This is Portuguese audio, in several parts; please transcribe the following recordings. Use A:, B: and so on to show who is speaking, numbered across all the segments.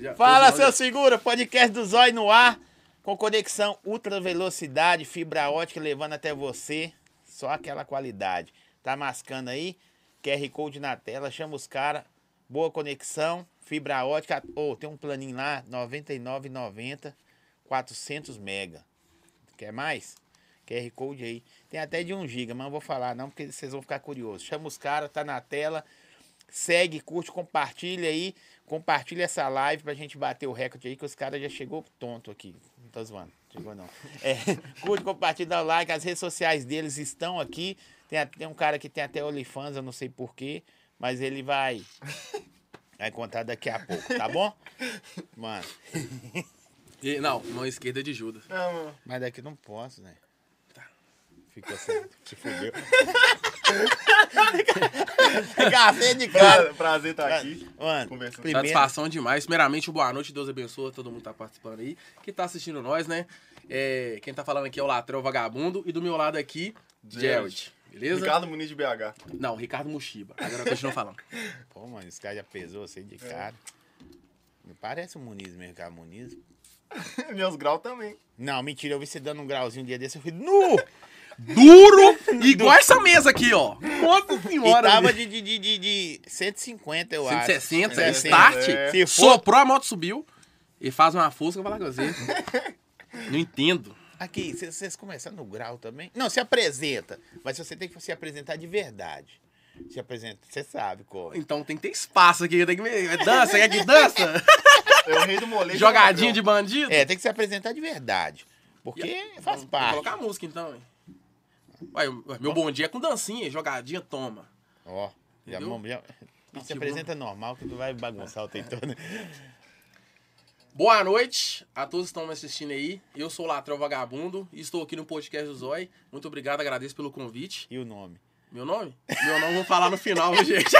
A: Já-
B: Fala,
A: Olha,
B: seu segura, podcast do Zói no ar, com conexão ultra velocidade, fibra ótica levando até você só aquela qualidade. Tá mascando aí? QR Code na tela, chama os caras, boa conexão, fibra ótica, ou tem um planinho lá, R$ 99,90, 400 mega. Quer mais? QR Code aí. Tem até de 1 giga, mas não vou falar não, porque vocês vão ficar curiosos. Chama os caras, tá na tela. Segue, curte, compartilha aí. Compartilha essa live pra gente bater o recorde aí, que os caras já chegou tonto aqui. Não tô zoando, chegou não. É, curte, compartilha, dá o like. As redes sociais deles estão aqui. Tem, a- tem um cara que tem até OnlyFans, eu não sei porquê, mas ele vai. Vai contar daqui a pouco, tá bom? Mano,
A: e- não, mão esquerda é de Judas.
B: É
C: Não,
B: mas daqui eu não posso, né? assim, Ficou certo. Se fudeu. Café de cara.
C: pra- prazer estar aqui.
B: Mano,
C: Conversando.
B: primeiro,
A: Satisfação demais. Primeiramente, boa noite, Deus abençoe todo mundo que tá participando aí, que tá assistindo nós, né? É, quem tá falando aqui é o Latrão Vagabundo e do meu lado aqui, Gerald.
C: Gerald.
A: Beleza?
C: Ricardo Muniz de BH.
A: Não, Ricardo Mushiba. Agora continua falando.
B: Pô, mano, esse cara já pesou assim
A: É.
B: de cara. Não parece o Muniz mesmo, cara, Muniz.
C: Meus graus também.
B: Não, mentira, eu vi você dando um grauzinho um dia desse, eu fui nu!
A: Duro! Igual essa mesa aqui, ó. Nossa
B: E
A: senhora!
B: tava
A: velho.
B: de, de, de, de, de 150, eu acho.
A: 160,
B: 160.
A: start.
C: É.
B: Se for,
A: Soprou, a moto subiu. E faz uma força que eu vou lá com você. Não entendo.
B: aqui, vocês vocês começaram no grau também? Não, se apresenta, mas você tem que se apresentar de verdade. Se apresenta, você sabe como.
A: Então tem que ter espaço aqui. Tem que... é Dança, quer que dança?
C: É o rei do molejo.
A: Jogadinha de
C: ladrão.
A: bandido?
B: É, tem que se apresentar de verdade, porque faz
A: Vou
B: parte.
A: colocar a música então, hein? Ué, ué, meu bom dia é com dancinha, jogadinha, toma.
B: Ó, já,
A: Entendeu? Tá
B: mão- já, se apresenta normal que tu vai bagunçar o tempo todo.
A: Boa noite a todos que estão me assistindo aí. Eu sou o Latrão Vagabundo e estou aqui no podcast do Zói. Muito obrigado, agradeço pelo convite.
B: E o nome?
A: Meu nome? Meu nome eu vou falar no final, viu, gente?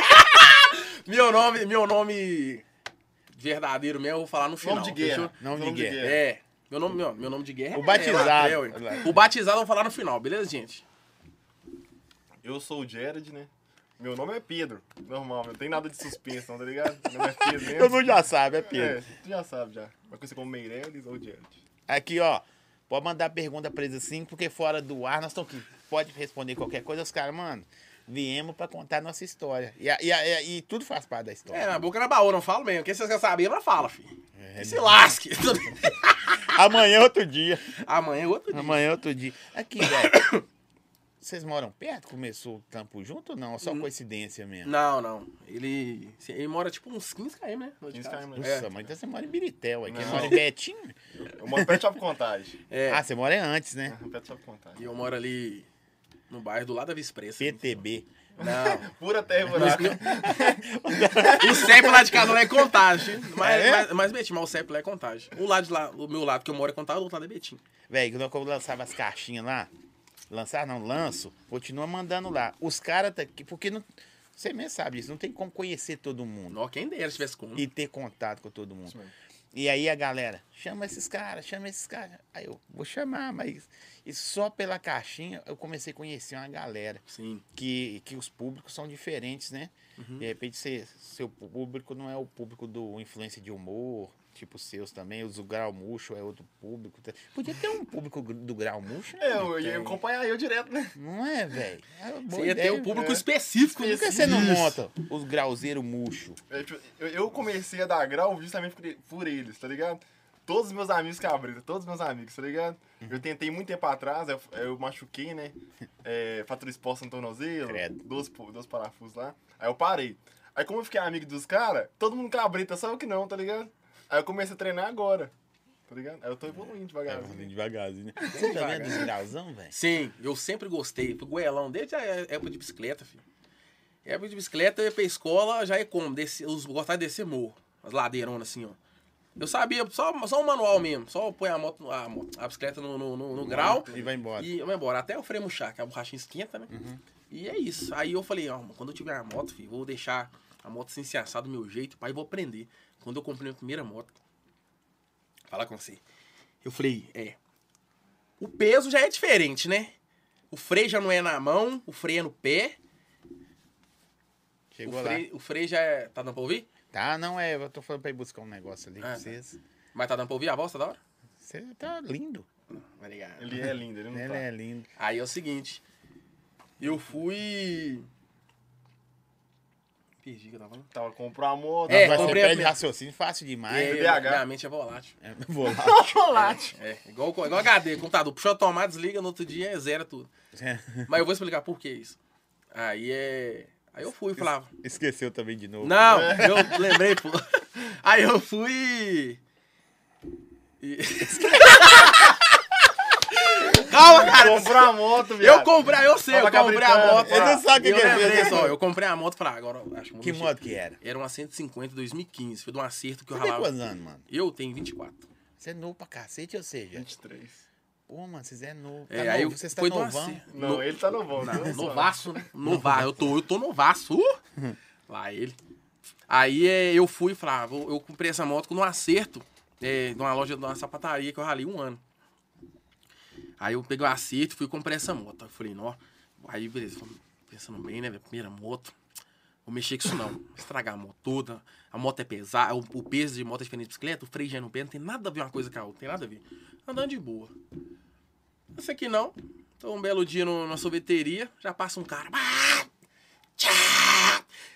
A: meu nome, meu nome verdadeiro mesmo, eu vou falar no final.
C: Nome de guerra.
A: fechou?
B: Nome de guerra.
A: É. Meu nome, meu, meu nome de guerra
B: O
A: é
B: batizado.
A: Latrell, hein? O batizado eu vou falar no final, beleza, gente?
C: Eu sou o Jared, né? Meu nome é Pedro. Normal, não tem nada de suspense, não, tá ligado? Meu nome é Pedro mesmo.
B: Todo mundo já sabe, é Pedro.
C: É, tu já sabe já. Vai conhecer como Meirelles ou Jared.
B: Aqui, ó. Pode mandar pergunta pra eles assim, porque fora do ar nós estamos aqui. Pode responder qualquer coisa, os caras, mano. Viemos pra contar nossa história. E, a- e a- e a- e tudo faz parte da
A: É,
B: história.
A: na boca na baú, não falo mesmo. Quem vocês querem saber, não fala, filho.
B: É,
A: Que se lasque.
B: Amanhã é outro dia.
A: Amanhã é outro dia.
B: Amanhã é outro dia. Aqui, velho. Vocês moram perto? Começou o trampo junto ou não? Ou Só coincidência mesmo?
A: Não, não. Ele, ele mora tipo uns 15 km, né? Lá de
C: 15
A: casa.
C: km, né?
B: Nossa,
A: É.
B: mas então você mora em Birité, ué. Quem
C: Não.
B: mora em Betinho?
C: Eu moro perto de Chapo Contagem.
A: É,
B: Ah, você mora é antes, né?
C: Perto de Chapo
A: E
C: Contagem.
A: eu moro ali no bairro do lado da Via Expressa.
B: PTB.
A: Não.
C: Pura terra e buraco.
A: O CEP lá de casa lá é contagem. Mas,
B: É?
A: mas, mas Betim, mas o CEP lá é contagem. O lado de lá, o meu lado que eu moro é contagem, o outro lado é Betim.
B: Velho, quando eu lançava as caixinhas lá, lançar não, lanço, continua mandando lá. Os caras tá aqui, porque não, você mesmo sabe disso, não tem como conhecer todo mundo
A: Não, quem dera se tivesse como.
B: e ter contato com todo mundo.
C: Isso mesmo.
B: E aí a galera, chama esses caras, chama esses caras. Aí eu vou chamar, mas e só pela caixinha eu comecei a conhecer uma galera
A: Sim.
B: que, que os públicos são diferentes, né?
A: Uhum.
B: De repente, você, seu público não é o público do influência de humor, tipo seus também, os do grau murcho é outro público. Podia ter um público gr- do grau murcho, né?
C: É, eu ia acompanhar eu direto, né?
B: Não é, velho? É uma boa
A: Você ia ter
B: ideia. né?
A: um público
C: é.
A: específico.
B: Por que
A: Isso.
B: você não monta os grauzeiros murcho?
C: É, tipo, Eu, eu comecei a dar grau justamente por, e- por eles, tá ligado? Todos os meus amigos que abriram, todos os meus amigos, tá ligado? Eu tentei muito tempo atrás, eu, eu machuquei, né? É, fatura exposta no tornozelo,
B: Credo.
C: dois, po- dois parafusos lá. Aí eu parei. Aí como eu fiquei amigo dos caras, todo mundo cabrita, só eu que não, tá ligado? Aí eu comecei a treinar agora, tá ligado? Aí eu tô evoluindo
A: É,
C: devagarzinho.
A: assim,
B: devagarzinho, né? Você também é dos grauzão, velho?
A: Sim, eu sempre gostei. Pro goelão, desde a época de bicicleta, filho. Época de bicicleta, eu ia pra escola, já é como? Descer, eu gostava de descer morro. As ladeironas assim, ó. Eu sabia, só, só um manual mesmo. Só põe a moto, a, moto- a bicicleta no, no, no- no grau
B: E vai embora.
A: e vai embora. Até o freio murchar, que a borrachinha esquenta, né? E é isso. Aí eu falei, ó, mano, quando eu tiver a moto, filho, vou deixar a moto sem se assar do meu jeito, pai, vou aprender. Quando eu comprei a primeira moto, falar com você. Eu falei, é. O peso já é diferente, né? O freio já não é na mão, o freio é no pé. O
B: Chegou lá.
A: freio, o freio já é. Tá dando pra ouvir?
B: Tá, não é. Eu tô falando pra ir buscar um negócio ali
A: Ah,
B: pra
A: tá.
B: vocês.
A: Mas tá dando pra ouvir a voz toda hora?
B: Você tá lindo.
A: Obrigado.
C: Ele é lindo,
A: Então
C: ele não
B: Ele
C: tá.
B: é lindo.
A: Aí é o seguinte. Eu fui. Perdi o que eu tava falando.
C: Tava, comprou a moto.
A: É,
B: Mas você
A: comprei a
B: perde
A: primeira-
B: raciocínio fácil demais.
A: É,
C: BH.
A: minha mente é volátil.
B: É, Vou lá.
C: chocolate.
A: É, igual, igual HD, computador. Puxou a tomada, desliga, no outro dia zera tudo.
B: É.
A: Mas eu vou explicar por que isso. Aí é. Aí eu fui e falava.
B: Esqueceu também de novo. né?
A: Não, eu lembrei, pô. Aí eu fui. e- Calma, cara.
C: Comprou a moto, viado.
A: Eu comprei, eu sei, eu
C: Tava
A: comprei a
C: cabritando.
A: moto.
B: Ele não
A: lá.
B: sabe o que
A: eu
B: que é
A: lembrei
B: isso.
A: só, eu comprei a moto pra agora. eu Acho
B: Que
A: muito
B: modo que era?
A: Era uma 150 2015, foi de um acerto que eu
B: Você tem
A: ralava.
B: quantos anos, mano?
A: Eu tenho 24.
B: Você é novo pra cacete, ou seja.
C: 23.
B: Pô, mano, vocês é novo. Tá
A: É,
B: novo,
A: aí eu-
B: vocês tá
A: foi de um
B: novão.
A: acerto.
C: Não,
A: No-
C: ele tá no bom.
A: Não, novaço, né? Novaço. Eu tô, eu tô novaço. Uh! Lá ele. Aí é, eu fui e falei, ah, vou- eu comprei essa moto com um acerto é, de uma loja de uma sapataria que eu ralei um ano. Aí eu peguei o acerto e fui comprar essa moto. Aí eu falei, nó. Aí beleza, falei, pensando bem, né? Minha primeira moto. Vou mexer com isso não. Estragar a moto toda. A moto é pesada, o, o peso de moto é diferente de bicicleta, o freio já é no pé, não tem nada a ver uma coisa com a outra, tem nada a ver. Andando de boa. Esse aqui não. Então, um belo dia no, na sorveteria, já passa um cara. Ah! Tchá!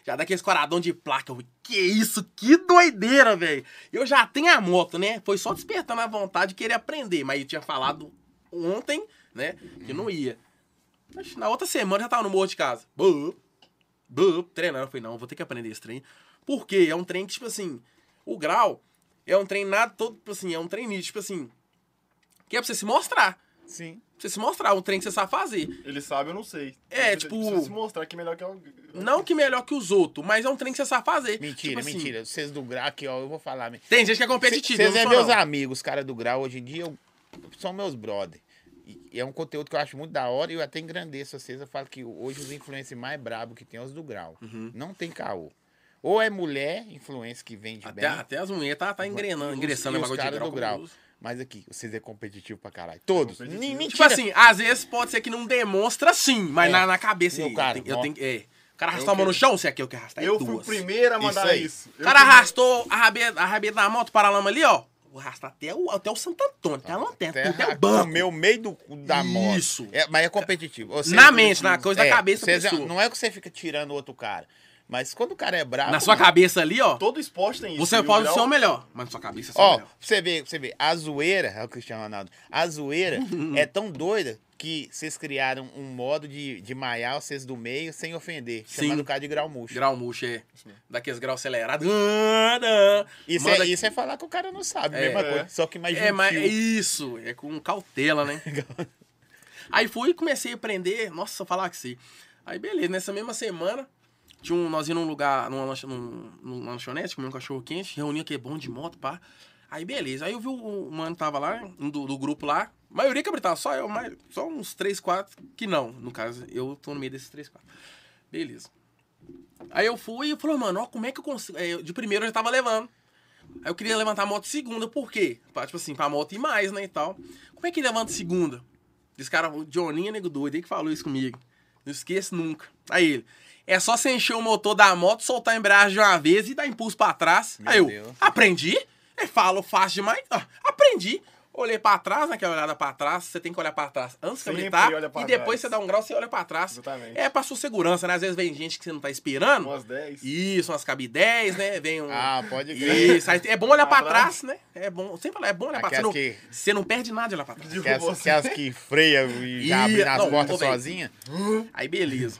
A: Já dá aquele coradão de placa. Eu, falei, que isso, que doideira, velho. Eu já tenho a moto, né? Foi só despertando a vontade de querer aprender. Mas eu tinha falado ontem, né? Que não ia. Mas na outra semana eu já tava no morro de casa. Bu, bu, treinando. Eu falei, não, eu vou ter que aprender esse trem. Porque é um trem que, tipo assim, o grau é um trem nada todo, tipo assim, é um trem nítido, tipo assim, que é pra você se mostrar.
B: Sim.
A: Pra você se mostrar, um trem que você sabe fazer.
C: Ele sabe, eu não sei.
A: É,
C: Precisa-
A: tipo-
C: Precisa se mostrar que é melhor que eu.
A: Não que melhor que os outros, mas é um trem que você sabe fazer.
B: Mentira,
A: Tipo assim,
B: mentira. Vocês do grau aqui, ó, eu vou falar.
A: Tem gente que é competitivo.
B: Vocês
A: eu
B: é
A: não sou,
B: meus
A: não.
B: amigos, cara do grau. Hoje em dia eu- são meus brother. E e é um conteúdo que eu acho muito da hora e eu até engrandeço vocês. Eu falo que hoje os influencers mais brabos que tem é os do grau.
A: Uhum.
B: Não tem caô. Ou é mulher, influencer que vende
A: Até,
B: bem.
A: até as mulheres tá, tá engrenando,
B: os-
A: ingressando
B: e
A: no
B: os
A: bagulho de
B: cara
A: grau. Tipo
B: do grau.
A: como-
B: Mas aqui, vocês é competitivo pra caralho. Todos.
C: Competitivo.
B: Nem-
A: Tipo
B: Mentira.
A: assim, às vezes pode ser que não demonstra sim, mas
B: É.
A: na, na cabeça.
B: Meu
A: aí,
B: cara,
A: eu tenho, eu
B: ó.
A: tenho que- é. O cara arrastou a mão no
C: quero-
A: chão, se é que eu quero arrastar, é
C: Eu fui o
A: duas.
C: primeiro a mandar
B: aí.
C: isso.
A: O cara arrastou a rabeta, a rabeta da moto, para lama ali, ó. Vou arrastar até o, até o Santo Antônio, até a lanterna, até, o banco.
B: meu meio do, da moto.
A: Isso.
B: É, mas é competitivo. Vocês-
A: Na mente, na coisa da cabeça da
B: vocês é-
A: pessoa.
B: Não é que você fica tirando o outro cara. Mas quando o cara é brabo.
A: Na sua
B: mano,
A: cabeça ali, ó.
C: Todo esporte tem isso. um-
A: Você
C: e o
A: pode
C: grau-
A: ser o melhor, mas na sua cabeça você é o
B: Ó, pra
A: melhor.
B: você vê, pra você vê, a zoeira, é o Cristiano Ronaldo, a zoeira é tão doida que vocês criaram um modo de, de maiar vocês do meio sem ofender,
A: Sim.
B: chamando o cara de grau murcho.
A: Grau murcho é. Daqueles graus acelerados.
B: Isso,
A: Manda-
B: é, isso é falar que o cara não sabe,
A: É.
B: mesma
C: É.
B: coisa, só que mais
A: É, mas é
B: gentil.
A: isso, é com cautela, né? Aí fui e comecei a aprender. Nossa, falar que sim. Aí beleza, nessa mesma semana, tinha um, nós íamos num lugar, numa, lancho- num- numa lanchonete, comer um cachorro quente, reunia que é bom de moto, pá. Aí beleza, aí eu vi o, o mano tava lá, um do, do grupo lá, a maioria que abritava, só eu, mas só uns três, quatro que não. No caso, eu tô no meio desses três, quatro. Beleza. Aí eu fui e falei, mano, ó, como é que eu consigo. É, eu- de primeiro eu já tava levando. Aí eu queria levantar a moto segunda, por quê? Pra, tipo assim, pra moto ir mais, né, e tal. Como é que levanta segunda? Esse cara, o Johninho, nego doido, ele que falou isso comigo. Não esqueço nunca. Aí ele, é só você encher o motor da moto, soltar a embreagem de uma vez e dar impulso pra trás.
B: Meu
A: Aí eu,
B: Deus.
A: aprendi? É, falo fácil demais. Ah, aprendi. Olhei pra trás, naquela olhada pra trás, você tem que olhar pra trás antes de
C: Sempre
A: habilitar.
C: olha pra
A: E depois
C: trás.
A: você dá um grau, você olha pra trás.
C: Exatamente.
A: É pra sua segurança, né? Às vezes vem gente que você não tá esperando.
C: Umas 10.
A: Isso, umas cabe 10, né? Vem um.
B: Ah, pode crer.
A: Isso, aí é bom olhar pra
C: Atrás.
A: trás, né? É bom, sempre falar, é bom olhar pra trás.
B: Aquelas
A: Você
B: Ah, que-
A: não, você não perde nada de olhar pra trás.
B: Que é as, que as que freia e
A: Tipo Ih,
B: já abre nas
A: não, um
B: portas
A: ô, véi.
B: sozinha.
A: Aí beleza.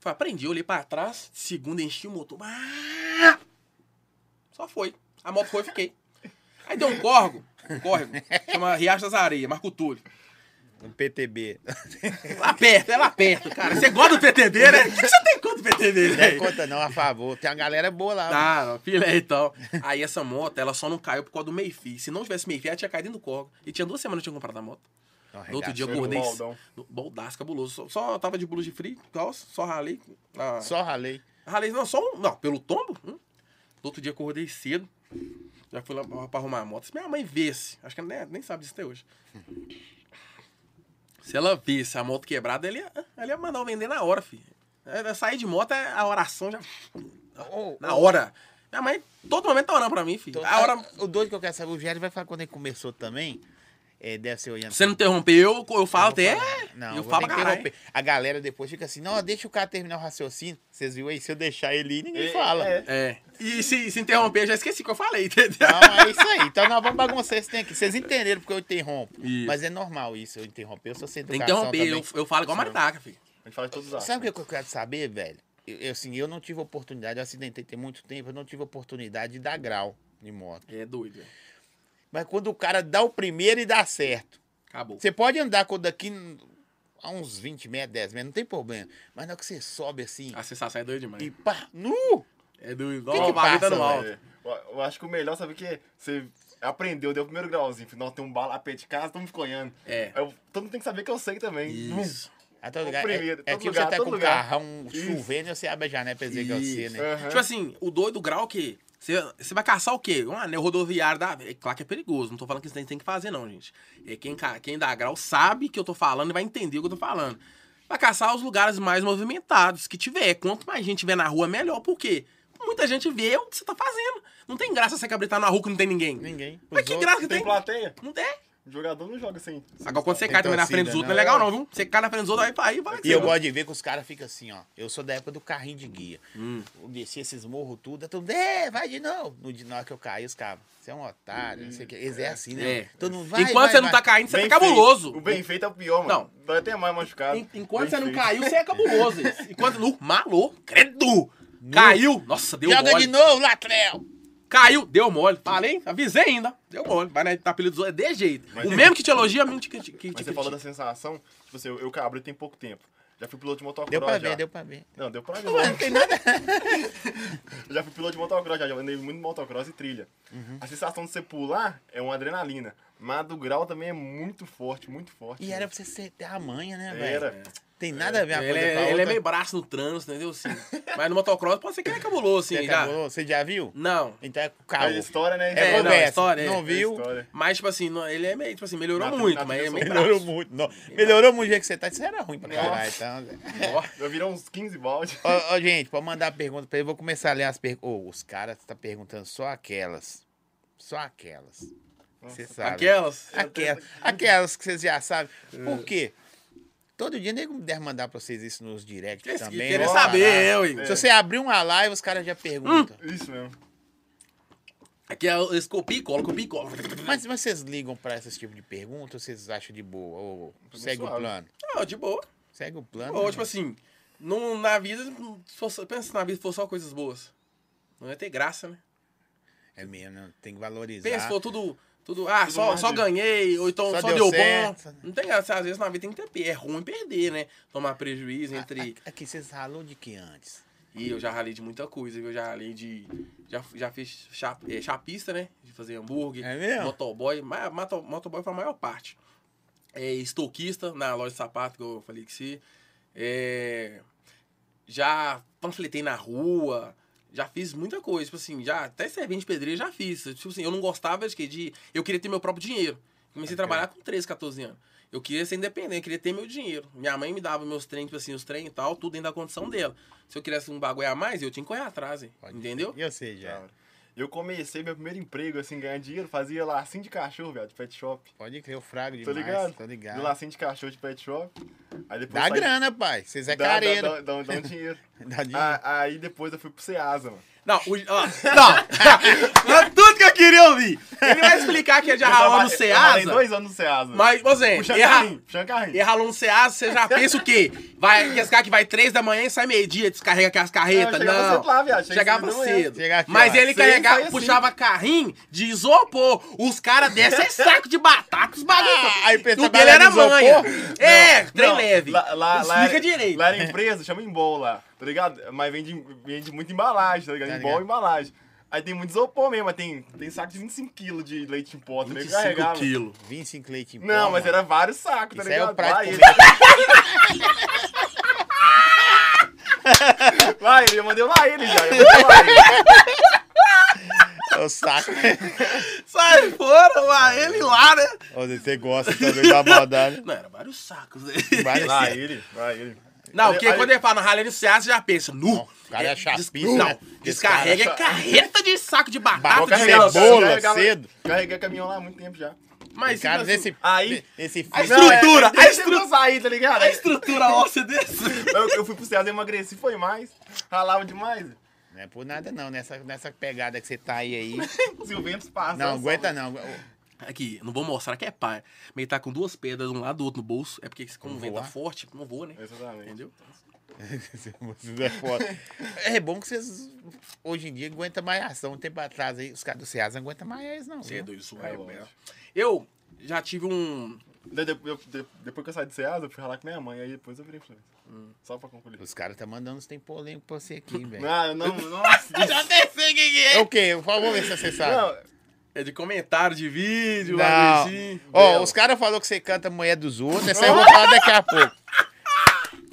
A: Falei, Aprendi, olhei pra trás, segunda, enchi o motor. Ah! Só foi. A moto foi, fiquei. Aí deu um córrego, um córrego, chama Riacho das Areias, Marco Túlio.
B: Um PTB.
A: Lá perto, é lá perto, cara. Você gosta do PTB, né? O que que você tem contra o PTB,
B: Não é
A: velho?
B: conta não, a favor. Tem uma galera boa lá.
A: Tá,
B: mano.
A: filha, então. Aí essa moto, ela só não caiu por causa do Meifi. Se não tivesse Meifi, ela tinha caído no corgo. E tinha duas semanas que eu tinha comprado a moto.
B: Não,
A: No outro dia eu
C: Foi
A: acordei.
C: baldão.
A: no- Baldaço, cabuloso. Só, só tava de blusa de frio, calça, só ralei. Ah,
B: Só ralei.
A: Ralei, não, só um. Não, pelo tombo. hum. No outro dia eu acordei cedo. Já fui lá pra, pra arrumar a moto. Se minha mãe vesse, acho que ela nem, nem sabe disso até hoje. Se ela visse a moto quebrada, ela ia, ela ia é mandar eu vender na hora, filho. Ela ia Sair de moto, é a oração já.
B: Ô,
A: Na hora. Minha mãe, todo momento tá orando pra mim, filho.
B: Então,
A: a hora.
B: O doido que eu quero saber, o Gério vai falar quando ele começou também. É, deve ser olhando.
A: Você não interrompeu, eu, eu falo até. é,
B: Não,
A: eu
B: eu
A: falo pra caralho.
B: interromper. A galera depois fica assim, não, deixa o cara terminar o raciocínio. Vocês viram aí, se eu deixar ele ir, ninguém
C: É,
B: fala.
C: é.
A: É. E se, se interromper, eu já esqueci o que eu falei, entendeu?
B: Não, é isso aí. Então nós vamos bagunçar esse tempo aqui. Vocês entenderam porque eu interrompo.
A: Isso.
B: Mas é normal isso, eu interromper. Eu sou sem
A: Tem que
B: educação
A: interromper,
B: também.
A: eu, eu falo igual maritaca, filho.
C: A gente fala de todos os
B: Sabe o
C: assuntos.
B: que eu quero saber, velho? Eu, eu, assim, eu não tive oportunidade, eu acidentei tem muito tempo, eu não tive oportunidade de dar grau de moto.
A: É doido, velho.
B: Mas quando o cara dá o primeiro e dá certo.
A: Acabou.
B: Você pode andar com daqui a uns 20 metros, 10 metros, não tem problema. Mas na hora que você sobe assim
A: A sensação é doida demais.
B: e pá, nu!
A: É doido, igual
B: Que que
A: o bagulho tá
B: passa,
A: no alto.
C: É, eu- Eu acho que o melhor, sabe o que? Você aprendeu, deu o primeiro grauzinho. Falei, Nossa, tem um bar lá perto de casa, todo mundo ficou olhando.
A: É.
C: Eu- todo mundo tem que saber que eu sei também. Uhum.
A: Isso.
B: A todo lugar.
C: primeiro,
B: é é
C: todo
B: que
C: lugar,
B: você tá
C: todo
B: com o
C: lugar.
B: carrão
C: Isso.
B: chovendo e você abre a janela pra dizer que é você,
A: Isso.
B: né?
C: Aham.
A: Tipo assim, o doido grau que. Você você vai caçar o quê? Um anel rodoviário da. É claro que é perigoso, não tô falando que isso daí tem que fazer, não, gente. É quem, ca- quem dá grau sabe que eu tô falando e vai entender o que eu tô falando. Vai caçar os lugares mais movimentados que tiver. Quanto mais gente tiver na rua, melhor. Por quê? Muita gente vê o que você tá fazendo. Não tem graça você cabritar na rua que não tem ninguém.
B: Ninguém.
A: Mas
B: Os
A: que
B: outros-
A: graça que
C: Tem
A: tem?
C: plateia?
A: Não tem.
C: O jogador não joga assim.
A: Agora quando você
B: Tem
A: cai também na
B: torcida,
A: frente dos outros, não é
B: né?
A: legal, não, viu? Você cai na frente dos outros, aí vai, vai.
B: E eu gosto de ver que os caras ficam assim, ó. Eu sou da época do carrinho de guia.
A: Hum.
B: Eu desci esses morros tudo, todo mundo, é, vai de novo. No de na hora que eu caí, os caras, você é um otário, não sei o que. Eles é assim, né?
A: É.
B: Todo mundo vai,
A: Enquanto
B: vai,
A: você não
B: vai.
A: tá caindo, você
C: Bem
A: tá cabuloso.
C: feito. O bem feito é o pior, mano.
A: Não.
C: Vai até mais machucado.
A: En- Enquanto
C: Bem
A: você não
C: feito.
A: caiu, você é cabuloso. Enquanto não malou, credo. Caiu, nossa, deu
B: Joga
A: mole.
B: de novo, Latrel!
A: Caiu, deu mole. Falei, avisei ainda. Deu mole. Vai na apelido dos outros, é de jeito.
C: Mas
A: o
C: tem-
A: mesmo que te elogia, é o mesmo que te, que, te
C: Mas
A: critica.
C: você falou da sensação, tipo assim, eu, eu cabri tem pouco tempo. Já fui piloto de motocross.
B: Deu pra
C: já.
B: ver, deu pra ver.
C: Não, deu pra ver.
B: Mano, não tem nada.
C: Eu já fui piloto de motocross, já, já andei muito em motocross e trilha.
B: Uhum.
C: A sensação de você pular é uma adrenalina. Mas a do grau também é muito forte, muito forte.
B: E
C: né?
B: era pra você ser- ter a manha, né, velho?
C: Era.
B: Tem nada a ver uma
A: Ele,
B: coisa com a
A: é, ele é
B: outra.
A: meio braço no trânsito, entendeu? Assim. Mas no motocross pode ser que ele é cabuloso,
B: Você
A: assim, já.
B: acabou? Você já viu?
A: Não.
B: Então é
C: É
B: caô.
C: a história, né?
A: É, não,
B: conversa.
A: história, é.
B: Não viu?
C: História.
A: Mas, tipo assim, não- ele é meio, tipo assim, melhorou
C: Na-
A: muito,
C: na
A: mas é
C: trilha
A: meio
C: sonora.
B: Melhorou muito. Não. Melhorou muito o jeito que você tá. Isso era ruim pra caralho, então.
A: braço. Ó,
C: Eu virei uns 15 baldes.
B: Ó, ó, gente, pode mandar pergunta pra ele. Eu vou começar a ler as perguntas. os caras estão perguntando só aquelas. Só aquelas. Você sabe.
A: Aquelas.
B: Aquelas, aquelas que vocês já sabem.
A: É.
B: Por quê? Todo dia nego deve mandar pra vocês isso nos directs
A: Esse que
B: também.
A: Queria
B: vou
A: saber, é. Hum. eu,
B: falar.
A: hein?
B: Se você abrir uma live, os caras já perguntam.
C: Isso mesmo.
A: Aqui é o- eles copiam e colam, copiam e colam.
B: Mas, mas vocês ligam pra esse tipo de pergunta ou vocês acham de boa? Ou segue o
C: suave.
B: plano?
A: Não, de boa.
B: Segue o plano.
A: Ou,
B: né?
A: tipo assim, não, na vida, se fosse- pensa se na vida for só coisas boas. Não ia ter graça, né?
B: É mesmo, né? tem que valorizar.
A: Pensa, for tudo. Tudo, ah,
C: Tudo
A: só,
C: mais
A: só
C: de-
A: ganhei, ou então
B: Só
A: só,
B: deu
A: deu,
B: certo.
A: bom. Não tem graça. Às vezes na vida tem que ter. per- É ruim perder, né? Tomar prejuízo entre.
B: A- a- Aqui, vocês ralou de que antes?
A: E eu já ralei de muita coisa, viu? Eu já ralei de. Já, já fiz cha- é, chapista, né? De fazer hambúrguer.
B: É mesmo?
A: Motoboy. Ma- mato- motoboy foi a maior parte. É, estoquista na loja de sapato, que eu falei que sim. É, já panfletei na rua. Já fiz muita coisa. Tipo assim, já, até servente de pedreiro já fiz. Tipo assim, eu não gostava de, que- de. Eu queria ter meu próprio dinheiro. Comecei a trabalhar com 13, 14 anos. Eu queria ser independente, eu queria ter meu dinheiro. Minha mãe me dava meus trem, tipo assim, os trem e tal, tudo dentro da condição dela. Se eu quisesse um bagulho a mais, eu tinha que correr atrás, hein?
B: Pode
A: entendeu? Tá.
B: ser. Eu sei já.
C: Da hora. Eu comecei meu primeiro emprego, assim, ganhar dinheiro, fazia lacinho de cachorro, velho, de pet shop.
B: Pode crer, eu frago demais.
C: Tô ligado?
B: Tô
C: De
B: ligado.
C: lacinho de cachorro de pet shop. Aí depois
B: Dá
C: saí-
B: grana, pai. Vocês é
C: Dá- dá-
B: careiro.
C: Dá, dá, dá um dinheiro.
B: Dá dinheiro.
C: Ah, aí depois eu fui pro Ceasa, mano.
A: Não, o, ó, não. É tudo que eu queria ouvir. Ele vai explicar que é ele já
C: Eu
A: ralou
C: trabalhei-
A: no
C: Eu trabalhei
A: Ceasa.
C: dois anos no Ceasa.
A: Mas, você,
C: Puxando
A: erra,
C: carrinho, puxando carrinho.
A: E ralou no Ceasa, você já pensa o quê? Vai, aqueles caras que vai três da manhã e sai meio-dia, descarrega aquelas carretas.
C: É, eu
A: não,
C: chegava cedo lá, viado, chegava
A: Chegava
C: cedo da manhã.
A: cedo.
B: Chegava aqui,
A: Mas
B: ó,
A: ele
C: seis,
A: carregava,
C: saía
A: puxava carrinho de isopor. Os caras descem é saco de batata, os bagulho.
B: Ah, aí pensa,
A: o dele era
B: isopor?
A: manha.
B: Não,
A: É, trem
C: Não,
A: leve.
C: Lá, lá, lá
A: Explica
C: era-
A: direito.
C: Lá era empresa, chama Embol lá, tá ligado? Mas vende, vende muito embalagem, tá ligado?
B: Tá
C: Embol
B: ligado.
C: embalagem. Aí tem muito isopor mesmo, mas tem, tem saco de 25 kg de leite em pó, tá ligado?
A: 25
C: Carregava.
A: quilos.
B: 25 leite em pó,
C: Não, mas
B: mano.
C: era vários sacos, tá
B: Isso aí é
C: ligado?
B: o prato
C: lá,
B: de
C: ele,
B: comida.
C: lá ele, eu mandei lá ele já. Eu mandei lá ele.
B: É o saco.
A: Sai fora, lá, ele lá, né?
B: Ô, Zé, Você gosta também da maldade.
A: Não, era vários sacos. né?
B: Vários
C: Lá
B: sacos.
C: ele, lá ele.
A: Não,
C: Ali-
A: porque
C: ali-
A: quando é ele fala na ralha do Ceará, você já pensa, nu.
B: Não, o cara é chapinha,
A: des-
B: né?
A: Não, descarrega é
C: Descarga-
A: carreta de saco de
B: Barroca é
A: batata de
B: carregava-
A: melancia.
B: cebola,
C: carregava-
B: cedo.
C: Carreguei caminhão lá há muito tempo já.
A: Mas, tipo
B: Cara,
A: assim,
B: nesse,
C: aí-
B: nesse
A: A
B: filme.
A: estrutura, a,
C: Deixa
A: estru-
C: eu sair, tá ligado?
A: a estrutura óssea desse.
C: Eu, eu fui pro Ceará, emagreci, foi mais. Ralava demais.
B: Não é por nada, não. Nessa, nessa pegada que você tá aí aí.
C: Se o vento passa.
B: Não
C: eu
B: aguenta,
C: só-
B: não.
A: Aqui, não vou mostrar que é pai. Meio tá com duas pedras de um lado do outro no bolso. É porque como
B: Não
A: venta
B: voar.
A: forte, não voa, né?
C: Exatamente.
A: Entendeu?
B: Vocês é foda. É bom que vocês hoje em dia aguentam mais ação. Um tempo atrás aí, os caras do Ceasa não aguentam mais eles, não.
A: Você é
B: viu?
A: doido, isso
C: É,
A: é,
C: lógico.
A: mesmo. Eu já tive um.
C: De- de- eu- de- depois que eu saí do Ceasa, eu fui ralar com minha mãe, aí depois eu virei influencer. Só pra concluir.
B: Os caras tá mandando uns tem polêmico pra você aqui, velho.
C: Não, eu não, nossa. isso-
A: Já até sei o que que
B: É o quê? Por favor, ver se você sabe.
C: não,
A: É de comentário de vídeo,
B: Não.
A: algo assim.
B: Ó,
C: Bela.
B: os caras falaram que você canta Mulher dos Outros. Essa eu vou falar daqui a pouco.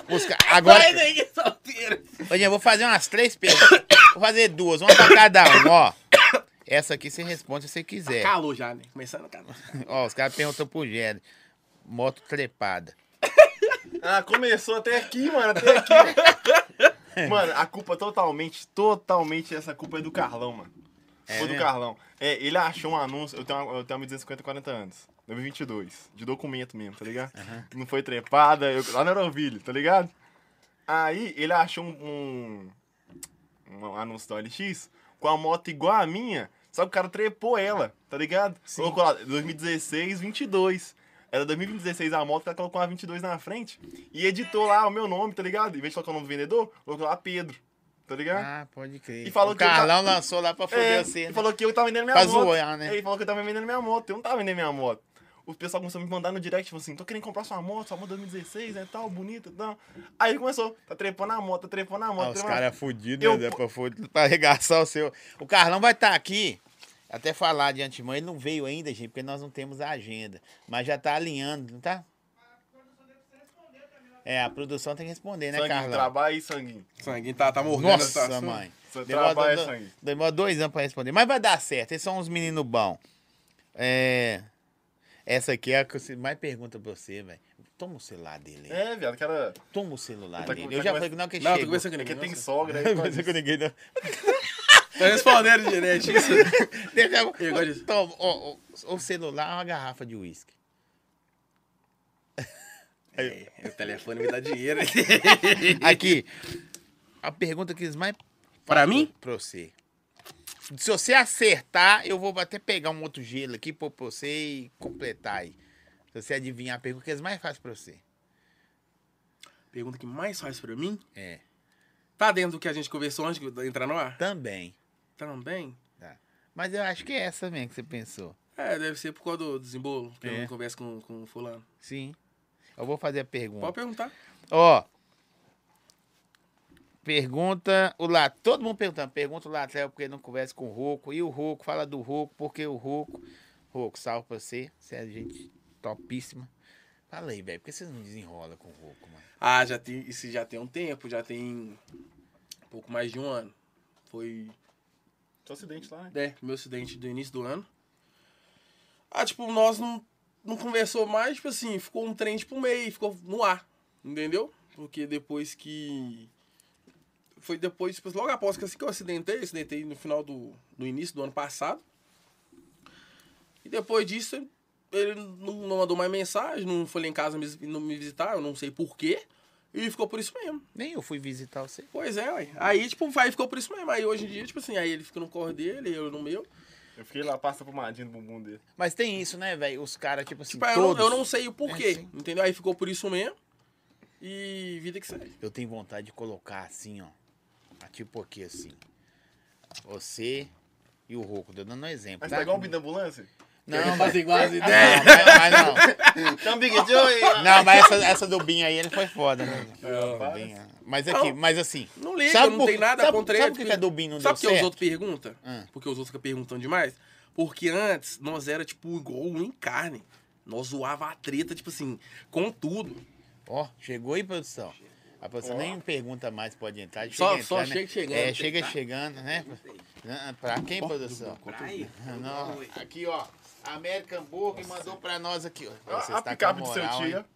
B: Os ca- Agora.
C: né?
A: Vai daí, solteiro.
B: Hoje eu vou fazer umas três perguntas. Vou fazer duas, uma pra cada um, ó. Essa aqui você responde se você quiser.
A: Calou já, né? Começando a calor.
B: Ó, os caras perguntam pro Gênero. Moto trepada.
C: ah, começou até aqui, mano, até aqui. mano, a culpa totalmente, totalmente, essa culpa é do Carlão, mano.
B: É
C: Foi do
B: mesmo?
C: Carlão. É, ele achou um anúncio, eu tenho, uma- eu tenho uma 250 40 anos, 2022, de documento mesmo, tá ligado? Não foi trepada, eu- lá na Euroville, tá ligado? Aí ele achou um, um, um anúncio da OLX com a moto igual a minha, só que o cara trepou ela, tá ligado? Colocou lá 2016, 22. Era 2016 a moto, ela colocou uma 22 na frente e editou lá o meu nome, tá ligado? Em vez de colocar o nome do vendedor, colocou lá Pedro, tá ligado?
B: Ah, pode crer.
C: E falou
B: o
C: que o ca-
B: Carlão lançou lá pra
C: É,
B: foder você.
C: ele
B: né?
C: falou que eu tava vendendo minha
B: Pra
C: moto.
B: zoar, né?
C: É, Ele falou que eu tava vendendo minha moto. Eu não tava vendendo minha moto. O pessoal começou a me mandar no direct, tipo assim, tô querendo comprar sua moto, sua moto 2016, né, tal, bonita, tal. Aí ele começou, tá trepando a moto, tá trepando a moto.
B: Ah, os
C: trepando a-
B: caras fudidos,
C: Eu-
B: né? Pra, fud- pra arregaçar o seu. O Carlão vai estar aqui. Até falar de antemão, ele não veio ainda, gente, porque nós não temos a agenda. Mas já tá alinhando, não tá? É, a produção tem que responder, né,
C: Sanguinho,
B: Carlão?
C: trabalha aí, sanguinho.
A: Sanguinho tá, tá morrendo. tá,
B: Nossa,
A: assim.
B: mãe.
C: Você
B: Demora,
C: trabalha
B: do-
C: sangue.
B: demora dois anos pra responder. Mas vai dar certo. Eles são uns meninos bons. É. Essa aqui é a que eu mais pergunta pra você, velho. Toma o celular dele. aí.
C: É, viado, que era...
B: Toma o celular
C: Tá com-
B: dele.
C: tá
B: eu já
C: com-
B: falei que não, que
A: Não, tô
B: chegou.
A: conversando com
C: É que
A: ninguém.
C: tem
A: nossa.
C: sogra
B: Não
C: aí.
B: conversei com ninguém, não.
A: Tá respondendo direto isso.
B: Deixa eu-
A: Eu gosto disso.
B: Toma, ó, ó, o celular é uma garrafa de uísque.
A: É, o telefone me dá dinheiro.
B: Aqui, a pergunta que eles mais...
A: Pra
B: fazem
A: mim?
B: Pra você. Se você acertar, eu vou até pegar um outro gelo aqui pra pra você e completar aí. Se você adivinhar a pergunta que eles mais fazem pra você.
A: Pergunta que mais faz pra mim.
B: É,
A: Tá dentro do que a gente conversou antes de entrar no ar? Tá
B: também.
A: Também.
B: Mas eu acho que é essa mesmo que você pensou.
A: É, deve ser por causa do desembolo, que eu
B: É.
A: não converso com, com o fulano.
B: Sim. Eu vou fazer a pergunta.
A: Pode perguntar.
B: Ó. Pergunta o lá, todo mundo perguntando, pergunta o Latrel porque não conversa com o Roco. E o Roco, fala do Roco, porque o Roco. Roco, salve pra você. Você é gente topíssima. Fala aí, velho, por que vocês não desenrolam com o Roco, mano?
A: Ah, já tem, isso já tem um tempo, já tem pouco mais de um ano. Foi
C: Só acidente lá, né?
A: né, meu acidente do início do ano. Ah, tipo, nós não, não conversou mais, tipo assim, ficou um trem tipo meio, ficou no ar, entendeu? Porque depois que. Foi depois, tipo, logo após que assim que eu acidentei, acidentei no final do. no início do ano passado. E depois disso, ele não, não mandou mais mensagem, não foi lá em casa me, não me visitar, eu não sei porquê. E ficou por isso mesmo.
B: Nem eu fui visitar você.
A: Pois é, ué. Aí, tipo, aí ficou por isso mesmo. Aí hoje em dia, tipo assim, aí ele fica no corre dele, eu no meu.
C: Eu fiquei lá, passa pro madinho do bumbum dele.
B: Mas tem isso, né, velho? Os caras, tipo assim,
A: Tipo, eu,
B: todos.
A: não, eu não sei o porquê,
B: É, sim.
A: entendeu? Aí ficou por isso mesmo. E vida que segue.
B: Eu tenho vontade de colocar assim, ó. Ah, Tipo aqui, assim. Você e o Roco. Tô dando um exemplo,
C: Mas
B: tá?
C: tá igual o Big da ambulância?
B: Não,
A: Quer
B: mas-
A: fazer igual as
B: não,
A: ideias.
B: mas, mas não.
C: Então, Big Joe!
B: É. Não, mas essa, essa do Bin aí, ele foi foda, né?
C: rapaz.
B: Bin, é. Mas aqui,
A: Não.
B: mas assim.
A: Não liga,
B: Sabe
A: não
B: por-
A: tem nada
B: sabe-
A: contra ele.
B: sabe por que que a do Bin não
A: Sabe
B: deu
A: que os
B: certo?
A: outros perguntam?
B: Ah.
A: Porque os outros ficam perguntando demais. Porque antes, nós era, tipo, igual um em carne. Nós zoava a treta, tipo assim, com tudo.
B: Ó, chegou aí, produção. A produção
C: Ó.
B: nem pergunta mais, pode entrar. Chega
A: Só-
B: a entrar,
A: só
B: né?
A: chega chegando,
B: É,
A: tem
B: chega
A: que tá.
B: chegando, né? Ah, Pra quem, produção? Ah,
A: Aí,
B: Não, aqui, ó. American Burger mandou pra nós aqui, ó. Vocês
C: Ah, A
B: tá
C: picape
B: com
C: do seu
B: moral,
C: tio.
B: hein?
C: ó.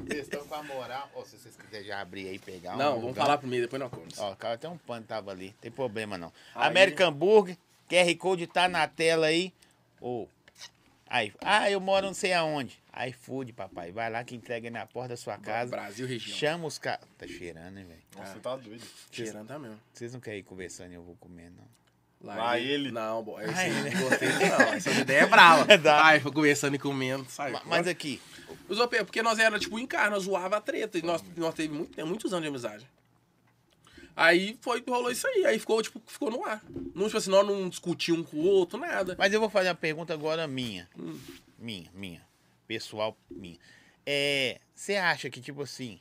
D: Vocês estão com a moral. Ó, se vocês quiserem já abrir aí e pegar
A: Não,
D: um
A: vamos
D: lugar.
A: falar primeiro, depois nós contamos.
B: Ó, cara, até um pano tava ali. Tem problema não.
A: Aí.
B: American Burger, QR Code tá na tela aí. Ou. Aí, ah, eu moro não sei aonde. iFood, papai. Vai lá que entrega aí na porta da sua casa.
A: Brasil, região.
B: Chama os caras. Tá cheirando, hein, velho?
C: Nossa, você tá doido.
A: Cheirando tá mesmo.
B: Vocês não querem ir conversando e eu vou comendo, não.
C: Lá ele.
A: Não, bom, esse
B: Lá ele.
A: não gostei disso não. Essa ideia é brava.
B: Dá.
A: Ai, foi conversando e comendo, sabe?
B: Ma- Mas aqui,
A: Os OP, porque nós era tipo em carro, nós zoava a treta. E nós, nós teve muito, tempo, muitos anos de amizade. Aí foi, rolou isso aí. Aí ficou, tipo, ficou no ar. Não, tipo assim, nós não discutimos um com o outro, nada.
B: Mas eu vou fazer uma pergunta agora minha.
A: Hum.
B: Minha, minha. Pessoal, minha. É, você acha que, tipo assim,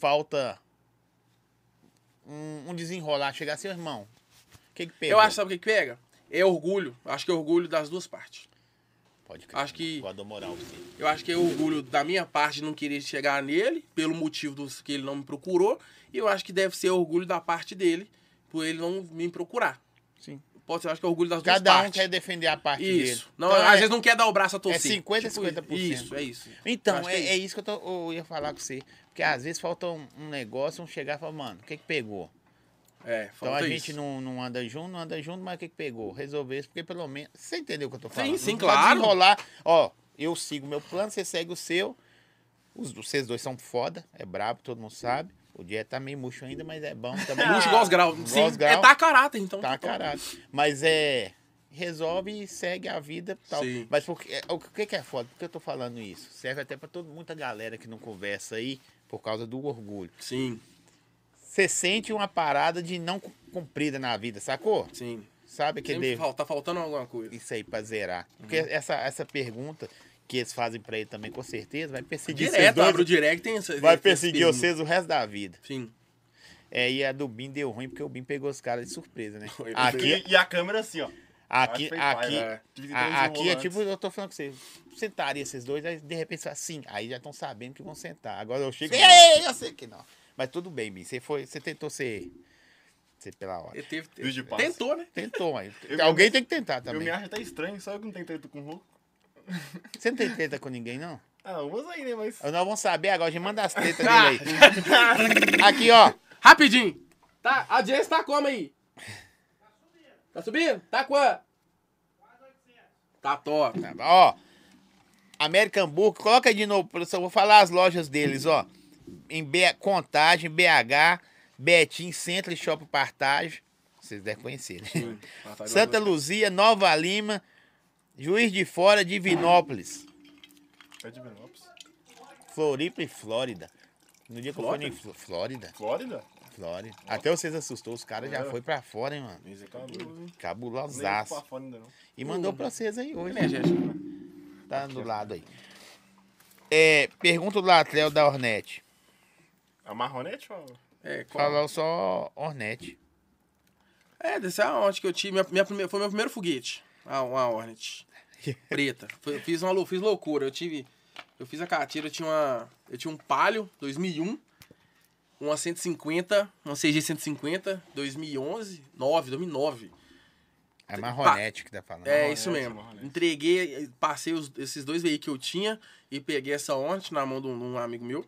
B: falta um, um desenrolar, chegar seu irmão? O que que pega?
A: Eu acho, sabe o que que pega? É orgulho. Acho que é orgulho das duas partes.
B: Pode crer.
A: acho que-
B: Guarda moral pra você.
A: Eu acho que é orgulho da minha parte de não querer chegar nele, pelo motivo dos que ele não me procurou. E eu acho que deve ser orgulho da parte dele, por ele não me procurar.
B: Sim.
A: Pode ser, eu acho que é orgulho das duas
B: Cada um
A: partes.
B: quer defender a parte
A: Isso.
B: dele.
A: Não,
B: Então,
A: às
B: é-
A: vezes não quer dar o braço a torcer.
B: 50, 50%.
A: Isso, é isso.
B: Então,
A: Acho que
B: é,
A: é
B: é isso que eu, tô- eu ia falar com você. Porque às vezes falta um, um negócio, um chegar e falar, mano, o que que pegou?
A: É,
B: Então
A: falta isso.
B: a gente não, não anda junto, não anda junto, mas o que, que pegou? Resolver isso, porque pelo menos. Você entendeu o que eu tô falando?
A: sim,
B: Não pode
A: claro.
B: Enrolar. Ó, eu sigo meu plano, você segue o seu. Os, vocês dois são foda, é brabo, todo mundo sabe. O dia tá meio murcho ainda, mas é bom também.
A: Puxa igual os graus.
B: Igual
A: Sim,
B: os graus.
A: é tá a caráter, então.
B: Tá
A: Então,
B: caralho. Mas é. Resolve e segue a vida tal.
A: Sim.
B: Mas por que- o que, que é foda? Por que eu tô falando isso? Serve até pra toda muita galera que não conversa aí por causa do orgulho.
A: Então, Sim,
B: Você sente uma parada de não cu- cumprida na vida, sacou?
A: sim.
B: Sabe que
A: Sempre
B: deu
A: fal- tá faltando alguma coisa.
B: isso aí pra zerar. Porque
C: Uhum.
B: essa, essa pergunta que eles fazem pra ele também, com certeza, vai perseguir
A: Direto,
B: vocês
A: abre o
B: dois,
A: direct tem essa.
B: Vai
A: esse
B: perseguir
A: perigo.
B: vocês o resto da vida.
A: Sim.
B: É, e a do Bin deu ruim, porque o Bin pegou os caras de surpresa, né?
A: Ele
B: Aqui,
C: E, e a câmera assim, ó.
B: aqui,
C: Acho que foi
B: aqui,
C: pai, né? Tive que
B: a-
C: ter um
B: aqui é
C: volante.
B: tipo, eu tô falando com vocês, sentaria esses dois, aí de repente você fala assim, aí já estão sabendo que vão sentar. Agora eu chego, ei, ei, ei, eu sei que não. Mas tudo bem, Bin, você foi, você tentou ser, ser pela hora.
A: Ele teve.
C: Vídeo de passe.
A: tentou, né?
B: Tentou, mas
C: Eu me-
B: alguém tem que tentar
C: Eu me
B: também.
C: acho até estranho, só eu que não tenho treta com o Hulk.
B: Você não tem treta com ninguém, não?
C: Ah, usa aí, né? Mas.
B: Nós vamos saber agora, a gente manda as tretas dele aí. Aqui, ó.
A: Rapidinho. Tá, a audiência tá como aí? Tá subindo? Tá quanto? Tá top.
B: Tá, Ó. American Book, coloca aí de novo, produção. Vou falar as lojas deles, ó. Em B... Contagem, BH, Betim, Centro e Shopping Partage. Vocês devem conhecer, né?
A: Sim. Ah, tá
B: Santa
A: igual-
B: Luzia, Nova Lima, Juiz de Fora, Divinópolis,
C: É de Benópolis.
B: Floripa e Flórida. No dia que eu fui
A: Flórida?
B: em Fl- Flórida,
C: Flórida?
B: Flórida. Até vocês assustou, os caras já
C: É.
B: foi pra fora, hein, mano.
C: Isso tá doido. Nem
B: Cabulosaço.
C: pra fora ainda não.
B: E mandou pra vocês aí hoje.
A: Energético.
B: Tá do lado aí. É, pergunta do Latrel da Ornette.
C: A marronete ou. um
A: É, qual?
B: Falou só Ornette.
A: É, dessa é a Hornet que eu tive. Minha, minha primeira, foi meu primeiro foguete. A, uma Hornet. Preta. Foi- eu fiz uma lou- fiz loucura. Eu tive. Eu fiz a catira, eu tinha uma. Eu tinha um palio 2001, uma 150, uma CG 150, 2011, 9, 2009.
B: É Marronete que tá falando.
A: É
C: Ah, Hornet,
A: isso mesmo.
C: uma Hornet.
A: Entreguei, passei os- esses dois veículos que eu tinha e peguei essa Hornet na mão de um, de um amigo meu.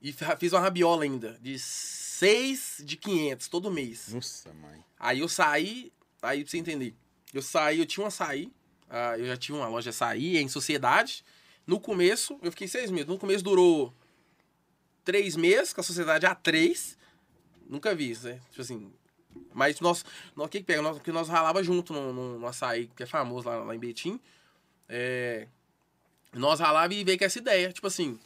A: E fa- fiz uma rabiola ainda, de 6 de 500 todo mês.
B: Nossa, mãe.
A: Aí eu saí, aí pra você entender. Eu saí, eu tinha uma açaí, ah, eu já tinha uma loja açaí em sociedade. No começo, eu fiquei seis meses. No começo durou três meses, com a sociedade a três. Nunca vi isso, né? Tipo assim. Mas nós. nós- O que que pega? Nós, que nós ralava junto no, no, no açaí, que é famoso lá, lá em Betim. É, nós ralava e veio com essa ideia. Tipo assim.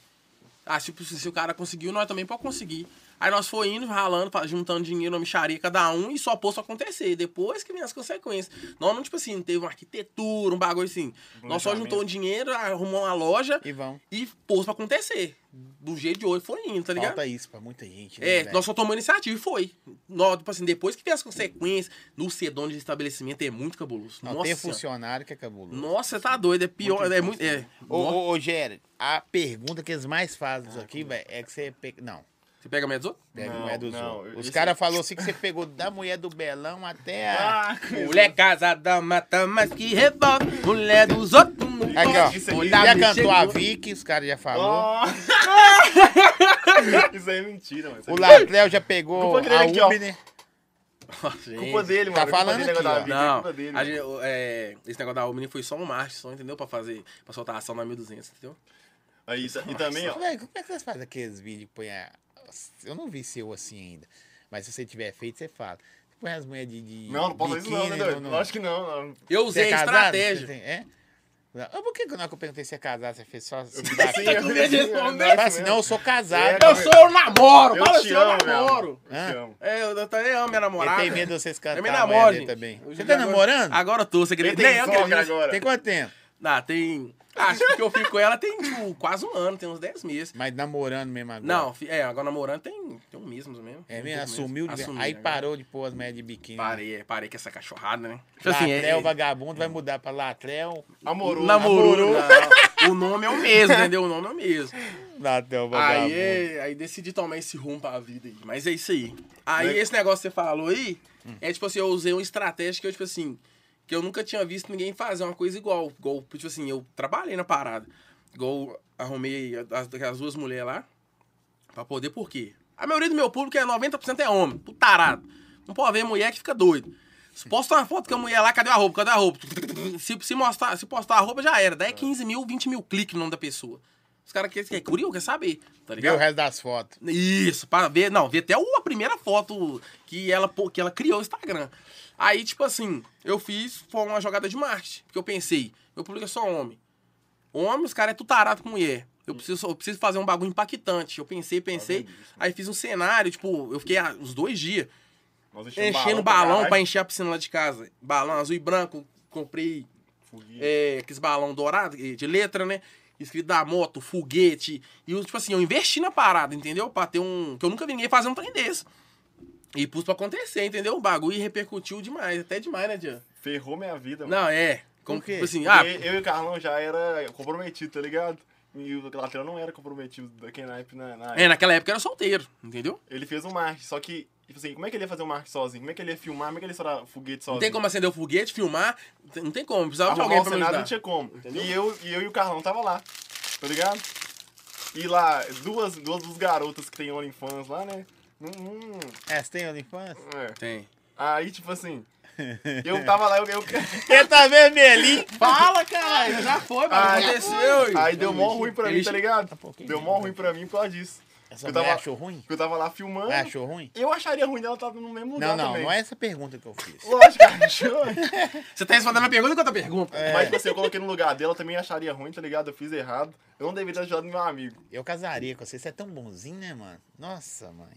A: Ah, se, se o cara conseguiu, nós também podemos conseguir. Aí nós foi indo, ralando, fa- juntando dinheiro, uma micharia cada um e só pôs acontecer. Depois que vem as consequências. Nós não, tipo assim, teve uma arquitetura, um bagulho assim. Nós só
C: Planejamento.
A: juntou um dinheiro, arrumou uma loja
B: E vão.
A: e pôs pra acontecer. Do jeito de hoje foi indo, tá ligado?
B: Falta isso pra muita gente. né,
A: É,
B: velho?
A: nós só tomamos iniciativa e foi. Nós, tipo assim, depois que vem as consequências, no ser dono de estabelecimento é muito cabuloso.
B: Não
A: Nossa,
B: tem
A: senhora.
B: funcionário que é acabou.
A: Nossa, você tá doido, é pior,
C: Muito
A: é muito. É, Ah,
B: Ô, ô, ô, Gera, a pergunta que eles mais fazem aqui, velho, é que você. pe- Não.
A: Você pega mais outro?
B: Pega
C: Não,
B: não, dos
C: não,
B: outros. Os
C: esse-
A: é
B: caras falaram assim que você pegou da mulher do Belão até a.
C: Ah,
A: Mulher casada mata mais que revolta, mulher dos outros não
B: Aqui,
A: fala
B: ó.
A: disso
C: aí
B: Já
A: Chegou.
B: cantou a Vicky, os caras já falou.
C: Ah, Ó. Isso aí é mentira, mano.
A: Tá
B: O Latrel já pegou a
C: Culpa dele aqui, ó.
B: Ubi, né?
A: Gente.
C: Culpa dele,
B: Tá
C: mano. Culpa
B: falando
C: dele, negócio
B: aqui,
C: da
B: ó.
C: vida,
A: Não,
C: culpa dele.
A: a gente, o- é, esse negócio da Omni foi só um marketing, só, entendeu? Pra fazer, pra soltar a ação na 1200, entendeu?
C: Aí, É isso- e também, ó.
B: Véi, como é que vocês fazem aqueles vídeos que põe a... Eu não vi seu assim ainda. Mas se você tiver feito, você fala. Você põe as mulheres de, de
C: Não, não posso fazer isso não, né,
B: biquíni
C: doido?
B: no- no-
C: Lógico que não. não.
A: Eu
B: Você é
A: usei a
B: casado? Você
A: é estratégia.
B: tem- É? Não, Por que que na hora que eu perguntei se é casado, você fez só... se
C: fiz
B: bater?
C: assim, eu
A: Tá com
C: fiz
A: medo de
C: assim, eu
A: responder.
C: fiz
B: Fala
C: assim
B: assim,
C: mesmo.
B: não, eu sou casado.
A: Eu sou o namoro,
C: Eu
A: fala
C: te
A: assim, eu
C: amo, meu amor.
A: namoro.
C: Eu te amo.
A: É, eu, eu também amo minha
B: Ele
A: namorada.
B: tem medo de vocês
A: Eu
B: cantarem
A: me
B: a mulher
A: namoro,
B: dele
A: gente.
B: também.
A: Hoje
B: Você
A: eu
B: tá
A: namoro-
B: namorando?
A: Agora eu tô, você
C: Ele
A: acredita? Nem
C: tem
A: eu
C: sogra
A: acredito.
C: agora.
B: Tem quanto tempo?
A: Ah, tem... Acho que eu fico com ela tem, tipo, quase um ano, tem uns 10 meses.
B: Mas namorando mesmo agora.
A: Não, fi- é, agora namorando tem, tem um mês mesmo.
B: É
A: Um
B: mesmo?
A: pouco
B: Assumiu. de-
A: Assumi,
B: Aí
A: né, cara?
B: parou de pôr as mulheres de biquíni.
A: Parei, é, parei com essa cachorrada, né? Tipo assim, é-
B: Latrel,
A: é-
B: vagabundo, vai mudar pra Latrel.
C: Amoroso.
A: Namorou. Não, O nome é o mesmo, entendeu? O nome é o mesmo.
B: Latrel, um vagabundo.
A: Aí, é- aí decidi tomar esse rumo pra vida aí. Mas é isso aí. Aí
C: Né?
A: esse negócio que você falou aí, é tipo assim, eu usei uma estratégia que eu, tipo assim, que eu nunca tinha visto ninguém fazer uma coisa igual. igual tipo assim, eu trabalhei na parada. Igual arrumei as, aquelas duas mulheres lá. Pra poder, por quê? A maioria do meu público é 90% é homem, tudo tarado. Não pode ver mulher que fica doido. Se postar uma foto com a mulher lá, cadê a roupa? Cadê a roupa? Se, se, mostrar, se postar a roupa, já era. Daí 15 mil, 20 mil cliques no nome da pessoa. Os caras querem quer, curioso, quer saber, tá
B: Vê o
A: ligado?
B: resto das fotos.
A: Isso, pra ver, não, ver até o- a primeira foto que ela, pô- que ela criou o Instagram. Aí, tipo assim, eu fiz, foi uma jogada de marketing, porque eu pensei, meu público é só homem. Homem, os caras é tudo tarado com mulher. Eu preciso, eu preciso fazer um bagulho impactante. Eu pensei, pensei, aí fiz um cenário, tipo, eu fiquei ah, uns dois dias
C: Nós
A: enchendo balão pra encher a piscina lá de casa. Balão azul e branco, comprei
C: encher.
A: é, aqueles balão dourado eh, de letra, né? Escrito da moto, foguete. E eu, tipo assim, eu investi na parada, entendeu? Pra ter um. Que eu nunca vi ninguém fazer um trem desse. E pus pra acontecer, entendeu? O bagulho repercutiu demais, até demais, né, Dian?
C: Ferrou minha vida, mano.
A: Não, é. Como
B: Por quê?
A: que assim, ah,
C: Porque eu e o Carlão já era comprometido, tá ligado? E o Latrão não era comprometido daquele naipe na, na
A: é, naquela época eu era solteiro, entendeu?
C: Ele fez um marketing, só que, tipo assim, como é que ele ia fazer um marketing sozinho? Como é que ele ia filmar? Como é que ele ia estourar foguete sozinho?
A: Não tem como acender o foguete, filmar, não tem como, precisava de
C: Arrumar
A: alguém
C: um
A: pra me
C: cenário não
A: ajudar.
C: tinha como. E eu, e eu e o Carlão tava lá, tá ligado? E lá, duas, duas dos garotas que tem OnlyFans lá, né? Hum, hum,
B: É, você tem OnlyFans?
C: é.
A: Tem.
C: Aí, tipo assim, eu tava lá, eu... eu...
B: Você tá vermelhinho?
A: Fala, cara, já foi, mano.
C: Ai,
A: aconteceu.
C: Aí deu mó ruim pra mim,
A: Ele-
C: tá ligado?
B: pouquinho.
C: Deu mó ruim pra mim por causa disso.
B: Essa
C: Eu
B: mulher
C: tava-
B: achou ruim?
C: Porque eu tava lá filmando.
A: É,
B: Ela achou ruim?
C: Eu acharia ruim dela estar no mesmo lugar
B: Não, não,
C: também.
B: não é essa pergunta que eu fiz.
C: Lógico, que achou.
A: Você tá respondendo a pergunta que eu tô pergunta?
B: É.
C: Mas, tipo assim, eu coloquei no lugar dela, eu também acharia ruim, tá ligado? Eu fiz errado. Eu não devia ter ajudado meu amigo.
B: Eu casaria com você. Você é tão bonzinho, né, mano? Nossa, mãe.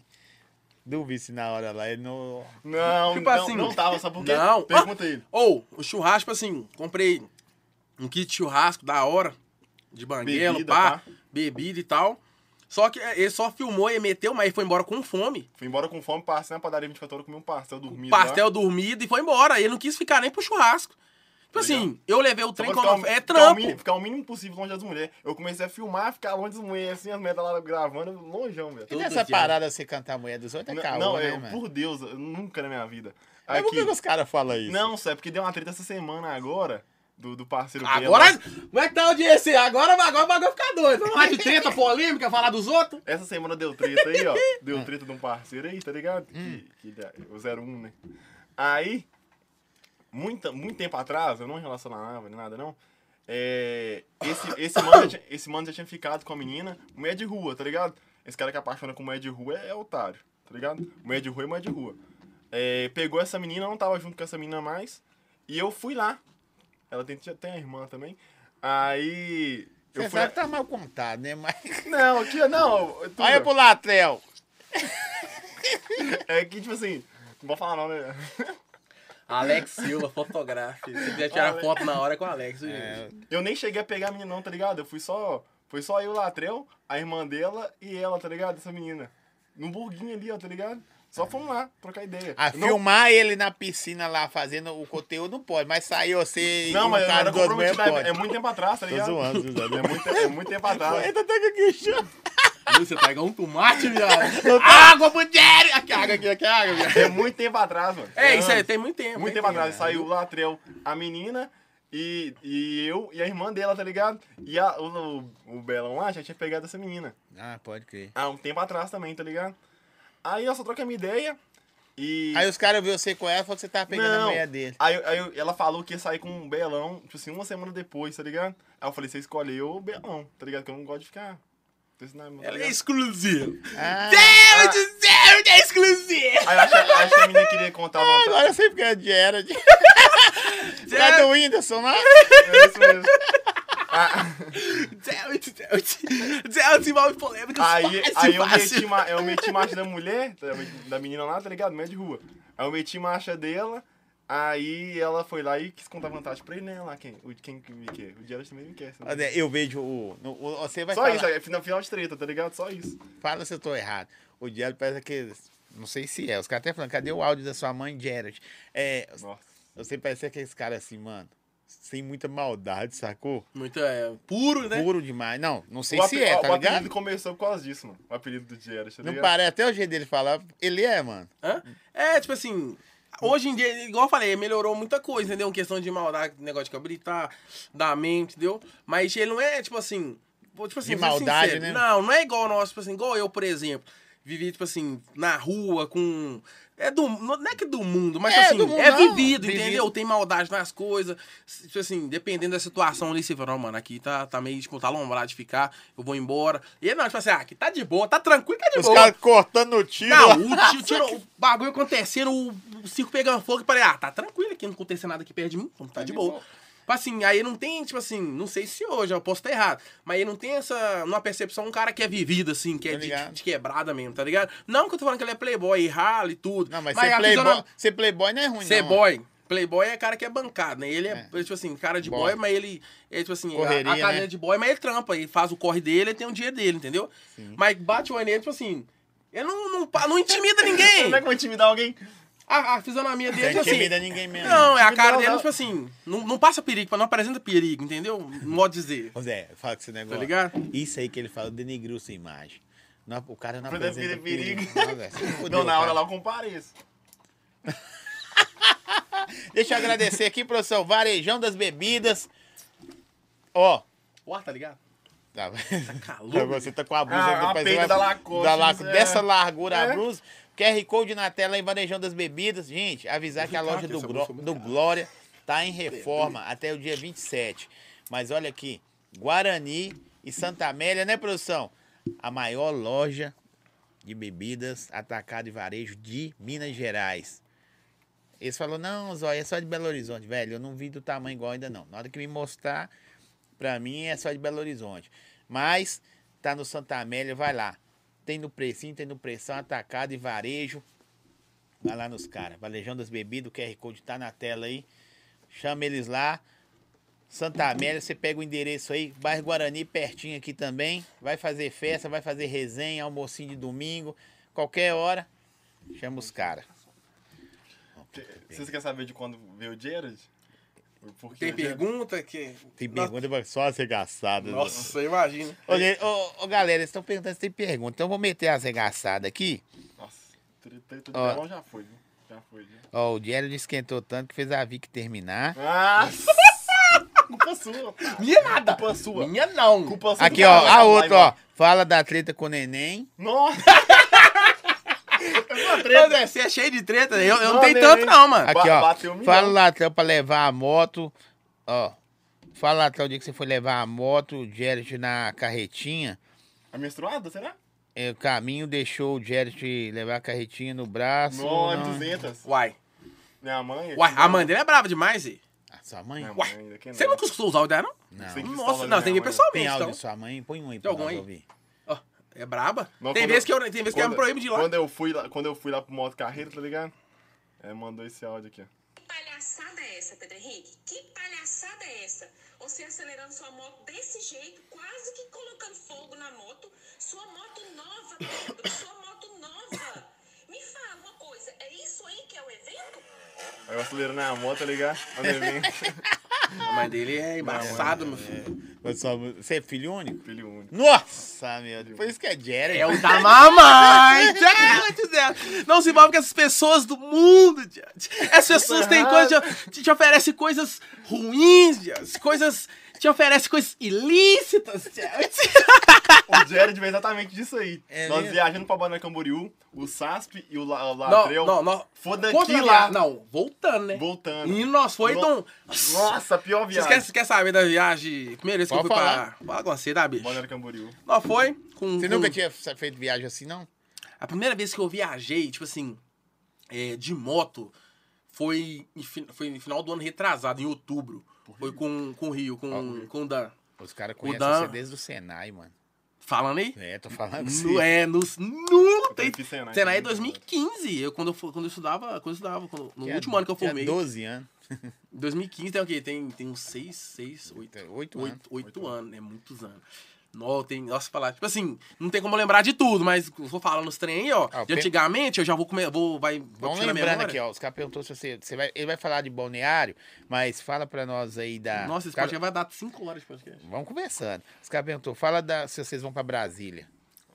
B: Duvido se na hora lá ele não.
C: Não,
A: Tipo
C: não,
A: assim,
C: não tava, sabe por quê?
A: não.
C: Pergunta ele.
A: Ou, o churrasco, assim, comprei um kit de churrasco da hora, de banguelo,
C: Bebida,
A: pá,
C: pá.
A: bebida e tal. Só que é, ele só filmou e meteu, mas ele foi embora com fome.
C: Fui embora com fome, passei na padaria 24 horas, comi um pastel dormindo.
A: pastel é dormido e foi embora. Ele não quis ficar nem pro churrasco. Tipo
C: Legal.
A: assim, eu levei o trem
C: Lá.
A: como.
C: Ficar,
A: É
C: Ficar o,
A: trampo.
C: mínimo, ficar o mínimo possível longe das mulheres. Eu comecei a filmar, ficar longe das mulheres, assim, as mulheres lá gravando, longeão, velho.
B: E
A: Todo
B: nessa
A: dia.
B: parada de você cantar a mulher dos outros é
C: é. Não,
B: caô,
C: não,
B: né,
C: eu,
B: mano? É
C: por Deus, eu nunca na minha vida.
B: Mas por que
C: Aqui-
B: que os caras falam isso?
C: Não, só é porque deu uma treta essa semana agora, do, do parceiro dele.
A: Agora. Como é que tá a audiência? aí? Agora, agora o bagulho ficar doido. Vamos lá de treta, polêmica, falar dos outros.
C: Essa semana deu treta aí, ó. Deu treta de um parceiro aí, tá ligado?
B: Hum.
C: Que, que, o 01, né? Aí, muita, muito tempo atrás, eu não relacionava nem nada, não. É, esse, esse, mano já, tinha- esse mano já tinha ficado com a menina, mulher de rua, tá ligado? Esse cara que apaixona com mulher de rua é, é otário, tá ligado? Mulher de rua é mulher de rua. É, pegou essa menina, não tava junto com essa menina mais. E eu fui lá. Ela tem, tem a irmã também. Aí. Eu
B: Você
C: fui
B: sabe
C: lá.
B: que tá mal contado, né? Mas.
C: Não, tia, não. tudo.
B: Olha pro Latrel.
C: É que, tipo assim, não vou falar não, né?
A: Alex Silva, fotógrafo. Se quiser tirar
C: Olha.
A: foto na hora é com o Alex, gente.
C: Eu nem cheguei a pegar a menina não, tá ligado? Eu fui só, foi só eu, o Latreu, a irmã dela e ela, tá ligado? Essa menina. Num burguinho ali, ó, tá ligado?
B: Ah.
C: Só fomos lá, trocar ideia.
B: A
C: não,
B: filmar ele na piscina lá fazendo o conteúdo não pode, mas saiu você um
C: Não, mas eu não
B: cara
C: era
B: dos outros
C: comprometido,
B: mesmo,
C: é, é muito tempo atrás, tá
B: pode. Tô
C: ligado?
B: zoando, tô zoando.
C: É muito, é muito tempo atrás.
B: Ainda tá com aquele chão.
A: Você tá igual um tomate, viado. Ah, água, mulher! Aqui, água, aqui, aqui, água, viado.
C: É muito tempo atrás, mano.
A: É, isso aí, tem muito tempo.
C: Muito
A: tem
C: tempo atrás.
A: tempo.
C: Saiu o Latreu, a menina E, e eu e a irmã dela, tá ligado? E a- o, o, o Belão lá já tinha pegado essa menina.
B: Ah, pode crer.
C: Há um tempo atrás também, tá ligado? Aí nós só trocamos ideia e...
B: Aí os caras viram você com ela e falaram que você tava pegando a mulher dele.
C: Aí, aí eu- ela falou que ia sair com um Belão, tipo assim, uma semana depois, tá ligado? Aí eu falei, você escolheu o Belão, tá ligado? Que eu não gosto de ficar... com esse nome, tá
A: Ela é
C: ligado?
A: exclusiva.
B: Ah,
A: Ela de zero de exclusiva.
C: Aí eu achei, eu achei que a menina queria contar a vontade.
B: agora eu sei porque é de era. De... Lá
A: Zero,
B: do Whindersson, lá.
C: É isso mesmo. Ah,
A: zero, zero, zero, desenvolve polêmica.
C: aí
A: fácil,
C: aí eu,
A: fácil.
C: meti, ma- eu meti macho da mulher, da da menina lá, tá ligado? Meio de rua. Aí eu meti macha dela, aí ela foi lá e quis contar vantagem pra ele, né? Lá, quem, o, quem que me quer? O Jared também me quer. sabe?
B: Olha, é, Eu vejo o. no- o- você vai
C: Só
B: falar.
C: isso, é final, final de treta, tá ligado? Só isso.
B: Fala se eu tô errado. O Jared parece aqueles. Não sei se é. Os caras até falando, cadê o áudio da sua mãe, Jared? É,
C: Nossa.
B: você parece aqueles caras assim, mano. Sem muita maldade, sacou?
A: Muito é, puro, né?
B: Puro demais. Não, não sei
C: o
B: se é,
C: ape-
B: tá
C: o
B: ligado?
C: apelido começou por causa disso, mano. O apelido do Jared, tá
B: Não
C: ligado?
B: parece até o jeito dele falar. Ele é, mano.
A: Hã? É, tipo assim, hoje em dia, igual eu falei, melhorou muita coisa, entendeu? Em questão de maldade, negócio de cabritar, da mente, entendeu? Mas ele não é, tipo assim. vou, Tipo assim,
B: De
A: vou ser
B: maldade, né?
A: Não, não é igual nós, tipo assim, igual eu, por exemplo. Vivi, tipo assim, na rua, com. É do. Não não é que do mundo, mas
B: É,
A: assim,
B: do mundo,
A: é
B: não.
A: vivido,
B: Vivido.
A: entendeu? Tem maldade nas coisas. Tipo assim, dependendo da situação ali, você fala, não, mano, aqui tá, tá meio, tipo, tá lombrado de ficar, eu vou embora. E ele não, tipo assim, ah, aqui tá de boa, tá tranquilo, tá de
B: Os
A: boa.
B: caras cortando o tiro.
A: Não, o, tiro, tirou- o bagulho acontecendo, o, o circo pegando fogo, eu falei, ah, tá tranquilo aqui, não aconteceu nada aqui perto de mim, então tá de boa. Tipo assim, aí não tem, tipo assim, não sei se hoje, eu posso estar errado, mas aí não tem essa, numa percepção, um cara que é vivido, assim, que é
B: Tá
A: de,
B: ligado.
A: de quebrada mesmo, tá ligado? Não que eu tô falando que ele é playboy e rala e tudo.
B: Não, mas,
A: a
B: ser, playboy,
A: fisionomia-
B: ser playboy não é ruim,
A: Ser
B: não.
A: boy. Playboy é cara que é bancado, né? Ele é, tipo assim, cara de boy,
B: Boy.
A: mas ele é, tipo assim, a-
B: Correria,
A: a, carinha
B: né?
A: de boy, mas ele trampa, ele faz o corre dele, ele tem o dia dele, entendeu? Mas bate o olho nele, tipo assim, ele não, não, pa- não intimida ninguém.
C: Como é que eu vou intimidar alguém?
A: A, a fisionomia dele,
B: Não
A: tipo assim.
B: intimida ninguém mesmo.
A: Não, é a cara
C: Não,
A: dele,
C: não.
A: tipo assim, não, não passa perigo, não apresenta perigo, entendeu? No modo de dizer.
B: Ô, Zé, fala com esse negócio.
A: Tá ligado?
B: Isso aí que ele fala, denigriu sua imagem. Não, o cara não
A: assim,
C: Apresenta
B: apresenta
C: perigo.
B: perigo. Não, velho, você fudeu,
C: Não, na hora
B: cara.
C: lá eu compareço.
B: Deixa eu agradecer aqui, professor. Varejão das bebidas. Ó,
A: Ó, tá ligado?
B: tá.
A: Calor.
B: Você tá com a blusa.
C: Ah, a
B: depois você
C: peida da Lacoste,
B: da Lacoste,
C: isso é.
B: Dessa largura a
C: É.
B: blusa. QR Code na tela aí, Varejão das Bebidas. Gente, avisar que a loja do,
A: essa
B: Gro-
A: blusa foi muito
B: do Glória tá em reforma até o dia 27. Mas olha aqui, Guarani e Santa Amélia, né, produção? A maior loja de bebidas, atacado e varejo de Minas Gerais. Eles falaram, não, Zóia, é só de Belo Horizonte, velho. Eu não vi do tamanho igual ainda, não. Na hora que me mostrar, pra mim é só de Belo Horizonte. Mas tá no Santa Amélia, vai lá. Tem no precinho, tem no pressão, atacado e varejo. Vai lá nos caras. Valejão das bebidas, o QR Code tá na tela aí. Chama eles lá. Santa Amélia, você pega o endereço aí, bairro Guarani, pertinho aqui também. Vai fazer festa, vai fazer resenha, almocinho de domingo, qualquer hora, chama os caras.
C: Vocês querem saber de quando veio o Jared? Porque
A: Tem pergunta que.
B: Tem pergunta pra só arregaçada. né?
A: Nossa, imagina.
B: Olha, ô, ô, galera, eles estão perguntando se tem pergunta. Então eu vou meter as arregaçadas aqui.
C: Nossa, treta de
B: Ó.
C: balão já foi, né? Já foi, já.
B: Ó, o Jared esquentou tanto que fez a Vic terminar.
C: Nossa! culpa sua. cara.
A: Minha nada.
C: Culpa sua.
A: Minha não.
C: Culpa sua. tá
B: Aqui,
C: do
B: ó,
C: caralho,
B: a
C: vai,
B: outra,
C: vai.
B: ó. Fala da treta com o neném.
C: Nossa! É uma treta.
A: André, você é cheio de treta, eu, eu não
C: Não,
A: tenho
C: nem-
A: tanto
C: nem-
A: não, mano.
B: Aqui,
C: Ba-
B: ó.
C: bateu um milhão.
B: Fala lá atrás pra levar a moto. Ó. Fala lá atrás o dia que você foi levar a moto, o Jared na carretinha.
C: A É menstruada, será?
B: eh, O caminho deixou o Jared levar a carretinha no braço.
C: Nossa,
B: não.
C: 200.
A: Uai.
C: Minha mãe...
A: Uai, a mãe dele é brava demais, e.
B: Ah, sua mãe?
C: Minha
A: Uai,
C: mãe, ainda que
A: Você
C: não.
A: nunca escutou usar o dela, não?
B: Não.
C: Sim.
A: Nossa, não, tem que ir
B: Tem
A: pessoalmente,
B: áudio
A: então.
B: de sua mãe? Põe um aí
A: Tem
B: pra
A: algum
B: nós
A: aí?
B: ouvir.
A: Ó, é braba.
C: Não,
A: tem
C: quando
A: vezes
C: eu-
A: que eu tem vezes que ela me
C: Quando-
A: proíbe de ir lá.
C: Quando eu fui lá, quando eu fui lá pro moto carreira, tá ligado? É, mandou esse áudio aqui, ó.
E: Que palhaçada é essa, Pedro Henrique? Que palhaçada é essa? Você acelerando sua moto desse jeito, quase que colocando fogo na moto. Sua moto nova, Pedro, sua moto nova. Me fala uma coisa, é isso aí que é o evento?
C: né, Aí eu acelerando a moto, tá ligado? Andei bem.
A: A mãe dele é embaçada, meu filho.
B: Mas só- Você é filho único?
C: Filho único.
B: Nossa, meu Deus. Por isso que é Jerry.
A: É o da mamãe, diante dela. Não se envolve com essas pessoas do mundo, diante. Essas pessoas têm coisas, te, te oferecem coisas ruins, diante. Coisas, te oferecem coisas ilícitas, diante.
C: O Jared veio exatamente disso aí.
B: É
C: Nós
B: mesmo?
C: viajando pra Banana Camboriú, o SASP e o, La, o
A: Não,
C: Latreu.
A: não, não.
C: Foi daqui
A: Contra-
C: lá.
A: Não, voltando, né?
C: Voltando.
A: E nós foi, então...
C: No- Nossa, pior
A: Vocês
C: viagem.
A: querem, vocês querem saber da viagem? Primeira vez que
B: Pode
A: eu fui
B: falar.
A: pra... Fala com você, tá, bicho?
C: Banana Camboriú.
A: Nós foi com...
B: Você
A: com-
B: nunca tinha feito viagem assim, não?
A: A primeira vez que eu viajei, tipo assim, é, de moto, foi, em fi- foi no final do ano retrasado, em outubro. Foi com, com o Rio, com,
B: Ah, o Rio.
A: com o Dan.
B: Os caras conhecem
A: Dan-
B: você desde o Senai, mano.
A: Falando aí?
B: É, tô falando
A: No,
B: assim.
A: é, nos. No, tem.
C: fui Senai
B: né?
A: Senai é
C: também,
A: 2015. Eu, quando, eu, fu- quando eu estudava, quando eu estudava, quando- no
B: Tinha-
A: último ano que eu
B: tinha
A: formei.
B: 12 anos.
A: 2015 tem o quê? Tem, tem uns 6, 6, 8.
B: Tem é, oito anos.
A: oito anos, né? Muitos anos. Nó, tem, nossa, falar. Tipo assim, não tem como lembrar de tudo, mas eu vou falando os trem aí, ó.
B: Ah,
A: de
B: pe-
A: antigamente, eu já vou comer. Vou, vai, vai
B: Vamos
A: puxando a
B: lembrando
A: memória.
B: aqui, ó. Os caras perguntou se você. você vai, ele vai falar de balneário, mas fala pra nós aí da.
A: Nossa,
B: os
A: esse
B: cara-
A: podcast vai dar 5 horas de podcast.
B: Vamos conversando. Os caras perguntou, fala da, se vocês vão pra Brasília.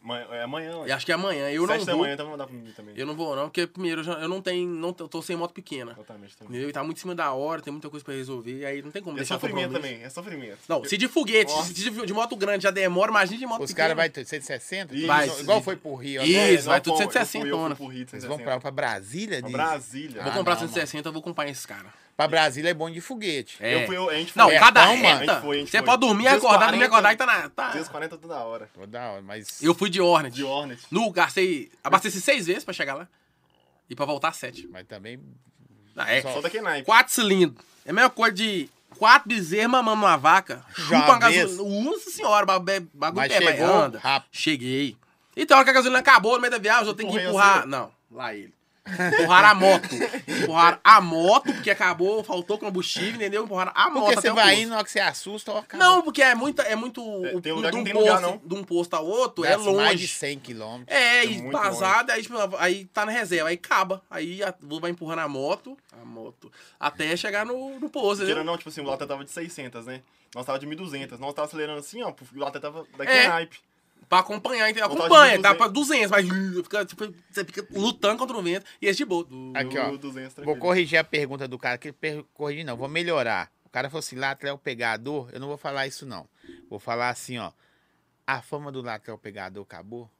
C: Amanhã- É amanhã.
A: E acho que amanhã eu não
C: Sete da
A: vou.
C: manhã também mandar pra mim também.
A: Eu não vou, não, porque primeiro eu, já- eu não tenho. Não, eu tô sem moto pequena.
C: Exatamente também.
A: Entendeu? E tá muito em cima da hora, tem muita coisa pra resolver, aí não tem como
C: É
A: deixar
C: sofrimento
A: compromisso.
C: também, é sofrimento.
A: Não, se de foguete,
C: Nossa.
A: se de, de moto grande já demora, imagina de moto
B: Os
A: pequena.
B: caras vão 160?
C: Isso.
A: Vai,
B: igual
A: sim.
B: foi pro Rio
A: Isso,
B: agora.
A: vai
C: É, nós
A: tudo
C: fomos-
A: 160
C: eu fui- eu
A: tona.
C: fui pro Rio de
B: Eles vão
C: 160.
B: pra, pra Brasília,
C: Pra
B: diz?
C: Brasília.
A: Vou
B: Ah,
A: comprar
B: não,
A: 160, eu vou acompanhar esse cara.
B: Pra Brasília é bom de foguete.
A: É.
C: Eu fui, eu- a gente foi.
A: Não,
B: É,
A: cada
B: então, mano,
A: reta,
C: a gente foi, a gente
A: você
C: foi.
A: pode dormir, acordar, dormir,
C: 240,
A: acordar que tá na... Tá.
C: 240 toda hora.
B: Pô, da hora, mas.
A: Eu fui de Hornet.
C: De Hornet.
A: No, gastei, abasteci seis vezes pra chegar lá. E pra voltar sete.
B: Mas também.
A: Ah, é.
C: Só daqui naipe.
A: Quatro cilindros. É a mesma coisa de quatro bezerros mamando uma vaca.
B: Já
A: Chupa uma
B: vê?
A: gasolina. Nossa senhora, bagulho bagulho
B: Mas
A: pé, vai,
B: chegou
A: anda.
B: rápido.
A: Cheguei. E tem hora que a gasolina acabou no meio da viagem, eu tenho que
C: Empurrei
A: empurrar.
C: você.
A: Não, lá ele. Empurraram a moto. Empurraram a moto, porque acabou, faltou combustível, entendeu? Empurraram a moto.
B: Porque
A: até
B: você
A: o
B: vai
A: posto.
B: indo, na hora que você assusta, ó, acabou.
A: Não, porque é muita. É muito.
C: É, tem
A: um-
C: lugar
A: de
C: que
A: um
C: não tem
A: posto,
C: lugar, não.
A: De um posto ao outro, é
B: Gasta Mais de
A: longe.
B: 100 quilômetros.
A: É,
C: É
A: e
C: muito
A: vazada, aí, tipo, aí tá na reserva, aí acaba. Aí a, vai empurrando a moto, a moto, até chegar no, no pouso,
C: Querendo ou
A: entendeu?
C: não, tipo assim, o Laté tava de 600, né? Nós tava de 1.200. Nós tava acelerando assim, ó. O Laté tava daqui
A: É.
C: naipe.
A: Pra acompanhar, entendeu?
C: Vontade de
A: Acompanha, tá
C: 200.
A: pra 200, mas uh, fica, tipo, você fica lutando contra o vento. E esse de boa.
B: Aqui, ó.
C: 200,
A: É.
B: Vou
C: tranquilo.
B: corrigir a pergunta do cara, que per- corrigir não, vou melhorar. O cara falou assim, lateral pegador, eu não vou falar isso não. Vou falar assim, ó, a fama do lateral pegador acabou?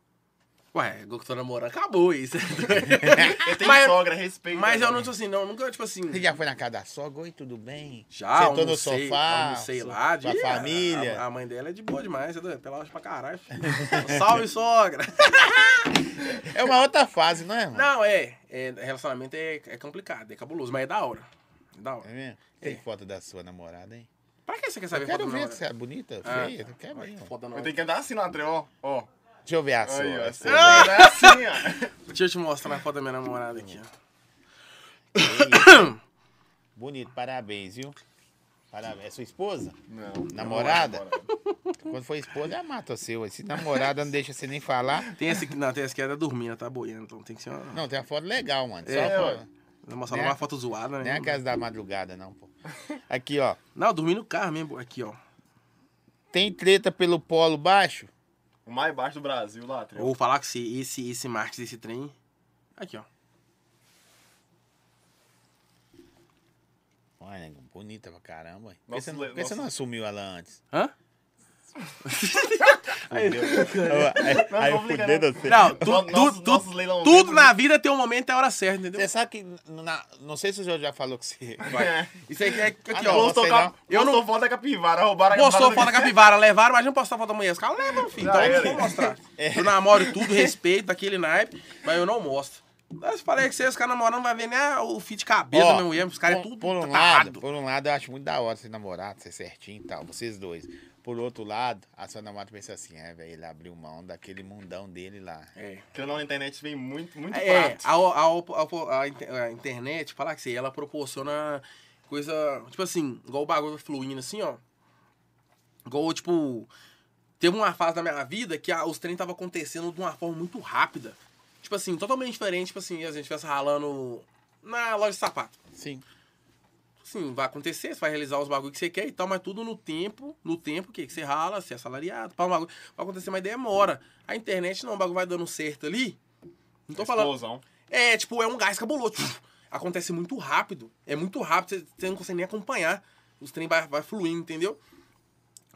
A: Ué, eu tô namorando, acabou isso.
C: Eu tenho
A: mas-
C: sogra, né? respeito.
A: mas eu não sou assim, não, nunca, tipo assim.
B: Você já foi na casa da sogra? Oi, tudo bem?
A: Já,
B: Sentou no
A: almocei,
B: sofá?
A: almocei
B: so-
A: lá.
B: Com a família?
A: A, a mãe dela é de boa demais, você é doido, pela pra caralho. filho. Salve, sogra!
B: É uma outra fase, não é, mano?
A: Não, é, é, relacionamento é, é complicado, é cabuloso, mas é da hora. É da hora.
B: É mesmo? Tem foto da sua namorada, hein?
A: Pra que você quer
B: Eu
A: saber
B: quero
A: foto
B: ver
A: nova?
B: se é bonita,
A: Ah,
B: feia, não quero
A: Ai,
B: mesmo.
A: Foda não.
C: Eu tenho que andar assim no Laté, ó. Ó.
B: Deixa eu ver a sua.
C: Aí, ó.
B: a
C: Assim,
B: sua.
C: andar assim, ó.
A: Deixa eu te mostrar a foto da minha namorada aqui, ó.
B: Bonito, parabéns, viu? Parabéns. É sua esposa?
C: Não.
B: Namorada? Quando for esposa, é mata seu. Esse namorado não deixa você nem falar.
A: Tem essa aqui, não, tem essa aqui, ela tá dormindo, ela tá boiando, então tem que ser uma...
B: Não, tem uma foto legal, mano. Só
A: É,
B: foto-
C: ué.
A: Vou mostrar
B: Né?
A: uma foto zoada, né?
B: Nem a casa da madrugada, não, pô. Aqui, ó.
A: Não, eu dormi no carro mesmo, aqui, ó.
B: Tem treta pelo polo baixo?
C: O mais baixo do Brasil, Laté.
A: Eu vou falar com você, esse, esse Marques, esse trem... Aqui, ó.
B: Olha, nego, bonita pra caramba. hein? Por que
C: Nossa,
B: você não,
C: le-
B: por que você
C: nossa.
B: não assumiu ela antes?
A: Hã?
B: Aí eu
C: complica,
B: fudei
C: é não.
B: você.
A: Não, tu,
C: No-
A: tu-
C: nossos-
A: tu-
C: nossos leilãozinhos-
A: tudo
B: né?
A: na vida tem um momento e a hora certa, entendeu?
B: Você sabe que. na- não sei se o senhor já falou que você.
C: É.
A: Isso aqui é aqui,
B: Ah, não,
A: ó.
B: você-
C: Postou,
B: sei
C: cap...
B: não.
A: Eu
C: Eu
A: não-
C: não foto da capivara, roubaram a
A: Postou foto da
C: capivara.
A: capivara, levaram, mas não postar foto da mulher. Os caras levam, filho.
C: Tá Já
A: Então eu
C: era. É.
A: não vou mostrar. Eu namoro tudo, respeito daquele naipe, mas eu não mostro. Mas falei que vocês, os caras namorando, não vai ver nem a- o fio de cabeça
B: Ó,
A: da minha mulher. Os caras é
B: por-
A: tudo
B: por um lado,
A: tarado.
B: por um lado, eu acho muito da hora ser namorado, ser certinho e tal, vocês dois. Por outro lado, a sua namorada pensa assim, é, velho, ele abriu mão daquele mundão dele lá.
A: É,
C: Que não, na internet vem muito, muito
A: é
C: prato.
A: a, a, a- a inter- a internet, falar que você, ela proporciona coisa, tipo assim, igual o bagulho fluindo assim, ó. Igual, tipo, teve uma fase da minha vida que a- os trem tava acontecendo de uma forma muito rápida. Tipo assim, totalmente diferente, tipo assim, a gente estivesse ralando na loja de sapato.
B: Sim.
A: Sim, vai acontecer, você vai realizar os bagulhos que você quer e tal, mas tudo no tempo, no tempo que que você rala, você é assalariado, pá, um bagulho. Vai acontecer, mas demora. A internet não, o bagulho vai dando certo ali. Não tô falando.
C: Explosão.
A: É, tipo, é um gás cabuloso. Tchuf. Acontece muito rápido. É muito rápido, você- você não consegue nem acompanhar. Os trem vai, vai fluindo, entendeu?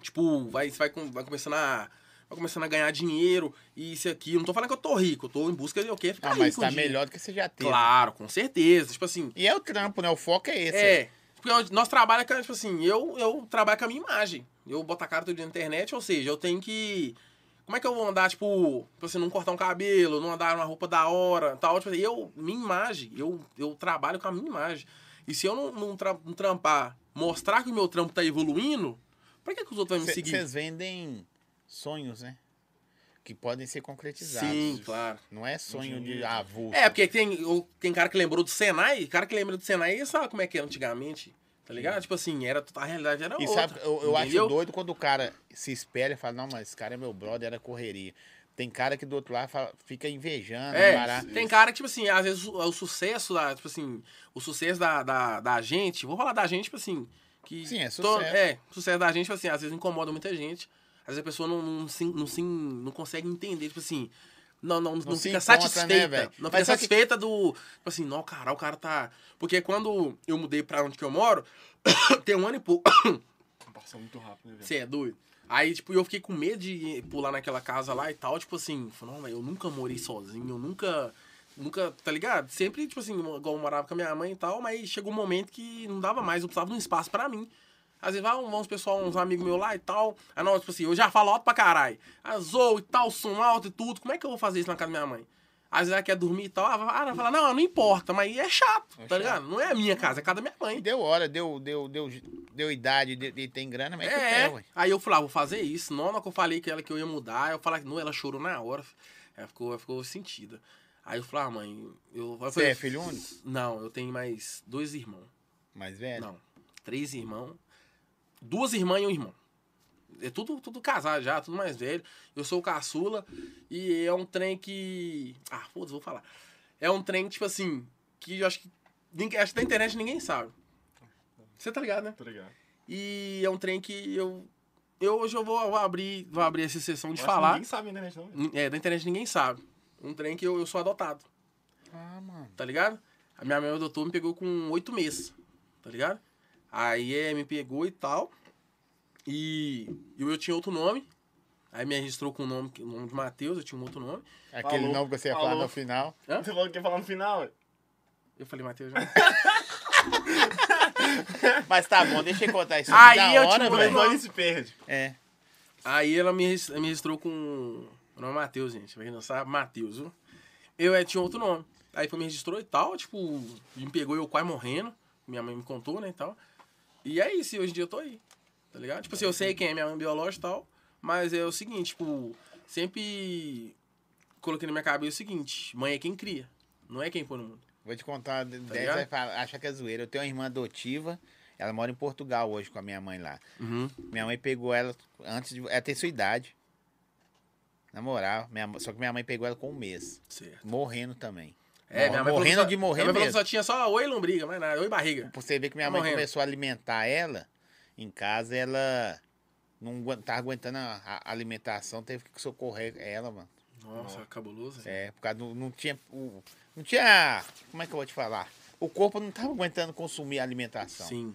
A: Tipo, vai, você vai, com- vai começando a. Vai começando a ganhar dinheiro e isso e aquilo. Não tô falando que eu tô rico, eu tô em busca de o quê? Ficar
B: Ah, mas
A: rico um
B: tá
A: dia.
B: melhor do que você já teve.
A: Claro, com certeza. Tipo assim,
B: E é o trampo, né? O foco é esse.
A: é. Porque eu- nós trabalhamos, com, tipo assim, eu, eu trabalho com a minha imagem. Eu boto a cara todo dia na internet, ou seja, eu tenho que. Como é que eu vou andar, tipo, tipo assim, não cortar um cabelo, não andar numa roupa da hora, tal? Tipo assim, eu, minha imagem, eu, eu trabalho com a minha imagem. E se eu não, não, tra- não trampar, mostrar que o meu trampo tá evoluindo, pra que, que os outros vão me seguir?
B: Vocês vendem sonhos, né? Que podem ser concretizados.
A: Sim, claro.
B: Não é sonho de
C: Dinheiro.
B: avô.
A: É, porque tem, eu- tem cara que lembrou do Senai, cara que lembra do Senai, sabe como é que era antigamente? Tá ligado? Tipo assim, era, a realidade era
B: E
A: outra.
B: sabe, eu, eu acho
A: entendeu?
B: doido quando o cara se espelha e fala, não, mas esse cara é meu brother, era correria. Tem cara que do outro lado fala- fica invejando,
A: É,
B: parar.
A: tem cara que, tipo assim, às vezes o, o sucesso da, tipo assim, o sucesso da, da, da gente, vou falar da gente, tipo assim, que...
B: Sim, é
A: to-
B: sucesso.
A: é, o sucesso da gente, tipo assim, às vezes incomoda muita gente, às vezes a pessoa não, não, se, não, se, não consegue entender, tipo assim, não, não, não,
B: Não se
A: fica
B: encontra, né,
A: satisfeita,
B: velho?
A: não
B: Mas
A: fica
B: sabe que-
A: satisfeita do, tipo assim, não, cara, o cara tá... Porque quando eu mudei pra onde que eu moro, tem um ano e pouco,
C: Passou muito rápido, né, velho?
A: você é doido? Aí, tipo, eu fiquei com medo de pular naquela casa lá e tal. Tipo assim, falei, não, velho, eu nunca morei sozinho, eu nunca. Nunca, tá ligado? Sempre, tipo assim, igual eu morava com a minha mãe e tal, mas chegou um momento que não dava mais, eu precisava de um espaço pra mim. Às vezes vai um- vão uns pessoal, uns amigos meus lá e tal. Ah, não, tipo assim, eu já falo alto pra caralho. Azou e tal, som alto e tudo. Como é que eu vou fazer isso na casa da minha mãe? Às vezes ela quer dormir e tal. Ah, ela fala, não, não importa, mas é chato, tá ligado? Não é a minha casa, é a casa da minha mãe.
B: Deu hora, deu, deu, deu, deu idade, de, de- tem grana, mas é, que
A: É,
B: é, ué.
A: aí eu falei, ah, vou fazer isso. Não, na hora que eu falei que ela que eu ia mudar, eu falei, não, ela chorou na hora. fi. Ela ficou, ela ficou sentida. Aí eu falei, ah, mãe, eu... eu
B: Você
A: falei,
B: é filho único? É.
A: Não, eu tenho mais dois irmãos.
B: Mais velho?
A: Não, três irmãos. Duas irmãs e um irmão. É tudo, tudo casado já, tudo mais velho. Eu sou o caçula e é um trem que... Ah, foda-se, vou falar. É um trem, tipo assim, que eu acho que... ninguém- Acho que da internet ninguém sabe. Você tá ligado, né?
C: Tá ligado?
A: E é um trem que eu. eu hoje eu vou, vou abrir vou abrir essa sessão de
C: Eu acho que
A: falar.
C: Ninguém sabe na internet, não. velho.
A: É, da internet ninguém sabe. Um trem que eu, eu sou adotado,
B: Ah, mano.
A: tá ligado? A minha mãe adotou, me pegou com oito meses, tá ligado? Aí é, me pegou e tal. E eu, eu tinha outro nome. Aí me registrou com o nome, o nome de Matheus, eu tinha um outro nome.
B: Aquele
C: Falou,
B: nome que você ia falar
C: falou.
B: no final.
A: Hã?
C: Você falou que ia falar no final, velho.
A: Eu falei, Matheus, já.
B: Mas tá bom, deixa eu contar isso.
A: Aí
B: da
A: eu te
B: hora,
A: mando-
C: Mas
B: velho.
C: não, ele se perde.
B: É.
A: Aí ela me, regis- me registrou com. O nome é Matheus, gente. Pra quem não sabe, Matheus, viu? Eu eh, tinha outro nome. Aí foi, me registrou e tal, tipo, me pegou eu quase morrendo. Minha mãe me contou, né, e tal. E é isso, e hoje em dia eu tô aí. Tá ligado? Tipo assim, eu sei quem é minha mãe biológica e tal. Mas é o seguinte, tipo, sempre coloquei na minha cabeça o seguinte: mãe é quem cria, não é quem põe no mundo.
B: Vou te contar, dessa,
A: Tá ligado?
B: vai falar- achar que é zoeira. Eu tenho uma irmã adotiva, ela mora em Portugal hoje com a minha mãe lá.
A: Uhum.
B: Minha mãe pegou ela antes de. Ela tem sua idade. Na moral, minha, mo- só que minha mãe pegou ela com um mês.
A: Certo.
B: Morrendo também.
A: É,
B: Mor-
A: minha mãe falou que
B: morrendo
A: só-
B: de morrer
A: Minha mãe falou que
B: mesmo.
A: só tinha só oi lombriga, mais nada, oi barriga.
B: Pra você ver que minha
A: Tá
B: mãe
A: morrendo.
B: começou a alimentar ela em casa, ela não agua- tá aguentando a, a alimentação, teve que socorrer ela, mano.
A: Nossa, cabuloso. hein?
B: É, por causa do, não tinha. o- não tinha. Como é que eu vou te falar? O corpo não tava aguentando consumir a alimentação. Sim.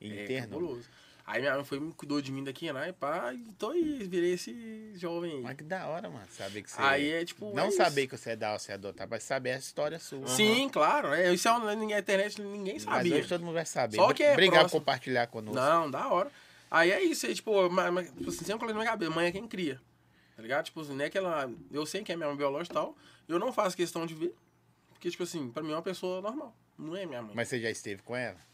A: Sim. É,
B: Interno.
A: cabuloso. Aí minha mãe foi, me cuidou de mim daqui, né? E pá, e tô aí, virei esse jovem aí.
B: Mas que da hora, mano, saber que você.
A: Aí é tipo.
B: não
A: é
B: saber
A: isso.
B: que você é da hora, você é adotar, mas saber a história sua.
A: Sim, claro. É, isso é um, ninguém- a internet, ninguém
B: Mas
A: sabia.
B: hoje tá todo mundo vai saber.
A: Só que é
B: Obrigado por
A: próximo.
B: compartilhar conosco.
A: Não, da hora. Aí é isso, aí, tipo, ma- ma- tipo assim, sempre coloquei na minha cabeça, mãe é quem cria. Tá ligado? Tipo assim, não é que ela. Eu sei que é minha mãe biológica e tal. Eu não faço questão de ver. Porque, tipo assim, pra mim é uma pessoa normal. Não é minha mãe.
B: Mas você já esteve com ela?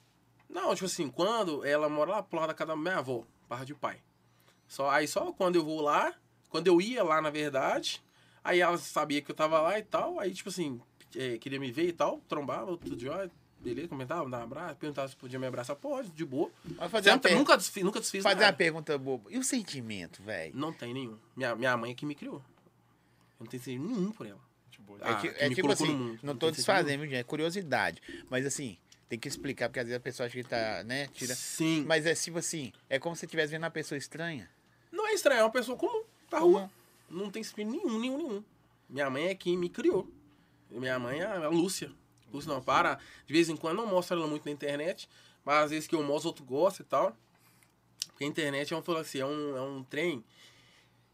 A: Não, tipo assim, quando ela mora lá pro lado da casa da minha avó, barra de pai. Só, aí só quando eu vou lá, quando eu ia lá, na verdade, aí ela sabia que eu tava lá e tal, aí tipo assim, é, queria me ver e tal, trombava, tudo de ó, beleza, comentava, me dava um abraço, perguntava se podia me abraçar, pode, de boa.
B: Mas fazer uma,
A: Sempre-
B: per...
A: nunca, desfiz, nunca desfiz
B: fazer uma
A: nada.
B: pergunta boba. E o sentimento, velho?
A: Não tem nenhum. Minha, minha mãe é que me criou. Eu não tenho sentimento nenhum por ela.
C: Tipo,
A: Ah,
B: é ti-
A: que
B: é
A: me
B: tipo
A: colocou
B: assim,
A: no mundo.
B: não
A: Não
B: tô
A: tem sentido
B: desfazendo, viu, gente? É curiosidade. Mas assim, Tem que explicar, porque às vezes a pessoa acha que tá, né? Tira.
A: Sim.
B: Mas é tipo assim, é como se você estivesse vendo uma pessoa estranha.
A: Não é estranho, é uma pessoa comum, da rua. Não tem espírito nenhum, nenhum, nenhum. Minha mãe é quem me criou. Minha mãe é a Lúcia. Lúcia não para. De vez em quando eu não mostro ela muito na internet, mas às vezes que eu mostro, outro gosta e tal. Porque a internet é um, fala assim, é um, é um trem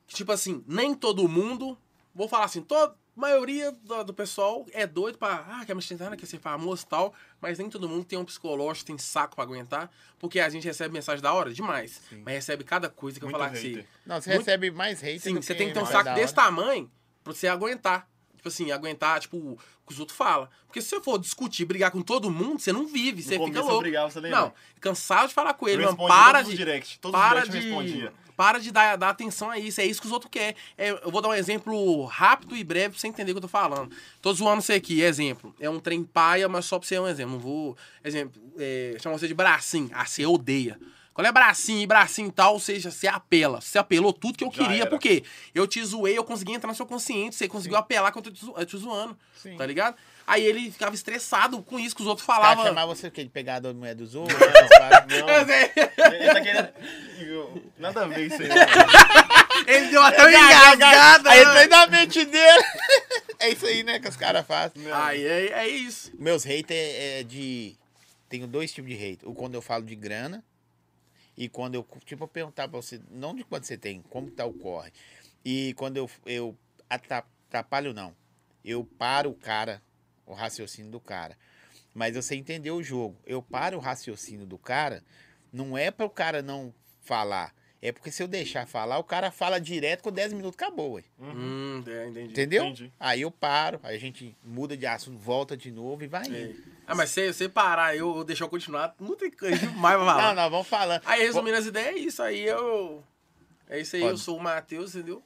A: que, tipo assim, nem todo mundo. Vou falar assim, toda maioria do, do pessoal é doido pra. Ah, quer me tentar, quer ser famoso e tal. Mas nem todo mundo tem um psicológico, tem saco pra aguentar. Porque a gente recebe mensagem da hora demais. Mas recebe cada coisa que
C: Muito
A: eu falar que
C: hater.
A: você.
B: Não, você
A: Muito-
B: recebe mais hate
A: Sim,
B: do
A: você
B: que
A: tem que ter um
B: mais
A: saco
B: da
A: desse
B: hora.
A: tamanho pra você aguentar. Tipo assim, aguentar, tipo, o que os outros falam. Porque se você for discutir, brigar com todo mundo, você não vive, você
C: começo
A: fica
C: eu
A: louco.
C: brigava, você lembra?
A: Não, cansado de falar com ele,
C: Eu
A: mano.
C: respondia
A: Para
C: todos
A: de.
C: os direct, todos os
A: para
C: direct eu
A: de.
C: respondia.
A: Para de dar, dar atenção a isso, é isso que os outros querem. É, eu vou dar um exemplo rápido e breve pra você entender o que eu tô falando. Tô zoando você aqui, exemplo. É um trem paia, mas só pra você é um exemplo. Não vou. Exemplo, é, chama você de bracinho. Ah, você odeia. Qual é bracinho e bracinho e tal, ou seja, você apela. Você apelou tudo que eu
C: Já
A: queria,
C: era.
A: por quê? Eu te zoei, eu consegui entrar na sua consciência, você conseguiu apelar quando eu tô te, zo- eu te zoando.
B: Sim.
A: Tá ligado? Aí ele ficava estressado com isso que os outros
B: Tá,
A: falavam.
B: chamar você o quê? De pegador de mulher dos outros? Não,
C: Não,
A: Ele
C: ele tá querendo. Nada a ver isso aí. não.
A: deu até uma engasgada. né?
B: Aí entra na mente dele. É isso aí, né? Que os caras fazem.
A: Aí é, é isso.
B: Meus haters é, é de. Tenho dois tipos de hater. O quando eu falo de grana. E quando eu. Tipo, eu perguntar pra você. Não de quanto você tem, como tá o corre. E quando eu, eu atra- atrapalho, não. Eu paro o cara, o raciocínio do cara. Mas você entendeu o jogo. Eu paro o raciocínio do cara. Não é para o cara não falar. É porque se eu deixar falar, o cara fala direto com 10 minutos, acabou, ué.
A: Hum, é, entendi.
B: Entendeu?
C: Entendi.
B: Aí eu paro, aí a gente muda de assunto, volta de novo e vai indo.
A: É. Ah, mas se você parar eu, eu deixar eu continuar, não tem coisa demais pra falar.
B: Não, não, vamos falando.
A: Aí, resumindo as ideias, é isso aí. Eu. É isso aí, eu
B: Pode.
A: sou o Matheus, entendeu?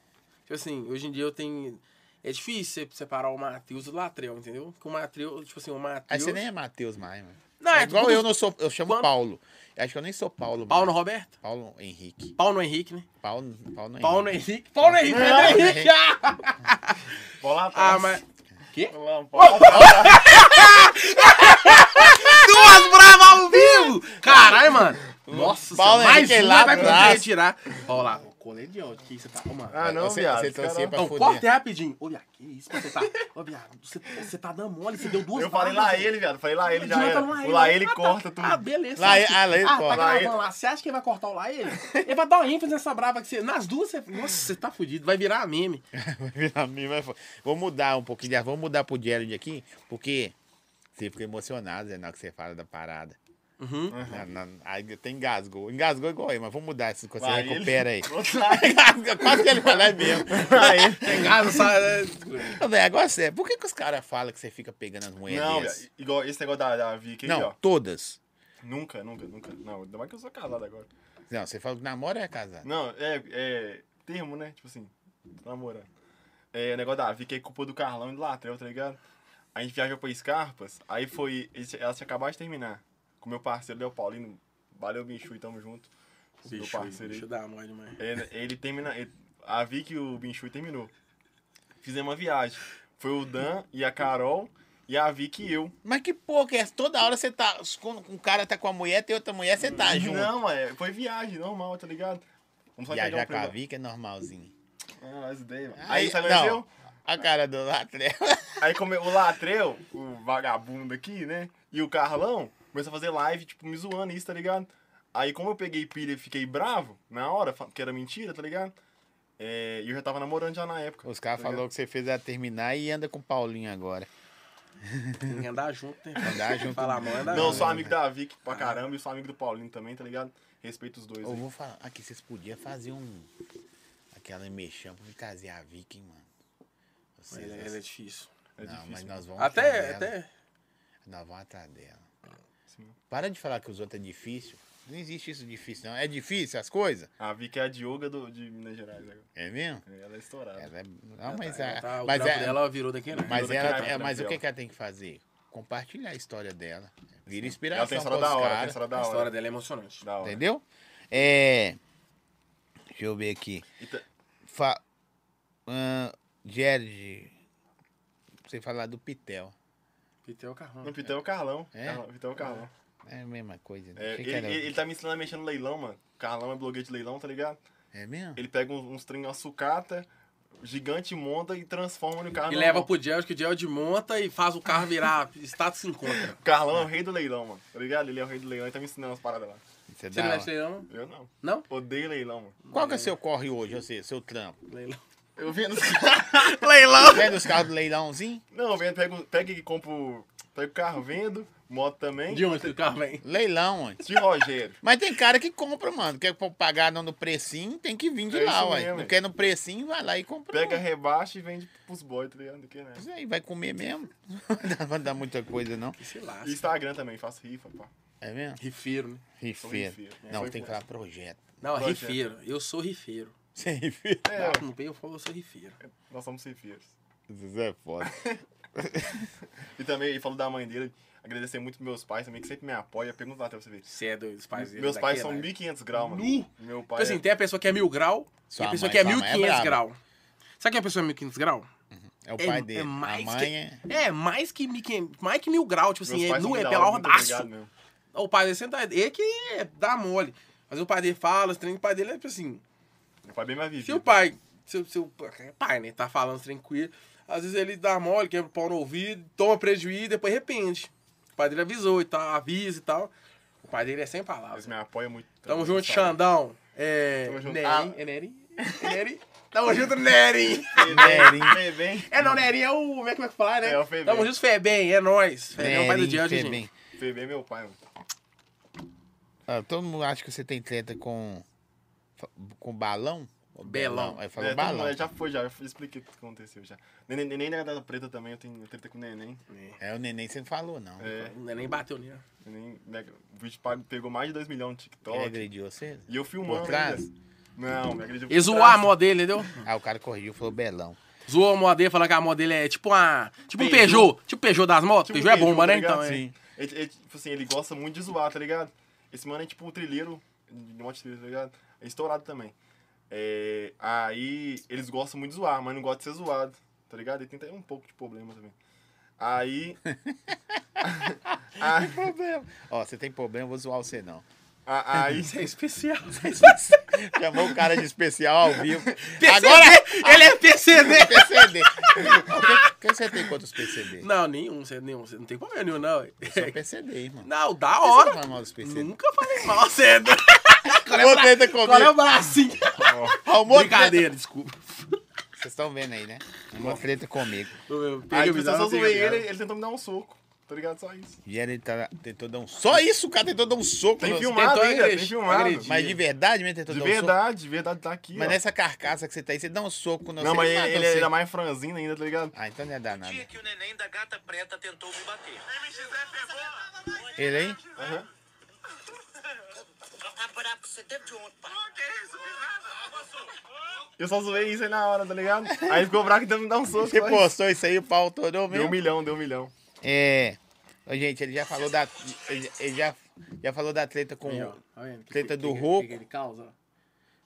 A: Tipo assim, hoje em dia eu tenho. É difícil você separar o Matheus do Latreu, entendeu? Porque o Matheus, tipo assim, o
B: Aí
A: Matheus.
B: você nem é Matheus mais, mano.
A: Não,
B: é
A: é
B: igual
A: tudo-
B: eu não sou, eu chamo
A: Quando-
B: Paulo. Eu acho que eu nem sou Paulo,
A: Paulo
B: mais.
A: Roberto?
B: Paulo Henrique.
A: Paulo Henrique, né?
B: Paulo, Paulo não é
A: Paulo Henrique. Paulo Henrique, Paulo Henrique!
C: Bola lá atrás.
A: Ah, mas. Ah, Quê?
C: Bola lá, bola lá.
A: Duas bravas ao vivo! Caralho, mano. Nossa,
B: Paulo
C: é
A: Paulo mais
B: Henrique
A: uma
B: lá
A: vai poder
B: atrás.
A: retirar. Ó lá, o colete de onde que você tá arrumando?
C: Ah, não,
B: Você-
C: viado.
B: você
C: cara.
B: torcia pra-
A: Não,
B: fuder.
A: corta aí rapidinho. Ô, viado, que isso que você tá... Ô, viado, você, você tá dando mole, você deu duas
C: Eu falei lá
A: bravas,
C: ele, viado. Falei lá ele já
A: Adianta
C: era.
A: no
C: O lá ele
A: Ah, tá.
C: corta tudo.
A: Ah, beleza.
B: Lá
A: Acho
B: ele-
A: que-
B: ah, lá ele
A: ah,
B: corta.
A: Tá
C: Lá
A: gravando lá. Você acha que ele vai cortar o lá ele? Ele vai dar uma ênfase nessa brava que você... Nas duas, você... Nossa, você tá fudido. Vai virar meme.
B: Vai virar mim, vai fo- Vou mudar um pouquinho, de- vamos mudar pro Jared aqui, porque você fica emocionado, Zé, na hora que você fala da parada.
A: Uhum.
B: Na- na- aí até engasgou. Engasgou igual eu, mas vamos mudar isso que você
C: Lá ele-
B: recupera aí.
C: Outro lá ele.
B: Quase que ele falou, é mesmo.
C: Lá ele.
A: Pegado, sabe?
B: Não, velho, agora sério, por que, que os caras falam que você fica pegando as mulheres?
C: Não, é?
B: deles?
C: viado, igual esse negócio da, da Vicky aí,
B: Não,
C: ó.
B: todas.
C: Nunca, nunca, nunca. Não, ainda mais que eu sou casado agora.
B: Não, você falou que namora é casado.
C: Não, é, é termo, né? Tipo assim, tô namorando. É, o negócio da Vicky é culpa do Carlão e do Latreu, tá ligado? A gente viajou pra Scarpas, aí foi. eles- Ela tinha acabado de terminar. Com meu parceiro Léo Paulino. Valeu, Bichu, e tamo junto. O meu parceiro aí.
A: Deixa eu dar uma demais.
C: Ele, ele termina. ele- a Vicky e o Binchu terminou. Fizemos uma viagem. Foi o Dan e a Carol e a Vicky e eu.
B: Mas que porra que é? essa? Toda hora você tá. Quando um cara tá com a mulher, tem outra mulher, você tá junto.
C: Não, mas foi viagem, normal, tá ligado? Vamos
B: Viajar com a
C: prêmio.
B: Vicky é normalzinho.
C: Ah, as ideias, mano. um Aí, sabe o que
B: não,
C: aconteceu?
B: A cara do Latrel.
C: Aí come, o Latreu, o vagabundo aqui, né? E o Carlão começou a fazer live, tipo, me zoando isso, tá ligado? Aí como eu peguei pilha e fiquei bravo na hora, fa- que era mentira, tá ligado? É, E eu já tava namorando já na época.
B: Os caras
C: tá ligado?
B: falaram que você fez ela terminar e anda com o Paulinho agora.
A: Tem que andar junto, né?
B: Andar junto.
A: Falar mal, andar
C: Não, eu
A: junto. É,
C: sou amigo da Vic pra caramba e sou amigo do Paulinho também, tá ligado? Respeito os dois.
B: Eu
C: aí.
B: vou falar. Aqui, vocês podiam fazer um. Aquela mexão pra me trazer a Vicky, hein, mano.
A: Mas
B: Vocês,
A: Ela ela é difícil.
C: É
B: não, mas
C: difícil. é,
B: nós vamos. atrás
A: Até,
B: dela.
A: até...
B: Nós vamos atrás dela.
C: Sim.
B: Para de falar que os outros é difícil. Não existe isso difícil, não. É difícil as coisas?
C: A Vic é a Dioga do, de Minas Gerais. né?
B: É mesmo?
C: Ela é estourada.
B: Ela é. Não, mas
A: Ela
B: a-
A: tá- o
B: mas
A: trampo
B: é-
A: dela virou daqui, né?
B: mas
C: daqui
B: ela-
C: na-
B: é,
C: na
B: mas o que,
C: dela.
B: que ela tem que fazer? Compartilhar a história dela. Vira inspiração.
C: Ela tem história
B: pros
C: da hora, tem
B: caras,
C: história da
A: A
C: hora.
A: história dela é emocionante.
C: Da hora.
B: Entendeu? É. Deixa eu ver aqui.
C: E ta-
B: Fa... ahn, Jared. Você falar do Pitel.
A: Pitão é o carrão.
C: No Pitão é o Carlão.
B: É?
C: Carlão- Pitão é o Carlão.
B: É a mesma coisa. né?
C: É,
B: Achei
C: ele,
B: que era-
C: ele, ele tá me ensinando a mexer no leilão, mano. Carlão é blogueiro de leilão, tá ligado?
B: É mesmo?
C: Ele pega uns, uns trem, uma sucata, gigante, monta e transforma no carro.
A: E
C: normal.
A: leva pro Gel, que o Gel de monta e faz o carro virar status 50.
C: O Carlão é o rei do leilão, mano. Tá ligado? Ele é o rei do leilão e tá me ensinando as paradas lá.
B: Isso
A: Você
B: é da
A: não
B: hora.
A: mexe nele, não?
C: Eu não.
A: Não?
C: Odeio leilão, mano.
B: Qual que é o seu corre hoje, ou seja, seu trampo?
A: Leilão.
C: Eu vendo.
A: Leilão!
B: Vende os carros do leilãozinho?
C: não, eu vendo, pego, pego e compro. Pego carro, vendo, moto também.
A: De onde que o carro vem?
B: Leilão, ué.
C: De Rogério.
B: Mas tem cara que compra, mano. Quer pagar não no precinho, tem que vir de
C: É
B: lá,
C: isso
B: ué.
C: mesmo,
B: Não
C: ué.
B: quer no precinho, vai lá e compra. um.
C: Pega, rebaixa e vende pros boys, tá ligado? Que, né?
B: Isso aí, vai comer mesmo. Não vai dar muita coisa, não.
A: Que se lasca.
C: E Instagram também, faço rifa, pá.
B: É mesmo?
A: Rifeiro, né?
B: Rifeiro.
C: rifeiro, né?
B: Não,
C: Foi
B: tem que
C: com-
B: falar projeto.
A: Não,
C: Pode,
A: rifeiro. Eu sou rifeiro.
B: Você é rifeiro?
C: É,
A: Não bem, eu falo, eu sou rifeiro.
C: nós somos rifeiros.
B: Isso é foda.
C: E também, ele falou da mãe dele, agradecer muito meus pais também, que sempre me apoia. Pergunta lá até você ver.
A: Você é doido, os pais dele
C: Meus
A: daqui,
C: pais
A: é
C: são
A: lá.
C: 1500 graus, mano.
A: Nu!
C: Meu pai.
A: Então, assim,
C: é-
A: tem a pessoa que é mil grau e
B: Sua
A: a pessoa
B: mãe-
A: que é
B: sua mãe é
A: 1500
B: brava.
A: grau. Sabe quem é a pessoa 1500 grau?
B: É o pai dele.
A: É mais
B: a mãe é...
A: que, é... mais que mi- que- mais que mil grau, tipo assim,
C: meus
A: é,
C: pais são
A: nu, é
C: da
A: pela
C: hora, muito
A: hordaço.
C: obrigado mesmo.
A: O pai dele senta, ele que é- dá mole. Mas o pai dele fala, os trem, o pai dele é tipo assim,
C: Meu pai é bem mais
A: se
C: vivido.
A: o pai, se, o- se o pai, né, tá falando tranquilo, às vezes ele dá mole, quebra o pau no ouvido, toma prejuízo e depois arrepende. O pai dele avisou e tal, avisa e tal. O pai dele é sem
C: Eles
A: palavras.
C: me apoiam muito.
A: Tamo
C: Então,
A: junto,
C: sabe?
A: Xandão. É.
C: Tamo junto. Ah.
A: Nerim. É Nerim? É Nerim? Tamo junto, Nerim.
B: Nerinho.
C: Bem, bem.
A: É não, Nerim é o. Como é que vai falar, né?
C: É, o Febem.
A: Tamo junto, Febem, é nóis. Febem é o pai do
B: Nerinho,
A: Diante,
B: fez
A: gente.
B: bem.
C: Bebê é meu pai, mano.
B: Ah, todo mundo acha que você tem treta com. com balão? Ou
A: Belão.
B: Aí falou
C: É, todo
B: balão.
C: mundo- Já foi, já. Eu expliquei o que aconteceu já. Neném, neném da Gata Preta também, eu tenho treta com o neném.
B: É, o neném você não falou, não.
C: É,
A: O Nerim bateu nele.
C: neném, né, o vídeo pa- pegou mais de 2 milhões no TikTok.
B: Ele
A: é
B: agrediu você?
C: E eu filmando.
B: Por trás?
C: ainda. Não, me agrediu. por
A: E zoar a
C: trás.
A: mó dele, entendeu?
B: Ah, o cara corrigiu, falou belão.
A: Zoou a mó dele, falando que a mó dele é tipo uma. Tipo um
C: Peugeot.
A: Peugeot. Tipo Peugeot das motos.
C: Tipo
A: Peugeot é
C: Peugeot,
A: bomba,
C: tá
A: né?
C: ligado?
A: Então, é.
B: Sim.
C: Ele, ele, tipo assim, ele gosta muito de zoar, tá ligado? Esse mano é tipo um trilheiro, de monte de trilheiro, tá ligado? É estourado também. É, aí eles gostam muito de zoar, mas não gosta de ser zoado, tá ligado? Ele tem até um pouco de problema também. Aí. aí,
B: Problema. Ó, você tem problema, eu vou zoar você não.
C: aí,
A: Isso é especial.
B: Chamou o cara de especial ao vivo.
A: PCD,
B: Agora
A: Ele é PCD!
B: PCD. O que, o que você tem contra os PCD?
A: Não, nenhum, você, nenhum, você não tem problema nenhum, não.
B: Eu sou PCD, irmão.
A: Não, da
B: Por que Você
A: hora.
B: fala mal dos PCD.
A: Nunca falei mal, você é doido.
B: Arrumou treta
A: Agora é o
B: comigo.
A: bracinho.
B: Arrumou treta.
A: Brincadeira, desculpa.
B: Vocês estão vendo aí, né? Arrumou treta comigo.
A: Eu, eu peguei
C: aí
A: o é.
C: tipo, eu
A: visão,
C: só
A: não
C: zoei
A: tenho
C: ele,
A: nada.
C: ele tentou me dar um soco, tá ligado? Só isso.
B: E ele tá- tentou dar um. Só isso, o cara tentou dar um soco.
C: Tem
B: no-
C: filmado
A: tentou
C: ainda,
A: agredir,
C: tem filmado.
A: agredir.
B: Mas de verdade mesmo tentou
C: De
B: dar um soco.
C: verdade, de verdade tá aqui.
B: Mas
C: ó.
B: nessa carcaça que você tá aí, você dá um soco no
C: não, mas ele, é ele
B: você.
C: era mais franzino ainda, tá ligado?
B: Ah, então não ia dar nada.
F: dia que o neném da gata preta tentou me bater.
B: Ele aí?
C: Aham.
G: A buraco que você teve de ontem, pai.
C: Eu só zoei isso aí na hora, tá ligado? Aí ele ficou bravo e tentou me dar um soco.
B: Você
C: só isso.
B: postou isso aí, o pau torou
C: Deu um
B: mesmo?
C: milhão, deu um milhão.
B: É. Ô, gente, ele já falou da. Ele, ele já, já falou da treta com.
A: Aí, ó, tá vendo? Que-
B: Treta
A: que-
B: do
A: que-
B: Roku.
A: que ele causa, ó.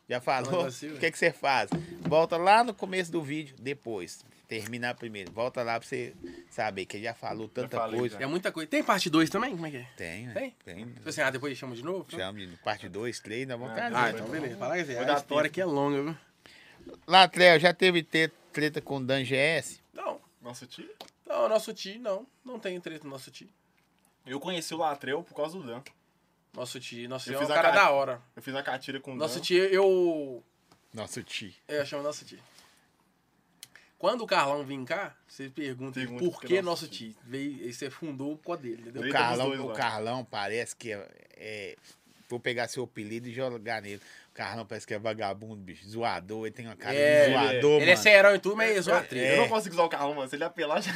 B: Já falou?
A: Olha assim,
B: O
A: velho.
B: que, que você faz? Volta lá no começo do vídeo, depois. Terminar primeiro. Volta lá pra você saber que ele já falou tanta
C: falei,
B: coisa.
A: É muita coisa. Tem parte 2 também? Como é que é?
B: Tem, né?
A: Tem?
B: Tem.
A: Tipo assim, ah, depois chama de novo?
B: Chama de parte 2, 3, nós vamos trazer.
A: Ah, então beleza. Fala que assim,
C: Vai
A: a
C: dar
A: história
C: tempo.
A: aqui é longa, viu?
B: Latrel, já teve te- treta com o Dan GS?
A: Não,
C: Nosso tio?
A: não, nosso tio, não. Não tem treta no nosso tio.
C: Eu conheci o Latreu por causa do Dan.
A: Nosso tio, nosso tio
C: Eu
A: é um
C: fiz a
A: cara
C: cara-
A: da hora.
C: Eu fiz uma catira com o Dan.
A: Nosso tio, eu.
B: Nosso tio.
A: Eu chamo nosso tio. Quando o Carlão vim cá, você pergunta
C: Pergunta
A: por
C: porque
A: que
C: nosso
A: nosso tio. Veio, e você fundou por causa dele, entendeu?
B: O
C: Treta dos
B: Carlão,
C: dois
B: o
C: lá.
B: Carlão parece que é, é- Vou pegar seu apelido e jogar nele. O Carlão parece que é vagabundo, bicho. Zoador, ele tem uma cara
A: É,
B: de
A: ele é.
B: zoador, mano.
A: Ele é sem herói e tudo, mas é zoatriz.
C: Eu não consigo usar o Carlão, mano. Se ele apelar, já...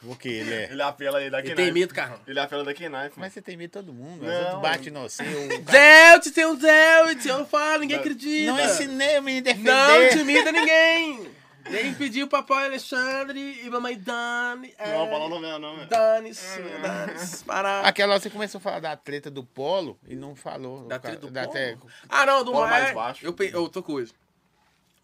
B: Porque ele é.
C: ele apela aí da
A: Ele
C: Knife.
A: tem medo, Carlão.
C: Ele apela né? da Knife, mano.
B: Mas você tem medo de todo mundo.
C: Não.
B: Os outros batem no seu. o cara-
A: Zelt, tem um Zelt, eu falo, ninguém acredita.
B: Não ensinei o menino a defender.
A: Não intimida ninguém. Nem pediu papai Alexandre e mamãe Dani. É,
C: Não, falou não mesmo, não, velho.
A: Dane-se, dane-se, parar.
B: Aquela hora você começou a falar da treta do Polo e não falou.
A: Da
B: O cara-
A: treta do
B: da
A: Polo?
B: tre-
A: Ah, não, do
C: Bola mais
A: mais
C: baixo.
A: Eu, pe- eu tô coisa.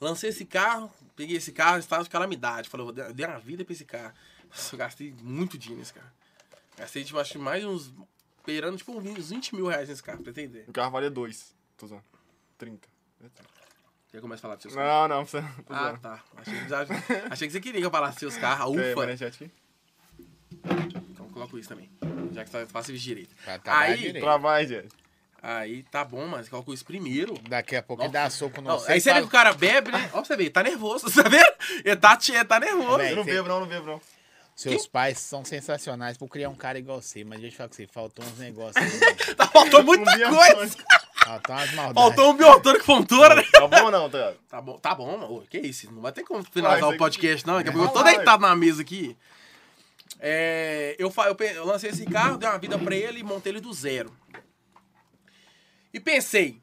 A: Lancei esse carro, peguei esse carro, estado de calamidade. Falei, eu dei- eu dei uma vida pra esse carro. Nossa, eu gastei muito dinheiro nesse carro. Gastei, tipo, acho que mais uns. Beirando, tipo, uns 20 mil reais nesse carro, pra você entender.
C: O carro valia 2. Tô zoando. 30.
A: Já começa a falar dos seus carros.
C: Não, não, você não. Tô
A: Ah,
C: zoando.
A: tá. Achei que, já- achei que você queria que eu falasse seus carros.
C: Quer
A: Ufa!
C: manchete aqui?
A: Então eu coloco isso também. Já que você faça isso direito.
B: Pra trabalhar
A: Aí-
B: direito.
C: Pra mais, gente.
A: Aí tá bom, mas coloca isso primeiro.
B: Daqui a pouco ele
A: Nossa.
B: dá soco no
A: Não,
B: seu
A: aí você vê que o cara bebe, né? Ó, pra você ver, ele tá nervoso, tá vendo? Ele tá, ele tá nervoso.
B: Véi,
C: Eu não
B: tem-
C: bebo, não, não bebo, não.
B: Seus pais são sensacionais por criar um cara igual você, mas deixa eu falar com você, faltou uns negócios. aí, mano.
A: Tá, faltou muita
C: Um
A: coisa.
C: biotônico.
B: Faltou umas maldades.
A: Faltou um biotônico pontura, né?
C: Tá bom ou não, tá?
A: Tá bom, tá bom, mano. Ô, Que isso? Não vai ter como finalizar
C: Vai,
A: o podcast, não. Daqui a pouco eu tô
C: Vai.
A: deitado na mesa aqui. É, eu, fa- eu pe- eu lancei esse carro, dei uma vida pra ele e montei ele do zero. E pensei,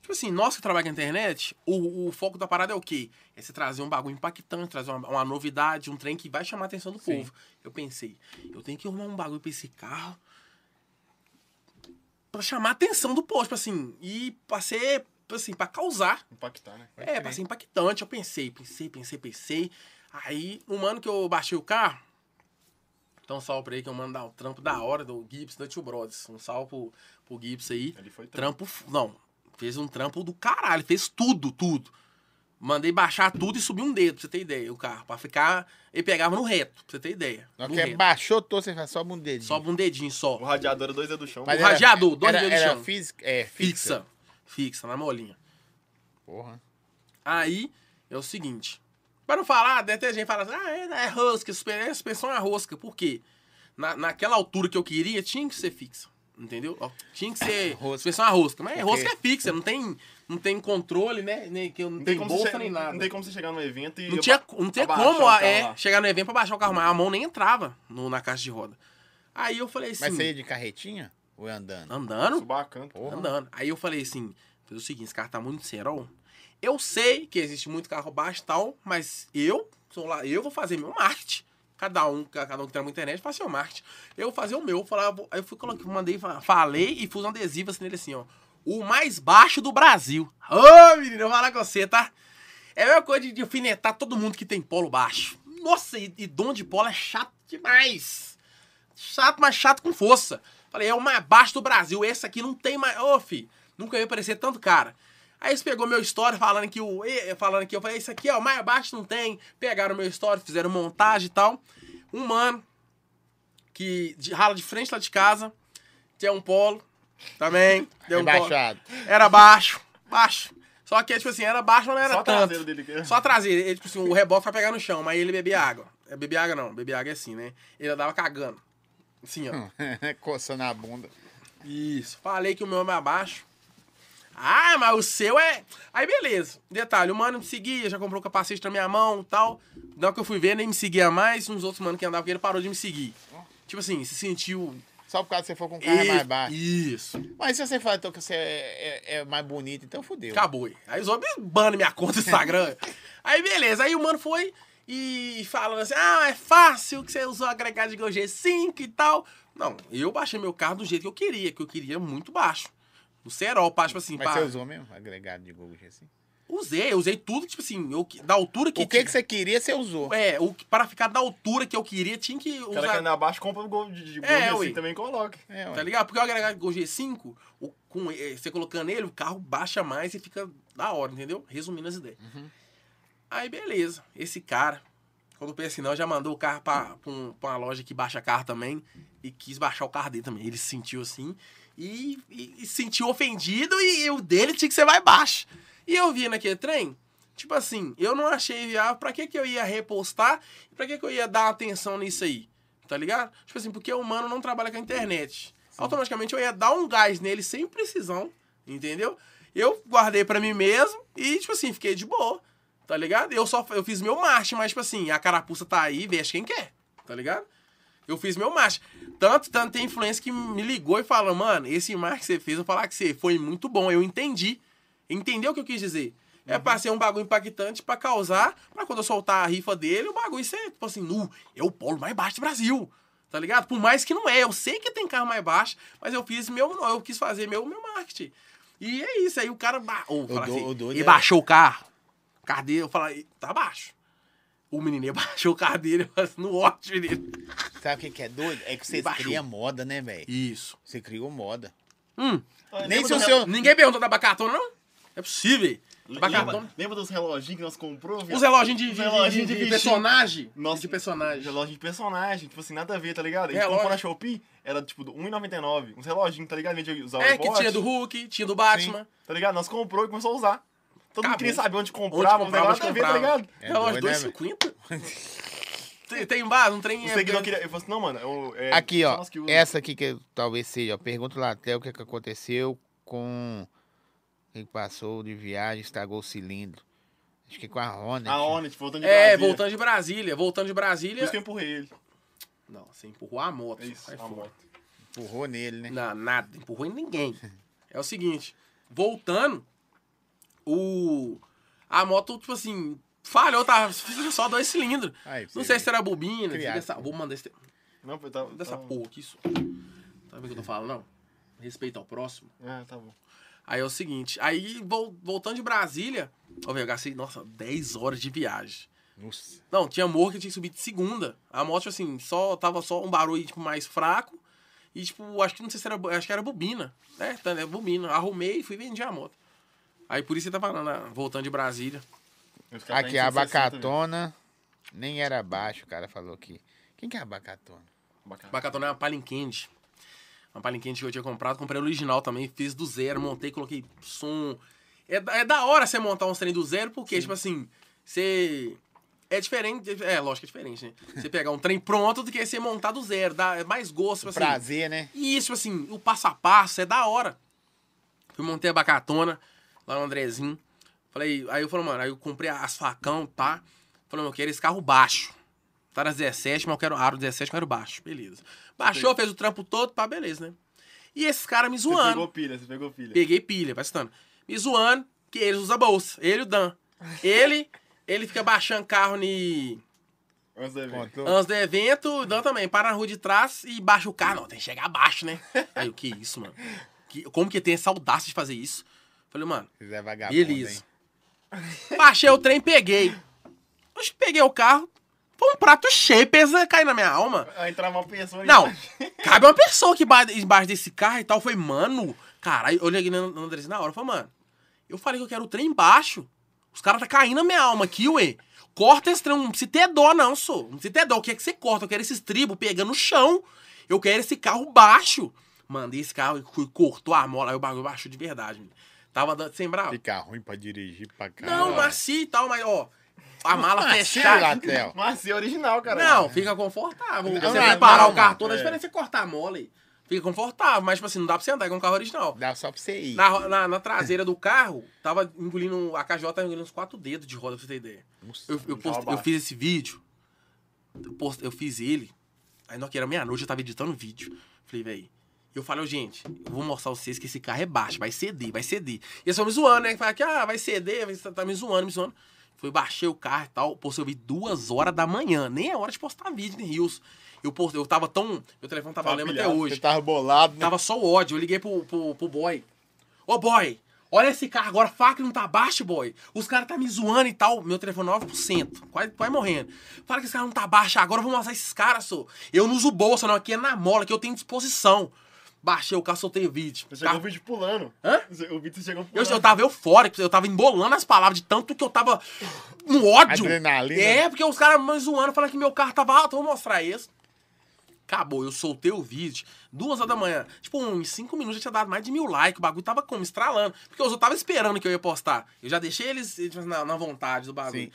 A: tipo assim, nós que trabalhamos com a internet, o, o foco da parada é o quê? É você trazer um bagulho impactante, trazer uma, uma novidade, um trem que vai chamar a atenção do povo. Eu pensei, eu tenho que arrumar um bagulho pra esse carro pra chamar a atenção do povo, tipo assim, e pra ser, assim, pra causar.
C: Impactar, né?
A: É, pra ser impactante, eu pensei, pensei, pensei, pensei. Aí, um ano que eu baixei o carro, então um salve pra ele que eu mando dar um trampo da hora do Gibbs, da Tio Brothers. Um salve pro, pro Gibbs aí.
C: Ele foi trampo.
A: é Trampo, f- não, fez um trampo do caralho, fez tudo, tudo. Mandei baixar tudo e subir um dedo, pra você ter ideia, o carro. Pra ficar, ele pegava no reto, pra você ter ideia.
B: Não,
A: no
B: que é
A: reto.
B: baixou todo, você faz só um dedinho.
A: Sobe um dedinho só.
C: O radiador é dois é do chão.
A: o radiador, dois
B: era,
A: dedos no
B: era
A: chão.
B: física, é, fixa.
A: Fixa, fixa, na molinha.
B: Porra.
A: Aí é o seguinte. Pra não falar, deve ter gente que fala assim, ah, é, é rosca, suspe- é, suspensão é rosca. Por quê? Na, naquela altura que eu queria, tinha que ser fixa. Entendeu? Ó, tinha que ser
B: Rosca.
A: suspensão a rosca. Mas
B: Ok.
A: rosca é fixa, não tem, não tem controle, né? Nem, que eu não,
C: Não
A: tem,
C: tem, como
A: bolsa
C: você,
A: nem
C: não-
A: nada.
C: Não tem como você chegar num evento e.
A: Não tinha, não tinha
C: abaixar
A: como
C: o carro
A: é,
C: lá.
A: chegar no evento pra baixar o carro, mas a mão nem entrava no, na caixa de roda. Aí eu falei assim,
B: Mas você ia de carretinha ou ia andando?
A: andando,
C: Subar a canto.
B: Porra.
A: andando. Aí eu falei assim, fez o seguinte, esse carro tá muito serol. Eu sei que existe muito carro baixo e tal, mas eu sou lá, eu vou fazer meu marketing. Cada um, cada um que tem na internet faz seu marketing. Eu vou fazer o meu, falar, vou- aí eu fui coloquei, mandei, fa- falei e pus um adesivo assim nele assim, ó. O mais baixo do Brasil. Ô, menino, eu vou falar com você, tá? É a mesma coisa de- de alfinetar todo mundo que tem polo baixo. Nossa, e, e dom de polo é chato demais. Chato, mas chato com força. Falei, é o mais baixo do Brasil. Esse aqui não tem mais. Ô, fi, nunca ia aparecer tanto cara. Aí eles pegou meu story falando que o. e- Falando que eu falei, isso aqui é o mais baixo, não tem. Pegaram meu story, fizeram montagem e tal. Um mano que de- rala de frente lá de casa. Tinha um polo. Também.
B: É
A: Deu um polo.
B: Rebaixado.
A: Era baixo. Baixo. Só que, tipo assim, era baixo, mas não era
C: Só a
A: tanto.
C: traseira dele. que- é.
A: Só traseira. Ele, tipo assim, o reboque vai pegar no chão, mas ele bebia água. É, Bebia água não, bebia água é assim, né? Ele andava cagando. Assim,
C: Hum.
A: ó.
B: Coçando a bunda.
A: Isso. Falei que o meu é mais baixo. Ah, mas o seu é. Aí beleza. Detalhe, o mano me seguia, já comprou o capacete na minha mão e tal. Na hora que eu fui ver, nem me seguia mais. Uns outros mano que andavam com ele parou de me seguir.
C: Hum.
A: Tipo assim, se sentiu.
B: Só por causa que você for com o carro
A: E-
B: mais baixo.
A: Isso.
B: Mas se você fala então, que você é, é- é mais bonito, então fodeu.
A: Acabou. aí. Aí os homens banam minha conta do Instagram. aí beleza, aí o mano foi e falando assim: ah, é fácil que você usou o agregado de G5 e tal. Não, eu baixei meu carro do jeito que eu queria, que eu queria muito baixo. No Serol, pá, tipo assim,
B: Mas
A: pá.
B: você usou mesmo agregado de Google G5?
A: Usei, eu usei tudo, tipo assim, eu, que- da altura que.
B: O que, que você queria, você usou.
A: É, o, que- para ficar da altura que eu queria, tinha que
C: O cara que
A: usar.
C: anda abaixo compra o gol de, de gol
A: É,
C: de assim
A: ui.
C: também e coloca.
B: É, ué.
A: Tá ligado? Porque o agregado Gol G5, o- com, eh, você colocando ele, o carro baixa mais e fica da hora, entendeu? Resumindo as ideias. Aí, beleza. Esse cara, quando eu pensei não, já mandou o carro pra, pra, um- pra uma loja que baixa carro também e quis baixar o carro dele também. Ele se sentiu assim e, e- e se sentiu ofendido e, o dele tinha que ser mais baixo. E eu vi naquele trem, tipo assim, eu não achei viável, pra que que eu ia repostar e pra que que eu ia dar atenção nisso aí, tá ligado? Tipo assim, porque o humano não trabalha com a internet. Automaticamente eu ia dar um gás nele sem precisão, entendeu? Eu guardei pra mim mesmo e, tipo assim, fiquei de boa, tá ligado? Eu só eu fiz meu marcha, mas, tipo assim, a carapuça tá aí, veste quem quer, tá ligado? Eu fiz meu marcha. Tanto, tanto tem influência que me ligou e falou, mano, esse marcha que você fez, eu falar que você foi muito bom, eu entendi. Entendeu o que eu quis dizer? É pra ser um bagulho impactante pra causar, pra quando eu soltar a rifa dele, o bagulho ser, tipo assim, nu, é o polo mais baixo do Brasil. Tá ligado? Por mais que não é, eu sei que tem carro mais baixo, mas eu fiz meu, eu quis fazer meu, meu marketing. E é isso, aí o cara. ba- Ou, fala
B: dou-
A: assim,
B: o doido
A: ele
B: é-
A: baixou o carro. Cadê? Eu falei, tá baixo. O menininho baixou o carro dele, mas no ótimo, menino.
B: Sabe o que, que é doido? É que vocês
A: Baixou.
B: criam moda, né, velho?
A: Isso.
B: Você criou moda.
A: Hum,
B: Nem
C: Lembra
B: se
C: do
B: o
C: rel-
B: seu.
A: ninguém perguntou da Bacatona, não? É possível. Bacatona.
C: Lembra, lembra dos reloginhos que nós compramos?
A: Os reloginhos de, de,
C: Os reloginhos
A: de- de
C: de bichinho.
A: personagem.
C: Nossa.
A: De personagem.
C: Relógio de personagem, tipo assim, nada a ver, tá ligado? E
A: Relógio.
C: comprou na Shopee, era tipo do 1,99. Uns reloginhos, tá ligado? A gente usava
A: É,
C: o
A: que
C: bot,
A: tinha do Hulk, tinha do
C: sim,
A: Batman.
C: Tá ligado? Nós comprou e começou a usar. Todo
A: Acabou.
C: mundo queria saber onde
A: Tá Onde
C: comprava,
A: comprava, onde
C: onde comprava, nada a
A: comprava.
C: ver, tá ligado?
B: É
A: Relógio
B: doido, né,
A: 2,50? Tem- Tem bar, não tem... É,
C: O seguidor queria. Ele falou assim: não, mano, eu, é,
B: Aqui,
C: só
B: ó.
C: nós que usa.
B: Essa aqui que eu- talvez seja, ó. Pergunta lá até o que, que aconteceu com. Ele passou de viagem, estragou o cilindro. Acho que com a Honda.
C: A Hornet, voltando de
A: É,
C: Brasília.
A: voltando de Brasília. Voltando de
C: Por isso
A: Brasília...
C: que eu empurrei ele.
A: Não, você empurrou a moto.
C: É isso,
A: sai
C: a
A: fora.
C: moto.
B: Empurrou nele, né?
A: Não, nada, empurrou em ninguém. É o seguinte, voltando, o a moto, tipo assim, falhou, tava só dois cilindros.
B: Aí,
A: Não
B: você
A: sei
B: vê.
A: se era bobina,
B: Criado.
A: desliga essa- vou mandar esse,
C: Não, foi- tá,
A: dessa
C: tá,
A: porra aqui só. Tá vendo o que eu tô falando, não? Respeito ao próximo.
C: É, tá bom.
A: Aí é o seguinte, aí vol- voltando de Brasília, ó, velho, eu gastei, nossa, 10 horas de viagem.
B: Nossa.
A: Não, tinha morro é que tinha que subir de segunda. A moto, assim, só tava só um barulho, tipo, mais fraco. E, tipo, acho que não sei se era. bo- Acho que era bobina. É, tá, né? Bobina. Arrumei e fui vender a moto. Aí por isso você tá falando, ah, voltando de Brasília.
C: Eu ficava
A: tá
B: Aqui, é
C: em
B: a
C: 160 mesmo.
B: abacatona. Nem era baixo, o cara falou aqui. Quem que é a abacatona?
C: Abacatona.
A: Bacatona é uma palinquente. Uma palinquente que eu tinha comprado, comprei a original também, fiz do zero, montei, coloquei som. É, da- é da hora você montar um trem do zero, porque, tipo assim, você. É diferente, é lógico que é diferente, né? Você pegar um trem pronto do que você montar do zero, dá é mais gosto, tipo assim.
B: Prazer, né?
A: E isso, assim, o passo a passo é da hora. Fui montei a bacatona lá no Andrezinho. Falei, aí eu falei, mano, aí eu comprei as facão, pá. Falei, mano, eu quero esse carro baixo. Tá na 17, mas eu quero aro 17, eu quero baixo. Beleza. Baixou, fez o trampo todo, pá, beleza, né? E esses caras me
C: Você
A: zoando.
C: pegou pilha, você pegou pilha.
A: Peguei pilha, vai citando. Me zoando, que eles usam bolsa. Ele e o Dan. Ele, ele fica baixando carro ni
C: Antes da ver.
B: Contou.
A: Antes do evento, o Dan também para na rua de trás e baixa o carro. Não, tem que chegar abaixo, né? Aí, o que isso, mano? Que- como que tem essa audácia de fazer isso? Falei, mano,
B: Vocês é vagabundo,
A: beleza.
B: hein?
A: Baixei o trem, peguei. Oxe, peguei o carro, foi um prato cheio, pesa cair na minha alma.
C: Aí entrava uma pessoa e-
A: Não, cabe uma pessoa que bate embaixo desse carro e tal. Foi, mano, caralho, eu liguei no no Andrés na hora, falei, mano, eu falei que eu quero o trem embaixo. Os caras tá caindo na minha alma aqui, ué. Corta esse trem, não precisa ter dó, não, sou. Não precisa ter dó. O que é que você corta? Eu quero esses tribos pegando no chão. Eu quero esse carro baixo. Mandei esse carro e cu- cortou a mola, aí o bagulho baixou de verdade, menino. Tava dando sem bravo.
B: Fica ruim pra dirigir pra caralho. Ah,
A: Não, macio e tal, mas tá ó, a mala
B: Sei lá,
A: fechada.
B: Theo.
C: Mas é original, cara.
A: Não, fica confortável.
B: Não,
A: você
B: não,
A: preparar
B: não,
A: o carro
B: mano,
A: todo, a
C: é.
A: diferença é cortar a mola aí. Fica confortável, mas tipo assim, não dá pra você andar com um carro original.
B: Dá só pra você ir.
A: Na, na, na traseira do carro, tava engolindo. A KJ tava engolindo uns quatro dedos de roda, pra você ter ideia.
B: Nossa.
A: Eu,
C: um
A: eu, post- eu fiz esse vídeo. Eu, post- eu fiz ele. Aí na hora que era meia-noite, eu tava editando o vídeo. Falei, velho. Eu falei, gente, eu vou mostrar a vocês que esse carro é baixo, vai ceder, vai ceder. E eles foram me zoando, né? Falaram que, ah, vai ceder, vai- tá me zoando, me zoando. Foi, baixei o carro e tal. Postei o vídeo duas horas da manhã. Nem é hora de postar vídeo em Rios. Eu, postei, eu tava tão. Meu telefone tava
C: Tava
A: lembro até
C: pilhado,
A: hoje.
B: Você tava bolado, né?
A: Tava só o ódio. Eu liguei pro, pro, pro boy. Ô, boy, olha esse carro agora. Fala que não tá baixo, boy. Os caras tá me zoando e tal. Meu telefone é 9%. Quase, quase morrendo. Fala que esse carro não tá baixo. Agora eu vou mostrar esses caras, só. Eu não uso bolsa, não. Aqui é na mola, que eu tenho disposição. Baixei o carro, soltei o vídeo.
C: Você chegou o
A: Carro-
C: vídeo pulando.
A: tá. Hã?
C: O vídeo chegou
A: Eu,
C: pulando.
A: eu tava eufórico, eu tava embolando as palavras de tanto que eu tava no ódio.
B: Adrenalina.
A: É, porque os caras me zoando, falando que meu carro tava alto, eu vou mostrar isso. Acabou, eu soltei o vídeo, duas horas da manhã. Tipo, em cinco minutos já tinha dado mais de mil likes, o bagulho tava como? Estralando. Porque eu só tava esperando que eu ia postar. Eu já deixei eles tipo, na, na vontade do bagulho.
B: Sim.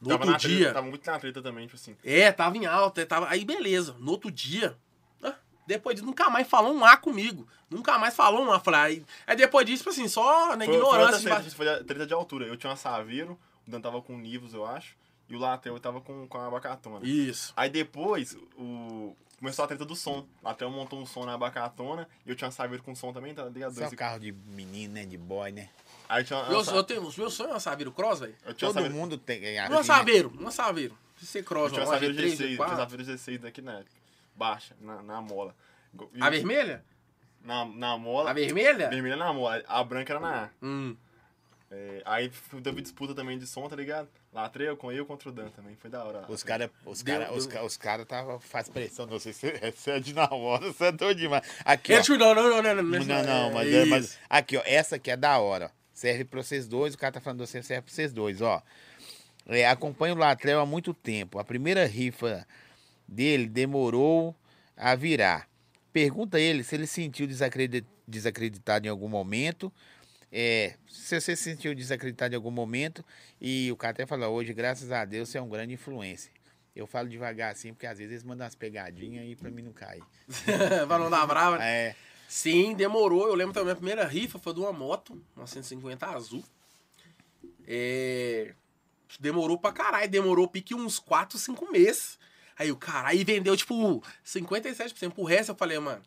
A: No
C: Tava
A: outro
C: na treta,
A: dia.
C: Tava muito na treta também, tipo assim.
A: É, tava em alta, tava... aí beleza. No outro dia, ah, depois disso, nunca mais falou um A comigo. Nunca mais falou um A. Falei, aí, aí depois disso, tipo assim, só na
C: Foi- foi
A: ignorância.
C: outra
A: de
C: treta,
A: baixo.
C: tipo, Foi a treta de altura. Eu tinha uma Saveiro, o Dan tava com Nivos, eu acho. E o Latel tava com, com a abacatona.
A: Isso.
C: Aí depois, o... Começou a treta do som. Latel montou um som na abacatona e eu tinha uma Saveiro com som também, tá ligado?
B: Só
C: Dois-
B: carro de menino, né? De boy, né?
C: Aí tinha uma-
A: Eu, eu tenho, os meus sonhos é uma Saveiro Cross, velho.
C: eu tinha uma
B: Todo
C: Saveiro-
B: mundo tem. é,
A: Uma
B: assim,
A: Saveiro, uma Saveiro. Se você
C: Eu
A: Cross,
C: tinha
A: uma
C: uma Saveiro
A: Saveiro 3,
C: G6, eu tinha
A: 4.
C: uma Saveiro G6 daqui na época. Baixa, na, na mola. E-
A: A vermelha?
C: Na, na mola.
A: A vermelha?
C: Vermelha na mola. A branca era na A.
A: Hum.
C: É, aí f- teve disputa também de som, tá ligado? Latreio com eu contra o Dan também. Foi da hora. lá.
B: Os caras os
A: Deu-
B: cara, os,
A: deu-
B: ca- os cara tava, faz pressão, não sei se se é de na hora, se é doido demais. Aqui, ó.
A: Não, É, tipo, não, não, não, não.
B: Não,
A: é
B: não, mas, é, mas-
A: isso.
B: Aqui, ó. Essa aqui é da hora. ó. Serve pra vocês dois. O cara tá falando de você, serve pra vocês dois, ó. É, acompanho o Latrel há muito tempo. A primeira rifa dele demorou a virar. Pergunta a ele se ele sentiu desacredi- desacreditado em algum momento. É, se você se sentiu desacreditado em algum momento. E o cara até fala hoje, graças a Deus, você é um grande influencer. Eu falo devagar assim, porque às vezes eles mandam umas pegadinhas aí pra mim não cair.
A: Pra não dar brava. né?
B: É,
A: Sim, demorou. Eu lembro também, a minha primeira rifa foi de uma moto, uma 150 azul. É... Demorou pra caralho, demorou pique uns 4, 5 meses. Aí o caralho e vendeu tipo 57%. Pro resto eu falei, mano,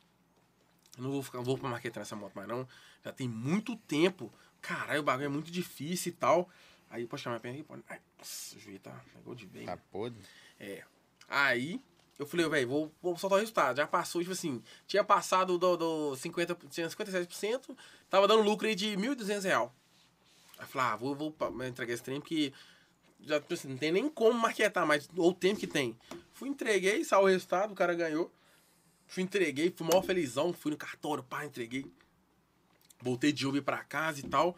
A: eu não vou ficar, não vou pra marquetar essa moto mais não. Já tem muito tempo. Caralho, o bagulho é muito difícil e tal. Aí, poxa, minha perna aqui, pô. Ai, nossa, o juiz tá, pegou de bem.
B: tá podre.
A: Aí eu falei, velho, vou, vou soltar o resultado. Já passou, tipo assim, tinha passado do, do 50, tinha 57%, tava dando lucro aí de 1.200 real. Aí eu falei, ah, vou, vou pa- entregar esse trem porque já tipo assim, não tem nem como maquetar mais, ou o tempo que tem. Fui, entreguei, saiu o resultado, o cara ganhou. Fui, entreguei, fui mó felizão, fui no cartório, pá, entreguei. Voltei de Uber pra casa e tal.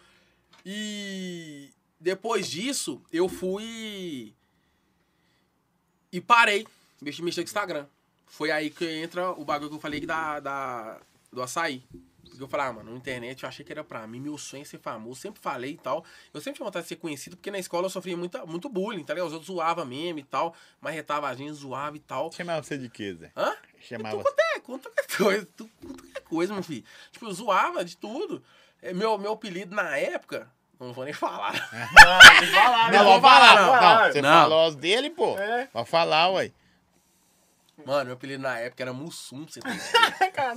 A: E depois disso, eu fui e parei. Mexi, mexi com o Instagram. Foi aí que entra o bagulho que eu falei da, da, do açaí. Porque eu falei, ah, mano, na internet eu achei que era pra mim, meu sonho é ser famoso, sempre falei e tal. Eu sempre tinha vontade de ser conhecido, porque na escola eu sofria muita, muito bullying, tá ligado? Os outros zoavam mesmo e tal, marretava a gente, zoava e tal.
B: Chamava você de quê, Zé?
A: Hã?
B: Chamava. assim.
A: Tu qualquer, conta qualquer é coisa, tu, conta qualquer coisa, meu filho. Tipo, eu zoava de tudo. É, Meu, meu apelido na época, não vou nem falar.
C: Ah, tem que falar, né?
B: Não,
A: vou
B: vamos falar,
A: falar,
B: não.
C: não.
B: não, Você
A: Não.
B: falou os dele, pô.
C: É.
B: Vai falar, ué.
A: Mano, meu apelido na época era Mussum, pra você tem ideia.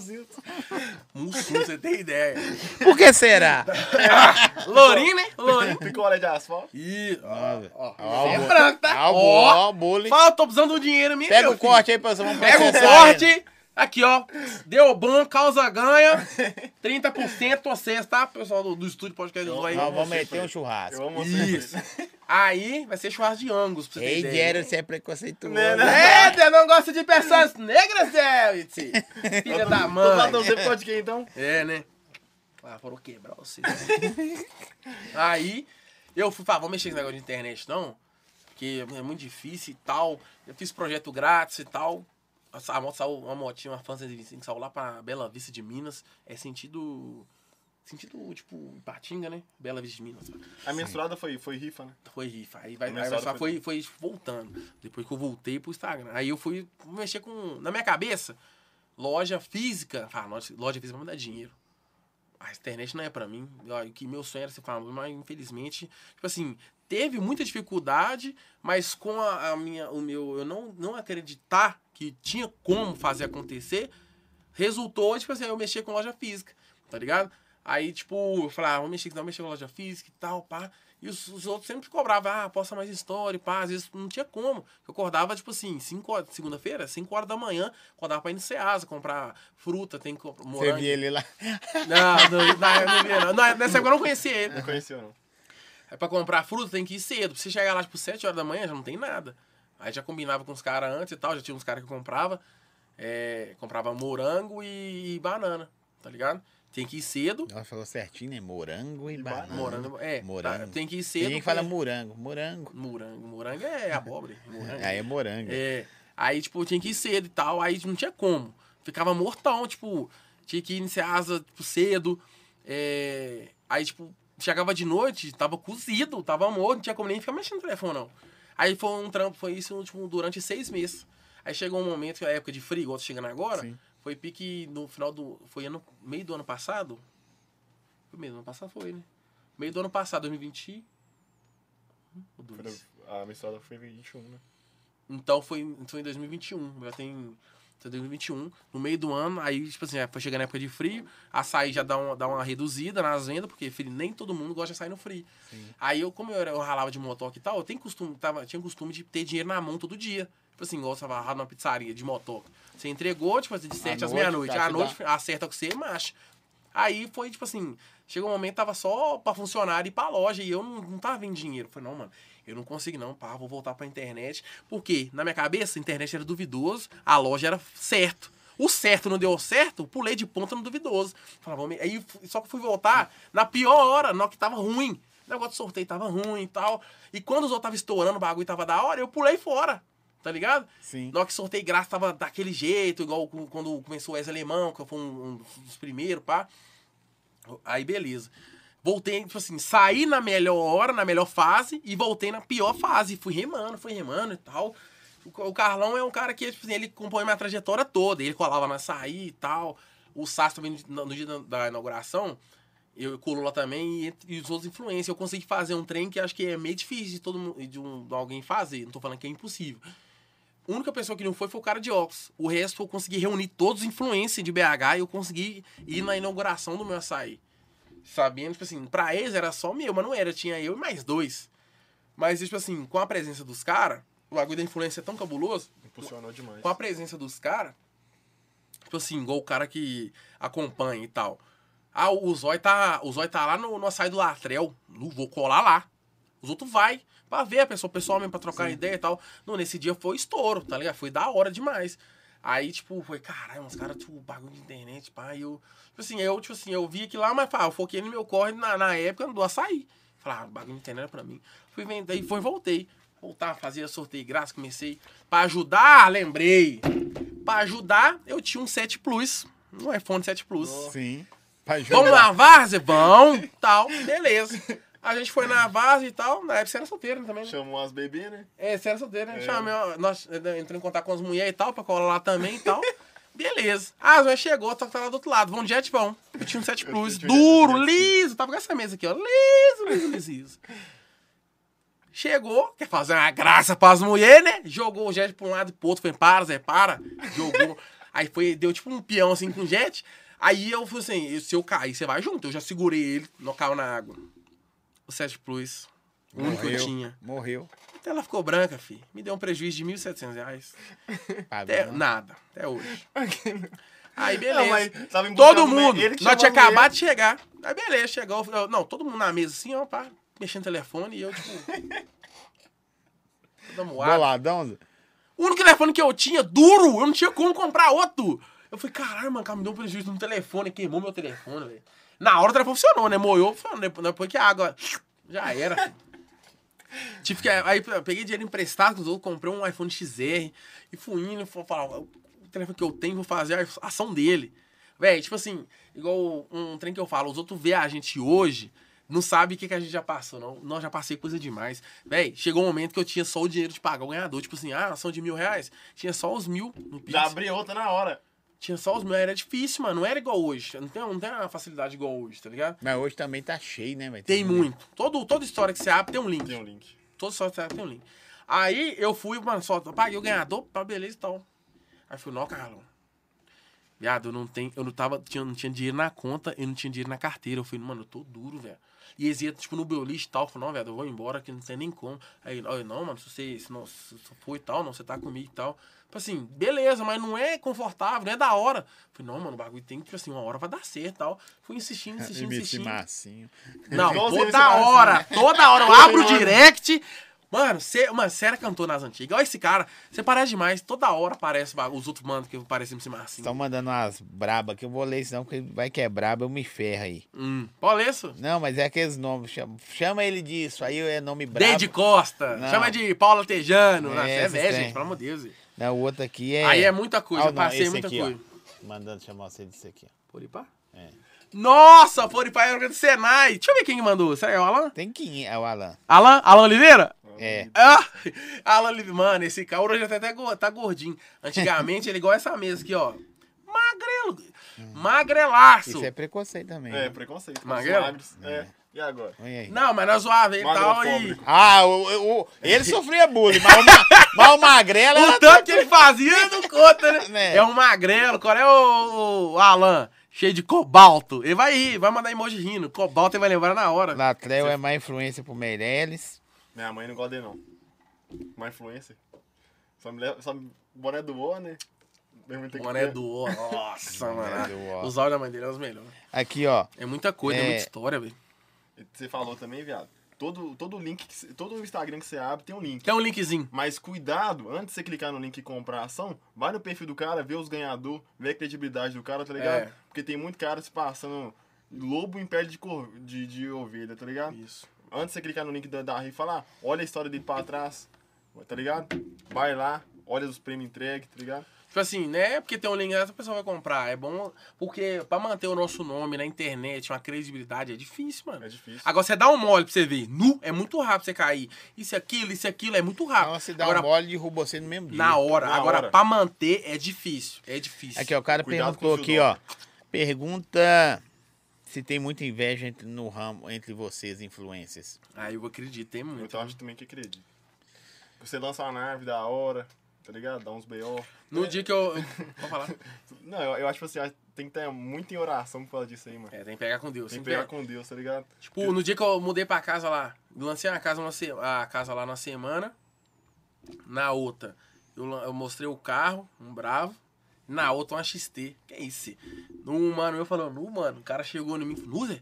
A: Mussum, pra você tem ideia.
B: Por que será?
A: Lourinho, né? Lourinho.
C: Picolé de asfalto.
A: Ih, ó, ó.
B: Ó,
A: Você
B: o
A: é
B: bo-
A: branco, tá?
B: ó, o bo-
A: Ó,
B: ó, o bullying.
A: fala, tô precisando do dinheiro mesmo.
B: Pega
A: meu
B: o
A: filho.
B: corte aí, pessoal. Vamos
A: Pega o
B: processar ele.
A: corte. Aqui, ó. Deu bom, causa ganha. 30% vocês, tá? Pessoal do, do estúdio podcast do aí.
B: Nós vamos meter
C: Fred.
B: um churrasco.
C: Eu amo
A: Isso.
C: você.
A: Aí vai ser churrasco de Angus, pra você ter
B: Ei,
A: ideia.
B: Jerry, você é preconceituoso.
C: Né, né?
A: É, eu não gosto de pessoas negras, Elliot. Filha da
C: Tô falando
A: mãe.
C: você por causa de quem, então?
A: É, né? Ah, foram quebrar vocês. Aí, eu fui, falar, vou mexer com esse negócio de internet, não? Porque é muito difícil e tal. Eu fiz projeto grátis e tal. Essa- A moto saiu, uma motinha, uma Fan 125, saiu lá pra Bela Vista de Minas. É sentido... Sentido, tipo, Ipatinga, né? Bela Vista de Minas.
C: A menstruada foi, foi rifa, né?
A: Foi rifa. Aí, vai,
C: Minha
A: aí
C: sala
A: só
C: foi-
A: foi, foi voltando. Depois que eu voltei pro Instagram. Aí eu fui mexer com. Na minha cabeça, loja física. Ah, loja, loja física vai me dar dinheiro. A internet não é pra mim. Ó, O que meu sonho era ser famoso, mas infelizmente, tipo assim, teve muita dificuldade, mas com a, a minha, o meu, eu não, não acreditar que tinha como fazer acontecer, resultou, tipo assim, eu mexer com loja física, tá ligado? Aí, tipo, eu falava, ah, vou mexer, não, mexer com loja física e tal, pá. E os, os outros sempre cobravam, ah, posta mais história, pá. Às vezes não tinha como. Eu acordava, tipo assim, cinco horas, segunda-feira, 5 horas da manhã, acordava pra ir no Ceasa comprar fruta, tem que comprar
B: Você
A: morango.
B: viu ele lá.
A: Não, não, não, não, via, não. Não, Nessa época eu não conhecia ele.
C: Não conheceu, não.
A: Aí É pra comprar fruta tem que ir cedo. Pra você chegar lá, tipo, 7 horas da manhã, já não tem nada. Aí já combinava com os caras antes e tal, já tinha uns caras que comprava. é, comprava morango e, e banana, tá ligado? Tem que ir cedo.
B: Nós falou certinho, né? Morango e,
C: E
B: banana.
A: Morango, é,
B: Morango.
A: tá, tem que ir
B: Tem
A: cedo.
B: gente que fala
A: porque-
B: morango. Morango.
A: morango. Morango é abóbora. Morango.
B: Aí é morango.
A: É. Aí, tipo, eu tinha que ir cedo e tal. Aí não tinha como. Ficava mortão, tipo, tinha que iniciar asa tipo, cedo. É, Aí, tipo, chegava de noite, tava cozido, tava morto, não tinha como nem ficar mexendo no telefone, não. Aí foi um trampo, foi isso tipo, durante seis meses. Aí chegou um momento, que a época de frio, igual tá chegando agora,
B: Sim.
A: foi pique no final do. Foi ano, meio do ano passado? Foi meio do ano passado, foi, né? Meio do ano passado, 2020. Hum, ou
C: Foi
A: dois?
C: no- A menstruada foi 21, né?
A: Então foi, foi em 2021. Já tem. Então, 2021, no meio do ano, aí, tipo assim, foi chegando a época de frio, açaí já dá uma, dá uma reduzida nas vendas, porque filho, nem todo mundo gosta de açaí no frio. Aí eu, como eu, era, eu ralava de motoca e tal, eu tenho costume, tava, tinha costume de ter dinheiro na mão todo dia. Tipo assim, igual você vai ralava numa pizzaria de motoca. Você entregou, tipo assim, de 7 às
B: noite,
A: meia-noite.
B: tá,
A: À
B: te
A: noite, acerta com você e marcha. Aí foi tipo assim, chegou um momento tava só pra funcionário e pra loja e eu não, não tava vendo dinheiro. Falei, não, mano, eu não consigo não, pá, vou voltar pra internet. Porque na minha cabeça a internet era duvidoso, a loja era certo. O certo não deu certo, pulei de ponta no duvidoso. Falava, "Vamos-" aí f- só que fui voltar na pior hora, na hora que tava ruim. O negócio de sorteio tava ruim e tal. E quando os outros tava estourando, o bagulho tava da hora, eu pulei fora. Tá ligado?
H: Sim.
A: Na hora que sorteio graça tava daquele jeito, igual com- quando começou o Wesley Alemão, que eu fui um, um dos primeiros, pá. Aí beleza. Voltei, tipo assim, saí na melhor hora, na melhor fase, e voltei na pior fase. Fui remando, fui remando e tal. O Ca- O Carlão é um cara que, tipo assim, ele compõe minha trajetória toda. Ele colava na saí e tal. O Sass também, no, no dia da- da inauguração, eu colo lá também e, e os outros influencers. Eu consegui fazer um trem que acho que é meio difícil de todo mundo, de, um, de alguém fazer. Não tô falando que é impossível. A única pessoa que não foi foi o cara de óculos. O resto eu consegui reunir todos os influencers de BH e eu consegui ir na inauguração do meu açaí. Sabendo, tipo assim, pra eles era só meu, mas não era. Tinha eu e mais dois. Mas, tipo assim, com a presença dos caras, o bagulho da influência é tão cabuloso
C: Impulsionou demais.
A: com a presença dos caras, tipo assim, igual o cara que acompanha e tal. Ah, o Zói tá, o Zói tá lá no, no açaí do Latrel. Não vou colar lá. Os outros vai pra ver a pessoa, o pessoal mesmo, pra trocar ideia e tal. Não, nesse dia foi estouro, tá ligado? Foi da hora demais. Aí, tipo, foi, caralho, uns caras, tipo, bagulho de internet, pá, e eu... Tipo assim, eu, tipo assim, eu vi aqui lá, mas, pá, eu foquei no meu corre na, na época do açaí. Falei, ah, bagulho de internet é pra mim. Fui vender, e foi, voltei. Voltar, fazia sorteio de graça, comecei. Pra ajudar, lembrei. Pra ajudar, eu tinha um 7 Plus, um iPhone 7 Plus.
H: Sim. Pra
A: Vamos
H: jogar.
A: na várzea? Vamos, tal, beleza. A gente foi na várzea e tal, na época você era solteiro né, também, né?
C: Chamou as bebês, né?
A: É, você era solteiro, né? Chamei, ó, nós entramos em contato com as mulheres e tal, pra colar lá também e tal. Beleza. Ah, as mulheres chegou, só que tá lá do outro lado. Vão de jet, vão. Eu tinha um 7 Plus,
C: tinha um jet,
A: duro,
C: jet ski.
A: liso. Tava com essa mesa aqui, ó. Liso, liso, liso, liso. Chegou, quer fazer uma graça pras mulheres, né? Jogou o jet pra um lado e pro outro. Falei, para, Zé, para. Jogou. Aí foi, deu tipo um peão assim com o jet. Aí eu falei assim, se eu cair, você vai junto. Eu já segurei ele, não caiu na água. O 7 Plus, o único um que eu tinha.
H: Morreu.
A: Até Então ela ficou branca, fi. Me deu um prejuízo de R$ 1.700. reais.
B: Pagou,
A: Até,
B: né?
A: nada, até hoje. Aí,
C: É Não,
A: beleza.
C: mas tava em busca da
A: todo
C: mulher,
A: mundo.
C: ele que
A: Nós
C: chamou
A: tinha
C: a mulher.
A: acabado de chegar. Aí, beleza, chegou. eu- não, todo mundo na mesa assim, ó, pá, mexendo no telefone e eu, tipo. toda moada.
H: Boladão. Zé?
A: O único telefone que eu tinha, duro, eu não tinha como comprar outro. Eu falei, caralho, mano, cara, me deu um prejuízo no telefone, queimou meu telefone, velho. Na hora o telefone funcionou, né? Moiou, funcionou. Depois- depois que a água já era. Tive que. Aí eu peguei dinheiro emprestado com os outros, comprei um iPhone XR e fui indo, fui falar, o telefone que eu tenho, vou fazer a ação dele. Véi, tipo assim, igual um trem que eu falo, os outros vê a gente hoje, não sabe o que, que a gente já passou, não. Nós já passei coisa demais. Véi, chegou um momento que eu tinha só o dinheiro de pagar o ganhador. Tipo assim, ah, ação de mil reais, tinha só os mil no Pix.
C: Já abri outra na hora.
A: Tinha só os mil, era difícil, mano. Não era igual hoje. Não tem, não tem uma facilidade igual hoje, tá ligado?
H: Mas hoje também tá cheio, né, velho?
B: Uhum.
A: Tem muito. Todo, toda história que você abre tem um link.
C: Tem um link.
A: Todo sócio tem um link. Aí eu fui, mano, só paguei o ganhador, tá beleza e tal. Aí eu fui, não, Carlão. Viado, eu não tenho, eu não tava, tinha, não tinha dinheiro na conta, eu não tinha dinheiro na carteira. Eu falei, mano, eu tô duro, velho. E eles iam, tipo, no Beolist e tal. Eu falei, não, viado, eu vou embora, que não tem nem como. Aí, ele, olha, não, mano, se você, se não, se você for e tal, não, você tá comigo e tal. Tipo assim, beleza, mas não é confortável, não é da hora. Eu falei, não, mano, o bagulho tem que, tipo assim, uma hora vai dar certo e tal. Fui insistindo, insistindo,
H: MC
A: insistindo.
H: Massinho.
A: Não,
C: Igual você
A: toda
C: disse,
A: hora,
B: assim, né?
A: toda hora. Eu
C: Toda
A: abro o
C: hora.
A: direct. Mano, você mano, cê era um cantor nas antigas. Olha esse cara, você parece demais. Toda hora aparece ba- os outros manos que parecem MC Marcinho.
B: Estão mandando umas braba que eu vou ler, senão que vai que é braba, eu me ferro aí.
A: Hum, olha isso.
B: Não, mas é aqueles nomes. Chama, chama ele disso, aí é nome brabo.
A: Dede Costa,
B: Não.
A: chama de Paula Tejano.
B: É,
A: Nossa, É,
B: esses
A: velho,
B: trem.
A: gente, pelo amor de Deus.
B: Não, o outro aqui é.
A: Aí é muita coisa,
B: Ah,
A: eu
B: não,
A: passei
B: esse
A: muita
B: aqui, ó.
A: coisa.
B: Mandando chamar você disso aqui. ó.
A: Foripá?
B: É.
A: Nossa, Foripá era do Senai. Deixa eu ver quem que mandou. Será que é o Alan?
B: Tem quem é o Alan.
A: Alan? Alan Oliveira?
B: É.
A: Ah, Alan Livre, mano, esse cara hoje até tá go- tá gordinho. Antigamente ele é igual essa mesa aqui, ó. Magrelo. Magrelaço.
B: Isso é preconceito também.
C: É,
B: né?
C: preconceito. com os
A: Magrelo?
C: Magros. É. E agora?
B: Olha aí.
A: Não, mas nós zoava ele tá, e tal e...
C: Magrofóbico.
B: Ah, o, o- ele sofria bullying, mas o, ma, mas o magrelo
A: O
B: era
A: tanto que ele fazia não conta, né?
B: Né?
A: É um magrelo, qual é o, o Alan? Cheio de cobalto. Ele vai ir, vai mandar emoji rindo. Cobalto ele vai lembrar na hora.
B: Latreu é má influência pro Meirelles.
C: Minha mãe não gosta dele, não. Uma influencer. Só me leva. Só me... Boné do O, né? Minha mãe tem que
A: Mané
C: ver.
A: é do O. Nossa,
H: Mané do O.
A: mano. Os áudios da mãe dele eram os melhores.
B: Aqui, ó.
A: É muita coisa, é,
B: É.
A: muita história, velho.
C: E Você falou também, viado. Todo, todo link, que cê- todo Instagram que você abre tem um link.
A: Tem um linkzinho.
C: Mas cuidado, antes de você clicar no link e comprar a ação, vai no perfil do cara, vê os ganhadores, vê a credibilidade do cara, tá ligado?
A: É.
C: Porque tem muito cara se passando lobo em pele de, cor, de, de ovelha, tá ligado?
A: Isso.
C: Antes de você clicar no link da, da Ri e falar, olha a história dele pra trás, tá ligado? Vai lá, olha os prêmios entregues, tá ligado?
A: Tipo assim, né? Porque tem um link, essa pessoa vai comprar. É bom. Porque pra manter o nosso nome na internet, uma credibilidade, é difícil, mano.
C: É difícil.
A: Agora você dá um mole pra você ver. Nu, é muito rápido você cair. Isso, aquilo, isso, aquilo, é muito rápido.
B: Nossa, se dá
A: Agora,
B: um mole, derruba você no mesmo dia.
A: na hora.
C: Na
A: Agora,
C: hora.
A: pra manter, é difícil. É difícil.
B: Aqui, ó, o cara
C: Cuidado com
B: perguntou
C: o fio
B: aqui, ó. Pergunta se tem muita inveja entre, no ramo entre vocês, influencers.
A: Aí eu acredito, tem muito.
C: Então acho também que acredito. Você lança uma nave da hora, tá ligado? Dá uns BO.
A: No dia que eu. eu- Vou falar.
C: Não, eu, eu acho que assim, acho que tem que ter muito em oração por causa disso aí, mano.
A: É, tem que pegar com Deus.
C: Tem
A: tem
C: que
A: que
C: pegar com Deus, tá ligado?
A: Tipo, no dia que eu mudei pra casa lá, lancei a casa, uma se- a casa lá na semana. Na outra, eu, lan- eu mostrei o carro, um bravo. Na outra, uma XT. Que é isso? Um mano meu falou, nu, mano, o cara chegou em mim e falou, nu, Zé,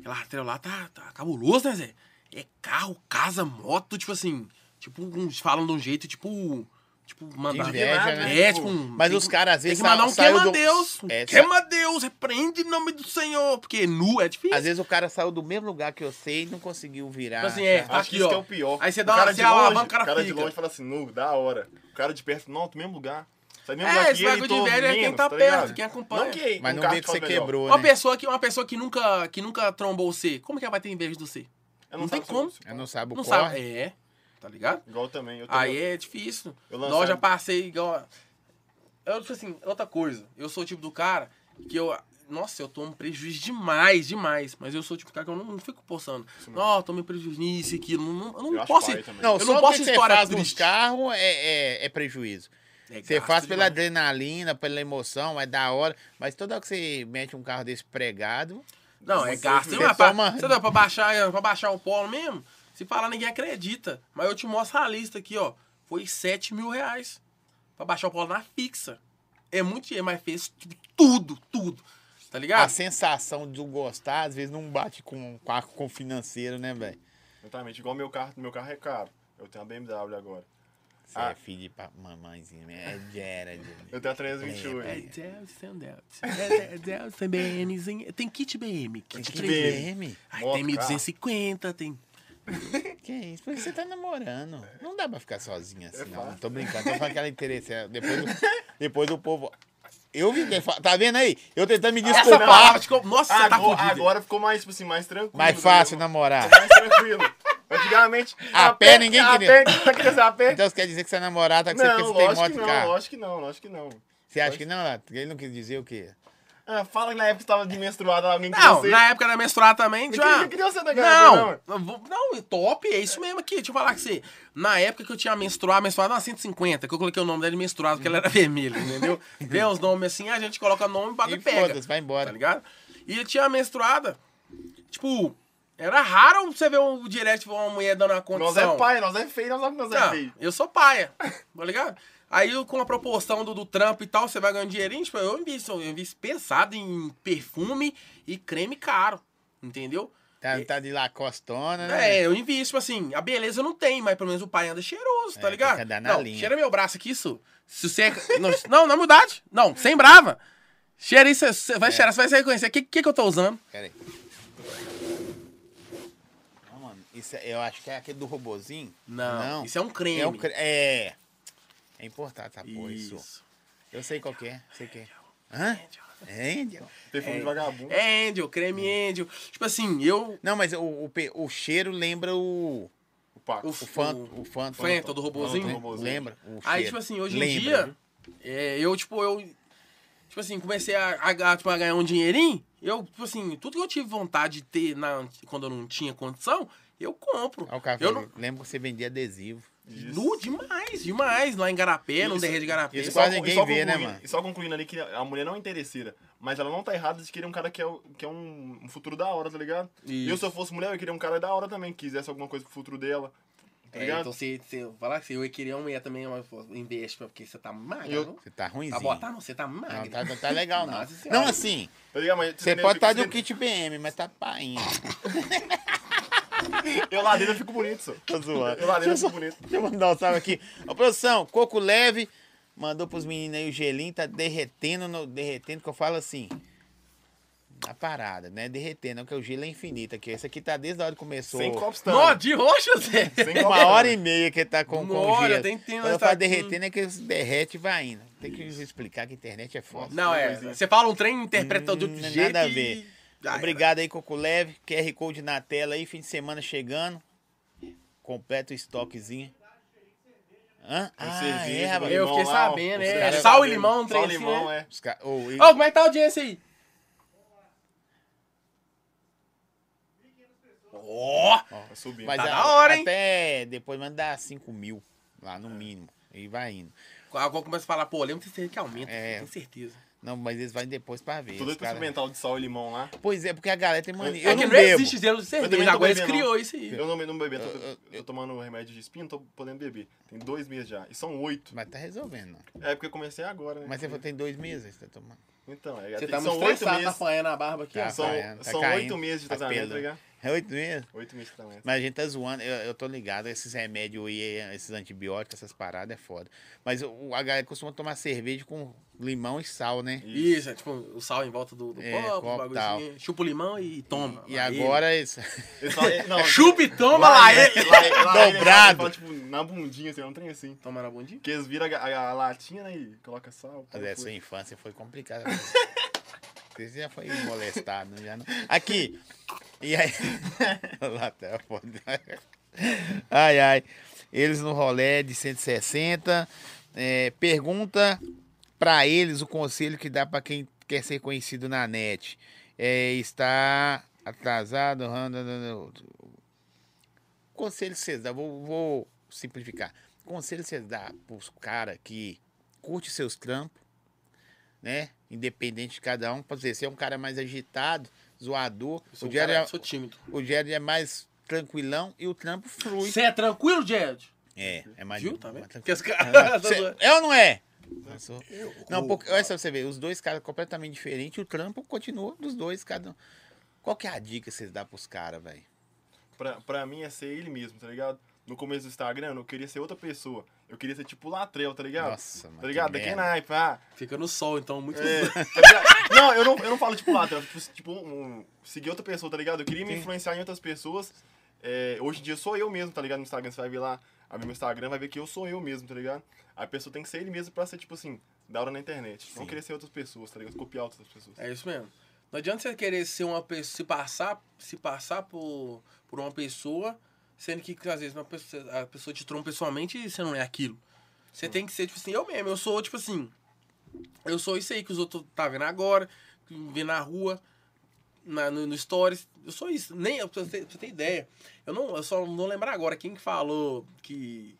A: aquela lateral lá tá, tá cabuloso, né, Zé? É carro, casa, moto, tipo assim. Tipo, uns falam de um jeito, tipo. Tipo, mandar.
B: inveja,
C: né?
A: É, tipo, um-
B: Mas
A: tem
B: os
A: que-
B: caras, às
A: Tem
B: vezes,
A: que mandar um
B: sa- saiu
A: queima
B: do-
A: Deus.
B: É, sa-
A: queima Deus, repreende em nome do Senhor. Porque nu é difícil.
B: Às vezes o cara saiu do mesmo lugar que eu sei e não conseguiu virar.
A: Tipo assim, é,
B: sabe?
A: tá
C: Acho
A: aqui,
C: que isso
A: ó.
C: que é o pior.
A: Aí você
C: O
A: dá uma-
C: cara
A: você
C: de
A: alavanca,
C: longe,
A: o cara
C: de
A: fica.
C: longe fala assim, nu, da hora. O cara de perto, não, do mesmo lugar. Sai do
A: É,
C: mesmo lugar
A: esse
C: que ele,
A: bagulho de
C: tô
A: velho é quem
C: menos,
A: tá
C: ligado?
A: perto, quem acompanha.
C: Não que
B: Mas
C: um
B: não
C: cara
B: vê que
C: fala
B: você
C: melhor.
B: quebrou,
A: Uma
B: né?
A: pessoa que uma pessoa que nunca que nunca trombou você, como que ela vai ter inveja de você?
C: Eu
A: Não tem
C: sabe se
A: como.
C: eu-
B: Eu não sabe o
A: Não
B: corre.
A: sabe, é. Tá ligado?
C: Igual também. Eu
A: Aí
C: tenho-
A: é difícil.
C: Eu
A: Nós
C: lançava-
A: já passei igual Eu tipo assim, outra coisa. Eu sou o tipo do cara que eu nossa, eu tomo prejuízo demais, demais. Mas eu sou o tipo do cara que eu não, não fico postando. Ó, tomei prejuízo nisso, aquilo. Não, eu não
C: eu acho
A: posso.
C: pai também.
B: Não,
A: É, Eu
B: só
A: não
B: o
A: posso
B: que você
A: história
B: faz nos
A: triste.
B: carros é, é- é prejuízo.
A: É
B: Você
A: gasto
B: faz pela
A: demais.
B: adrenalina, pela emoção, é da hora. Mas toda hora que você mete um carro desse pregado,
A: Não, é
C: Mas
A: gasto.
C: você
A: Você, pra,
B: toma-
A: você dá pra baixar, é, pra baixar o polo mesmo? Se falar, ninguém acredita. Mas eu te mostro a lista aqui, ó. Foi 7 mil reais pra baixar o polo na fixa. É muito dinheiro, mas fez tipo, tudo, tudo. Tá
B: a
A: ligado?
B: sensação de gostar, às vezes, não bate com com- com o financeiro, né, velho?
C: Exatamente. Igual meu carro, meu carro é caro. Eu tenho a BMW agora.
B: Você
C: Ah.
B: é filho de pa- mamãezinha, né? é Gerard. né?
C: Eu tenho a 328.
A: É Deus, sem Deus. É Deus, tem BMzinho. Tem kit BM. Kit
B: Que
A: 3M.
B: BM?
A: Aí
C: Moto,
A: tem 1250, tem.
B: Que isso? Por que você tá namorando? Não dá pra ficar sozinha assim,
C: É
B: não.
C: fácil.
B: Tô brincando, tô falando aquela interesse. é, Depois, do- depois o povo. Eu vim. Tá vendo aí? Eu tentando me
A: Essa
B: desculpar.
A: palavra ficou. Nossa, você tá
C: Agora,
A: fudido.
C: agora ficou mais, tipo assim, mais tranquilo.
B: Mais
C: tá
B: fácil
C: ligado?
B: namorar.
C: Mais tranquilo. Antigamente.
B: A pé ninguém
C: a
B: queria.
C: pé, ninguém queria ser a pé.
B: Então você quer dizer que você é namorada, que você, que
C: Não,
B: você tem
C: lógico
B: moto
C: que
B: e
C: não,
B: carro.
C: lógico que não, lógico que não.
B: Você acha que não? Lato? Ele não quis dizer o quê?
C: Ah, fala que na época você tava de menstruada, alguém queria
A: Não,
C: ser.
A: na época da menstruar também,
C: Mas
A: já.
C: quem- quem queria ser daquela
A: não,
C: época,
A: não, não, top, é isso mesmo aqui. Deixa eu falar com você. Na época que eu tinha menstruado, menstruado na 150, que eu coloquei o nome dela de menstruado, porque ela era vermelha, entendeu? Vê os nomes assim, a gente coloca nome e o
B: E
A: bagulho pega.
B: foda-se, vai
A: Tá
B: embora.
A: ligado? E eu tinha menstruada. Tipo, era raro você ver o direct de uma mulher dando uma
C: Nós
A: condição.
C: é pai, nós é feio, nós sabemos
B: né,
C: que nós é
A: Não,
C: feio.
A: eu sou paia, tá ligado? Aí eu, com a proporção do, do trampo e tal, você vai ganhando dinheirinho. Tipo, eu invisto, eu invisto pesado em perfume e creme caro, entendeu?
B: Tá, tá de lacostona, né?
A: É, eu invisto, tipo assim, a beleza não tem, mas pelo menos o pai anda cheiroso, tá
B: É,
A: ligado?
B: tem que andar na
A: não,
B: linha.
A: cheira meu braço aqui, isso. Se você. é- não, não, na humildade. Não, sem brava. Cheira isso, você
B: É.
A: vai cheirar, você vai se reconhecer. O que, que, que eu tô usando?
B: Pera aí. Não, mano, isso é- eu acho que é aquele do robozinho.
A: Não, isso é um creme.
B: É, um cre- é. É importado essa porra, isso.
A: Isso.
B: Eu sei qual que é, sei que é. Hã? É, Angel.
C: Perfume de vagabundo.
A: É Angel, creme
B: Hum.
A: Angel. Tipo assim, eu.
B: Não, mas o, o, pe- o cheiro lembra o.
C: O Paco.
A: o
B: O Phantom. O, Phantom.
A: Phantom do robozinho?
B: Phantom, né? Lembra? O
A: Aí,
B: cheiro.
A: tipo assim, hoje em
B: Lembra, né?
A: dia,
B: viu?
A: é, eu, tipo, eu. Tipo assim, comecei a, a- a, tipo, a ganhar um dinheirinho. Eu, tipo assim, tudo que eu tive vontade de ter na, quando eu não tinha condição, eu compro.
B: Olha É o café.
A: eu não,
B: Lembro que você vendia adesivo.
A: nu, demais, demais. Lá em Garapé, não
C: Isso.
A: derrete de Garapé.
B: Isso
C: E só
B: quase
C: con-
B: ninguém
C: e só
B: vê, né,
C: concluindo-
B: mano?
C: E só concluindo ali que a mulher não é interesseira, mas ela não tá errada de querer um cara que é, o- que é um, um futuro da hora, tá ligado?
A: Isso.
C: Eu, se eu fosse mulher, eu queria um cara da hora também, que quisesse alguma coisa pro futuro dela, Tá
A: É,
C: ligado?
A: então você, você falar que eu queria uma mulher também, mas pô, investe porque você tá magro.
C: Eu-
A: não?
B: Você tá ruimzinho.
A: Tá botar, não? Você tá
B: Não,
A: magro.
B: tá, tá- tá legal, não.
A: Nossa Senhora.
B: Não, assim,
C: Tá ligado? Mas
B: você
C: entendeu? assim,
B: pode
C: Eu
B: estar
C: fico-
B: do kit BM, mas tá painho.
C: Eu lá dentro eu fico bonito, só.
B: Tô zoando.
C: Eu lá dentro
B: Deixa
C: eu fico
B: eu,
C: bonito.
B: deixa eu mandar um salve aqui. Ô, produção, Coco Leve mandou pros meninos aí o gelinho, tá derretendo, no- derretendo, que eu falo assim. A parada, né? Derretendo, porque o gelo é infinito aqui. Esse aqui tá desde a hora que começou.
C: Sem copo stand.
A: Não, de roxo, Zé.
C: Sem copo
B: Uma
C: stand.
B: hora e meia que ele tá com,
A: Uma
B: com
A: hora,
B: gelo.
A: tem tempo,
B: Quando eu
A: tá
B: falo
A: com-
B: derretendo é que eles derrete e vai indo. Tem que explicar que a internet é forte.
A: Não, é. Você fala um trem, interpreta de outro
B: Não tem
A: jeito.
B: nada a
A: e-
B: ver.
C: é
A: Já era.
B: Obrigado aí, Coco Leve. QR Code na tela aí, fim de semana chegando. Completa o estoquezinho. Hã? Ah,
C: cerveja,
B: é, rapaz.
A: Eu
C: Um limão
A: fiquei
C: lá, ó.
A: sabendo,
C: Os
A: é.
C: caras
A: Sal e
C: sabendo.
A: limão, um trem
C: Sal e
A: assim,
C: limão, é.
B: Os ca- Ô, e-
A: Ô, como é que tá a audiência aí? Ó!
C: Tá subindo.
B: Mas
A: Tá
B: a-
A: da hora, hein?
B: Até depois mandar 5 mil lá, no mínimo. E vai indo.
A: Agora começa a falar, pô, lembra que você que aumenta,
B: É.
A: tenho certeza.
B: Não, mas eles vão depois pra ver.
C: Tô
B: os
C: doido
B: é
C: pra
B: cara-
C: experimentar o de sal e limão lá.
B: Pois é, porque a galera tem mania.
A: é que
B: Eu não
A: não
B: bebo.
A: existe gelo de
C: também
A: cerveja,
C: não tô
A: agora eles
C: bebendo,
A: criou
C: não.
A: isso aí.
C: Eu não, não bebi, eu tô, eu tô tomando remédio de espinho, não tô podendo beber. Tem dois meses já. E são oito.
B: Mas tá resolvendo. não.
C: É porque eu comecei agora, né?
B: Mas você falou, tem dois meses que você tá tomando.
C: Então, é,
A: Você
C: tem-
A: tá
C: são
A: muito
C: oito
A: estressado, tá
C: meses.
A: apanhando a barba aqui,
B: Tá,
A: ó.
C: São,
B: apanhando, tá
C: são
B: caindo,
C: oito meses de
B: tá
C: tratamento, tá
B: pelando.
C: ligado?
B: É oito meses?
C: Oito meses de tratamento.
B: Mas a gente tá zoando, eu, eu tô ligado, esses remédios aí, esses antibióticos, essas paradas é foda. Mas o, a galera costuma tomar cerveja com limão e sal, né?
A: Isso, é tipo o sal em volta do, do
B: É,
A: copo,
B: copo,
A: o bagulho assim. Chupa o limão e toma.
B: E
A: lá ele.
B: agora isso.
C: Eles falam- é, não,
A: Chupa e toma lá ele!
C: lá- lá- lá-
B: Dobrado.
C: eles falam, tipo, na bundinha, assim, é um trem assim.
A: Toma na bundinha?
C: Porque eles viram a, a- a latinha, né, e colocam sal.
B: Mas
C: pô,
B: é,
C: pô.
A: assim.
B: sua infância foi complicada. Você já foi molestado, já não. Aqui! E aí. Lá tá foda. Ai, ai. Eles no rolé de 160. É, pergunta pra eles o conselho que dá pra quem quer ser conhecido na net. É, está atrasado. hã, hã, hã, hã. Conselho que vocês dão, vou, vou simplificar. Conselho que vocês dão pros caras que curte seus trampos, né? Independente de cada um. Pode ser, você é um cara mais agitado, zoador.
A: Eu
B: O
A: sou, um
B: Jared
A: cara-
B: é,
A: sou tímido.
B: o Jared é mais tranquilão e o trampo flui.
A: Você é tranquilo, Jared?
B: É, é mais,
A: Viu, tá vendo?
B: mais
A: Porque
B: tranquilo.
A: os caras... tá
B: Cê- um é ou não
A: Né?
B: é? Passou. Não,
A: o-
B: porque, olha só pra você ver, os dois caras completamente diferentes, o trampo continua dos dois, cada um. Qual que é a dica que vocês dão pros caras, velho?
C: Pra, pra mim é ser ele mesmo, tá ligado? No começo do Instagram, eu não queria ser outra pessoa. Eu queria ser tipo o Latreu, tá ligado?
B: Nossa, mano.
C: Tá ligado?
B: que
C: Daquele
B: merda.
C: naipe, ah,
A: Fica no sol, então, muito...
C: É, tá ligado? não, eu não, eu não falo tipo lá, tá? tipo, tipo um, seguir outra pessoa, tá ligado? Eu queria me influenciar em outras pessoas. É, hoje em dia sou eu mesmo, tá ligado? No Instagram, você vai ver lá, abrir meu Instagram, vai ver que eu sou eu mesmo, tá ligado? A pessoa tem que ser ele mesmo pra ser, tipo assim, da hora na internet. Não querer ser outras pessoas, tá ligado? Copiar outras pessoas.
A: É isso mesmo. Não adianta você querer ser uma pessoa, se passar, se passar por, por uma pessoa, sendo que às vezes uma pessoa, a pessoa te trompa pessoalmente e você não é aquilo. Você tem que ser, tipo assim, eu mesmo, eu sou, tipo assim, eu sou isso aí que os outros tá vendo agora, que me vê na rua, na, no, no stories, eu sou isso. Nem, pra você, pra você ter ideia, eu, não, eu só não vou lembrar agora quem que falou que...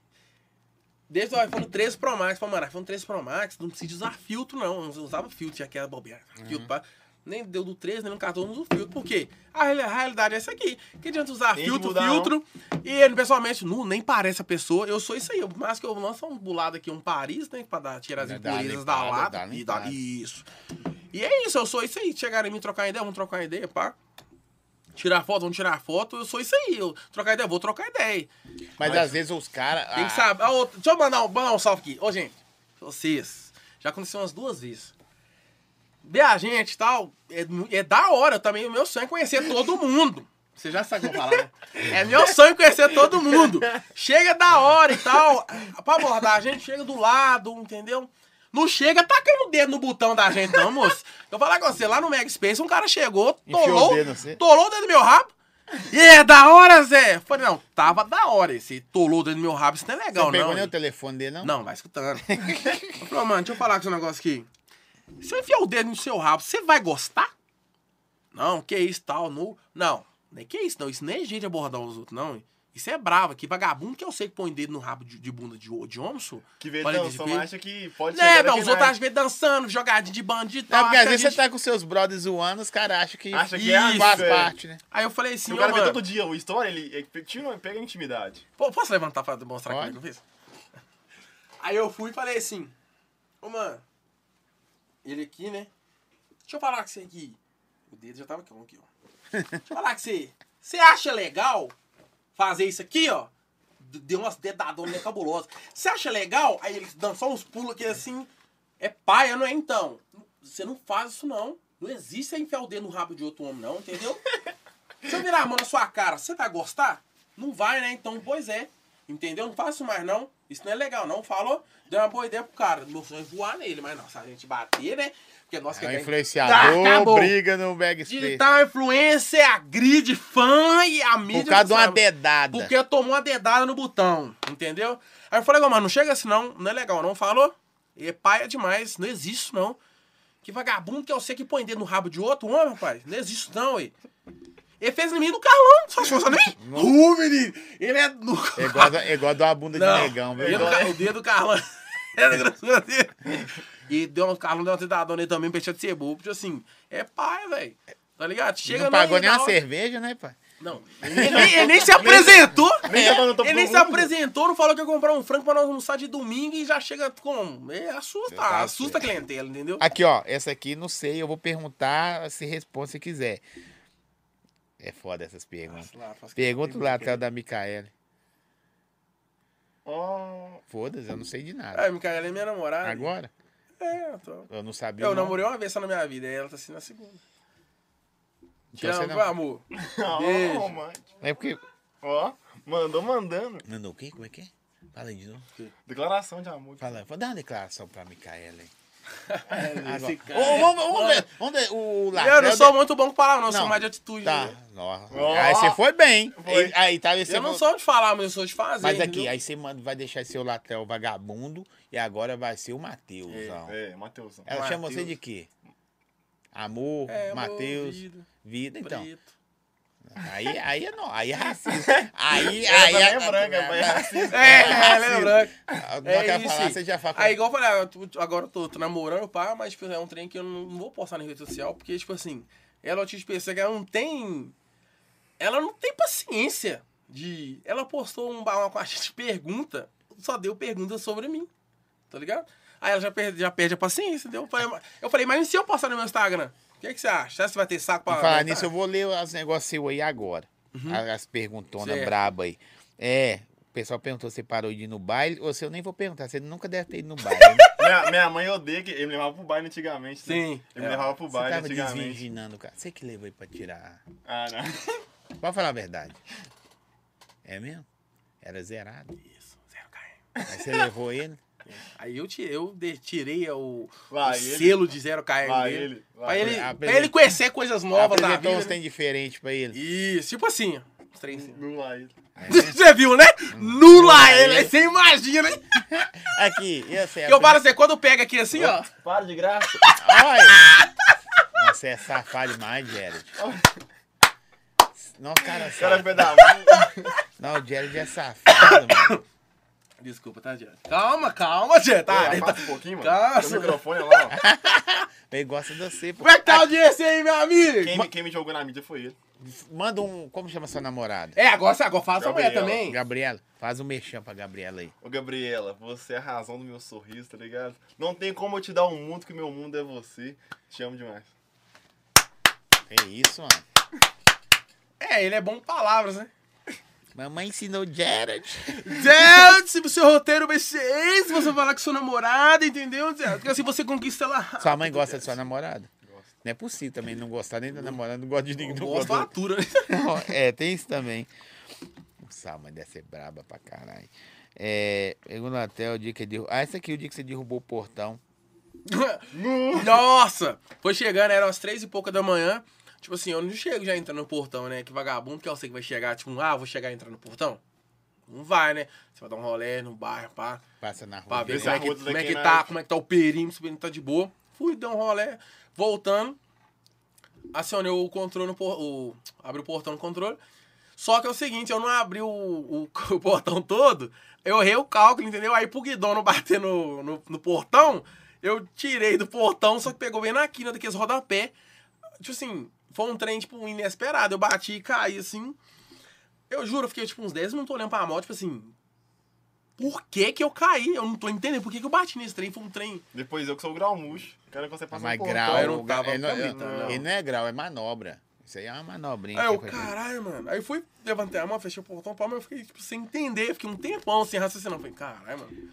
A: Desde o iPhone 13 Pro Max, falou, mano, iPhone 13 Pro Max, não precisa usar filtro, não. Eu não usava filtro, tinha aquela bobeira.
C: Uhum.
A: Filtro, pá. Nem deu do 13, nem no 14, não uso filtro. Por quê? A reali- a realidade é essa aqui. Que adianta usar
C: Tem que
A: filtro,
C: mudar,
A: filtro. E ele, pessoalmente, não, nem parece a pessoa. Eu sou isso aí. Por mais que eu lanço um bulado aqui, um Paris, né? Pra dar, tirar as
B: Dá- dá
A: impurezas da
B: limpada, dá
A: lata. E dá,
B: limpada.
A: isso. E é isso, eu sou isso aí. Chegaram em mim, trocar ideia, vamos trocar ideia, pá. Tirar foto, vamos tirar foto. Eu sou isso aí. Eu trocar ideia, vou trocar ideia.
B: Mas às vezes os caras.
A: Tem que saber. Ah, ô, deixa eu mandar um, mandar um salve aqui. Ô, gente, vocês. Já aconteceu umas duas vezes. Ver a gente e tal, é, mu- é da hora também. O meu sonho é conhecer todo mundo. Você já sabe o que eu vou falar, né? É meu sonho conhecer todo mundo. Chega da hora e tal. Pra abordar a gente, chega do lado, entendeu? Não chega tacando o dedo no botão da gente, não, moço. Eu vou falar com você, lá no Mega Space, um cara chegou,
B: Enfiou o
A: tolou,
B: dedo, assim.
A: tolou o dedo no meu rabo. E é da hora, Zé! Eu Falei, não, tava da hora esse tolou o dedo no meu rabo, isso não é legal,
B: Não, pegou
A: não.
B: nem o telefone dele, não?
A: Não, vai escutando. Eu falei, mano, deixa eu falar com esse negócio aqui. Se eu enfiar o dedo no seu rabo, você vai gostar? Não, que isso, tal, nu. Não, nem que isso, não. Isso nem é jeito de abordar os outros, não. hein? Isso é bravo, que vagabundo que eu sei que põe dedo no rabo de, de bunda de, de homem, só.
C: Que vê
A: Olha
C: não,
A: desse
C: só
A: jeito.
C: acha que pode chegar
A: Né,
C: daqui
A: velho, os
C: na-
A: outros às vezes dançando, jogadinho de bandido e
B: Não,
A: tal.
B: porque
A: acha
B: às
A: que
B: vezes
A: a
B: você tá com seus brothers zoando, os caras acham que
C: Acha que
A: é
B: faz
A: isso,
C: é.
B: parte, né?
A: Aí eu falei assim,
C: Se o
A: ó,
C: cara vê
A: mano,
C: todo dia o story, ele ele tira uma- pega a intimidade.
A: pô, posso levantar pra demonstrar
B: Pode.
A: como é que eu fiz? Aí eu fui e falei assim, ô, mano, ele aqui, né? Deixa eu falar com você aqui. O dedo já tava aqui, ó. aqui, ó. Deixa eu falar com você. Você acha legal fazer isso aqui, ó? D- Deu umas dedadonas né, cabulosas. Você acha legal? Aí ele dançou uns pulos aqui assim. É paia, não é então? Você não faz isso, não. Não existe você enfiar o dedo no rabo de outro homem, não, entendeu? Se eu virar a mão na sua cara, você vai gostar? Não vai, né? Então, pois é. Entendeu? Não faço mais, não. Isso não é legal, não. Falou, deu uma boa ideia pro cara. Meu sonho é voar nele, mas não, se a gente bater, né? Porque nós
B: É um
A: queremos-
B: influenciador,
A: Tá, acabou.
B: briga no backstage.
A: Digital influencer, agride fã e a mídia.
B: Por causa de
A: não
B: uma
A: sabe.
B: dedada.
A: Porque tomou uma dedada no botão, entendeu? Aí eu falei, "Ô, mano, não chega assim não, não é legal não, falou? E paia demais, não existe isso não. Que vagabundo que eu sei que põe dedo no rabo de outro homem, rapaz. Não existe isso não, ué. Ele fez em mim do Carlão, só achou isso nem? Uh, menino, ele é... No...
B: É igual, a- é igual a de uma bunda de negão,
A: o dedo
B: velho.
A: do Ca- O dedo do Carlão. Era a grossura dele. E deu um Carlão deu uma tentadona aí também, peixe de cebola. Tipo assim, é pai, velho. Tá ligado? Chega
B: Não pagou
A: na-
B: nem
A: na
B: uma
A: hora-
B: cerveja, né, pai?
A: Não. Ele nem, ele nem se apresentou.
C: nem tava no topo
A: ele nem
C: do
A: se
C: mundo.
A: apresentou, não falou que ia comprar um frango pra nós almoçar de domingo e já chega com. É, assusta,
B: Tá
A: assusta a clientela, entendeu?
B: Aqui, ó. Essa aqui, não sei. Eu vou perguntar se responde se quiser. É foda essas perguntas. Pergunta lá tá? até da Micaele.
C: Ó,
B: Foda-se, eu não sei de nada.
A: É, Micaela é minha namorada.
B: Agora?
A: É, eu tô.
B: Eu não sabia.
A: Eu
B: não.
A: namorei uma vez só na minha vida, e ela tá assim na segunda. Te
B: Então você
A: amo,
B: não-
A: meu amor. Beijo.
C: ó, mano.
B: É porque.
C: Ó, mandou mandando.
B: Não, não, o quê? Como é que é? Fala aí de novo.
C: Declaração de amor.
B: Fala, vou dar uma declaração pra Micaela aí.
A: Esse
B: Assim, Ô,
A: cara- é
B: Vamos vamos ver. Vamos ver. O Latel.
A: Eu não sou muito bom com palavra, não, eu sou
B: Não.
A: mais de atitude.
B: Tá.
A: né?
B: Nossa.
C: Ó.
B: Aí você foi bem.
C: Foi.
B: Aí, aí talvez você.
A: Eu não
B: vo-
A: sou de falar, mas eu sou de fazer.
B: Mas aqui,
A: entendeu?
B: aí você manda- vai deixar seu Latel vagabundo e agora vai ser o Mateusão.
C: É, é, Matheusão.
B: Ela chama você
A: Mateus.
B: de quê? Amor,
A: É, amor,
B: Mateus,
A: vida,
B: vida, então.
A: preto.
B: Aí, aí é não, aí é racista. Aí,
C: Ela
B: aí
C: também é branca, pai, é racista.
A: É, lembrando.
B: Não
A: É
B: quer
A: isso
B: falar,
A: aí.
B: você já fala.
A: Aí, igual eu falei, ah, tu- agora eu tô, tô namorando, pá, mas tipo, é um trem que eu não, não vou postar na rede social, porque, tipo assim, ela é o tipo de pessoa que ela não tem. Ela não tem paciência de. Ela postou um balão com a gente pergunta, só deu pergunta sobre mim, tá ligado? Aí ela já perde, já perde a paciência, entendeu? Eu falei, mas- eu falei, mas e se eu postar no meu Instagram? O que, é que você acha? Será que você vai ter saco pra.
B: Pra falar
A: voltar?
B: nisso, eu vou ler os negócios seus aí agora. As as perguntonas
A: Certo.
B: braba aí. É, o pessoal perguntou se você parou de ir no baile. Ou se eu nem vou perguntar, você nunca deve ter ido no baile. né?
C: minha, minha mãe odeia que ele me levava pro baile antigamente. né?
A: Sim.
C: Ele me levava pro
B: Você
C: baile
B: tava
C: antigamente.
B: desvirginando o cara. Você que levou ele pra tirar.
C: Ah, não.
B: Pode falar a verdade. É mesmo? Era zerado.
A: Isso, zero KM.
B: Aí você levou ele.
A: Aí eu tirei, eu de- tirei o,
C: Lá
A: o
C: ele.
A: selo de 0
B: é
A: KM
C: Lá
A: dele.
C: ele. Lá
A: pra, ele
B: ele.
A: pra ele conhecer coisas novas da
B: Apresentou
A: vida.
B: uns
A: né?
B: tem diferente pra ele.
A: Isso, tipo assim. Os trem assim.
C: Não lá ele.
A: Você viu, né? Nula ele, aí você imagina, hein?
B: Aqui, e você?
A: Que eu falo assim, quando pega aqui assim, ó.
C: Para de graça.
B: Olha! Você é safado demais, Jared. Não, cara, é
C: O cara
B: safado.
C: foi da mão.
B: Não, o Jared é safado, mano.
A: Desculpa, tá, Diante? Calma, calma, Diante. Tá,
C: Tá,
A: tá.
C: Afasta um pouquinho, mano.
A: Cansa.
C: Tem um microfone lá, ó.
B: Ele gosta de você. pô.
A: Como é que tá a audiência aí, meu amigo?
C: Quem, me- quem me jogou na mídia foi ele.
B: Manda um. Como chama sua namorada?
A: É, agora, você- agora fala sua mulher
C: Gabriela.
A: também.
B: Gabriela, faz um mexão pra Gabriela aí.
C: Ô, Gabriela, você é a razão do meu sorriso, tá ligado? Não tem como eu te dar um mundo que meu mundo é você. Te amo demais.
B: É isso, mano.
A: É, ele é bom com palavras, né?
B: Mamãe ensinou Jared.
A: Diante, se o seu roteiro vai ser esse, você falar com sua namorada, entendeu, Diante? Porque assim você conquista ela.
B: Sua mãe gosta de sua namorada?
C: Gosto.
B: Não é possível também não gostar nem da namorada, não gosta de ninguém. não
A: Gosta
B: gosta
A: da altura, né?
B: Não, é, tem isso também. Nossa, a mãe deve ser braba pra caralho. É, pergunta até o dia que derrubou. Ah, esse aqui é o dia que você derrubou o portão.
A: Nossa! Foi chegando, eram as três e pouca da manhã. Tipo assim, eu não chego já entrando no portão, né? Que vagabundo que eu sei que vai chegar, tipo, ah, vou chegar e entrar no portão. Não vai, né? Você vai dar um rolê no bairro, pá,
B: Passa na
A: pra
B: rua.
A: ver
C: Esse
A: como é, que,
C: arroz
A: como é
C: daqui
A: que
C: na-
A: tá, como é que tá o perímetro, se o perímetro tá de boa. Fui, dei um rolê, voltando. Acionei o controle no por... o... Abri o portão no controle. Só que é o seguinte, eu não abri o, o, o portão todo, eu errei o cálculo, entendeu? Aí pro guidono bater no, no, no portão, eu tirei do portão, só que pegou bem na quina daqueles rodapé. Tipo assim, foi um trem, tipo, inesperado. Eu bati e caí, assim. Eu juro, eu fiquei, tipo, uns 10 minutos olhando pra moto, tipo assim... Por que que eu caí? Eu não tô entendendo. Por que que eu bati nesse trem? Foi um trem...
C: Depois eu que sou o grau murcho, quero que você passe
B: Mas
C: um
B: grau, é
A: eu
C: portão.
A: não tava
B: ele, não, ele-
A: caminhando, não.
B: ele não é grau, é manobra. Isso aí é uma manobrinha.
A: Aí
B: que
A: eu,
B: foi feita.
A: caralho, mano. Aí eu fui, levantei a mão, fechei o portão, pá, mas eu fiquei, tipo, sem entender. Fiquei um tempão sem raciocinar. Falei, caralho, mano.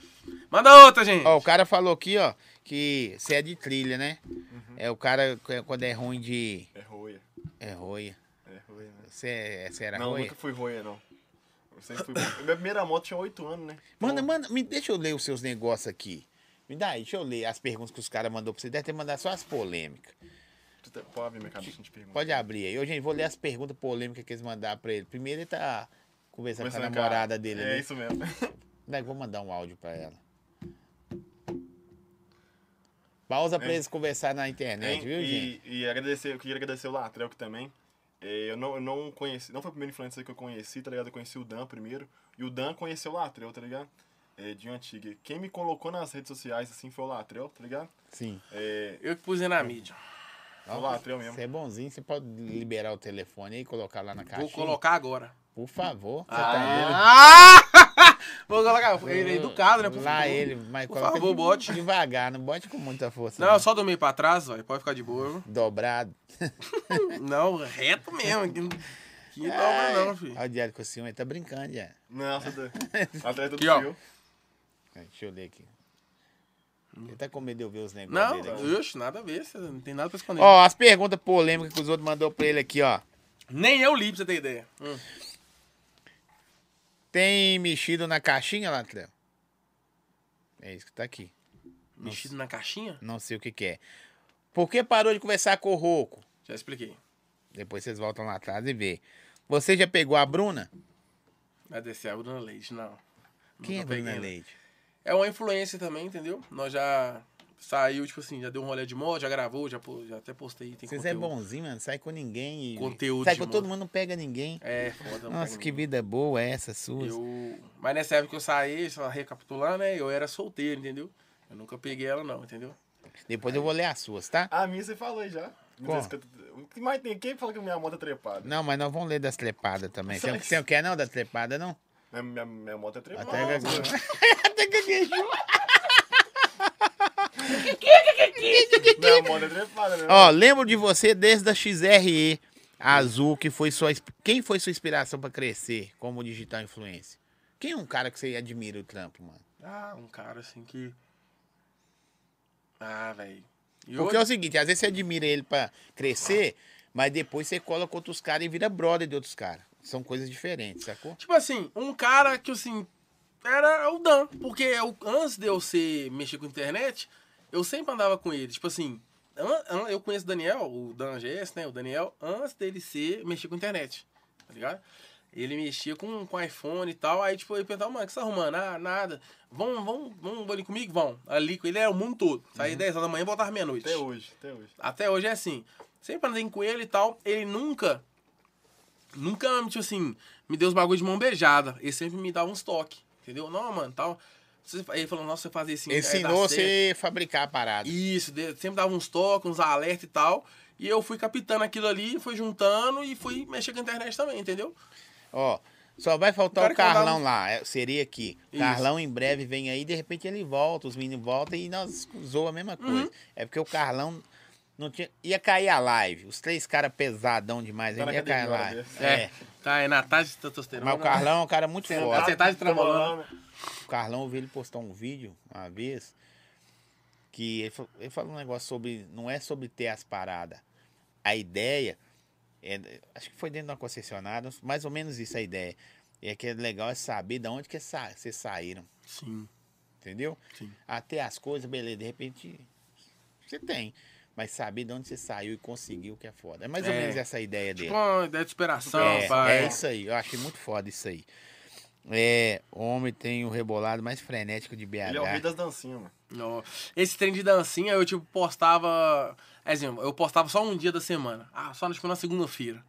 A: Manda outra, gente.
B: Ó, o cara falou aqui, ó, que você é de trilha, né?
A: Uhum.
B: É o cara, que- quando é ruim de...
C: É roia.
B: É roia.
C: É roia, né?
B: Você, é- você era
C: não,
B: roia?
C: nunca fui roia, não. Eu sempre fui bom. Minha primeira moto tinha 8 anos, né?
B: Manda, manda, me, deixa eu ler os seus negócios aqui. Me dá aí, deixa eu ler as perguntas que os caras mandou pra você. Deve ter mandado só as polêmicas.
C: Então, Pode abrir minha cabeça, a gente pergunta.
B: Pode abrir aí. Hoje eu vou ler as perguntas polêmicas que eles mandaram pra ele. Primeiro ele tá conversando com a
C: Começando com a-
B: namorada dele
C: É
B: ali. Né,
C: isso mesmo.
B: Daí eu vou mandar um áudio pra ela. Pausa pra
C: Hein?
B: eles conversar na internet,
C: Hein?
B: viu, gente?
C: e, e agradecer, eu queria agradecer o Latrelk também. É, eu, não, eu não conheci, não foi o primeiro influencer que eu conheci, tá ligado? Eu conheci o Dan primeiro. E o Dan conheceu o Latrel, tá ligado? É, de antiga. Quem me colocou nas redes sociais assim foi o Latrel, tá ligado?
B: Sim.
C: É,
A: Eu que pus ele na mídia.
C: foi o Latrel mesmo.
B: Você é bonzinho, você pode liberar o telefone aí e colocar lá na caixa.
A: Vou colocar agora.
B: Por favor. você tá
A: Ah! Vou colocar. Ele é educado, né? Por
B: lá
A: favor.
B: ele, mas
A: Por
B: coloca
A: favor,
B: de-
A: bote.
B: devagar, não bote com muita força.
A: Não, eu só do meio pra trás, ó. Pode ficar de boa.
B: Dobrado.
A: viu? Não, reto mesmo. Que, que dobra não, filho.
B: Olha o diário com o ciúme, ele tá brincando já.
C: Nossa, Dan. é Latrel do
A: Aqui, ó.
C: fio.
B: É, Deixa eu ler aqui. Ele tá com medo de eu ver os negócios
A: Hum. Não,
B: dele aqui.
A: oxe, nada a ver. Você não tem nada pra esconder.
B: Ó, as perguntas polêmicas que os outros mandou pra ele aqui, ó.
A: Nem eu li pra você ter ideia. Hum.
B: Tem mexido na caixinha, Latrel? É isso que tá aqui.
A: Mexido na caixinha?
B: Não sei o que que é. Por que parou de conversar com o Roco?
A: Já expliquei.
B: Depois vocês voltam lá atrás e vê. Você já pegou a Bruna?
A: Vai descer a Bruna Leite, não.
B: Quem é a
A: Nunca peguei
B: Bruna
A: ela.
B: Leite?
A: É uma influência também, entendeu? Nós já saiu, tipo assim, já deu um rolê de moda, já gravou, já, po- já até postei. Tem
B: Vocês é
A: conteúdo.
B: bonzinho, mano. Sai com ninguém. E...
A: Conteúdo
B: Sai
A: de
B: com
A: moda.
B: todo mundo, não pega ninguém.
A: É, foda. não
B: Nossa,
A: pega
B: que vida boa é essa sua.
A: Eu... Mas nessa época que eu saí, só recapitulando, né? Eu era solteiro, entendeu? Eu nunca peguei ela, não, entendeu?
B: Depois eu vou ler as suas, tá?
C: A minha você falou aí já. Me
B: Qual?
C: diz que eu- O que mais tem? Quem fala que minha moto é trepada?
B: Não, mas nós vamos ler das trepadas também. Você não, você não quer não da trepada, não?
C: Minha, minha, minha moto é trepada.
B: Até que... Até que
C: Minha moto é trepada, né?
B: Ó, lembro de você desde a XRE Azul, que foi sua... insp- Quem foi sua inspiração pra crescer como digital influencer? Quem é um cara que você admira o trampo, mano?
A: Ah, um cara assim que. Ah, velho. E
B: Porque é
A: hoje...
B: o seguinte, às vezes você admira ele pra crescer, mas depois você cola com outros caras e vira brother de outros caras. São coisas diferentes, sacou?
A: Tipo assim, um cara que assim. Era o Dan. Porque eu, antes de eu ser mexer com internet, eu sempre andava com ele. Tipo assim, an- an- eu conheço o Daniel, o Dan GS, né? O Daniel, antes dele ser mexer com internet. Tá ligado? Ele mexia com, com iPhone e tal. Aí, tipo, ele perguntava, mano, o que você tá arrumando? Ah, nada. Vão, vão, vão ali comigo? Vão. Ali com ele era o mundo todo. Saía 10 horas da manhã e voltava meia-noite.
C: Até hoje, até hoje.
A: Até hoje é assim. Sempre andei com ele e tal. Ele nunca. Nunca, tipo assim, me deu os bagulhos de mão beijada. Ele sempre me dava uns toques. Entendeu? Não, mano, tal. Você- Ele falou, nossa, você fazer assim.
B: Ele
A: aí dá
B: ensinou
A: certo.
B: você a fabricar a parada.
A: Isso, de- sempre dava uns toques, uns alertas e tal. E eu fui captando aquilo ali, fui juntando e fui mexer com a internet também, entendeu?
B: Ó, só vai
A: Cara
B: faltar o
A: que andava-
B: Carlão lá, é, seria aqui.
A: Isso.
B: Carlão em breve vem aí, de repente ele volta, os meninos voltam e nós zoa a mesma coisa. É porque o Carlão não tinha... ia cair a live. Os três caras pesadão demais,
C: Tá
B: ainda
C: na
B: ia cair a
C: academia,
B: live.
C: olha,
B: É.
A: Tá, é na tarde de testosterona.
B: Mas o Carlão é um cara muito
A: Tá,
B: forte.
A: você tá de
B: né?
A: trambolando.
C: né?
B: O Carlão, eu vi ele postar um vídeo uma vez que ele falou, ele falou um negócio sobre. Não é sobre ter as paradas. A ideia. é- acho que foi dentro de uma concessionária, mais ou menos isso a ideia. E é que é legal é saber de onde que sa- vocês saíram,
A: Sim,
B: entendeu?
A: Sim.
B: Até as coisas, beleza, de repente você tem. Mas saber de onde você saiu e conseguiu que é foda. É mais ou
A: É.
B: menos essa a ideia dele.
A: tipo uma ideia de superação,
B: É,
A: pai.
B: é isso aí, eu achei muito foda isso aí. É, homem tem o rebolado mais frenético de BH.
C: Ele é o rei das dancinhas, mano.
A: Não. Esse trem de dancinha eu, tipo, postava. Exemplo, eu postava só um dia da semana. Ah, só tipo, na segunda-feira.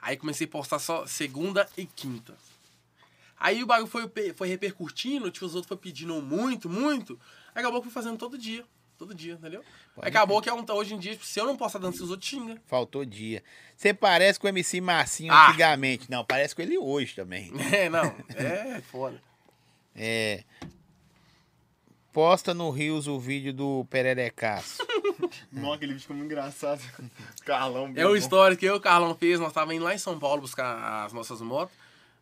A: Aí comecei a postar só segunda e quinta. Aí o bagulho foi, pe- foi repercutindo, tipo, os outros foram pedindo muito, muito. Aí acabou que eu fui fazendo todo dia. Todo dia, entendeu? Aí acabou que é um- hoje em dia, tipo, se eu não postar dança, os outros xingam.
B: Faltou dia. Você parece com o MC Marcinho
A: Ah.
B: antigamente. Não, parece com ele hoje também.
A: É, não. É foda.
B: É. Posta no Rios o vídeo do Pererecaço.
C: Não, aquele vídeo ficou muito engraçado. Carlão,
A: É uma
C: bom.
A: história que eu e o Carlão fez, nós tava indo lá em São Paulo buscar as nossas motos.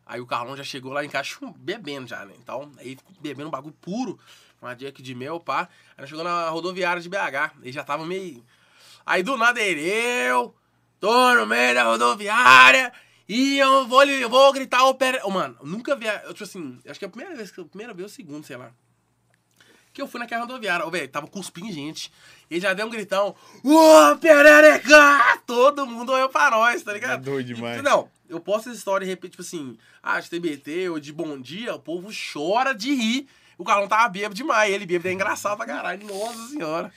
A: Aí o Carlão já chegou lá em casa chum- bebendo já, né? Então, aí ficou bebendo um bagulho puro, uma Jack de mel, pá. Aí nós chegou na rodoviária de BH, ele já tava meio... Aí do nada ele, eu tô no meio da rodoviária e eu vou, lhe- eu vou gritar o Pere... Ô, mano, eu nunca vi, a- eu, tipo assim, acho que é a primeira vez, que eu- primeira vez ou segunda, sei lá. Que eu fui naquela rodoviária, ô, velho, tava cuspindo gente. Ele já deu um gritão, ô, perereca! Todo mundo olhou pra nós, tá ligado?
B: É doido demais.
A: E, não, eu posto essa história e repito, tipo assim, ah, de TBT ou de Bom Dia, o povo chora de rir. O Carlão tava bêbado demais, ele bêbado é engraçado pra caralho, nossa senhora.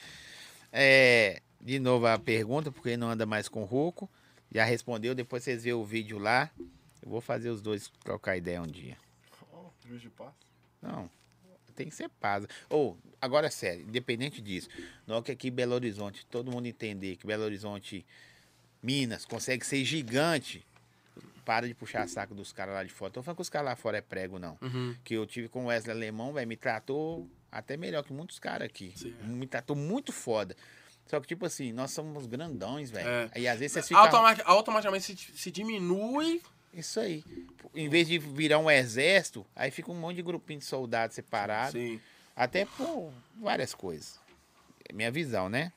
B: É, de novo a pergunta, porque não anda mais com o Ruco. Já respondeu, depois vocês vê o vídeo lá. Eu vou fazer os dois trocar ideia um dia.
C: Ó, Juiz de paz.
B: Não, tem que ser paz. Ou, agora é sério, independente disso. Não é que aqui em Belo Horizonte, todo mundo entender que Belo Horizonte, Minas, consegue ser gigante. Para de puxar saco dos caras lá de fora. Tô falando que os caras lá fora é prego, não. Que eu tive com o Wesley Alemão, velho, me tratou até melhor que muitos caras aqui.
A: Sim. é.
B: Me tratou muito foda. Só que, tipo assim, nós somos grandões, velho.
A: É.
B: Aí às vezes vocês ficam.
A: Automa- automaticamente se, se diminui.
B: Isso aí. Em vez de virar um exército, aí fica um monte de grupinho de soldados separados.
A: Sim.
B: Até por várias coisas. É minha visão, né?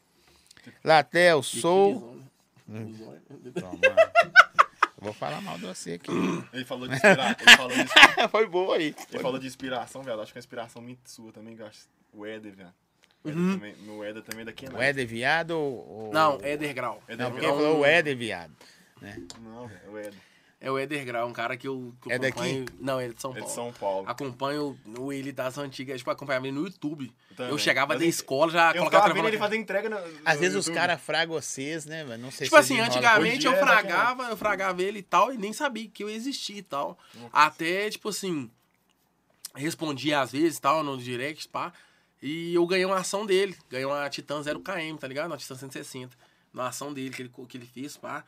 B: Latel, sou. Toma. Eu Vou falar mal de você aqui.
C: Ele falou de inspiração. Ele falou de,
B: É, Foi boa aí.
C: ele falou de inspiração, velho. Acho que é uma inspiração muito sua também, que eu acho. O Éder, velho. O Éder também- Meu Éder também é daqui,
B: Uhum. O Éder viado ou.
A: Não, é Eder Grau.
C: Éder
B: Não,
C: não,
B: porque
A: é
C: não,
A: um-
B: falou o Éder viado.
C: não, velho. O Éder.
A: É o Eder Grau, um cara que eu, que eu
B: É daqui?
A: acompanho. Não, ele é de São
C: É
A: Paulo.
C: de São Paulo.
B: Ah,
A: Acompanho o ele das antigas, tipo, acompanhava ele no YouTube.
C: Também.
A: Eu chegava
C: Mas
A: da
C: ele-
A: escola, já
C: Eu
A: colocava
C: tava
A: o
C: vendo
A: telefone
C: ele
A: aqui.
C: fazer entrega no, no
B: Às vezes os
C: YouTube.
B: caras fragam vocês, né, velho? Não sei
A: Tipo
B: se
A: assim,
B: desenrola.
A: antigamente
C: Hoje
A: eu
C: é
A: fragava, eu fragava ele e tal, e nem sabia que eu existia e tal. Até, tipo assim, respondia às vezes e tal, no direct, pá. E eu ganhei uma ação dele. Ganhei uma Titan 0KM, tá ligado? Uma Titan 160. Uma ação dele que ele, co- que ele fez, pá.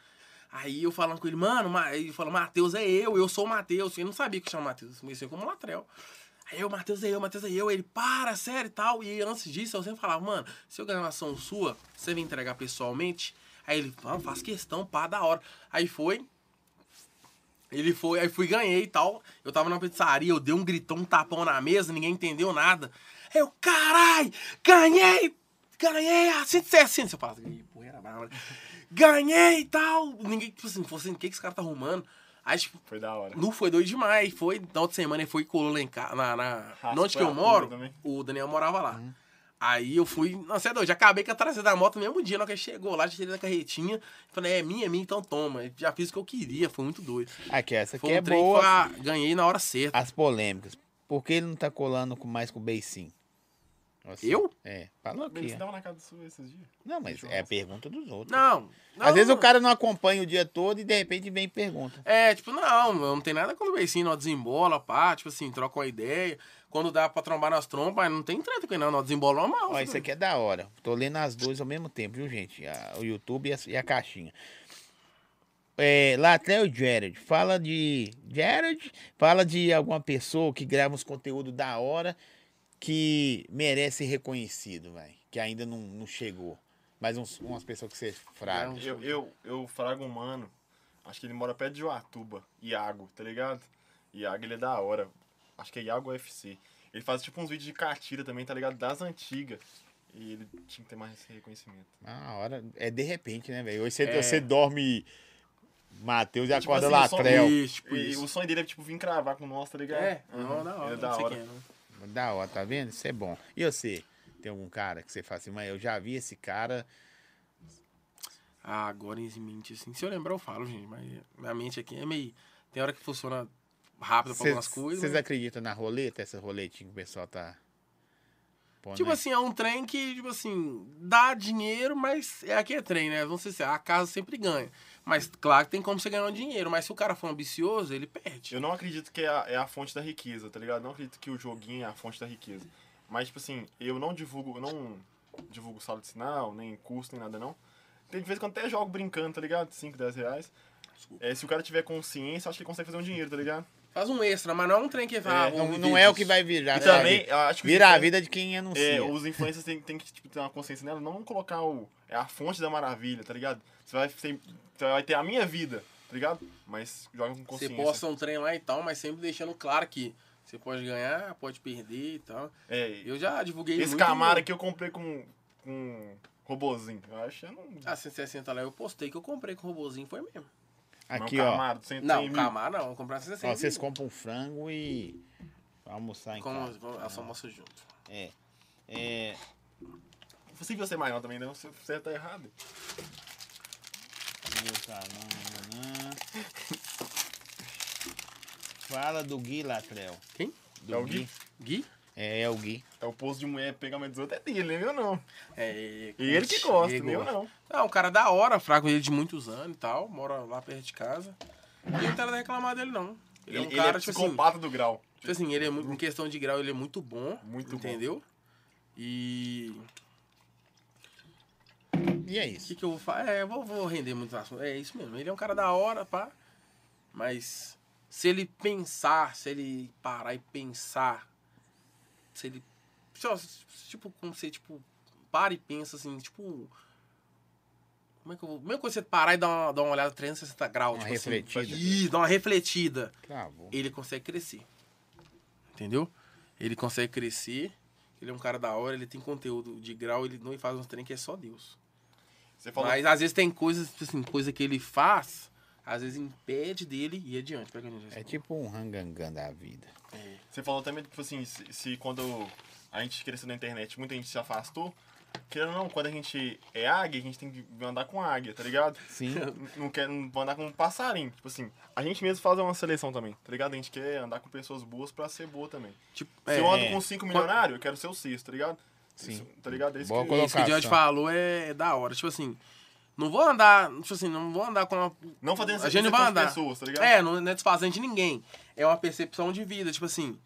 A: Aí eu falando com ele, mano, Ma- ele falou, Matheus é eu, eu sou o Matheus. Ele não sabia que eu chamava Matheus, eu conhecia como Latrel. Aí eu, Matheus é eu, Matheus é eu. Ele, para, sério e tal. E antes disso, eu sempre falava, mano, se eu ganhar uma ação sua, você vem entregar pessoalmente? Aí ele, vamos, faz questão, pá, da hora. Aí foi, ele foi, aí fui, ganhei e tal. Eu tava na pizzaria, eu dei um gritão, um tapão na mesa, ninguém entendeu nada. Aí eu, carai, ganhei! Ganhei a 160, você fala, "Ih, porra, era brava." ganhei e tal. Ninguém, tipo assim, falou assim, o que, que esse cara tá arrumando? Aí, tipo,
C: Foi da hora.
A: não foi doido demais. Foi, na outra semana, ele foi e colou lá em casa, na, na
C: Raspou
A: onde que eu
C: a bunda
A: moro,
C: também.
A: o Daniel morava lá. Aí eu fui, não sei, doido, já acabei com a traseira da moto no mesmo dia, na hora que ele chegou lá, já tirei da carretinha. Falei, é minha, é minha, então toma. Já fiz o que eu queria, foi muito doido.
B: Aqui, essa aqui
A: Foi um
B: é
A: trem que
B: boa.
A: foi a- ganhei na hora certa.
B: As polêmicas. Por que ele não tá colando com- mais com o Beicinho? Nossa,
A: Eu?
B: É, falou
C: Bem,
B: aqui.
C: Você
B: ó.
C: tava na casa sua esses dias?
B: Não, mas é a pergunta dos outros.
A: Não, não.
B: Às vezes o cara não acompanha o dia todo e de repente vem e pergunta.
A: É, tipo, não, eu não tem nada com o beicinho, nós desembola, pá, tipo assim, troca uma ideia. Quando dá pra trombar nas trompas, não tem treta com ele, não, nós desembola mal.
B: Ó, isso aqui é da hora. Tô lendo as duas ao mesmo tempo, viu, gente? A- o YouTube e a, e a caixinha. É, Latrell e Jared, fala de. Jared? Fala de alguma pessoa que grava uns conteúdos da hora que merece ser reconhecido, velho. Que ainda não, não chegou. Mas uns- umas pessoas que você é fraga.
A: Não.
C: Eu, eu, eu frago um mano. Acho que ele mora perto de Joatuba. Iago, tá ligado? Iago, ele é da hora. Acho que é Iago UFC. Ele faz tipo uns vídeos de catira também, tá ligado? Das antigas. E ele tinha que ter mais esse reconhecimento.
B: Na hora. É de repente, né, velho? Hoje você,
A: É.
B: você dorme. Matheus e
C: Tipo
B: acorda
C: assim, eu sou-
B: Latrell.
A: Isso, tipo
C: E
A: isso.
C: o sonho dele é tipo vir cravar com nós, tá ligado?
A: É,
C: Uhum.
A: não, da hora,
C: Ele é
A: não
C: da
A: sei
C: hora.
A: quem é, não.
B: Da hora, tá vendo? Isso é bom. E você? Tem algum cara que você fala assim, mas eu já vi esse cara.
A: Ah, agora em mente, assim, se eu lembrar eu falo, gente, mas minha mente aqui é meio... Tem hora que funciona rápido pra algumas coisas. né?
B: Vocês
A: mas-
B: acreditam na roleta, essa roletinha que o pessoal tá. Pô,
A: Tipo
B: né?
A: assim, é um trem que, tipo assim, dá dinheiro, mas é aqui é trem, né? Vamos dizer assim, a casa sempre ganha. Mas claro que tem como você ganhar um dinheiro, mas se o cara for ambicioso, ele perde.
C: Eu não acredito que é a, é a fonte da riqueza, tá ligado? Eu não acredito que o joguinho é a fonte da riqueza. Mas, tipo assim, eu não divulgo, eu não divulgo sala de sinal, nem curso, nem nada não. Tem de vez em quando até jogo brincando, tá ligado? 5, 10 reais. É, se o cara tiver consciência, eu acho que ele consegue fazer um dinheiro, tá ligado?
A: Faz um extra, mas não é um trem que vai.
C: É,
B: Não, não é o que vai virar.
C: E
B: sabe?
C: também, eu acho que os
B: é, Vira a
C: influen-
B: vida de quem anuncia.
C: é, os influencers têm, têm que tipo, ter uma consciência nela, não colocar o. É a fonte da maravilha, tá ligado? Você vai, ter- você vai ter a minha vida, tá ligado? Mas joga com
A: Você
C: consciência.
A: posta um trem lá e tal, mas sempre deixando claro que você pode ganhar, pode perder e tal.
C: É,
A: Eu já divulguei
C: Esse
A: muito-
C: Camaro aqui eu comprei com, com um robozinho. Eu acho que eu não.
A: A 160 lá eu postei que eu comprei com o robozinho, foi mesmo.
B: Aqui,
C: não, é um tá
B: ó.
C: Camaro, 100,
A: Não,
C: mil.
A: Camaro não, eu comprei a
B: Ó,
A: 160.
B: vocês compram um frango e. Pra almoçar em
A: Como,
B: casa.
A: vamos- só mostro junto.
B: É,
C: Se você mais não também, né? Você, você tá errado.
B: Meu canal, Fala do Gui Latrel.
A: Quem?
B: Do
C: É o Gui?
A: Gui?
B: É, é o Gui.
C: É o posto de mulher pegamento dos outros é dele, né? Eu não.
A: É,
C: E ele que gosta,
A: ele
C: né? Eu
A: gosta.
C: não.
A: Não, um cara da hora, fraco ele de muitos anos e tal, mora lá perto de casa. E eu não quero reclamar dele, não. Ele, é um cara, tipo assim,
C: psicopata do grau.
A: tipo assim, ele é muito, em questão de grau, ele é muito bom.
C: Muito bom.
A: Entendeu? E.
B: E é
A: O
B: isso.
A: que, que eu vou falar? É, eu vou, vou render muito assunto. É isso mesmo. Ele é um cara da hora, pá. Mas se ele pensar, se ele parar e pensar, se ele. só, Tipo, como você, tipo, para e pensa assim, tipo. Como é que eu vou. Mesmo quando você parar e dar uma, dar uma olhada 360 graus,
B: Uma
A: tipo assim,
B: refletida.
A: Ih, dá uma refletida.
B: Travou.
A: Ele consegue crescer. Entendeu? Ele consegue crescer. Ele é um cara da hora, ele tem conteúdo de grau, ele não faz uns trem que é só Deus.
C: Você falou.
A: Mas às vezes tem coisas, tipo assim, coisa que ele faz, às vezes impede dele ir adiante. Pega a gente.
B: É tipo um rangangan da vida.
C: Você falou também, tipo assim, se, se quando a gente cresceu na internet, muita gente se afastou. Querendo ou não, quando a gente é águia, a gente tem que andar com águia, tá ligado?
B: Sim.
C: Não quer não vou andar com um passarinho. Tipo assim, a gente mesmo faz uma seleção também, tá ligado? A gente quer andar com pessoas boas pra ser boa também.
A: Tipo,
C: Se
A: é,
C: eu ando
B: é.
C: com cinco milionários, eu quero ser o sexto, tá ligado?
B: Sim.
C: Isso, tá ligado? É isso
B: Boa
C: que...
B: colo-
A: isso que o Diante
B: colocação.
A: falou é, é da hora. Tipo assim, não vou andar, tipo assim, não vou andar com uma.
C: Não fazendo
A: a gente não
C: com
A: vai
C: as
A: andar.
C: pessoas, tá ligado?
A: É, não não é desfazendo de ninguém. É uma percepção de vida, tipo assim.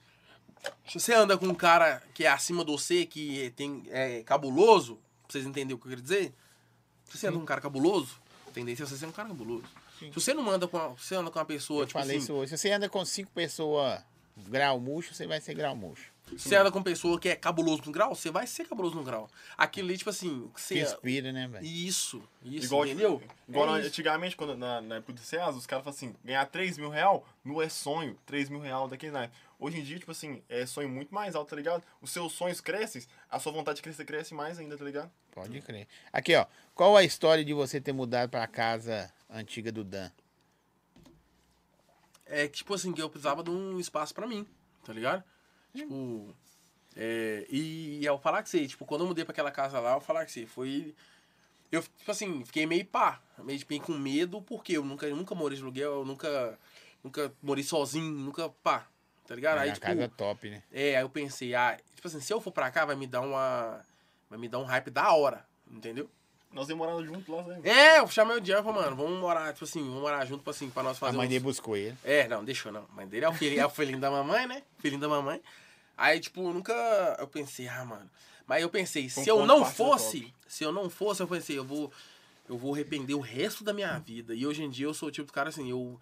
A: Se você anda com um cara que é acima de você, que é- tem, é cabuloso, pra vocês entenderem o que eu quero dizer, se você anda com um cara cabuloso, a tendência é você ser um cara cabuloso. Se você não anda com uma, se você anda com uma pessoa,
B: Eu
A: tipo
B: falei
A: assim,
B: isso hoje. Se você anda com cinco pessoas grau murcho, você vai ser grau murcho.
A: Você anda com pessoa que é cabuloso no grau, você vai ser cabuloso no grau. Aquilo ali, tipo assim, que
B: Que
A: você.
B: inspira, né, velho?
A: Isso, isso,
C: Igual,
A: entendeu?
C: igual
A: É
C: na-
A: isso.
C: antigamente, quando, na, na época do César, os caras falam assim, ganhar 3 mil real não é sonho, 3 mil real daquele naipe. Hoje em dia, tipo assim, é sonho muito mais alto, tá ligado? Os seus sonhos crescem, a sua vontade de crescer cresce mais ainda, tá ligado?
B: Pode crer. Aqui, ó. Qual a história de você ter mudado pra casa antiga do Dan?
A: É que, tipo assim, que eu precisava de um espaço pra mim, tá ligado? Tipo. É, e, e eu falar que você, tipo, quando eu mudei pra aquela casa lá, eu falar que você, foi. Eu, tipo assim, fiquei meio pá, meio tipo, com medo, porque eu nunca, eu nunca morei de aluguel, eu nunca, nunca morei sozinho, nunca pá, tá ligado?
B: Era
A: Aí,
B: uma
A: tipo,
B: casa top, né?
A: É, aí eu pensei, ah, tipo assim, se eu for pra cá, vai me dar uma. Vai me dar um hype da hora, entendeu?
C: Nós demoramos junto lá, né?
A: É, eu chamei o Jean e falei, mano, vamos morar, tipo assim, vamos morar junto, tipo assim, pra nós
B: A
A: fazer.
B: mãe
A: uns-
B: dele buscou ele.
A: É, não, deixou não. A mãe dele é o filhinho, é o filhinho da mamãe, né? Filhinho da mamãe. Aí, tipo, eu nunca. Eu pensei, ah, mano. Mas eu pensei,
C: Um
A: se eu
C: ponto
A: não
C: parceiro
A: fosse, se eu não fosse, eu pensei, eu vou. Eu vou arrepender o resto da minha vida. E hoje em dia eu sou o tipo de cara assim, eu.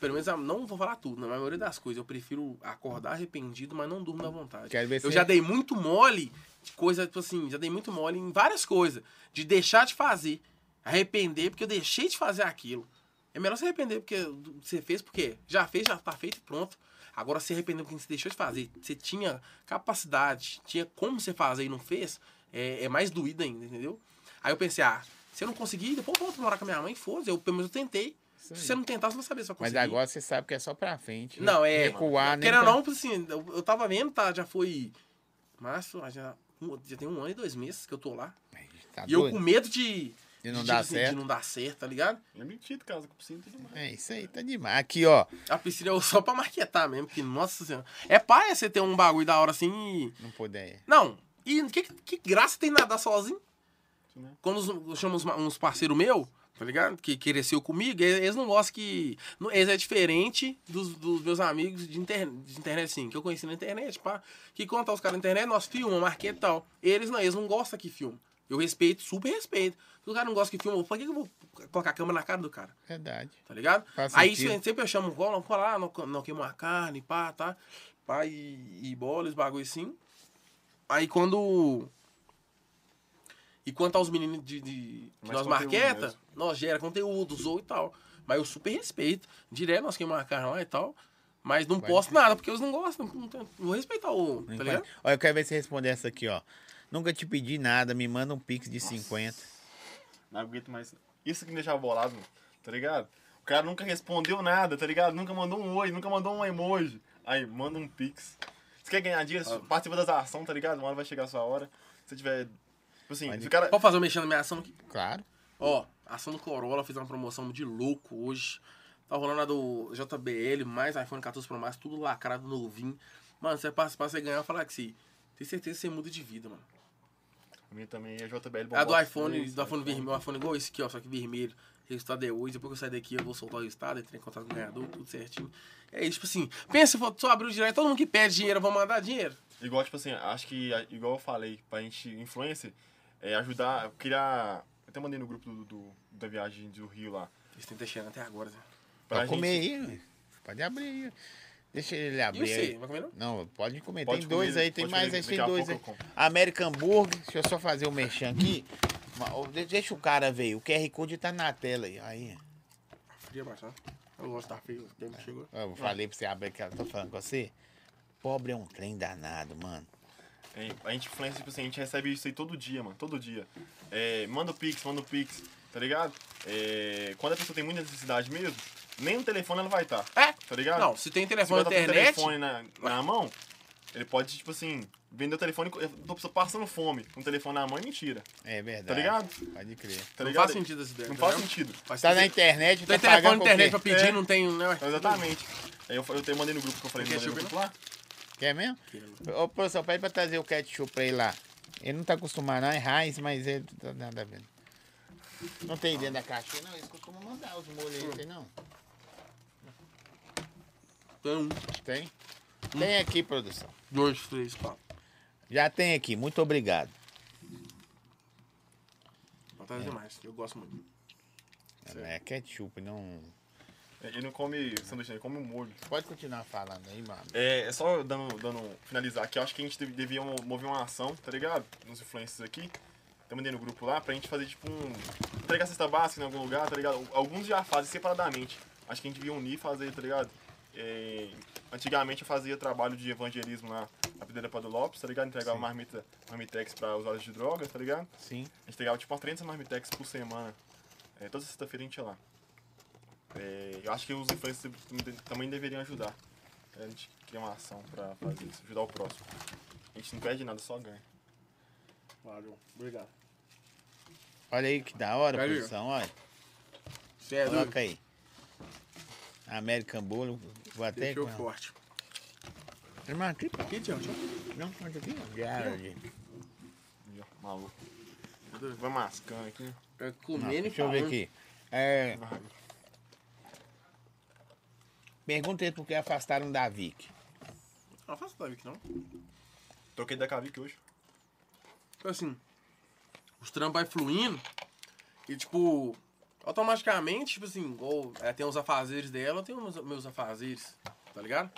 A: Pelo menos eu não vou falar tudo, na maioria das coisas. Eu prefiro acordar arrependido, mas não durmo à vontade.
B: Quero ver
A: eu
B: se- é
A: já dei muito mole de coisa, tipo assim, já dei muito mole em várias coisas. De deixar de fazer. Arrepender porque eu deixei de fazer aquilo. É melhor se arrepender porque você fez, porque já fez, já tá feito e pronto. Agora se arrepender porque você deixou de fazer. Você tinha capacidade, tinha como você fazer e não fez, é, é mais doído ainda, entendeu? Aí eu pensei, ah, se eu não conseguir, depois eu volto a morar com a minha mãe, foda-se. Eu, pelo menos eu tentei. Se você não tentar, você não vai saber se vai
B: Mas
A: conseguir.
B: agora você sabe que é só pra frente. né?
A: Não, é.
B: Recuar, né?
A: Querendo ou não,
B: pra-
A: assim, eu, eu tava vendo, tá? Já foi. Março, já, um- já tem um ano e dois meses que eu tô lá.
B: Tá
A: e eu
B: doido?
A: com medo de.
B: De não
A: de,
B: dar
A: assim,
B: certo.
A: De não dar certo, tá ligado?
C: É mentido, casa, com piscina e tudo mais.
B: É isso aí, tá demais. Aqui, ó.
A: A piscina é só pra marquetar mesmo, que, nossa senhora. É pai você ter um bagulho da hora assim e.
B: Não puder.
A: Não, E que, que graça tem nadar sozinho?
C: Sim, né?
A: Quando os- eu chamo uns, ma- uns parceiros meus, tá ligado? Que cresceu comigo, e- eles não gostam que. não- Eles é diferente dos, dos meus amigos de, inter- de internet, sim, que eu conheci na internet, pá. Que conta os caras na internet, nós filmamos, marquei e tal. Eles não, eles não gostam que filma. Eu respeito, super respeito. Se o cara não gosta que filma, por que que eu vou colocar a câmera na cara do cara?
B: Verdade.
A: tá ligado?
B: Faz
A: aí
B: sentido.
A: sempre- sempre eu chamo o Gol, não, cola lá, não, não queimou a carne, pá, tá? Pá, e, e bola, os bagulho assim. Aí quando. E quanto aos meninos de, de- que
C: Mais
A: nós
C: conteúdo
A: marqueta,
C: mesmo.
A: nós gera conteúdo, zoou e tal. Mas eu super respeito. Direto nós queimamos a carne lá e tal. Mas não posso nada, porque eles não gostam. Não, tem- vou respeitar o. Tá ligado?
B: Olha, eu quero ver se responder essa aqui, ó. Nunca te pedi nada, me manda um pix de 50.
C: Não aguento mais. Isso que me deixava bolado, mano. Tá ligado? O cara nunca respondeu nada, tá ligado? Nunca mandou um oi, nunca mandou um emoji. Aí, manda um pix. Você quer ganhar dinheiro?
B: Ah.
C: Participa das ações, tá ligado? Uma hora vai chegar a sua hora. Se você tiver. Tipo assim, se o cara.
A: Pode fazer eu mexendo na minha ação aqui?
B: Claro.
A: Ó, ação do Corolla, fiz uma promoção de louco hoje. Tá rolando a do JBL, mais iPhone 14 Pro Max, tudo lacrado, novinho. Mano, você participar, você ganhar, eu falar que você tem certeza que você muda de vida, mano.
C: A minha também é JBL
B: Ah,
A: A do
C: Bombox né?
A: iPhone,
C: três,
A: do iPhone vermelho, o iPhone é igual esse aqui, ó, só que vermelho. Resultado é hoje, depois que eu sair daqui eu vou soltar o resultado, entrei em contato com o ganhador, tudo certinho. É isso, tipo assim, pensa, só abrir o direto, todo mundo que pede dinheiro, eu vou mandar dinheiro.
C: Igual, tipo assim, acho que, a- igual eu falei, pra gente, influencer, é ajudar, criar. Eu até mandei no grupo do, do- da viagem do Rio lá.
A: Eles têm deixando até agora, né?
C: Pra
B: Pode
C: gente-
B: comer aí, ué. pode abrir aí. Deixa ele
A: E eu
B: abrir
A: sei,
B: aí.
A: vai comer não?
B: Não, pode comer.
C: Pode
B: tem
C: comer,
B: dois aí, tem
C: pode
B: mais
C: comer,
B: aí, tem
C: daqui a
B: dois aí.
C: pouco eu
B: American Burger, deixa eu só fazer o merchan aqui. Ma- ô, de- Deixa o cara ver, o QR Code tá na tela aí. aí.
A: Fria baixar. Eu gosto de estar frio, o
B: É.
A: tempo chegou.
B: Eu falei pra você abrir que eu tô falando com você. Pobre é um trem danado, mano.
C: É, a gente influencia, tipo assim, a gente recebe isso aí todo dia, mano, todo dia. É, manda o pix, manda o pix, tá ligado? É, quando a pessoa tem muita necessidade mesmo, nem o telefone ela vai estar,
A: É?
C: tá ligado?
A: Não, se tem
C: Se vai
A: telefone na
B: é
C: tá com o
A: internet,
C: telefone na, na mão, ele pode, tipo assim, vender o telefone, eu tô passando fome, com o telefone na mão é mentira,
B: É verdade.
C: Tá ligado?
B: Pode crer.
C: tá
A: não
C: ligado?
A: faz sentido essa ideia.
C: Não
A: entendeu?
C: faz sentido.
A: Faz
B: Tá na
A: sentido.
B: internet,
A: Tem
B: tá
A: telefone
B: pagando
A: na
B: com
A: internet pra
B: quê?
A: pedir,
C: É.
A: não tem, né? ué?
C: Exatamente. Aí eu, eu te mandei no grupo que eu falei,
A: Quer
C: mandei no
A: chupa,
C: grupo lá.
B: Quer mesmo? Ô, professor, pede pra trazer o ketchup pra ele lá. Ele não tá acostumado, não, é raiz, mas ele não tá nada vendo. Não tem dentro da caixinha, não. Eles costumam mandar os molhos aí,
C: Hum.
B: não tem não.
A: Tem um,
B: Tem? Tem aqui, produção.
A: dois, três, quatro.
B: Já tem aqui, muito obrigado.
A: Vontade demais, eu gosto muito.
B: É ketchup, não.
C: Ele não come sanduíche, ele come um molho.
B: Pode continuar falando aí, mano.
C: É, é só dando, dando- finalizar aqui, eu acho que a gente deve- devia mo- mover uma ação, tá ligado? Nos influencers aqui. Estamos dentro do grupo lá, pra gente fazer tipo um. entregar cesta básica em algum lugar, tá ligado? Alguns já fazem separadamente. Acho que a gente devia unir e fazer, tá ligado? É, antigamente eu fazia trabalho de evangelismo lá na Pedreira Pado Lopes, tá ligado? Entregava marmita, marmitex pra usuários de droga, tá ligado?
B: Sim.
C: A gente entregava tipo umas 30 marmitex por semana. É, toda sexta-feira a gente ia lá. É, eu acho que os influencers também deveriam ajudar. É, a gente cria uma ação pra fazer isso, ajudar o próximo. A gente não perde nada, só ganha.
A: Valeu, obrigado.
B: Olha aí que da hora,
A: Aí, ó.
B: produção, olha.
A: Você é doido?
B: Coloca aí. American Bolo, vou até.
A: Deixou
B: com ela.
A: forte.
B: Irmão, aqui, pô.
A: Que tchau, tchau.
B: Não, pode aqui, ó. Gerard.
C: Ih, ó, Maluco. Vai mascando aqui.
A: É
B: Não,
A: comendo e
B: Deixa eu ver
A: falando.
B: aqui. É, pergunta ele por que afastaram da Vic.
A: Não faça Davi que não.
C: Troquei da Cavic hoje.
A: Então assim, os trampos vai fluindo e tipo, automaticamente, tipo assim, igual ela tem os afazeres dela, eu tenho os meus afazeres, tá ligado?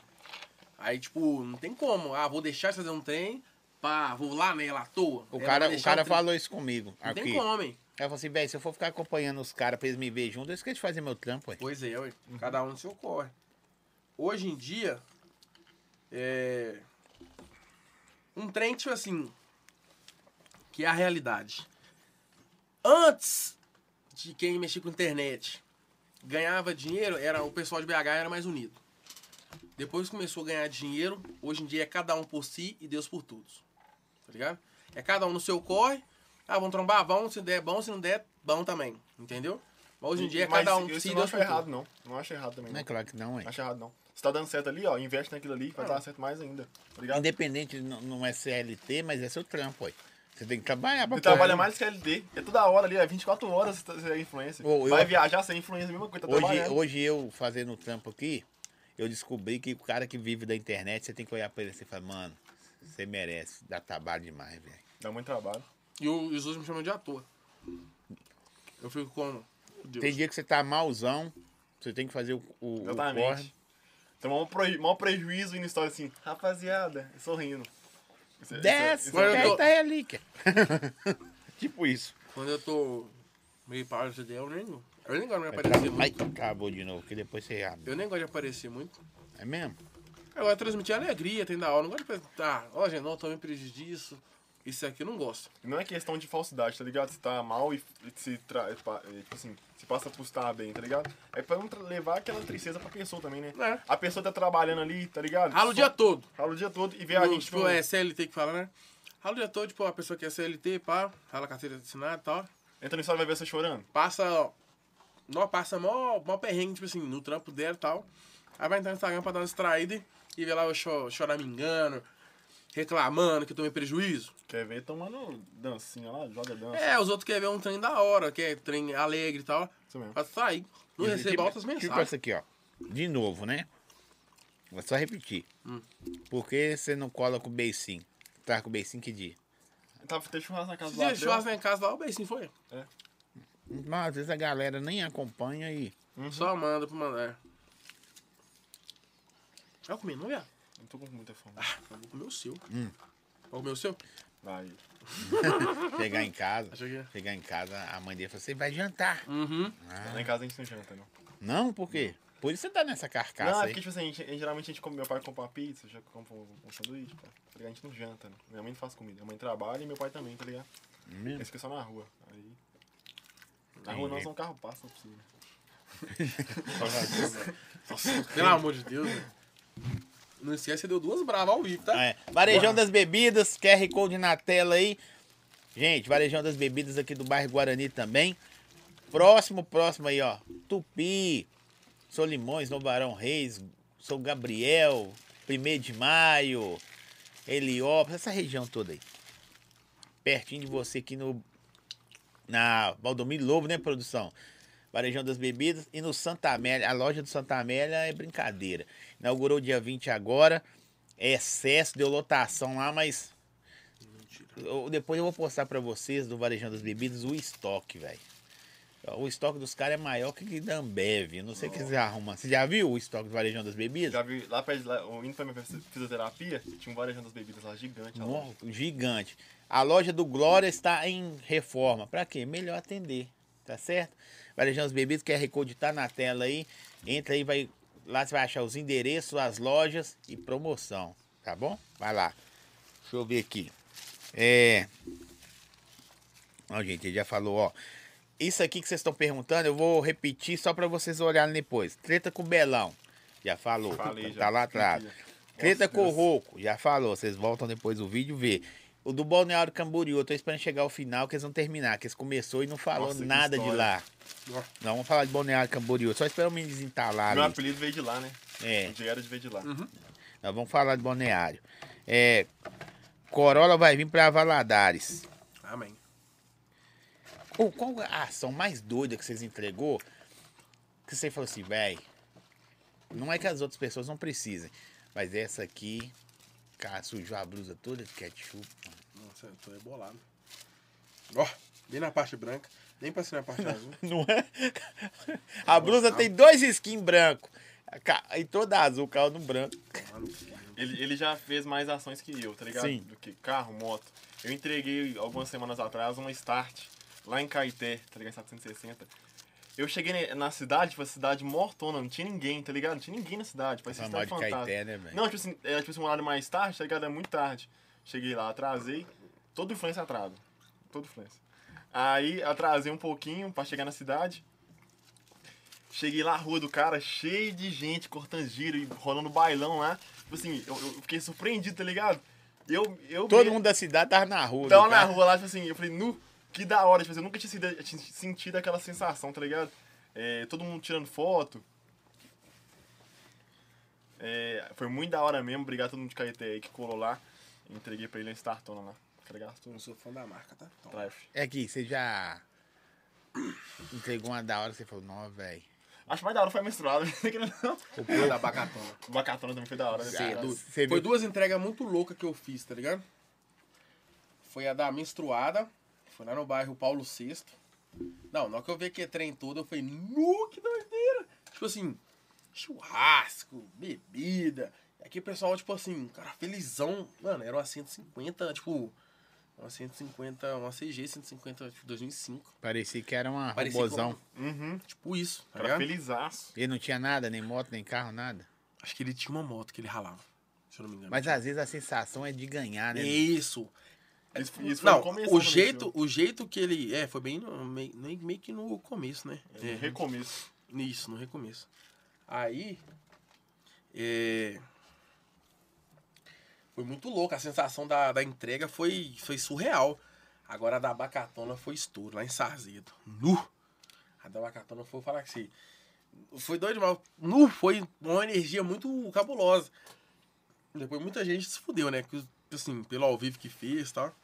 A: Aí, tipo, não tem como. Ah, vou deixar de fazer um trem, pá, vou lá nela à toa.
B: O
A: Ela
B: cara,
A: vai
B: o
A: deixar
B: cara
A: trem.
B: falou isso comigo.
A: Não
B: aqui.
A: tem como, hein?
B: Ela falou assim, velho, se um eu for ficar acompanhando os caras pra eles me verem junto, eu esqueço de fazer meu trampo, ué.
A: Pois é, ué. Cada um no seu corre. Hoje em dia, é. Um trem, tipo assim. Que é a realidade. Antes de quem mexia com internet ganhava dinheiro, era o pessoal de BH era mais unido. Depois começou a ganhar dinheiro, hoje em dia é cada um por si e Deus por todos. Tá ligado? É cada um no seu corre. Ah, vão trombar, vão, se der bom, se não der, bom também. Entendeu? Mas hoje em dia é
C: Mas
A: cada um
C: isso
A: se
C: eu não
A: dá
C: acho
A: com tudo. Né,
C: errado, não. Não acho errado também.
B: Não é
C: Não
B: claro que não, é.
C: acho errado, não. Se tá dando certo ali, ó, investe naquilo ali, vai dar certo mais ainda. Tá ligado?
B: Independente, não, não é CLT, mas é seu trampo, aí. Você tem que trabalhar pra
C: Você trabalha
B: caralho.
C: mais que LD. É toda hora ali, é 24 horas você tá- você é influencer.
B: Ô, eu-
C: Vai viajar, você é influencer, mesma coisa, tá
B: Hoje,
C: trabalhando.
B: hoje eu fazendo o trampo aqui, eu descobri que o cara que vive da internet, você tem que olhar pra ele assim e falar, mano, você merece, dá trabalho demais, velho.
C: Dá muito trabalho.
A: E o- os outros me chamam de ator. Eu fico como? Meu Deus.
B: Tem dia que você tá malzão, você tem que fazer o, o, o corre.
C: Exatamente. Tomar um preju maior prejuízo indo na história assim, rapaziada, sorrindo. Isso é- isso é-
B: Desce,
C: isso é-
A: eu tô-
B: aperta a relíquia. tipo isso.
A: Quando eu tô meio parado de eu nem, eu nem gosto de aparecer
B: Ai,
A: muito.
B: acabou de novo, que depois você abre.
A: Eu nem gosto de aparecer muito.
B: É mesmo?
A: Agora, transmitir é alegria, tem da hora. Eu Não gosto de perguntar, ó, gente, não, tô me prejudiço. Isso aqui eu não gosto.
C: Não é questão de falsidade, tá ligado? Você tá mal e e se, tra... e pa- e, tipo assim, se passa por estar bem, tá ligado? É pra não tra- levar aquela tristeza pra pessoa também, né?
A: É.
C: A pessoa tá trabalhando ali, tá ligado?
A: Ralo o dia todo.
C: Rala o dia todo e vê a
A: No,
C: gente...
A: tipo,
C: no-
A: é CLT que fala, né? Ralo o dia todo, tipo, a pessoa que é CLT, pá, rala a carteira assinada e tal.
C: Entra no história e vai ver você chorando.
A: Passa, ó, nó, passa mó, mó perrengue, tipo assim, no trampo dela e tal. Aí vai entrar no Instagram pra dar uma distraída e vê lá eu cho choramingando, reclamando que eu tomei prejuízo.
C: Quer ver tomando dancinha lá, joga dança.
A: É, os outros querem ver um trem da hora, que é trem alegre e tal.
C: Isso mesmo.
A: Pra sair. Não recebo
B: tipo,
A: altas
B: Tipo
A: mensagens.
B: essa aqui, ó. De novo, né? Vou só repetir. Por que você não cola com o beicinho? Tá com o beicinho que dia?
C: Tava tendo churrasco na casa do
A: Esse dia
C: Latreu.
A: É. churrasco né? lá em casa lá, o beicinho foi.
B: Mas às vezes a galera nem acompanha e.
C: Uhum.
A: Só manda pro mandar. Vai comer, não é?
C: Não tô com muita fome.
A: Vou comer o seu. Vou comer o seu?
C: Vai.
B: Chegar em casa,
A: Achei que-
B: chegar em casa, a mãe dele fala, assim, você vai jantar.
A: Uhum.
C: Lá em casa a gente não janta, não.
B: Não, por quê? Por isso você tá nessa carcaça
C: não, é
B: aí.
C: porque, tipo assim, a gente- geralmente a gente come, meu pai compra uma pizza, eu já compra um, um sanduíche, pá. Tá ligado? A gente não janta, né? Minha mãe não faz comida. Minha mãe trabalha e meu pai também, tá ligado?
B: Mesmo?
C: Esse que é só na rua. Aí. Na rua não,
B: Entendi.
C: só um carro passa, não é possível.
A: Pelo amor de Deus, velho. Não esquece, você deu duas bravas ao vivo, tá?
B: É. Varejão das Bebidas, QR Code na tela aí. Gente, Varejão das Bebidas aqui do bairro Guarani também. Próximo, próximo aí, ó. Tupi, Solimões, Novarão Reis, São Gabriel, 1 de Maio, Heliópolis, essa região toda aí. Pertinho de você aqui no. Na Valdomiro Lobo, né, produção? Varejão das Bebidas. E no Santa Amélia. A loja do Santa Amélia é brincadeira. Inaugurou dia 20 agora. É excesso, deu lotação lá, mas. Eu- depois eu vou postar pra vocês do Varejão das Bebidas o estoque, velho. O estoque dos caras é maior que da Ambev. Eu Não sei o que você arruma. Você já viu o estoque do Varejão das Bebidas?
C: Já vi, lá perto, de lá, eu indo pra minha fisioterapia, tinha um varejão das bebidas lá, gigante. Lá.
B: Nó, gigante. A loja do Glória está em reforma. Pra quê? Melhor atender, tá certo? Varejão dos Bebidas, QR Code tá na tela aí. Entra aí, vai lá você vai achar os endereços, as lojas e promoção, tá bom? Vai lá. Deixa eu ver aqui. É. Ó, gente, ele já falou, ó. Isso aqui que vocês estão perguntando, eu vou repetir só pra vocês olharem depois. Treta com o Belão. Já falou.
C: Falei,
B: tá
C: já.
B: lá atrás.
C: Nossa,
B: Treta com o
C: Deus.
B: Roco, já falou. Vocês voltam depois do vídeo ver. O do Balneário Camboriú, eu tô esperando chegar ao final que eles vão terminar, que eles começou e não falou
C: Nossa, que
B: nada de
C: história.
B: lá.
A: Ó,
B: Não, vamos falar de Balneário Camboriú, só espera o menino desentalar
C: Meu
B: ali.
C: apelido veio de lá, né?
B: É.
C: O dinheiro veio de lá.
B: Nós vamos falar de Balneário. É, Corolla vai vir pra Valadares.
A: Amém.
B: Ou qual a ação mais doida que vocês entregou? Que você falou assim, velho. Não é que as outras pessoas não precisem, mas essa aqui, cara, sujou a blusa toda de ketchup.
A: Nossa, eu tô ebolado. Ó, bem na parte branca. Nem passei na parte azul.
B: Não é? A blusa tem dois skins branco. A ca- E toda azul, carro no branco.
C: Ele, ele já fez mais ações que eu, tá ligado?
B: Sim.
C: Do que carro, moto. Eu entreguei algumas semanas atrás uma Start lá em Caeté, tá ligado? 760. Eu cheguei ne- na cidade, foi uma cidade mortona, não tinha ninguém, tá ligado? Não tinha ninguém na cidade, parecia
B: Falar mal de
C: cidade
B: Caeté,
C: fantástica.
B: né, velho?
C: Não, tipo assim, era tipo assim, um horário mais tarde, tá ligado? Era muito tarde. Cheguei lá, atrasei. Todo influência atrasa. Todo influência. Aí atrasei um pouquinho pra chegar na cidade. Cheguei lá, a rua do cara, cheio de gente cortando giro e rolando bailão lá. Tipo assim, eu, eu fiquei surpreendido, tá ligado? Eu, eu
B: Todo
C: mesmo-
B: mundo da cidade tava na rua.
C: tava
B: né,
C: na
B: cara?
C: rua lá, tipo assim, eu falei, nu, que da hora, tipo assim, eu nunca tinha sentido, tinha sentido aquela sensação, tá ligado? é, todo mundo tirando foto. É, foi muito da hora mesmo, obrigado a todo mundo de Caeté aí que colou lá. Entreguei pra ele a startona lá. Tá Entreguei a
A: Eu
C: startona,
A: não sou fã da marca, tá? Então,
C: drive.
B: É aqui, você já entregou uma da hora que você falou, não, velho.
C: Acho mais da hora foi a menstruada, não.
A: o pé da bacatona.
C: O Bacatona também foi da hora, né?
A: Sim,
C: Cara,
A: du-
B: você
A: Foi
B: viu-
A: duas entregas muito loucas que eu fiz, tá ligado? Foi a da menstruada, foi lá no bairro Paulo VI. Não, na hora que eu vi que trem todo, eu falei, nu, que doideira! Tipo assim, churrasco, bebida. E aqui o pessoal, tipo assim, cara, felizão. Mano, era uma 150, tipo, uma 150, uma CG 150, tipo, 2005.
B: Parecia que era uma
A: Parecia
B: robozão.
C: Uhum.
A: Tipo isso, tá
C: Cara,
A: ligado?
C: felizaço.
B: Ele não tinha nada, nem moto, nem carro, nada.
A: Acho que ele tinha uma moto que ele ralava, se eu não me engano.
B: Mas às vezes a sensação é de ganhar, né?
A: é isso.
C: Isso, isso foi
A: não,
C: no começo.
A: o
C: né,
A: jeito, o jeito que ele. É, foi bem no, meio, nem- meio que no começo, né?
C: Michel?
A: É,
C: Recomeço.
A: Isso, no recomeço. Aí. é, Foi muito louco. A sensação da, da entrega foi, foi surreal. Agora a da Bacatona foi estouro, lá em Sarzedo. Nu! A da Bacatona foi falar que assim. Foi doido demais. Nu! Foi uma energia muito cabulosa. Depois muita gente se fudeu, né? Que, assim, pelo ao vivo que fez e tal.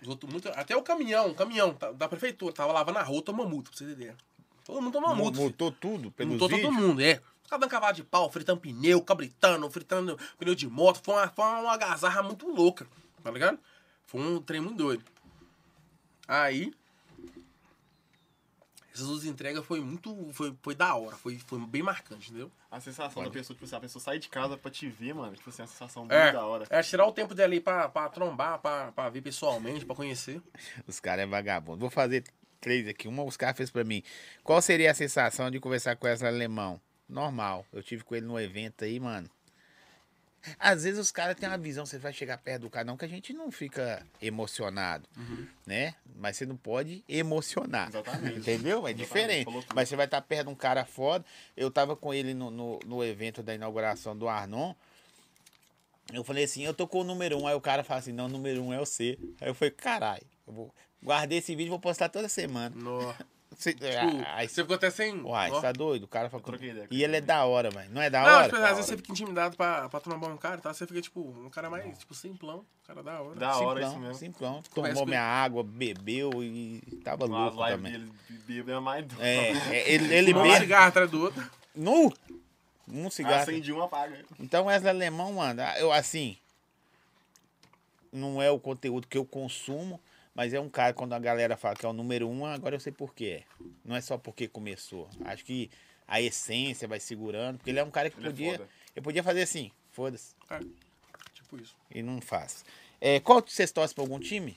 A: Os outros, muito, até o caminhão, o caminhão tá- da prefeitura, tava lavando a rua, tomou multa, pra você entender. Todo mundo tomou
B: Mu-
A: multa. filho.
B: Multou tudo pelos
A: Multou
B: vídeos.
A: todo mundo, é. Os caras dando cavalo de pau, fritando pneu, cabritando, fritando pneu de moto. Foi uma, foi uma algazarra muito louca, tá ligado? Foi um trem muito doido. Aí. Essas duas entregas foi muito. Foi, foi da hora, foi, foi bem marcante, entendeu?
C: A sensação da pessoa, tipo assim, a pessoa sai de casa pra te ver, mano. Tipo assim, é uma sensação muito
A: É,
C: da hora.
A: é tirar o tempo dele aí pra, pra trombar, pra, pra ver pessoalmente, pra conhecer.
B: Os caras é vagabundo. Vou fazer três aqui. Uma os caras fez pra mim. Qual seria a sensação de conversar com essa alemão? Normal. Eu tive com ele num evento aí, mano. Às vezes os caras têm uma visão, você vai chegar perto do cara, não, que a gente não fica emocionado, né? Mas você não pode emocionar.
C: Uhum. Exatamente.
B: Entendeu? É
C: Exatamente,
B: diferente.
C: falou tudo.
B: Mas você vai estar perto de um cara foda. Eu tava com ele no, no, no evento da inauguração do Arnon. Eu falei assim, eu tô com o número um. Aí o cara fala assim, não, o número um é o C. Aí eu falei, caralho, eu vou... guardei esse vídeo e vou postar toda semana.
A: No...
B: Você, ah,
A: Tipo,
B: aí,
A: você ficou até sem.
B: uai,
A: Ó.
B: você tá doido? O cara falou.
C: troquei ideia com
B: E ele é da hora, velho. Não é da
A: Não,
B: hora?
A: tipo, às
B: Da
A: vezes
B: hora.
A: você fica intimidado pra, pra trombar um cara, tá? Você fica, tipo, um cara mais, tipo, simplão. Um cara da hora.
C: Da hora é isso
B: Simplão,
C: mesmo.
B: simplão.
A: Conversa
B: Tomou
A: com
B: minha água, bebeu e tava
C: A
B: louco
C: live
B: também.
C: dele bêbado é mais doido.
B: É, é, ele, ele
A: Um
B: bebe.
A: cigarro atrás do outro.
B: Nu! Um cigarro.
C: Acende um, apaga.
B: Então, Wesley Alemão, mano, eu assim. Não é o conteúdo que eu consumo, mas é um cara, quando a galera fala que é o número um, agora eu sei por quê. Não é só porque começou. Acho que a essência vai segurando, porque ele é um cara que
C: Ele é
B: podia.
C: foda.
B: eu podia fazer assim, foda-se.
A: É. Tipo isso.
B: E não faz. É, qual vocês torcem pra algum time?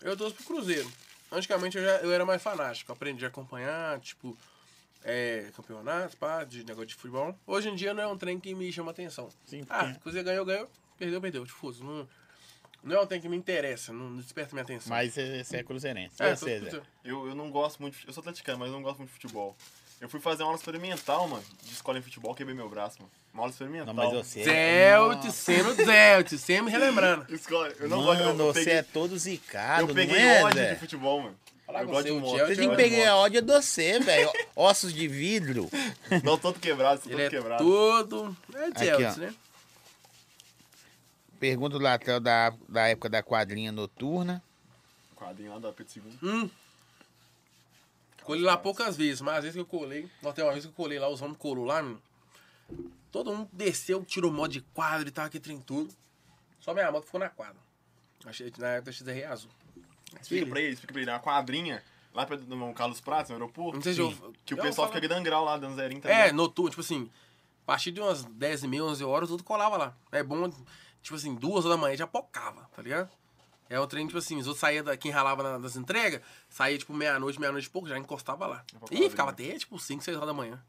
A: Eu torço pro Cruzeiro. Antigamente eu, já, eu era mais fanático. Aprendi a acompanhar, tipo, é, campeonato, pá, de negócio de futebol. Hoje em dia não é um trem que me chama atenção.
B: Sim,
A: ah,
B: porque-
A: se o Cruzeiro ganhou, ganhou. Perdeu, perdeu. Tipo, não, não é um trem que me interessa, não desperta minha atenção.
B: Mas você você é cruzeirense.
A: é,
B: É,
A: eu sou do
B: César.
A: Cruzeiro.
C: Eu, eu não gosto muito. de- Eu sou atleticano, mas eu não gosto muito de futebol. Eu fui fazer uma aula experimental, mano, de escola em futebol, quebrei meu braço, mano. Uma aula
B: Não,
C: experimental.
B: mas você. é
A: Zelt, sendo Zelt, sempre me relembrando.
C: Escola, eu não
B: Não,
C: gosto
B: mano,
C: eu
B: você
C: peguei,
B: é todo zicado,
C: Eu peguei
B: não é,
C: ódio
B: Zé?
C: de futebol, mano.
A: Falar
C: eu
A: com
C: gosto
A: você,
C: de
A: o
C: moto.
A: Thiago-
B: Você tem que pegar a ódio de você, velho. Ossos de vidro.
C: Não, todo quebrado, todo
A: Ele é
C: quebrado.
A: todo. É Zelt,
B: ó.
A: né?
B: Pergunta do Latel da, da época da quadrinha noturna.
C: Quadrinho lá da Pedro Segundo.
A: Hum. Colei lá poucas vezes, mas às vezes que eu colei. Não, tem uma vez que eu colei lá, os homens colou lá, menino. Todo mundo desceu, tirou modo de quadro e tal, que trem tudo. Só minha moto ficou na quadra. Achei na época da XR azul.
C: Explica pra ele, explica pra ele. Uma quadrinha lá perto do no Carlos Prates, no aeroporto.
A: Não sei se eu-
C: Que o
A: eu
C: pessoal
A: falo-
C: fica dando grau lá, dando zerinho também.
A: É, noturno, tipo assim, a partir de umas 10 e meia, 11 horas, tudo colava lá. É bom, tipo assim, duas horas da manhã já pocava, tá ligado? É o trem, tipo assim, os outros saíam, da, quem ralava na- das entregas, saía tipo meia-noite, meia-noite e pouco, já encostava lá.
C: Já pocava né?
A: E ficava
C: ali,
A: até tipo 5, 6 horas da manhã.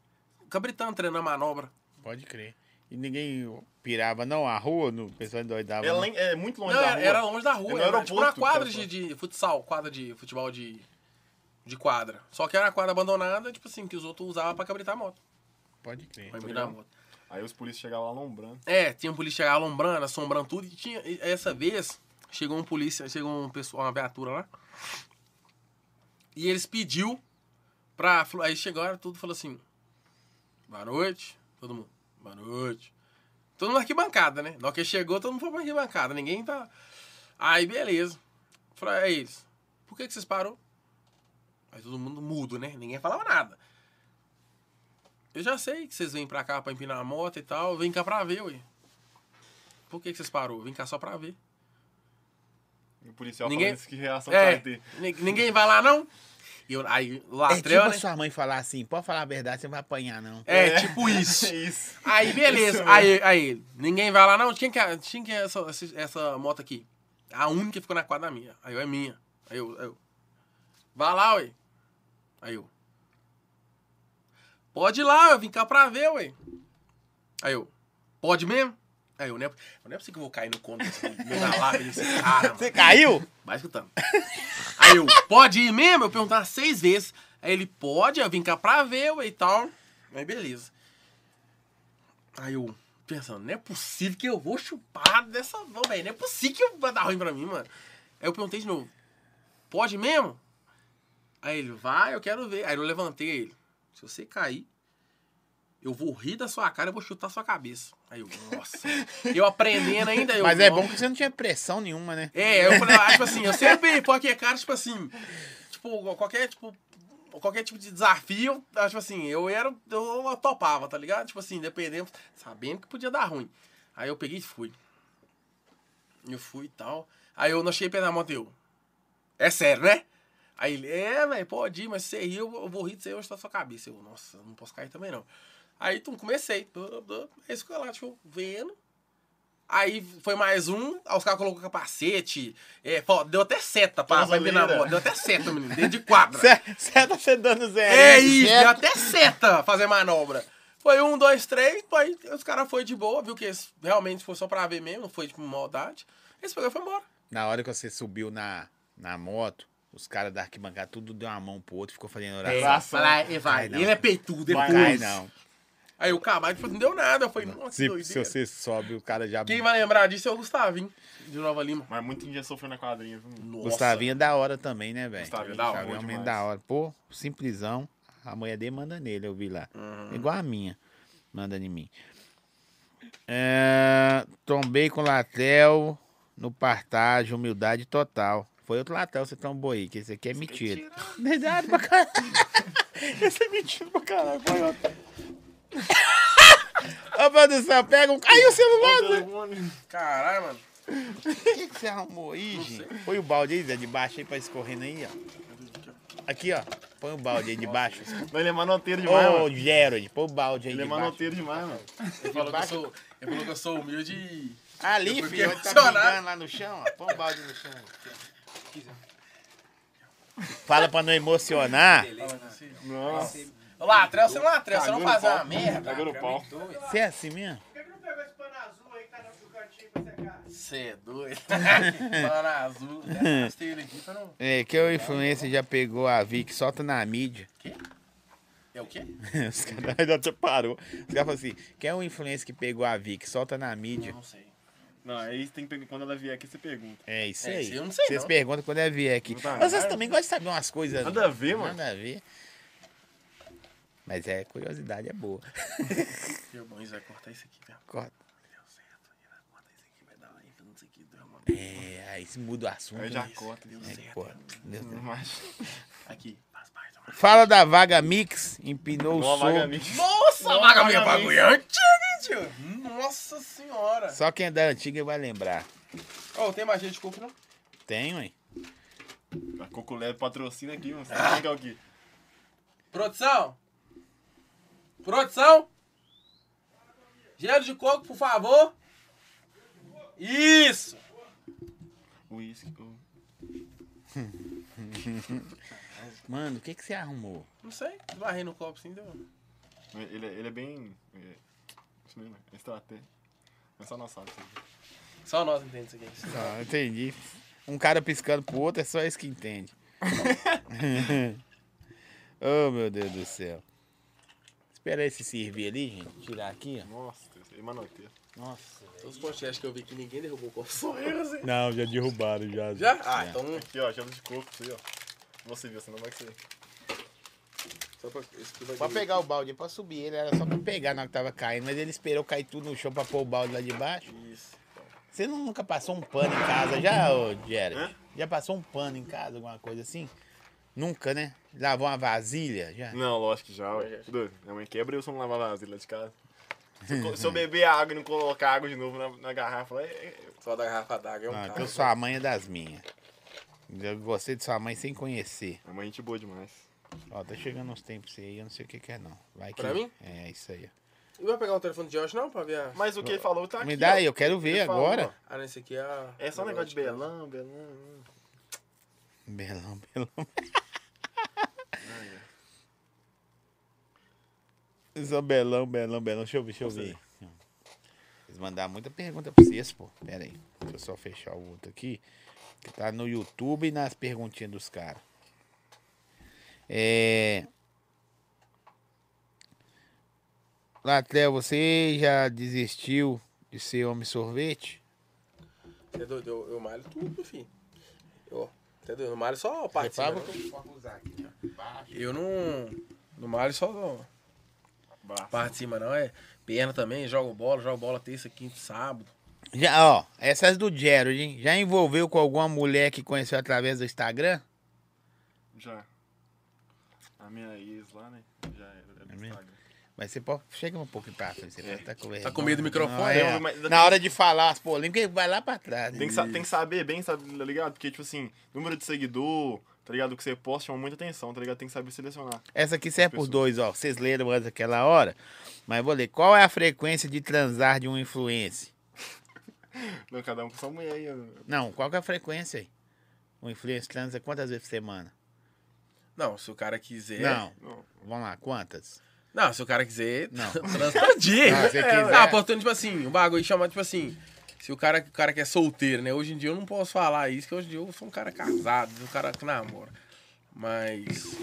A: Cabritando, treinando a manobra.
B: Pode crer. E ninguém pirava, não, a rua, no o pessoal endoidava.
C: É,
B: não.
C: lá em- é muito longe
A: Não,
C: da
A: era,
C: rua.
A: era longe da rua,
C: Era no
A: era tipo uma
C: aeroporto,
A: quadra de,
C: cara.
A: de futsal, quadra de futebol de, de quadra. Só que era uma quadra abandonada, tipo assim, que os outros usavam pra cabritar a moto.
B: Pode crer.
A: Pra
C: Tá
A: empinar a
C: ligado?
A: moto.
C: Aí os polícias chegavam lá lombrando.
A: É, tinha um polícia chegava alombrando, assombrando tudo. E tinha, e essa vez, chegou um polícia, chegou um pessoal, uma viatura lá. E eles pediu Pra, Flu- aí chegaram tudo e falou assim: boa noite, todo mundo, boa noite. Todo mundo na arquibancada, né? Na hora que chegou, todo mundo foi pra arquibancada, ninguém tá. Aí, beleza. Falei, é isso. Por que, que vocês parou? Aí todo mundo mudo, né? Ninguém falava nada. Eu já sei que vocês vêm pra cá pra empinar a moto e tal, vem cá pra ver, ué. Por que, que vocês parou? Vem cá só pra ver.
C: E o policial
A: Ninguém-
C: falando isso, que reação que
A: É,
C: vai ter.
A: ni- ninguém vai lá, não? E eu, aí,
B: É
A: latrão,
B: tipo a
A: né?
B: sua mãe falar assim, pode falar a verdade, você não vai apanhar, não.
A: É, tipo isso.
C: É isso.
A: Aí, beleza.
C: Isso
A: Aí, aí, ninguém vai lá, não. Tinha que, tinha que essa, essa- essa moto aqui. A única que ficou na quadra é minha. Aí eu, é minha. Aí eu, eu. Vai lá, ué. Aí eu. Pode ir lá, eu vim cá pra ver, ué. Aí eu. Pode mesmo? Aí eu, não é, não é possível que eu vou cair no conto desse meu lábio desse cara, mano.
B: Você caiu?
A: Vai escutando. Aí eu, pode ir mesmo? Eu perguntar seis vezes. Aí ele, pode, eu vim cá pra ver ué, e tal. Aí beleza. Aí eu, pensando, não é possível que eu vou chupar dessa mão, velho. Não é possível que vai dar ruim pra mim, mano. Aí eu perguntei de novo, pode mesmo? Aí ele, vai, eu quero ver. Aí eu levantei ele. Se você cair, eu vou rir da sua cara e vou chutar sua cabeça. Aí eu, nossa. eu aprendendo ainda. Eu,
B: Mas é
A: "Nossa."
B: bom que você não tinha pressão nenhuma, né?
A: É, eu falei, ah, tipo assim, eu sempre, qualquer cara, tipo assim, tipo, qualquer, tipo, qualquer tipo de desafio, ah, tipo assim, eu era, eu topava, tá ligado? Tipo assim, dependendo, sabendo que podia dar ruim. Aí eu peguei e fui. Eu fui e tal. Aí eu não cheguei perto da moto e eu, é sério, né? Aí ele, é, velho, pode ir, mas se você rir, eu vou- eu vou rir de você hoje da sua cabeça. Eu, nossa, eu não posso cair também, não. Aí, tum, comecei. blá, blá, Aí ficou lá, tipo, vendo. Aí foi mais um, aí os caras colocou capacete. É, pô, deu até seta pra pra empinar a moto.
C: Pauleira.
A: Deu até seta, menino, dentro de quadra.
B: Você tá se dando zero.
A: É isso, deu até seta fazer manobra. Foi um, dois, três, aí os caras foram de boa, viu que esse realmente foi só pra ver mesmo, não foi tipo maldade. Esse pegou e foi embora.
B: Na hora que você subiu na, na moto, os caras da arquibancada tudo deu uma mão pro outro, ficou fazendo oração.
C: Graça.
A: Vai lá, e vai.
B: Vai não.
A: Ele é peitudo
B: Não
A: É. depois.
B: cai, não.
A: Aí o Camargo falou, não deu nada. Eu falei, nossa, que
B: Se, se
A: doideira.
B: você sobe, o cara já.
A: Quem vai lembrar disso é o Gustavinho, de Nova Lima.
C: Mas muito dia sofreu na quadrinha, viu?
A: Nossa.
B: Gustavinho é da hora também, né, velho?
C: Gustavinho
A: é da hora,
B: Gustavinho é um
C: bom
B: menino
C: demais.
B: da hora. Pô, simplesão. A mulher dele manda nele, eu vi lá.
A: Uhum.
B: Igual a minha. Manda em mim. É, tombei com o Latel no partage, humildade total. Foi outro Latel você tombou aí, que esse aqui é mentira.
A: né?
B: Verdade pra caralho. Esse é mentira pra caralho. Foi outro. Ô, produção, pega um. Aí o celular, Zé.
A: Caralho, mano.
B: O que, que você arrumou aí, gente? Põe o balde aí, Zé, de baixo aí pra escorrendo aí, ó. Aqui, ó. Põe o balde aí de baixo.
C: Não, ele é manoteiro demais,
B: Ô,
C: mano.
B: Gerald, põe o balde aí
C: Ele é
B: de baixo.
C: manoteiro demais, mano.
A: Ele falou, que eu sou, ele falou que eu sou humilde e...
B: Ali,
A: Eu
B: filho,
A: fiquei
B: onde tá
A: emocionado.
B: pingando lá no chão, ó. Põe o balde no chão. Fala pra não emocionar.
C: Nossa.
A: Ô, Latrel, você é um Latrel, você não
C: Cagou no
A: faz uma
C: pau.
A: merda.
C: Cagou no pau.
B: Você é assim mesmo?
A: Você é doido. Mano azul. né? Gastei ele aqui pra não...
B: É, que o influencer já pegou a Vic, solta na mídia.
A: É o quê?
B: Os caras já parou. Os caras falam assim, quem é o influencer que pegou a Vic, solta na mídia?
A: Eu não sei.
C: Não, aí você tem que pegar. Quando ela vier aqui, você pergunta.
B: É isso
A: É,
B: aí.
A: isso aí eu não sei,
B: Vocês
A: não.
B: perguntam quando é vier aqui.
C: Tá,
B: Mas vocês
C: vai.
B: também gostam de saber umas coisas.
C: Nada a ver, mano.
B: Nada a ver. Mas é, curiosidade é boa.
A: Que bom, Isa, cortar isso aqui, velho.
B: Corta.
A: Deu certo. Ele vai cortar isso aqui, vai dar uma infeliz isso aqui. Deu uma... Deu
B: É, aí se muda o assunto.
C: Aí já
B: né?
C: corta.
A: certo.
B: É, corta. Deus Deus.
C: Mas...
A: Aqui. Faz parte da
B: Fala da vaga Mix, empinou
C: Boa,
B: o som.
C: vaga mix.
A: Nossa, a vaga minha
C: Novamente.
A: bagulho é antiga, hein, tio? Nossa senhora.
B: Só quem é da antiga vai lembrar.
A: Ô, tem mais gente de coco, não?
B: Tem, hein?
C: A Coco Leve patrocina aqui, mano. Você tem que pegar aqui.
A: Produção? Produção? Gelo de coco, por favor. Isso.
C: Whisky. oh.
B: Mano, o que, que você arrumou?
A: Não sei, varrei no copo assim, entendeu?
C: Ele, é- ele é bem. É, isso mesmo, é estratégia. Mas só nós sabe. isso aqui.
A: Só nós entendemos isso aqui.
B: Ah, entendi. Um cara piscando pro outro é só esse que entende. oh, meu Deus do céu. Espera esse servir ali, gente. Tirar aqui, ó.
C: Nossa, Deus, ele é manoteiro.
B: Nossa.
A: Todos os podcasts que eu vi que ninguém derrubou o copo, só eu, assim.
B: Não, já derrubaram, já.
C: É.
A: Já? Ah, então...
C: Aqui, ó, gelo de coco, isso aí, ó. Você viu, senão vai ser.
A: Só pra, esse aqui vai
B: Pra
A: vir.
B: pegar o balde, pra subir ele, era só pra pegar na hora que tava caindo, mas ele esperou cair tudo no chão pra pôr o balde lá de baixo.
A: Isso.
B: Você não- nunca passou um pano em casa já, ô Jared?
C: Hã?
B: Já passou um pano em casa, alguma coisa assim? Nunca, né? Lavou uma vasilha já?
C: Não, lógico que já, ué. Doido, Minha mãe quebra e eu só não lavar vasilha lá de casa. Se eu co- Se eu beber água e não colocar água de novo na, na garrafa, é- é-
A: Só da garrafa d'água é um
B: Não,
A: carro.
C: tá.
B: então sua mãe é das minhas. Eu gostei de sua mãe sem conhecer.
C: minha mãe é gente boa demais.
B: Ó, tá chegando uns tempos aí, eu não sei o que, que é não. Vai que...
A: Pra mim?
B: É, isso aí.
A: E vai pegar o telefone de Josh não pra ver a...
C: Mas o que ele falou tá
B: ó.
C: aqui.
B: Me dá
C: ó.
B: aí, eu quero ver
C: Ele falou,
B: agora.
A: Ah, não, esse aqui é a...
C: É só um negócio de
A: Belão.
C: Belão, Belão. hum.
B: Belão, belão. Só é belão, belão, belão. Deixa eu ver, deixa eu ver. Eles mandaram muita pergunta pra vocês, pô. Pera aí. Deixa eu só fechar o outro aqui. Que tá no YouTube e nas perguntinhas dos caras. É. Latrel, você já desistiu de ser homem sorvete?
A: Você é doido? Eu, eu malho tudo, filho. Eu, você é doido? Eu malho só a parte de cima,
B: Repara
A: não.
B: que eu vou usar aqui, ó. Baixo.
A: Eu não... Não malho só a
C: Braço.
A: parte de cima, não. É perna também, jogo bola, jogo bola terça, quinta, sábado.
B: Já, ó, essas do Gerald, hein? Já envolveu com alguma mulher que conheceu através do Instagram?
C: Já. A minha ex lá, né? Já era.
B: É mesmo?
C: era do
B: Mas você pode. Chega um pouco pra frente. Você tá com vergonha.
A: Tá com medo do microfone?
B: Não, é,
C: Não, mas-
B: ó, na hora de falar as polêmicas, vai lá pra trás. né?
C: Tem que, sa- tem que saber bem, sabe, tá ligado? Porque, tipo assim, número de seguidor, tá ligado? O que você posta chama muita atenção, tá ligado? Tem que saber selecionar.
B: Essa aqui serve por dois, ó. Vocês leram antes daquela hora. Mas vou ler. Qual é a frequência de transar de um influencer?
C: Não, cada um com sua mulher aí. eu-
B: Não, qual que é a frequência aí? Um influencer transa quantas vezes por semana?
A: Não, se o cara quiser...
B: Não.
C: Não.
B: Vamos lá, quantas?
A: Não, se o cara quiser,
B: Não.
A: transpandir.
B: Não, se quiser.
A: Ah, portanto, tipo assim, o bagulho chama, tipo assim, se o cara, o cara que é solteiro, né? Hoje em dia eu não posso falar isso, porque hoje em dia eu sou um cara casado, um cara que namora. Mas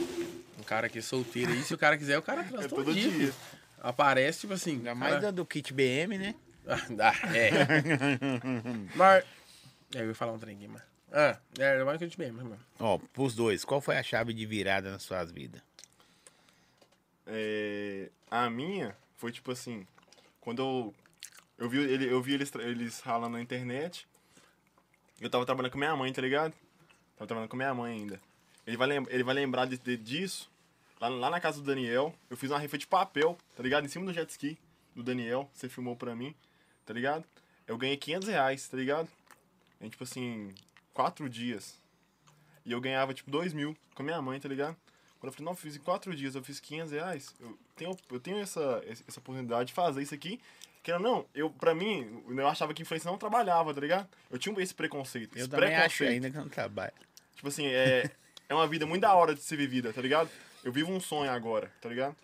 A: um cara que é solteiro aí, se o cara quiser, o cara transa
C: É
A: todo
C: todo
A: dia.
C: dia.
A: Aparece, tipo assim.
B: Ainda
A: o
B: mais
A: cara...
B: da do kit BM, né?
A: Ah, é. mas... É, eu ia falar um trem aqui, mas... Ah, é, mais que a gente mesmo, mano.
B: Ó, pros dois, qual foi a chave de virada nas suas vidas?
C: É, a minha foi, tipo assim, quando eu, eu vi, ele, eu vi eles, tra- eles ralando na internet, eu tava trabalhando com minha mãe, tá ligado? Tava trabalhando com minha mãe ainda. Ele vai, lem- ele vai lembrar de, de- disso, lá, lá na casa do Daniel, eu fiz uma rifa de papel, tá ligado? Em cima do jet ski do Daniel, você filmou pra mim, tá ligado? Eu ganhei 500 reais, tá ligado? Em, tipo assim, quatro dias. E eu ganhava, tipo, 2 mil com a minha mãe, tá ligado? Quando eu falei, não, eu fiz em quatro dias, eu fiz 500 reais. Eu tenho, eu tenho essa, essa oportunidade de fazer isso aqui. Que eu não, eu, pra mim, eu achava que influência não trabalhava, tá ligado? Eu tinha esse preconceito.
B: Eu
C: esse
B: também acho
C: preconceito.
B: ainda que não trabalho.
C: Tipo assim, é, é uma vida muito da hora de ser vivida, tá ligado? Eu vivo um sonho agora, tá ligado?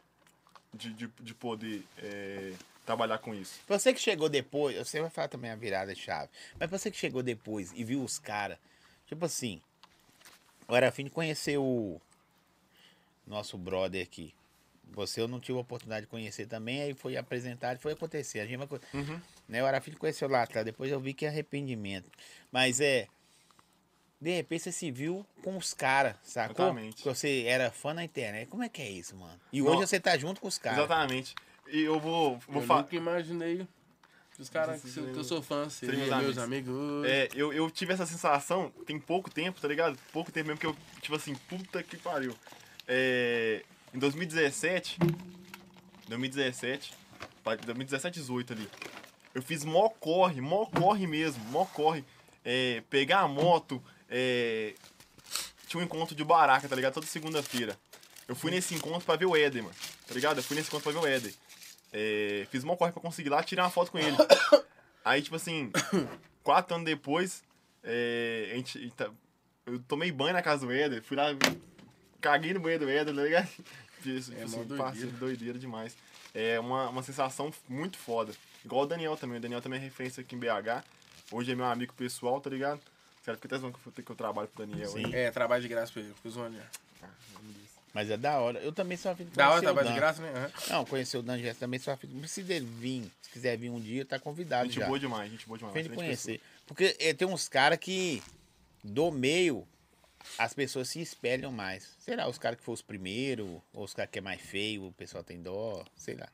C: De, de, de poder é, trabalhar com isso.
B: Você que chegou depois, você vai falar também a virada chave, mas você que chegou depois e viu os caras, tipo assim, eu era afim de conhecer o nosso brother aqui. Você eu não tive a oportunidade de conhecer também, aí foi apresentado, foi acontecer. A gente vai... co-
C: Uhum.
B: né, eu era afim de conhecer lá atrás, depois eu vi que é arrependimento. Mas é, de repente você se viu com os caras, sacou?
C: Exatamente.
B: Que você era fã na internet. Como é que é isso, mano? E
C: Não.
B: hoje você tá junto com os caras.
C: Exatamente. E eu vou, vou
A: eu
C: falar.
A: nunca imaginei os caras que se- que eu sou fã, seriam
C: meus
A: meus amigos.
C: É, eu, eu tive essa sensação tem pouco tempo, tá ligado? Pouco tempo mesmo que eu, tipo assim, puta que pariu. É, em 2017, 2017, pa- 2017, 18 ali, eu fiz mó corre, mó corre mesmo, mó corre. É, pegar a moto, é, tinha um encontro de baraca, tá ligado? Toda segunda-feira. Eu fui nesse encontro pra ver o Éder, mano, tá ligado? Eu fui nesse encontro pra ver o Éder. É, fiz mó corre pra conseguir lá tirar uma foto com ele. Aí, tipo assim, quatro anos depois, é, a gente, a gente tá- eu tomei banho na casa do Éder, fui lá, caguei no banho do Éder, tá ligado? Fiz,
A: É,
C: fiz
A: mó
C: um
A: doideira.
C: parceiro doideira demais. É uma, uma sensação muito foda. Igual o Daniel também, o Daniel também é referência aqui em BH. Hoje é meu amigo pessoal, tá ligado? Os caras ficam até zoando que eu- que eu trabalho pro Daniel.
B: Sim.
C: hein?
A: É, trabalho de graça pra ele, fico zoando já.
B: Mas é da hora. Eu também sou afim de
A: Da hora
B: conhecer o
A: trabalho de
B: Dan.
A: graça, né? Aham.
B: Não, conhecer o Dan Gerson também sou afim. de- Se dele vir, se quiser vir um dia, tá convidado
C: Gente
B: já.
C: boa demais, gente boa demais.
B: Afim de
C: excelente pessoa.
B: conhecer. Porque eh, tem uns caras que do meio as pessoas se espelham mais. Sei lá, os caras que foram os primeiros, ou os caras que é mais feio, o pessoal tem dó, sei lá.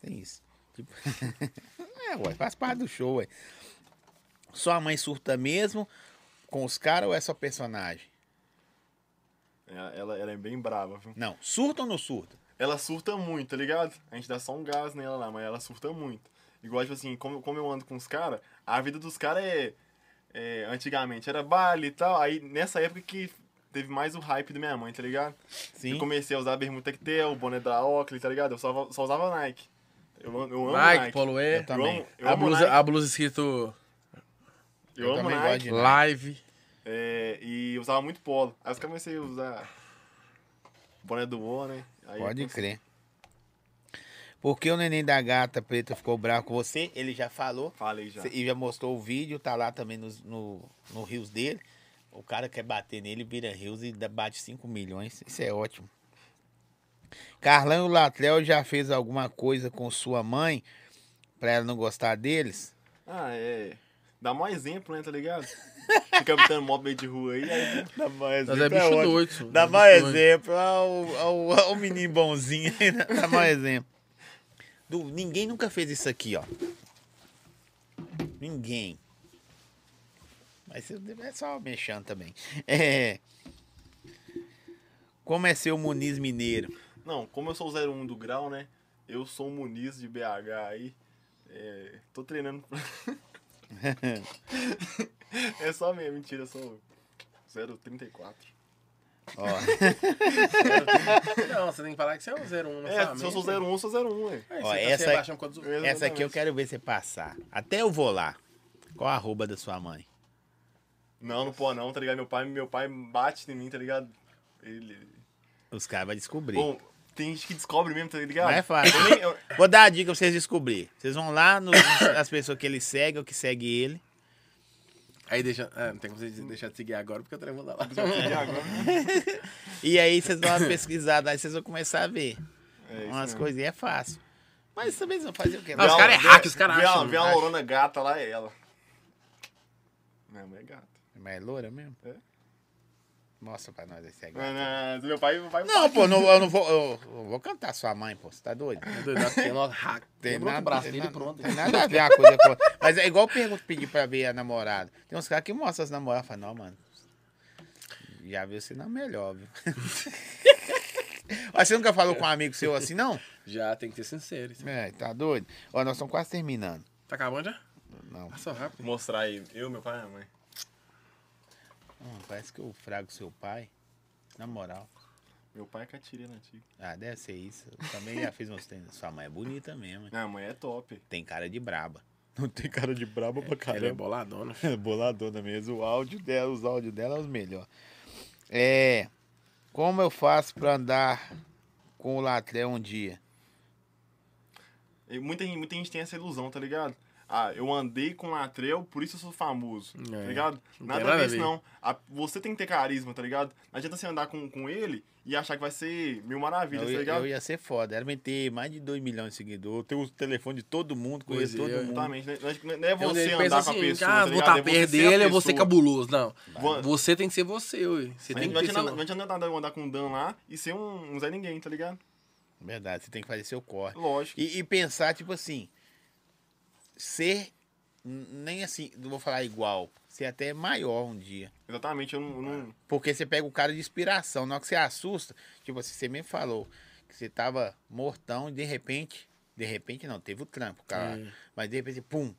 B: Tem isso. Tipo... é, ué, faz parte do show, ué. Só a mãe surta mesmo com os caras ou é só personagem?
C: É, Ela, ela é bem brava, viu?
B: Não, surta ou não surta?
C: Ela surta muito, tá ligado? A gente dá só um gás nela lá, mas ela surta muito. Igual, tipo assim, como, como eu ando com os caras, a vida dos caras é, é, Antigamente era baile e tal. Aí nessa época que teve mais o hype da minha mãe, tá ligado?
B: Sim.
C: Eu comecei a usar bermuda tectel, boné da Oakley, tá ligado? Eu só, só usava Nike. Eu, an- eu amo Nike.
A: Nike, Polo
B: Eu
A: Air.
B: também.
C: amo- eu
A: A
C: amo
A: blusa,
C: Nike.
A: a blusa escrito
C: Eu,
B: eu
C: amo
B: também gosto
C: Nike.
B: de
A: live.
C: É, e eu usava muito polo. Aí eu comecei a usar boné do O, né? Aí eu
B: Pode
C: comecei-
B: crer. Porque o neném da gata preta ficou bravo com você, ele já falou.
C: Falei já.
B: Cê- E já mostrou o vídeo, tá lá também nos- no, no, Rios dele. O cara quer bater nele, vira Rios e dá- bate 5 milhões. Isso é ótimo. Carlão e o Latléo já fez alguma coisa com sua mãe pra ela não gostar deles?
C: Ah, é. Dá mó exemplo, né, tá ligado? Fica habitando mó meio de rua aí, aí
B: Dá mais
A: Nós é bicho doido. senhor.
B: Dá
A: Nós é
B: mau
A: bicho doido.
B: exemplo é ao, ao, ao menino bonzinho. aí, né? Dá mau exemplo. Du- ninguém nunca fez isso aqui, ó. Ninguém. Mas eu- é só mexendo também. É. Como é ser o Muniz Mineiro?
C: Não, como eu sou o 01 do grau, né? Eu sou o Muniz de BH aí. É, tô treinando. pra- é só minha mentira, eu sou 034.
B: Ó,
A: Não, você tem que falar que você é o 01, não
C: É, se eu sou 01, eu sou 01, ué.
A: Aí,
B: Ó,
A: você
B: essa
A: tá se
B: é-
A: rebaixando por causa dos outros.
B: essa aqui eu quero ver você passar. Até eu vou lá. Qual a arroba da sua mãe?
C: Não, não pode não, tá ligado? Meu pai, meu pai bate em mim, tá ligado? Ele.
B: Os caras vão descobrir.
C: Bom, tem gente que descobre mesmo, tá ligado?
B: Não é fácil.
C: Eu nem- eu-
B: Vou dar a dica pra vocês descobrir. Vocês vão lá no- nas pessoas que ele segue ou que segue ele.
A: Aí deixa. Ah, não tem como você deixar de seguir agora, porque eu também vou dar lá.
B: E aí vocês dão uma pesquisada, aí vocês vão começar a ver.
C: É isso
B: Umas
C: mesmo. Hum.
B: coisinhas é fácil. Mas também eles vão fazer o quê?
A: Não, os
B: Não,
A: caras é hack, os caras
C: Vê
A: acham,
C: uma- Vê uma
A: acham.
C: lorona gata lá, é ela. Minha mãe é gata.
B: Mas é loura mesmo?
C: É. né?
B: Mostra pra nós esse agora.
C: Não, não, não, meu pai, meu pai
B: Não, pô, não- eu não vou. Eu, eu vou cantar sua mãe, pô. Você tá doido?
A: Tem nós hack.
B: Tem
A: Quebrou
B: nada,
A: o braço
B: tem
A: dele
B: nada-
A: pronto. né?
B: Tem nada a ver a coisa com a outra. Mas é igual pergunta pedir pra ver a namorada. Tem uns caras que mostram as namoradas. Fala, não, mano. Já viu se não é melhor, viu? Mas você nunca falou com um amigo seu assim, não?
A: Já tem que ser sincero. isso.
B: É, tá doido? Ó, nós estamos quase terminando.
A: Tá acabando já?
B: Não,
A: Passou rápido.
C: Mostrar aí, eu, meu pai e minha mãe.
B: hum, parece que eu frago seu pai. Na moral.
C: Meu pai é catirina antiga.
B: Ah, deve ser isso. Eu também já fiz uns treinos. Sua mãe é bonita mesmo. hein?
C: Minha mãe é top.
B: Tem cara de braba.
C: Não tem cara de braba pra
A: Ela é boladona.
B: Boladona mesmo. O áudio dela, os áudios dela é os melhores. É. Como eu faço pra andar com o Latré um dia?
C: E muita, gente- muita gente tem essa ilusão, tá ligado? Ah, eu andei com latreu, por isso eu sou famoso.
A: É.
C: Tá ligado?
A: Não tem
C: Nada,
A: nada
C: a
A: a
C: ver isso,
A: ver.
C: não. A- você tem que ter carisma, tá ligado? Não adianta você andar com, com ele e achar que vai ser mil maravilhas,
B: eu,
C: tá
B: ia-
C: ligado?
B: eu ia ser foda. Era pra ter mais de 2 milhões de seguidores. Ter o telefone de todo mundo,
A: Pois
B: conheço
A: é,
B: todo
A: eu-
B: mundo.
C: Exatamente. né? Não é- Não é
A: Eu
C: você
A: penso
C: andar com a
A: assim,
C: pessoa,
A: ah,
C: tá
A: vou
C: ligado?
A: estar
C: É você
A: perto
C: ser a
A: dele, eu vou ser
C: pessoa.
A: cabuloso. Não.
C: Vai.
A: Você tem que ser você, ui. Você
C: Mas
A: tem
C: não
A: que ter
C: adianta,
A: seu...
C: não adianta andar, andar com o Dan lá e ser um, um Zé Ninguém, tá ligado?
B: Verdade, você tem que fazer seu corre.
C: Lógico.
B: E, e pensar, tipo assim. Ser. n- Nem assim, não vou falar igual. Ser até maior um dia.
C: Exatamente, eu não. eu não-
B: Porque você pega o cara de inspiração. Na hora que você assusta, tipo assim, você mesmo falou que você tava mortão e de repente. De repente não, teve o trampo, cara.
A: É.
B: Mas de repente, pum,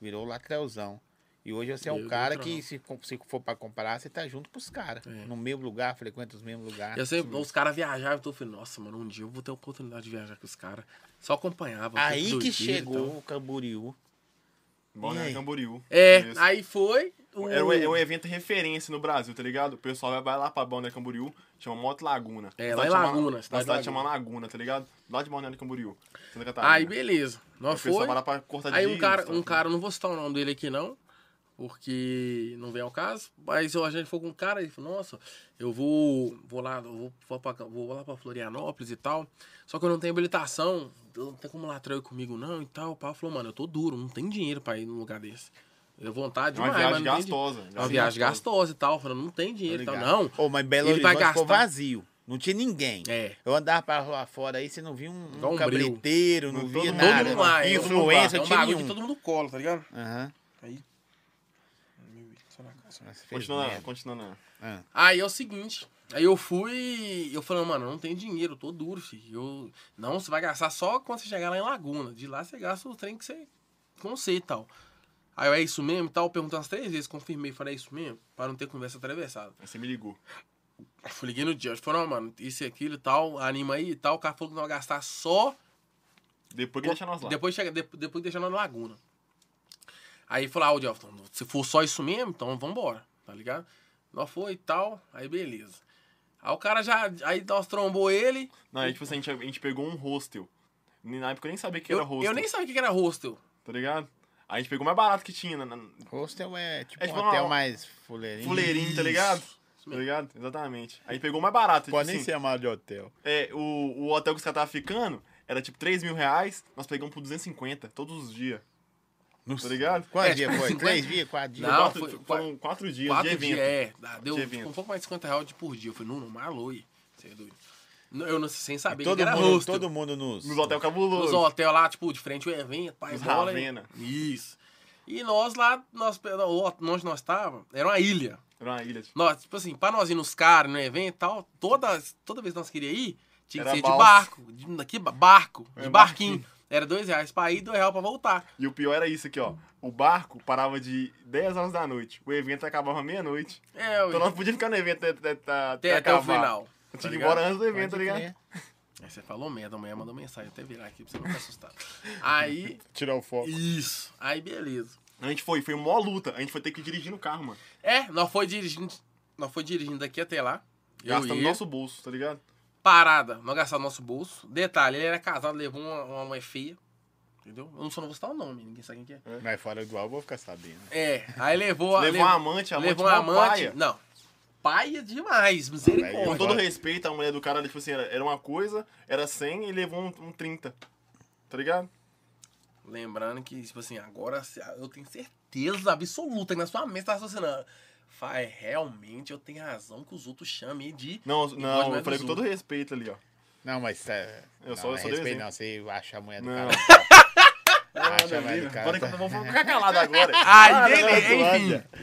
B: virou o latrelzão. E hoje você é um
A: Virou
B: cara
A: latrão.
B: que, se, com- se for pra comparar, você tá junto com os caras.
A: É.
B: No mesmo lugar, frequenta os mesmos
A: Eu
B: lugares.
A: sei, os caras viajavam, eu tô falando, nossa, mano, um dia eu vou ter a oportunidade de viajar com os caras. Só acompanhava.
B: Aí
A: tudo
B: que
A: é doideira então. e
B: chegou
A: tal.
B: o Camboriú.
C: Bora,
B: E aí?
C: né? Camboriú.
A: É,
C: Isso.
A: aí foi. o-
C: Era um, é um evento referência no Brasil, tá ligado? O pessoal vai- vai lá pra Balneário Camboriú, chama Moto Laguna.
A: É,
C: A
A: lá em
C: cidade chama-
A: Laguna,
C: a
A: cidade
C: Cidade,
A: de Laguna.
C: chama Laguna, tá ligado? Lá de Balneário Camboriú. Santa Catarina.
A: Aí, beleza.
C: O
A: Nós
C: pessoal
A: foi.
C: vai lá pra cortar
A: Aí um
C: jeans,
A: cara,
C: tá?
A: um cara, eu não vou citar o nome dele aqui não, porque não vem ao caso, mas eu- a gente foi com um cara e falou, nossa, eu vou, vou lá, eu vou, vou, pra, vou lá pra Florianópolis e tal, só que eu não tenho habilitação, eu não tem como lá trair comigo não e tal, o pau falou, mano, eu tô duro, não tem dinheiro pra ir num lugar desse. É vontade
C: É uma
A: demais, mas não
C: viagem
A: tem dinheiro.
C: gastosa.
A: É uma viagem gastosa e tal. Falando, não tem dinheiro e tal.
B: tá ligado.
A: Não.
B: Ô, mas Belo
A: Ele vai
B: Horizonte ficou
A: gastar-
B: vazio. Não tinha ninguém.
A: É.
B: Eu andava pra lá fora aí, você não via um,
A: Igual
B: um
A: um breu.
B: cabreteiro, não,
C: Todo
B: via
C: mundo
B: nada.
A: todo mundo lá. todo mundo lá. É
B: Influência, não
A: um
B: tinha
A: bagulho
B: nenhum.
A: que todo mundo cola, tá ligado?
B: Aham.
A: Aí. Meu, só na calça.
B: Nossa, fez
C: Continuando,
B: merda.
C: continuando.
B: Ah.
A: Aí é o seguinte, aí eu fui, eu falei, mano, eu não tenho dinheiro, eu tô duro, filho. Eu, não, você vai gastar só quando você chegar lá em Laguna. De lá você gasta o trem que você consegue e tal. Aí eu, é isso mesmo e tal, eu perguntei umas três vezes, confirmei, falei, é isso mesmo, pra não ter conversa atravessada.
C: Aí você me ligou.
A: Eu fui, liguei no dia, ele falou, não, mano, isso e aquilo e tal, anima aí e tal. O cara falou que não vai gastar só
C: Depois que deixar nós lá.
A: depois, chega, dep- depois deixa nós na Laguna. Aí falou, ah, ô Delton, se for só isso mesmo, então vambora, tá ligado? Nós foi e tal, aí beleza. Aí o cara já, aí nós trombou ele.
C: Não, aí tipo assim, a gente, a gente pegou um hostel. Na época eu nem sabia que
A: Eu,
C: era hostel.
A: eu nem sabia o que que era hostel.
C: Tá ligado? Aí a gente pegou o mais barato que tinha, na, na-
B: Hostel é tipo
C: É tipo
B: um
C: uma-
B: hotel mais fuleirinho.
C: fuleirinho, tá ligado? Tá ligado? Exatamente. Aí pegou o mais barato.
B: Pode nem
C: tipo
B: ser
C: assim,
B: chamado de hotel.
C: é, o, o hotel que os caras tava ficando era tipo 3 mil reais, nós pegamos por 250 todos os dias. Tá ligado?
B: Quantos
A: É,
B: dias
A: tipo,
B: foi?
A: 50?
B: Três dias, quatro dias?
A: Não,
C: quatro,
A: foi-
C: foram 4 dias
A: Quatro
C: de evento.
A: dias, é. dá- Deu
C: De evento.
A: um pouco mais de 50 reais de por dia. Eu falei, Nuno, malou aí. Você é doido. N- Eu não sei sem saber o que
B: Todo
A: era
B: mundo,
A: hostel.
B: todo mundo nos...
C: Nos hotel cabuloso.
A: Os hotel lá, tipo, de frente ao evento, pai,
C: Os
A: bola.
C: Ravena.
A: Isso. E nós lá, nós, pe- o- onde nós estávamos, era uma ilha.
C: Era uma ilha. Tipo,
A: Nós, tipo assim, pra nós ir nos caras, no evento e tal, toda, toda vez que nós queríamos ir, tinha que
C: Era
A: ser de
C: balsa.
A: barco. De, daqui, ba- barco, de
C: É,
A: barquinho. Era dois reais pra ir, dois reais pra voltar.
C: e o pior era isso aqui, ó. O barco parava de 10 horas da noite. O evento acabava meia-noite.
A: É,
C: Então nós podíamos ficar no evento até, até, até,
A: até, até o
C: acabar.
A: final.
C: Eu
A: Tá
C: tinha que ir
A: ligado?
C: embora antes do evento, tá
B: Pode
C: ligado?
B: crer.
A: Aí você falou merda, amanhã mandou mensagem, até virar aqui pra você não ficar assustado. Aí,
B: Tirar o foco.
A: isso. Aí, beleza.
C: A gente foi, foi mó luta. A gente foi ter que dirigir no carro, mano.
A: É, nós foi dirigindo, nós foi dirigindo daqui até lá. Eu e
C: Gastando
A: ele.
C: nosso bolso, tá ligado?
A: parada, nós gastamos nosso bolso. Detalhe, ele era casado, levou uma, uma mulher feia. Entendeu? Eu não só não vou citar o nome, ninguém sabe quem que é.
B: Mas fora do ar, eu vou ficar sabendo.
A: É, aí levou a.
C: Levou uma amante, a amante
A: levou
C: mó
A: uma amante.
C: paia.
A: Não. Paia demais,
C: Com
A: misericórdia.
C: todo respeito, a mulher do cara, tipo assim, era, era uma coisa, era 100 e levou um, um 30. Tá ligado?
A: Lembrando que, tipo assim, agora se- eu tenho certeza absoluta que na sua mesa tá raciocinando. Fai, realmente eu tenho razão que os outros chamem de.
C: Não,
A: Não pode
C: não,
A: mais um.
C: eu falei
A: dos
C: com todo respeito ali, ó.
B: Não, mas... é,
C: Eu
B: não,
C: só- eu
B: mas
C: só dei
B: respeito
C: exemplo.
B: não, você acha a mulher do
C: Não. é
B: cara. Acha a mulher do cara. tá?
C: Agora que eu vou ficar calado agora.
A: tá. Ai, beleza, enfim.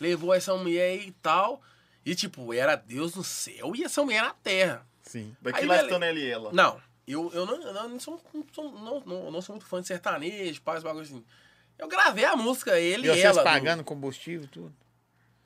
A: Levou essa mulher aí e tal. E, tipo, era Deus no céu e essa mulher na terra.
B: Sim.
C: Daqui
A: Aí,
C: lá
A: beleza.
C: estando ela e ela.
A: Não, eu, eu, não, eu não, sou, não, sou- não, não- não sou muito fã de sertanejo, pá, esse bagulho assim. Eu gravei a música, ele
B: E
A: e,
B: vocês
A: ela. do-
B: pagando combustível, tudo?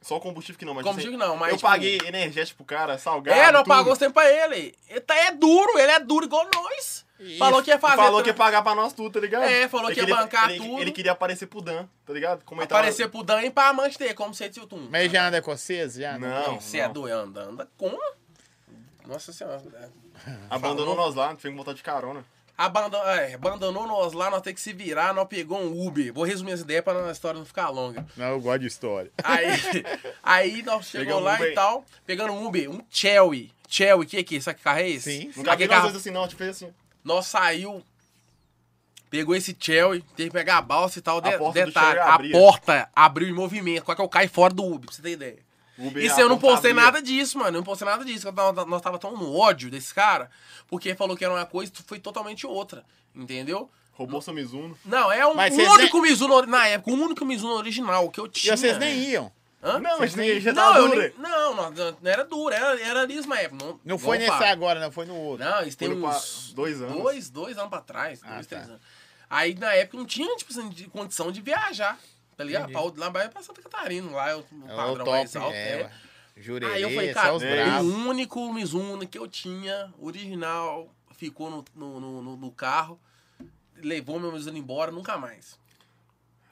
C: Só o combustível que não, mas.
A: Combustível
C: assim,
A: que não, mas,
C: Eu
A: tipo,
C: paguei energético pro cara, salgado.
A: É, não
C: tudo.
A: pagou sempre pra ele. Ele tá, é duro, ele é duro igual nós. Falou que ia fazer.
C: Falou
A: tudo.
C: que ia pagar pra nós tudo, tá ligado?
A: É, falou
C: Ele
A: que ia
C: queria-
A: bancar
C: ele-
A: tudo.
C: Ele queria aparecer pro Dan, tá ligado? Como ele tava-
A: Aparecer pro Dan e pra amante dele, como se o Tum.
B: Mas ele já anda com vocês? Já?
C: Não,
A: Você é
C: não.
A: doido, anda, anda como? Nossa senhora. é.
C: Abandonou
A: Falou.
C: nós lá, não foi com vontade de carona.
A: Abandon, é, abandonou nós lá, nós temos que se virar, nós pegou um Uber. Vou resumir as ideias pra a história não ficar longa.
B: Não, eu gosto de história.
A: Aí, aí nós chegou
C: Pegamos um
A: lá
C: Uber.
A: e tal, pegando um Uber, um Chewy. Chewy, que que? Sabe que carro é esse?
B: Sim, sim.
C: Nunca vi
A: Aquele
C: nós
A: carro,
C: dois assim, não. Tipo assim,
A: Nós saiu, pegou esse Chewy, teve que pegar a balsa e tal. de-
C: porta do
A: detalhe,
C: Chewy
A: a
C: abria.
A: porta abriu em movimento, quase que eu caí fora do Uber, pra você ter ideia.
C: o Uber ah,
A: Isso eu não
C: aponta
A: postei
C: ali, ó.
A: nada disso, mano. Eu não postei nada disso. Nós, nós- nós tava tão no ódio desse cara, porque ele falou que era uma coisa e foi totalmente outra. Entendeu?
C: Roubou seu Mizuno.
A: Não, é um,
B: Mas
A: o
B: vocês
A: único Mizuno ori- na época, o único Mizuno original que eu
B: E
A: tinha.
B: vocês nem iam.
A: Hã?
C: Não, mas nem já tá
A: Não,
C: tava
A: eu
C: dura.
A: nem, não, não, não, não era dura, era, era liso na época. Não,
B: Não foi
A: não
B: nesse
A: fala.
B: agora, não. Foi no outro.
A: Não, isso tem
C: Foi no
A: uns
C: pa- dois anos.
A: Dois, dois anos pra trás,
B: Ah,
A: dois,
B: tá.
A: três anos. Aí na época não tinha, tipo assim, de condição de viajar, tá ligado? Pra, outro- lá vai pra Santa Catarina, lá é o
B: É
A: padrão
B: o
A: mais
B: top,
A: alto.
B: é,
A: é.
B: ué. Jurerê,
A: Aí eu falei,
B: só
A: cara, né?
B: os
C: né? é.
A: o
B: bravos.
A: único Mizuno que eu tinha, original, ficou no, no, no- no- no carro, levou meu Mizuno embora, nunca mais.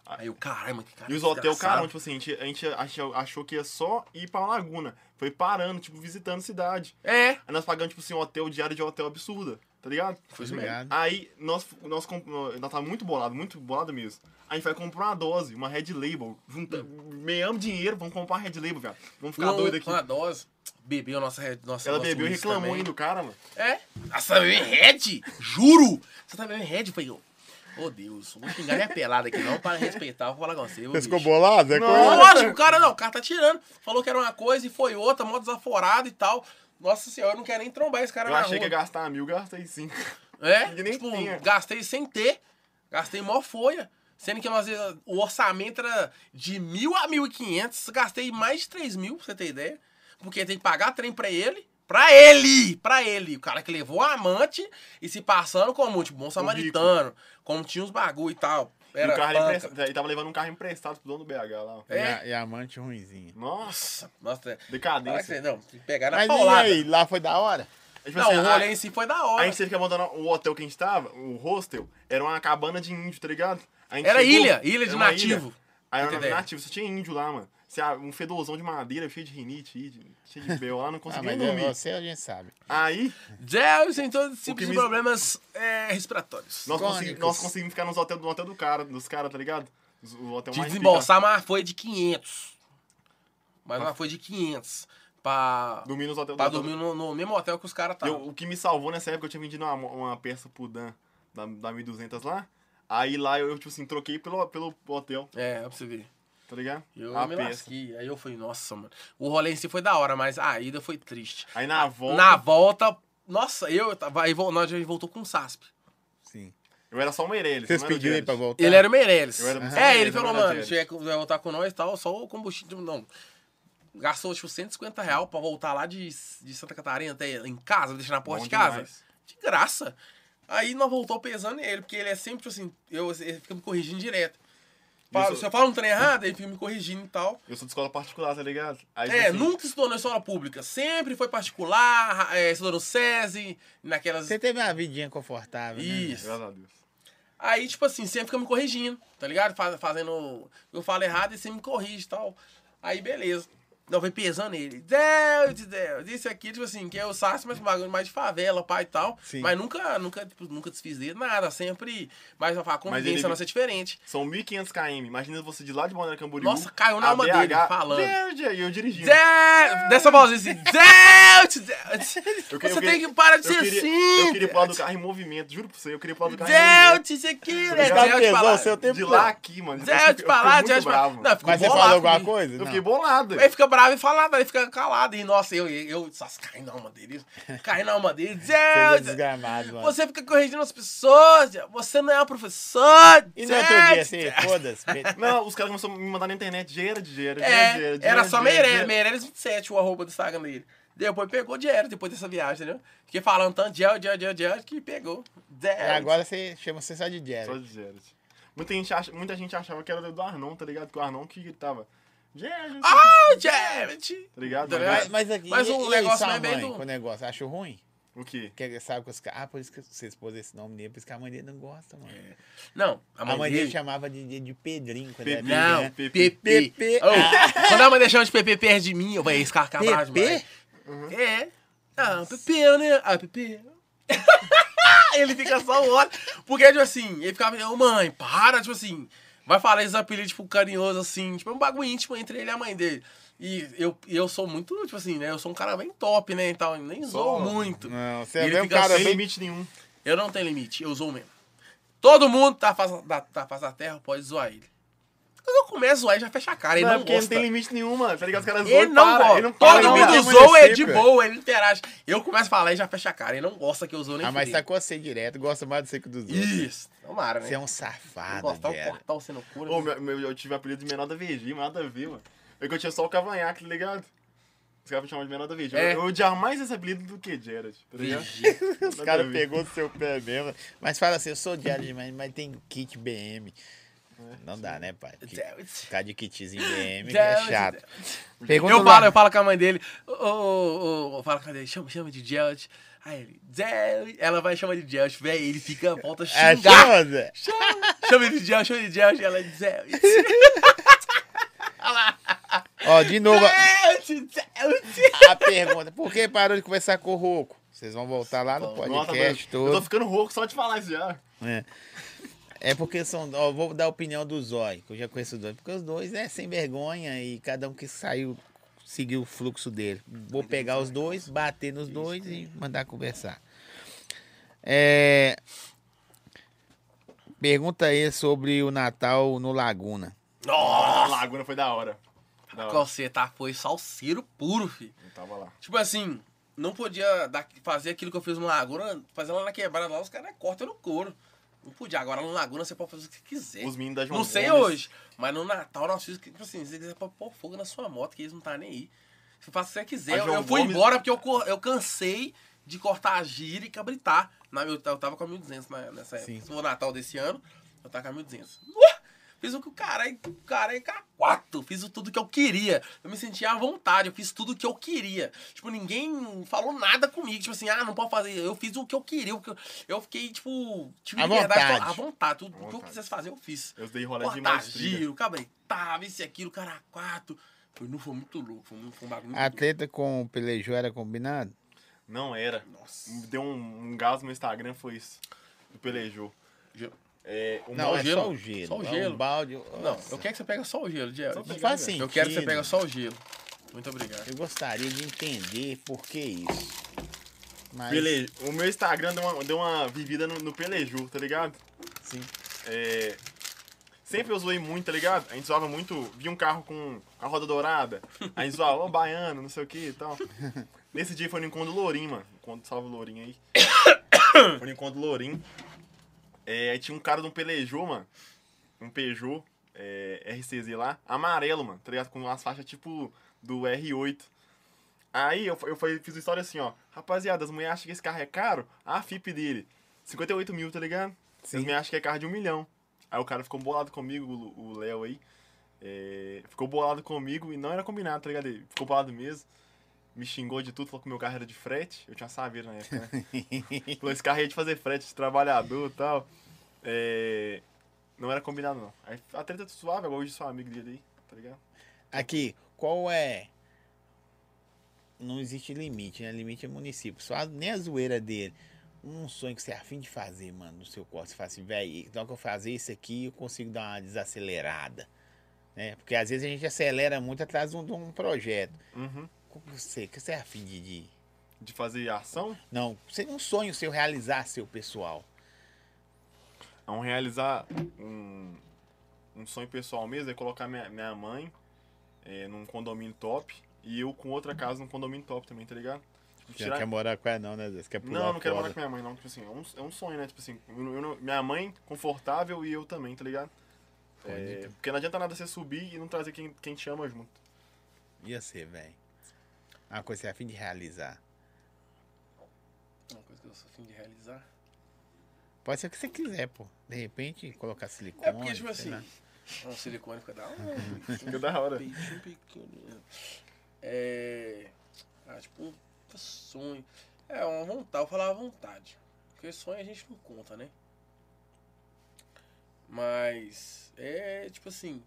A: Aí eu, caralho, mano, que cara
C: Ah. E os hotel,
A: desgraçado.
C: carão, tipo assim, a gente, a gente achou, achou que ia só ir pra Laguna. Foi parando, tipo, visitando cidade.
A: É.
C: Aí nós pagamos, tipo assim, um hotel, diário de hotel absurda, tá ligado?
A: Foi
B: isso mesmo. Obrigado.
C: Aí nós, nós, comp- nós tava muito bolado, muito bolado mesmo. A gente vai comprar uma dose, uma Red Label. Junta, meamos dinheiro, vamos comprar Red Label, velho. Vamos ficar
A: Não,
C: doido aqui.
A: Com a dose, bebeu nossa red. Nossa,
C: Ela
A: nosso
C: bebeu e
A: uísque
C: reclamou
A: também. Ah,
C: ainda do cara, mano.
A: tá É. Nossa, bebeu red? Juro! Você tá bebendo red? Falei, ô. Ô Deus, não vou xingar nem a pelada aqui não, para respeitar, vou falar com você. viu,
B: Você ficou
A: bicho?
B: bolado? É coisa?
A: Lógico, o cara não, o cara tá tirando. Falou que era uma coisa e foi outra, mó desaforado e tal. Nossa senhora, eu não quero nem trombar esse cara
C: Eu
A: na
C: achei que ia
A: rua.
C: gastar mil, gastei cinco.
A: É,
C: que nem
A: tipo,
C: tinha.
A: gastei sem ter, gastei mó folha. Sendo que às vezes, o orçamento era de mil a mil e quinhentos, gastei mais de três mil, pra você ter ideia. Porque tem que pagar trem pra ele, pra ele, pra ele. O cara que levou a amante e se passando como, tipo, bom samaritano, como tinha uns bagulho e tal.
C: E
A: Era
C: o carro
A: banca.
C: emprestado. Ele tava levando um carro emprestado pro dono do BH lá.
B: E,
A: É,
B: a, e a amante ruinzinha.
C: Nossa,
A: nossa, é.
C: decadência.
A: Caraca, não, pegaram a
B: Mas e
A: paulada.
B: aí, lá foi da hora?
C: Tipo
A: Não,
C: assim,
A: o
C: a-
A: rolê em si foi da hora.
C: A gente teve que abandonar o hotel que a gente tava, o hostel, era uma cabana de índio, tá ligado? A gente
A: Era ilha, ilha de
C: era uma
A: nativo.
C: Aí
A: Tem
C: era
A: ideia.
C: nativo, só tinha índio lá, mano. Você- ah, Um fedorzão de madeira, cheio de rinite, de- cheio de bel lá, não
B: Ah,
C: conseguia
B: mas
C: nem
B: é
C: dormir.
B: você a gente sabe.
C: Aí,
A: Jails em todos os
C: O que
A: tipos de
C: me-
A: problemas é, respiratórios.
C: nós, consegui-
B: Cônicos.
C: nós conseguimos ficar nos hotel, no hotel do cara, dos caras, tá ligado? Os- O hotel
A: De
C: mais pica
A: desembolsar, mas foi de 500. Mas uma foi de 500. Pra,
C: Dormir nos hotel
A: pra
C: do hotel do-
A: dormir no, no mesmo hotel que os tá. caras
C: Eu-
A: estavam.
C: o que me salvou nessa época, eu tinha vendido uma, uma peça pro Dan, da, da 1200 lá. Aí lá eu, tipo assim, troquei pelo, pelo hotel,
A: É, pra você ver.
C: tá ligado?
A: Eu
C: a
A: me
C: peça.
A: lasquei. Aí eu falei, nossa, mano. O rolê em si foi da hora, mas a ida foi triste.
C: Aí na volta,
A: Ah, Na volta, nossa, eu tava. Aí, vo- nós, a gente voltou com o SASP.
B: Sim.
C: eu era só o Meirelles.
B: Vocês
C: não era o
B: pediram aí
C: Jerez.
B: pra voltar?
A: Ele era o Meirelles.
C: Eu era do
A: É,
C: Meirelles,
A: ele falou,
C: eu era do
A: mano,
C: Meirelles.
A: tinha que voltar com nós e tal, só o combustível. tipo, Não. Gastou, tipo, 150 reais pra voltar lá de, de Santa Catarina até em casa, deixar na porta
C: Bom
A: de casa.
C: demais.
A: De graça. Aí nós voltou pesando nele, porque ele é sempre, tipo assim, eu, ele fica me corrigindo direto. Fala-
C: Isso-
A: Se eu falo um trem errado, ele fica me corrigindo e tal.
C: Eu sou de escola particular, tá ligado? Aí,
A: É,
C: assim,
A: nunca se tornou escola pública. Sempre foi particular, ra- é, se tornou SESI, naquelas.
B: Você teve uma vidinha confortável, né?
A: Isso.
C: Graças a Deus.
A: Aí, tipo assim, sempre fica me corrigindo, tá ligado? Fa- Fazendo. Eu falo errado e você me corrige e tal. Aí, beleza. Não, vem pesando ele. Deus de Deus. Isso aqui, tipo assim, que é o Sassi, mas um bagulho mais de favela, pai e tal.
B: Sim.
A: Mas nunca, nunca, tipo, nunca desfiz dele, nada. Sempre. Mas a convivência
C: ele-
A: nossa é diferente.
C: São 1500 km. Imagina você de lá de Balneário Camboriú.
A: Nossa, caiu na
C: a
A: alma
C: BH,
A: dele falando.
C: Verde, e eu dirigindo.
A: Deus! Dessa vozinha assim. Deus de Deus.
C: Eu que- eu
A: Você
C: que-
A: tem que parar de
C: eu
A: ser
C: queria,
A: assim.
C: Eu queria pular do carro em movimento, juro pra você. Eu queria pular do carro em movimento.
A: Deus, isso aqui, né?
B: Tá
A: Deus de
B: pesou
A: falar.
B: o seu tempo
C: De
B: todo.
C: lá aqui, mano.
A: Deus de falar,
C: eu fiquei
A: Deus de falar.
C: muito bravo.
A: Não, ficou
B: Mas você
A: bolado
B: falou alguma
A: comigo.
B: coisa?
C: Eu
B: Não.
C: fiquei bolado.
A: Ele fica bravo e fala nada, ele fica calado. E nossa, eu, eu, nossa, caí na alma dele. Caí na alma dele.
B: Você é
A: Deus,
B: desgramado, mano.
A: você fica corrigindo as pessoas, você não é uma professora.
B: E no outro dia,
A: Deus.
B: assim, foda-se. pe-
C: Não, os caras começaram a me mandar na internet. Gerard, Gerard, Gerard,
A: É,
C: Gerard.
A: era só
C: Gerard,
A: Meirelles,
C: Gerard.
A: Meirelles 27, o arroba do Instagram dele. Depois pegou dinheiro, depois dessa viagem, entendeu? Fiquei falando tanto gel, gel, gel, gel, que pegou. Deus.
B: E agora você chama você só de
C: Só
B: Jerry.
C: de Gerard. Muita gente, acha- muita gente achava que era do Arnon, tá ligado? Que o Arnon que gritava. Gerard.
A: Ah, Jared!
C: Tá ligado?
A: Tá ligado?
B: Mas, mas aqui,
A: Mas
B: e-
A: o
B: e aí
A: negócio
B: sua
A: não é bem
B: mãe
A: do-
B: com o negócio, acho ruim?
C: O quê?
B: Porque sabe que os caras... Ah, por isso que vocês pôs esse nome dele, por isso que a mãe dele não gosta, mano.
A: Não, a
B: A
A: mãe,
B: mãe dele
A: dele...
B: chamava de, de, de Pedrinho quando
C: Pedrinho.
B: era né?
A: Não,
C: Pepe.
A: Pepe.
B: Pepe. Ah.
A: Oh, Quando a mãe deixava de Pepe perto de mim, eu falei, esse cara é cabrão
B: Pepe? Uhum.
A: demais. É. Ah, Pepe, né? Ah, Pepe. ele fica só o olho. Porque, tipo assim, ele ficava, ô mãe, para, tipo assim. Vai falar esses apelidos, tipo, carinhoso, assim. Tipo, é um bagulho íntimo entre ele e a mãe dele. E eu, e eu sou muito, tipo assim, né? Eu sou um cara bem top, né? Então, nem zoo muito.
B: Não,
A: E
B: você
A: ele
B: vê um
A: fica
B: cara
C: Sem
B: bem...
C: limite nenhum.
A: Eu não tenho limite, eu zoo mesmo. Todo mundo tá face da, tá face da terra, pode zoar ele. Quando eu começo a zoar, ele já fecha a cara, ele
C: Não, é
A: não,
C: porque
A: gosta.
C: não tem limite nenhum, mano. Tá ligado? Os caras zoam
A: Ele
C: e
A: não
C: para.
A: gosta.
C: Ele não é para.
A: Todo
B: não
A: mundo
B: dá.
A: zoa, ele de
B: Amanhecer,
A: boa, ele interage. Eu começo a falar e já fecha a cara. Ele não gosta que eu zoe nem
B: Ah, mas tá
A: fudendo.
B: com você direto, gosta mais de você que dos outros.
A: Isso. Tomara, né?
B: Você é um
A: Não
B: safado,
A: gostar, eu
B: Jerry.
A: cortar você no cu. né?
C: Ô, meu, meu- eu tive apelido de menor da VG, mas nada a ver, mano. Eu que eu tinha só o cavanhaque, tá ligado? Os caras me chamavam de menor da VG.
A: É.
C: Eu, eu odiava mais esse apelido do que Gerard, tá ligado?
A: Vigia.
B: Os caras pegou do seu pé mesmo. Mas fala assim, eu sou diário demais, mas tem kit BM. Não dá, né, pai? Kit-
A: Deus.
B: Ficar de kitzinho BM que é
A: Deus.
B: chato. Pergunta
A: Eu
B: lá.
A: falo, eu falo com a mãe dele. Ô, ô, ô, ô, eu falo com a dele, chama, chama de Gelt. Aí ele, Gelt. Ela vai chamar de Gelt, velho. Ele fica, volta a
B: É,
A: xingar.
B: chama, Zé.
A: Chama, chama de Gelt, chama de Gelt. Ela, Gelt.
B: Ó, de novo, a-
A: Gelt, Gelt.
B: a pergunta. Por que parou de conversar com o Roco? Vocês vão voltar lá no
C: Nossa,
B: podcast
C: mano, Eu tô
B: todo.
C: ficando rouco só de falar isso já.
B: É. É porque são. Ó, vou dar a opinião do Zói, que eu já conheço os dois. Porque os dois é sem vergonha e cada um que saiu seguiu o fluxo dele. Vou pegar os dois, bater nos dois e mandar conversar. É. Pergunta aí sobre o Natal no Laguna.
C: Nossa, a Laguna foi da hora. Da hora.
A: Você tá, foi salseiro puro, fi.
C: Eu tava lá.
A: Tipo assim, não podia dar- fazer aquilo que eu fiz no Laguna, fazer lá na quebrada lá, os caras cortam no couro. Não podia. Agora no Laguna você pode fazer o que quiser.
C: Os meninos da João
A: Não sei
C: Gomes.
A: hoje, mas no Natal nós fizemos que, tipo assim, se você quiser pôr- pôr fogo na sua moto, que eles não tá nem aí. Você faz o que você quiser.
C: A
A: Eu,
C: João
A: eu fui
C: Gomes-
A: embora porque eu, co- eu cansei de cortar a gira e cabritar. Na, eu, eu tava com a 1200 na- nessa época. No Natal desse ano, eu tava com a 1200. Uá! Fiz o que o cara o cara é quatro. Fiz o tudo que eu queria. Eu me sentia à vontade, eu fiz tudo que eu queria. Tipo, ninguém falou nada comigo. Tipo assim, ah, não pode fazer. Eu fiz o que eu queria. o que Eu, eu fiquei, tipo, tive
B: À
A: pra-
B: vontade.
A: à vontade. Tudo, o que eu
C: vontade.
A: quisesse fazer, eu fiz.
C: Eu dei rolé de
A: Cortar
C: mais trilha.
A: giro, cabretava, isso e aquilo, cara quatro. Foi, não foi muito louco, foi, um- foi um bagulho muito
B: A treta com o Pelejou era combinado?
C: Não era.
A: louco. Nossa.
C: Deu um, um gás no Instagram, foi isso. Do pelejou.
A: Gelo.
C: É, um
B: Não,
A: o
B: é
A: gelo.
B: só o gelo.
A: Só o
B: É
A: gelo.
B: Um balde.
A: Não,
B: Nossa,
A: eu quero que você pega só o gelo, Diego.
B: Não faz
A: Eu quero que você
B: sentido.
A: pega só o gelo. Muito obrigado.
B: eu gostaria de entender por que isso. Mas
C: Pele- O meu Instagram deu uma, deu uma vivida no, no peleju, tá ligado?
B: Sim.
C: É, Sempre eu zoei muito, tá ligado? A gente zoava muito, via um carro com a roda dourada, a gente zoava, ô baiano, não sei o que e tal. Nesse dia foi no encontro do Lourinho, mano. Encontro, salve o Lourinho aí. foi no encontro do Lourinho. É, aí tinha um cara de um Pelejo, mano. Um Peugeot é, RCZ lá, amarelo, mano, tá ligado? Com umas faixas tipo do R8. Aí eu, eu falei- fiz uma história assim, ó. Rapaziada, as mulheres acham que esse carro é caro? A FIP dele, 58 mil, tá ligado? As mulheres acham que é carro de um milhão. Aí o cara ficou bolado comigo, o- o Léo aí. É, ficou bolado comigo e não era combinado, tá ligado? Ele ficou bolado mesmo. Me xingou de tudo, falou que meu carro era de frete. Eu tinha saveiro na época, né? falou, esse carro aí é de fazer frete, de trabalhador e tal. É, não era combinado, não. Aí a treta é suave, agora hoje sou amigo dele aí, tá ligado?
B: Aqui, qual é. Não existe limite, né? Limite é município. Só a- nem a zoeira dele. Um sonho que você é afim de fazer, mano, no seu corte. Você fala assim, velho, na hora que eu fazer isso aqui, eu consigo dar uma desacelerada. Né? Porque às vezes a gente acelera muito atrás de um, de um projeto.
C: Uhum.
B: Qual que você, que você é afim de, de.
C: De fazer ação,
B: Não, você- um sonho seu realizar seu pessoal.
C: é um realizar um, um sonho pessoal mesmo, é colocar minha, minha mãe é, num condomínio top e eu com outra casa num condomínio top também, tá ligado? Tipo,
B: Você não quer morar com ela, não, né? Deus? Quer pular
C: Não, eu não quero morar
B: fora.
C: com minha mãe, não. Tipo assim, é um, é um sonho, né? Tipo assim, eu não- eu não- minha mãe confortável e eu também, tá ligado? É, porque não adianta nada você subir e não trazer quem, quem te ama junto.
B: Ia ser, velho. Uma coisa que você é afim de realizar.
A: Uma coisa que eu sou afim de realizar.
B: Pode ser o que você quiser, pô. De repente, colocar silicone.
A: É porque, tipo
B: sei
A: assim.
B: lá.
A: Um silicone um- fica da hora.
C: Fica da hora.
A: Peitinho pequeno. É. Ah, tipo, um sonho. É, uma vontade, eu falava vontade. Porque sonho a gente não conta, né? Mas. É, tipo assim.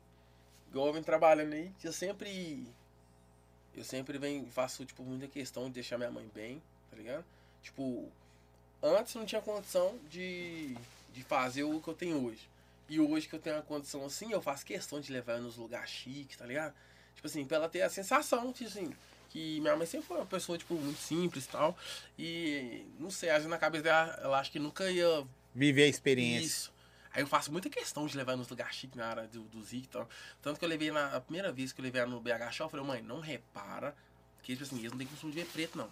A: Igual eu venho trabalhando aí, eu sempre. Eu sempre venho, faço, tipo, muita questão de deixar minha mãe bem, tá ligado? Tipo, antes não tinha condição de, de fazer o que eu tenho hoje. E hoje que eu tenho uma condição assim, eu faço questão de levar ela nos lugares chiques, tá ligado? Tipo assim, pra ela ter a sensação, tipo assim, que minha mãe sempre foi uma pessoa, tipo, muito simples e tal. E, não sei, às vezes na cabeça dela, ela acha que nunca ia
B: Viver a experiência.
A: isso. Aí eu faço muita questão de levar nos lugares chiques na área do, do Zic e tal. Tanto que eu levei na a primeira vez que eu levei ela no BH Show, eu falei, mãe, não repara, porque tipo assim, eles não têm costume de ver preto, não.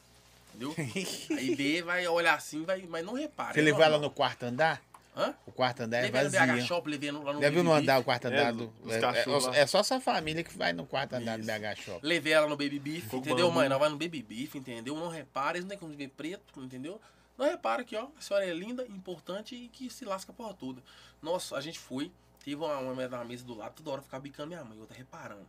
A: Entendeu? Aí vê, vai olhar assim, vai, mas não repara.
B: Você
A: é
B: levou ela
A: normal.
B: no quarto andar?
A: Hã?
B: O quarto andar é
A: Levei no BH
B: vazio.
A: Shop, levei no, lá no
B: Já viu no
A: Baby
B: andar o
A: Beef.
B: quarto andar
C: É,
B: do.
C: os
B: É,
C: cachorros lá.
B: é- é só sua família que vai no quarto andar
A: Isso.
B: do BH Shop.
A: Levei ela no Baby Beef,
C: Fogo
A: entendeu,
C: Bambu.
A: mãe? Ela vai no Baby Beef, entendeu? Não repara, eles não têm como ver preto, entendeu? Não repara que, ó, a senhora é linda, importante e que se lasca a porra toda. Nossa, a gente foi, teve uma, uma na mesa do lado, toda hora ficava bicando minha mãe, eu outra reparando.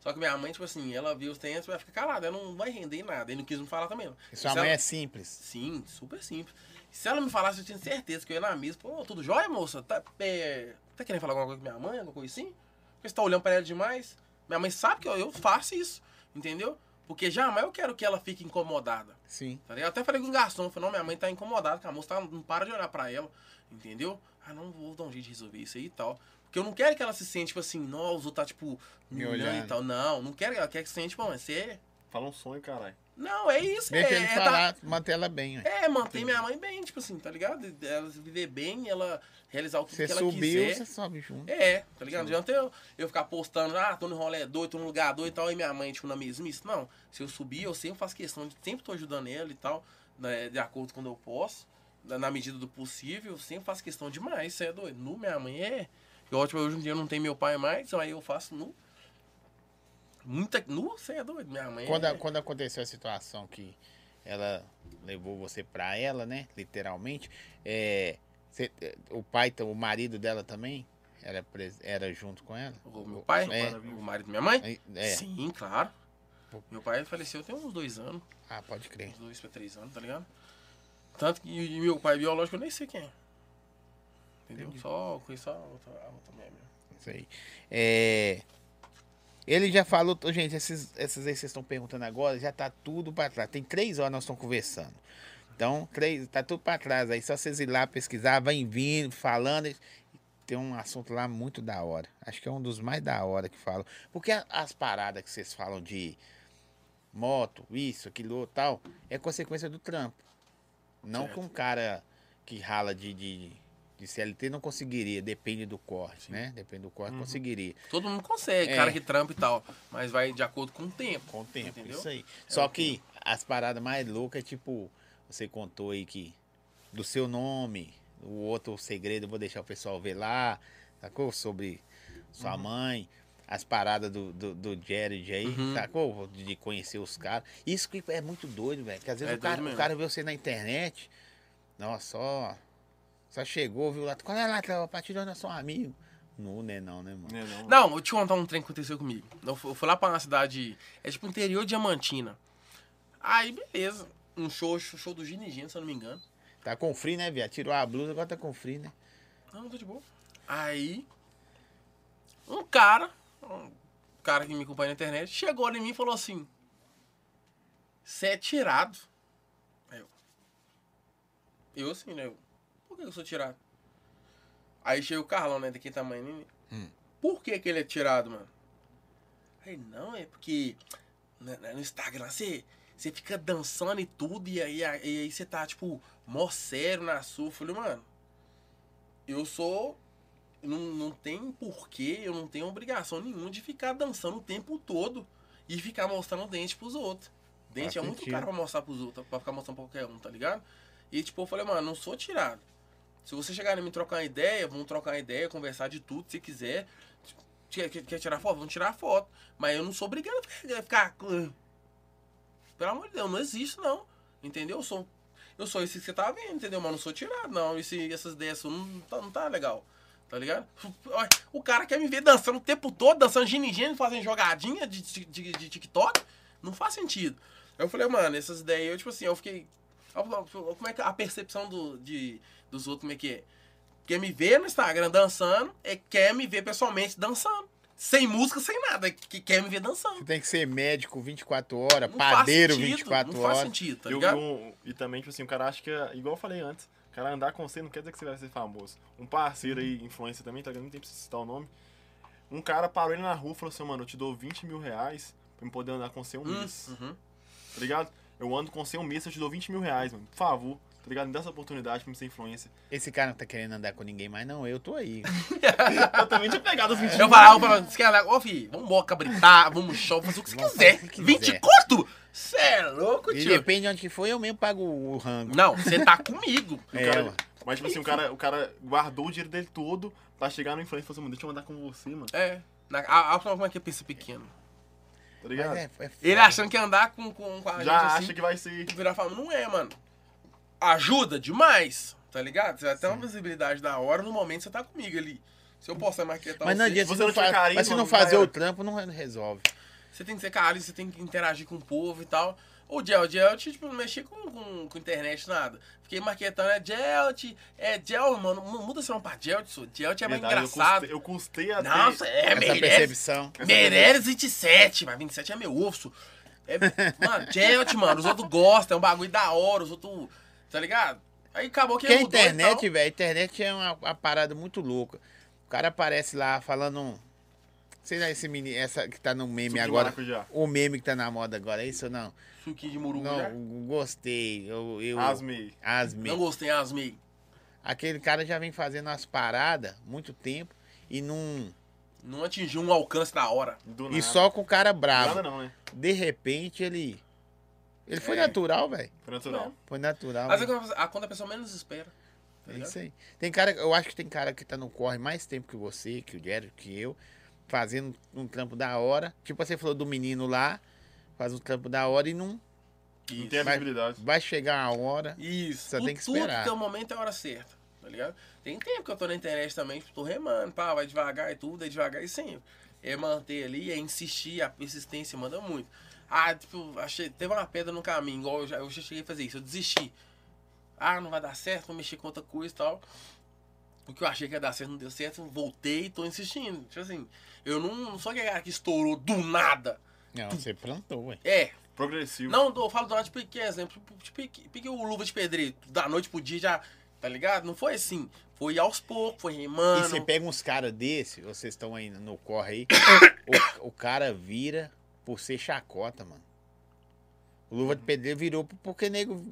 A: Só que minha mãe, tipo assim, ela viu os tênis, vai ficar calada, ela não vai render em nada, e não quis me falar também. não.
B: E sua
A: Se
B: mãe
A: ela-
B: é simples.
A: Sim, super simples. Se ela me falasse, eu tinha certeza que eu ia na mesa. Pô, tudo jóia, moça? Tá, é, tá querendo falar alguma coisa com minha mãe, alguma coisa assim? Porque você tá olhando pra ela demais. Minha mãe sabe que eu, eu faço isso, entendeu? Porque jamais eu quero que ela fique incomodada.
B: Sim.
A: Tá ligado? Até falei com o garçom, falei, não, minha mãe tá incomodada, que a moça tá- não para de olhar pra ela, entendeu? Ah, não vou dar um jeito de resolver isso aí e tal. Porque eu não quero que ela se sente, tipo assim, nossa, tá, tipo, me
B: Me
A: olhando e
B: olhando.
A: tal. Não, não quero que ela quer que se sente, tipo, mas você
C: Fala um sonho, caralho.
A: Não, é isso.
B: Deixa
A: é,
B: ele
A: é da-
B: falar, manter ela bem. ué.
A: É, manter minha mãe bem, tipo assim, tá ligado? Ela se viver bem, ela realizar o que,
B: Você
A: que ela
B: subiu,
A: quiser.
B: você sobe junto.
A: É, tá ligado? Não adianta eu, eu ficar postando, ah, tô no rolê doido, tô num lugar doido e tal, e minha mãe, tipo, na mesmice. Não, se eu subir, eu sempre faço questão de sempre tô ajudando ela e tal, né, de acordo com quando eu posso, na, na medida do possível, eu sempre faço questão demais, isso é doido. Nu, minha mãe é. Eu, ótimo, hoje em dia eu não tenho meu pai mais, aí eu faço nu. Muita. Nu, você é doido, minha mãe.
B: Quando,
A: é...
B: a- quando aconteceu a situação que ela levou você pra ela, né? Literalmente. é, você- é, o pai, o marido dela também era, pres- era junto com ela?
A: O meu pai?
B: É.
A: O marido da minha mãe?
B: É, é.
A: Sim, claro. Meu pai faleceu tem uns dois anos,
B: Ah, pode crer.
A: uns dois pra três anos, tá ligado? Tanto que e meu pai biológico eu nem sei quem é. Entendeu? Só conheço a outra, a outra mulher mesmo.
B: Isso aí. É, Ele já falou, Ô, gente, esses, esses aí que vocês estão perguntando agora, já tá tudo pra trás. Tem três horas nós estamos conversando. Então, três, tá tudo pra trás aí. Só vocês ir lá pesquisar, vai vindo, falando. e- Tem um assunto lá muito da hora. Acho que é um dos mais da hora que falam. Porque a- as paradas que vocês falam de moto, isso, aquilo, outro, tal, é consequência do trampo. Não
A: Certo.
B: que um cara que rala de, de, de CLT não conseguiria, depende do corte, né? Depende do corte, conseguiria.
A: Todo mundo consegue,
B: É.
A: cara que trampa e tal. Mas vai de acordo com o tempo.
B: Com o tempo,
A: Entendeu?
B: isso aí.
A: É
B: Só
A: o
B: que as paradas mais loucas é tipo, você contou aí que do seu nome, o outro segredo, eu vou deixar o pessoal ver lá, sacou? Sobre sua mãe, as paradas do, do, do Jared aí,
A: Uhum.
B: sacou? De conhecer os caras. Isso que é muito doido, velho. Que às vezes
A: É
B: o, cara,
A: doido
B: o
A: mesmo.
B: cara vê você na internet, nossa, só, só chegou, viu lá, qual é lá, Cleo? Patilhão é só um amigo. Não, né, não, né, mano?
C: Não, é não.
A: Não, eu te contar um trem que aconteceu comigo. Eu fu- eu fui lá pra uma cidade, é tipo interior de Diamantina. Aí, beleza. Um show, show do Gini Gino, se eu não me engano.
B: Tá com frio, né, viado? Tirou a blusa, agora tá com frio, né?
A: Ah, Não, tô de boa. Aí, um cara, um cara que me acompanha na internet, chegou em mim e falou assim: Você é tirado. Aí eu. Eu assim, né? Eu, Por que eu sou tirado? Aí chega o Carlão, né? Daquele tamanho, né? Por que, que ele é tirado, mano? Aí, não, é porque na- na- no Instagram você, você fica dançando e tudo, e aí, a- e aí você tá, tipo, mó sério na sua. Eu falei, mano, eu sou. Não, não tem porquê, eu não tenho obrigação nenhuma de ficar dançando o tempo todo e ficar mostrando dente pros outros. Dente
B: Faz
A: é muito
B: sentido.
A: caro pra mostrar pros outros, pra ficar mostrando pra qualquer um, tá ligado? E tipo, eu falei, mano, não sou tirado. Se você chegar e me trocar uma ideia, vamos trocar uma ideia, conversar de tudo, se quiser. Quer, quer- quer tirar foto? Vamos tirar foto. Mas eu não sou obrigado a ficar- a ficar. com- Pelo amor de Deus, não existe não. Entendeu? Eu sou. Eu sou esse que você tá vendo, entendeu? Mas não sou tirado, não. Esse, essas ideias suas não, tá, não tá legal. Tá ligado? Olha, O cara quer me ver dançando o tempo todo, dançando ginigênio, fazendo jogadinha de, de, de- de TikTok. Não faz sentido. Aí eu falei, mano, essas ideias, eu, tipo assim, eu fiquei. ó, ó, ó, Como é que a percepção do, de, dos outros, como é que é? Quer me ver no Instagram dançando, é quer me ver pessoalmente dançando. Sem música, sem nada. é Que quer me ver dançando.
B: Você tem que ser médico 24 horas,
A: Não
B: padeiro
A: faz sentido,
B: 24
A: Não
B: horas.
A: faz sentido, tá
C: E, o-
A: ligado?
C: o- e também, tipo assim, o cara acha que, é- igual eu falei antes, o cara andar com você não quer dizer que você vai ser famoso. Um parceiro aí, influencer também, tá ligado? Não tem pra citar o nome. Um cara parou ele na rua e falou assim, mano, eu te dou 20 mil reais pra me poder andar com você um
A: Hum,
C: mês.
A: uhum.
C: Tá ligado? Eu ando com você um mês, eu te dou 20 mil reais, mano. Por favor, tá ligado? Me dá essa oportunidade pra me ser influencer.
B: Esse cara não tá querendo andar com ninguém mais, não. Eu tô aí.
C: Eu também tinha pegado os 20
A: Eu falava, eu falava, você quer lá, ô filho, vamos embora cabritar, vamos no show, fazer o que você
B: Vamos
A: quiser.
B: fazer o que
A: 20
B: quiser.
A: conto? Você é louco,
B: E
A: tio?
B: depende de onde que for, eu mesmo pago o rango.
A: Não, você tá comigo.
C: O
B: É,
C: cara-
B: ué.
C: mas, tipo assim, o cara, o cara guardou o dinheiro dele todo pra chegar no influencer e falar assim, mano, deixa eu andar com você, mano.
A: É. Na, a, a, como é que pensa pequeno?
C: Tá ligado?
B: Mas é- é
A: Ele
B: foda.
A: achando que andar com, com, com a
C: Já
A: gente
C: acha
A: assim,
C: que vai ser.
A: virar fama. Não é, mano. Ajuda demais, tá ligado? Você vai ter uma visibilidade da hora, no momento você tá comigo ali. Se eu postar maquetar
B: Mas não
A: você,
B: adianta,
C: você
B: se não
C: não tiver
B: faz-
C: carisma,
B: mas se não
C: não
B: fazer
C: vai-
B: o trampo, não resolve.
A: você tem que ser carinho, você tem que interagir com o povo e tal. O Gelt, Gelt, tipo, não mexia com, com, com internet, nada. Fiquei maquetando, é Gelt, é Gel, mano, mu- muda seu nome pra Gelt, sou. Gelt é mais
C: Verdade, eu
A: engraçado.
C: custei- Eu custei até.
A: Nossa, é,
B: Essa
A: merece.
B: percepção.
A: Meirelles 27, mas 27 é meu urso. É, mano, Gelt, mano, os outros gostam, é um bagulho da hora, os outros. Tá ligado? Aí acabou que
B: Porque a
A: mudou e
B: internet,
A: tal.
B: velho, a internet é uma, uma parada muito louca. O cara aparece lá falando um- Será esse menino, essa que tá no meme
C: Suco de
B: agora?
C: maracujá.
B: O meme que tá na moda agora, é isso ou não?
A: Suquinho de muruca. Não,
B: Não, gostei. Eu, eu,
C: Asmei.
B: Asme.
A: gostei, asmei.
B: Aquele cara já vem fazendo umas paradas muito tempo e não.
A: Não atingiu um alcance na hora.
C: Do nada.
B: E só com o cara
C: Nada
B: bravo.
C: não, né?
B: De repente ele. Ele foi
C: É.
B: natural, velho.
C: Foi natural.
B: Foi natural.
A: Às
B: hein?
A: vezes quando a- quando a pessoa menos espera. tá
B: É
A: ligado?
B: isso aí. Tem cara, eu acho que tem cara que tá no corre mais tempo que você, que o Jerry, que eu, fazendo um trampo da hora. Tipo você falou do menino lá, faz um trampo da hora e não
C: Não tem a
B: Mas-
C: visibilidade.
B: vai chegar a hora.
A: Isso.
B: Só
A: Tu-
B: tem que
A: Tudo
B: esperar.
A: tem um momento e a hora certa, tá ligado? Tem tempo que eu tô na internet também, tipo, tô remando, pá, vai devagar e tudo, é devagar e sempre. É manter ali, é insistir, a persistência manda muito. Ah, tipo, achei, teve uma pedra no caminho, igual eu já, eu já cheguei a fazer isso, eu desisti. Ah, não vai dar certo, vou mexer com outra coisa e tal. O que eu achei que ia dar certo não deu certo, voltei e tô insistindo. Tipo assim, eu não, não sou aquele cara que estourou do nada.
B: Não, você plantou, ué.
A: É,
C: Progressivo.
A: não, eu falo do nada de pique, exemplo. Pique, pique o luva de pedreiro. Da noite pro dia já. Tá ligado? Não foi assim. Foi aos poucos, foi
B: E
A: remando.
B: você pega uns caras desse, vocês estão aí no corre aí, o, o cara vira por ser chacota, mano. O Luva de Pedreiro virou porque nego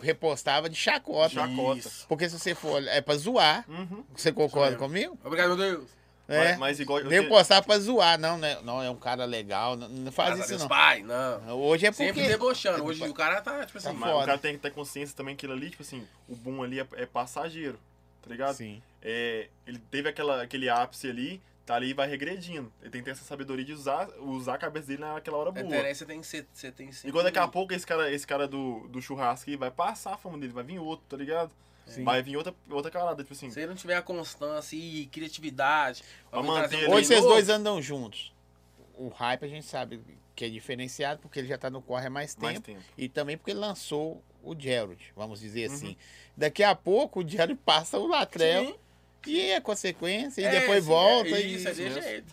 B: repostava de chacota.
C: Chacota.
A: Isso.
B: Porque se você for olhar, é pra zoar.
C: Uhum.
B: Você concorda
A: Isso mesmo.
B: comigo?
A: Obrigado, meu Deus.
B: É.
C: Mas, mas igual. eu
B: Nem
C: te-
B: postar pra zoar, não, né? Não, é um cara legal, não, não faz
A: Graças a
B: isso
A: Deus,
B: não.
A: Pai, não.
B: Hoje é porque...
A: Sempre debochando. Hoje o cara tá, tipo assim.
B: Tá
C: Mas
B: foda.
C: o cara tem que ter consciência também que ele ali, tipo assim, o boom ali é, é passageiro, tá ligado?
B: Sim.
C: É, ele teve aquela, aquele ápice ali, tá ali e vai regredindo. Ele tem que ter essa sabedoria de usar, usar a cabeça dele naquela
B: É
C: hora
A: na
C: boa.
A: internet você tem que ser. Você tem que ser
C: Igual daqui a pouco esse cara, esse cara do, do churrasco aí vai passar a fama dele, vai vir outro, tá ligado?
B: Sim.
C: Vai vir outra, outra carada, tipo assim.
A: Se ele não tiver a constância e criatividade.
C: Pra
A: alguém trazer
C: manter
A: um
C: ele.
B: Hoje
A: trem
B: vocês
A: novo,
B: dois andam juntos. O hype a gente sabe que é diferenciado porque ele já tá no corre há mais tempo.
C: Mais tempo.
B: E também porque ele lançou o Gerald, vamos dizer
A: Uhum.
B: assim. Daqui a pouco o Gerald passa o Latrell
A: Sim.
B: e é a consequência, e
A: É,
B: depois
A: sim,
B: volta.
A: É,
B: e... né?
A: isso, é desse jeito.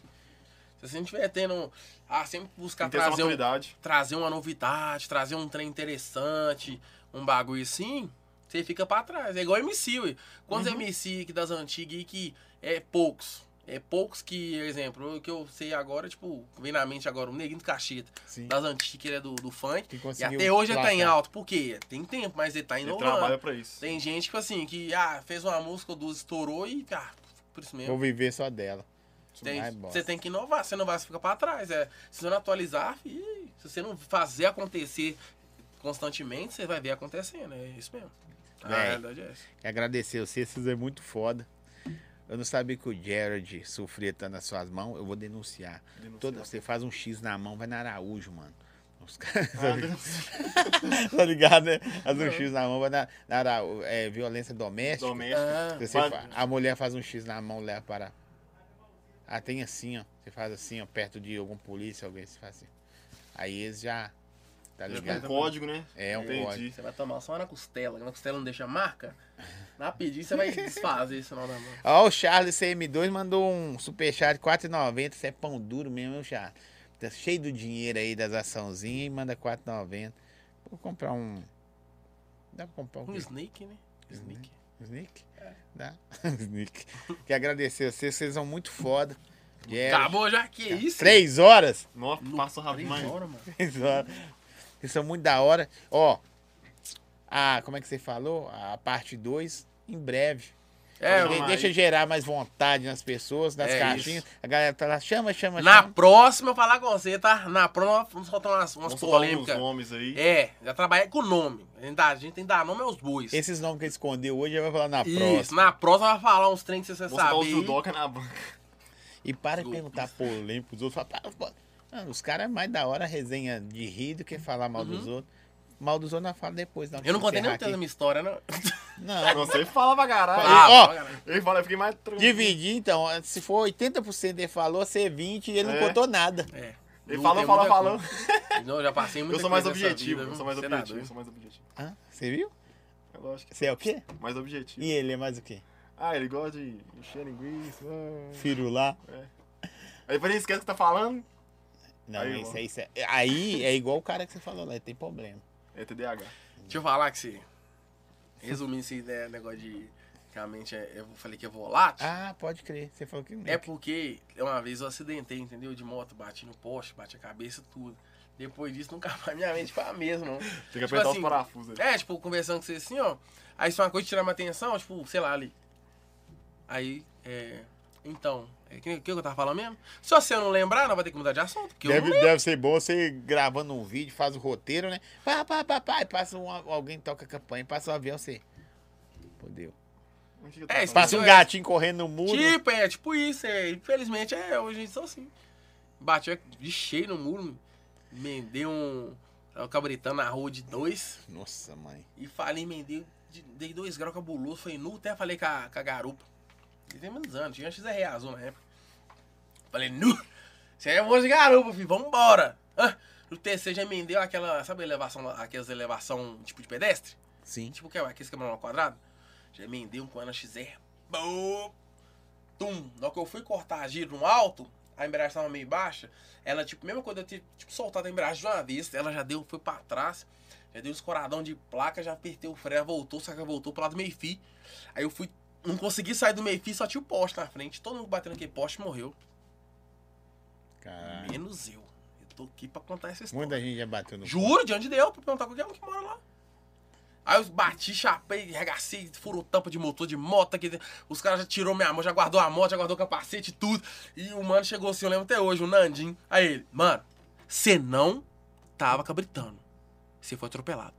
A: Se você não tiver tendo. Ah, sempre buscar
C: Tem que ter essa
A: trazer um,
C: maturidade.
A: trazer uma novidade, trazer um trem interessante, um bagulho assim, você fica pra trás. É igual MC, ué. Quantos MC que das antigas aí que é poucos? É poucos que, exemplo, o que eu sei agora, tipo, vem na mente agora, o Neguinho do Cacheta,
B: Sim.
A: das antigas, que ele é do, do funk.
B: Que
A: E
B: conseguiu
A: até hoje ele tá em
B: placar.
A: alto. Por quê? Tem tempo, mas ele tá
C: Ele
A: inovando.
C: trabalha pra isso.
A: Tem gente, tipo assim, que ah, fez uma música ou duas, estourou e, ah, por isso mesmo.
B: Vou viver só dela.
A: Tem-
B: vai embora.
A: você tem que inovar, se inovar, você fica pra trás. É, se você não atualizar, fi, se você não fazer acontecer constantemente, você vai ver acontecendo. É isso mesmo. A
B: Véi.
A: realidade é essa.
B: E agradecer você, vocês é muito foda. Eu não sabia que o Gerald sofria tanto nas suas mãos, eu vou denunciar.
C: Denunciar.
B: Toda, você faz um X na mão, vai na Araújo, mano. Os caras.
C: Ah,
A: Ah,
C: Deus.
B: tá ligado, né? Faz um X na mão, vai na, na Araújo. É, violência doméstica.
C: Doméstica.
A: Ah,
B: Você
C: Mas-
B: fa- a mulher faz um X na mão, leva para. Ah, tem assim, ó. Você faz assim, ó, perto de algum polícia, alguém se faz assim. Aí eles já. Tá
C: Já tem um
B: ligado?
C: código, né?
B: É um
C: Entendi.
B: código.
A: você vai tomar só na costela, que na costela não deixa marca. Na pedida você vai desfazer isso na mão.
B: Ó, o Charles CM2 mandou um superchat de 4,90. Isso é pão duro mesmo, hein, Charles? Tá cheio do dinheiro aí das açãozinhas e manda 4,90. Vou comprar um. Dá pra comprar
A: Um
B: um.
A: snake, né? Snake.
B: Sneak? Dá? Um Sneak. Quer agradecer vocês, vocês são muito foda. Gerard,
A: Acabou já, que isso?
B: É. Tá. Três horas?
C: Nossa, passa rápido
A: Três
C: demais.
A: horas, mano.
B: Três horas. Isso é muito da hora. Ó, a, como é que você falou? A parte 2, em breve.
A: É,
B: De-
C: mas-
B: deixa gerar mais vontade nas pessoas, nas
A: É
B: caixinhas. A galera tá lá, chama, chama,
A: na
B: chama.
A: próxima eu falar com você, tá? Na próxima vamos soltar umas, umas
C: Vamos soltar uns
A: polêmicas.
C: nomes aí.
A: É, já trabalhei com nome. A gente, dá- a gente tem que dar nome aos bois.
B: Esses nomes que ele escondeu hoje, ele vai falar na
A: Isso,
B: próxima.
A: na próxima vai falar uns trem que você
C: Vamos soltar
A: sabe.
C: os judoca na banca.
B: E para de
A: Desculpa.
B: perguntar polêmico os outros. Fala, "Para, pô." Mano, os caras é mais da hora resenha de rir do que falar mal dos outros. Mal dos outros nós fala depois.
A: Uhum. Eu não contei nem o
B: tempo.
A: da minha história, não.
B: Não,
C: Não sei, fala pra caralho.
B: Ah, ó.
A: pra caralho.
C: Ele fala, eu fiquei mais tranquilo.
B: Dividir, então, se for 80% ele falou, ser 20% e ele
C: É.
B: não contou nada.
A: É.
C: Ele
A: Não
C: fala,
A: tem
C: fala,
A: muita
C: fala.
A: coisa. Não, Eu já passei muito
C: Eu sou mais objetivo, eu sou mais
A: tá né?
C: objetivo, eu sou mais objetivo.
B: Hã? Você viu?
C: Eu lógico
B: Você é o quê?
C: que mais objetivo.
B: E ele é mais o quê?
C: Ah, ele gosta de encher linguiça. ah.
B: Firulá?
C: Aí depois ele esquece o que tá falando.
B: Não,
C: Aí,
B: isso
C: ó.
B: aí. Isso é... Aí é igual o cara que você falou lá, ele tem problema.
C: É TDAH.
A: Deixa eu falar que você. Resumindo esse né, negócio de que a mente é, eu falei que é volátil.
B: Ah, pode crer. Você falou que não.
A: É porque uma vez eu acidentei, entendeu? De moto, bati no poste, bati a cabeça, tudo. Depois disso, nunca mais minha mente foi a mesma, não.
C: Tem que apertar os parafusos aí.
A: Tipo É, tipo, conversando com você assim, ó. Aí se uma coisa tirar minha atenção, tipo, sei lá, ali. Aí, é. Então, o é, que, que eu tava falando mesmo? Se você não lembrar, nós vai ter que mudar de assunto, porque eu
B: Deve,
A: não lembro.
B: deve ser bom você gravando um vídeo, faz o roteiro, né? Pá, pá, pá, pá, e passa um, alguém toca a campanha, passa um avião, você. Fodeu.
C: Onde que eu
A: É,
C: tava
A: espaço-
B: Passa um gatinho correndo no muro.
A: Tipo, é, tipo isso, é. Infelizmente, é, hoje eles são assim. Bateu de cheio no muro, mendei um. Tava cabritando na rua de dois.
B: Nossa, mãe.
A: E falei, mendei, de- dei dois graus cabuloso, foi nu, até falei com a, com a garupa. Ele tem muitos anos, tinha XR azul na época. Falei, nu, você é moço de garupa, filho, vambora. Hã? No TC já emendeu aquela, sabe a elevação, lá, aquelas elevação tipo de pedestre?
B: Sim.
A: Tipo que é aqueles camarão quadrado? Já emendei um com a Ana XR. Bom, tum, na hora que eu fui cortar a giro no alto, a embreagem tava meio baixa. Ela, tipo, mesmo quando eu tive tipo, soltado a embreagem de uma vez, ela já deu, foi pra trás. Já deu um escoradão de placa, já apertei o freio, voltou, só que ela voltou pro lado do meio-fio. Aí eu fui, não consegui sair do meio-fio, só tinha o poste na frente. Todo mundo batendo aquele poste morreu.
B: Caralho.
A: Menos eu. Eu tô aqui pra contar essa história.
B: Ah. Muita gente já bateu no.
A: Juro, diante de Deus, pra perguntar qualquer um que mora lá. Aí eu bati, chapei, arregacei, furou tampa de motor de moto. Aqui. dentro. Os caras já tirou minha mão, já guardou a moto, já guardou o capacete e tudo. E o mano chegou assim, eu lembro até hoje, o Nandinho. Aí ele, mano, você não tava cabritando. Você foi atropelado.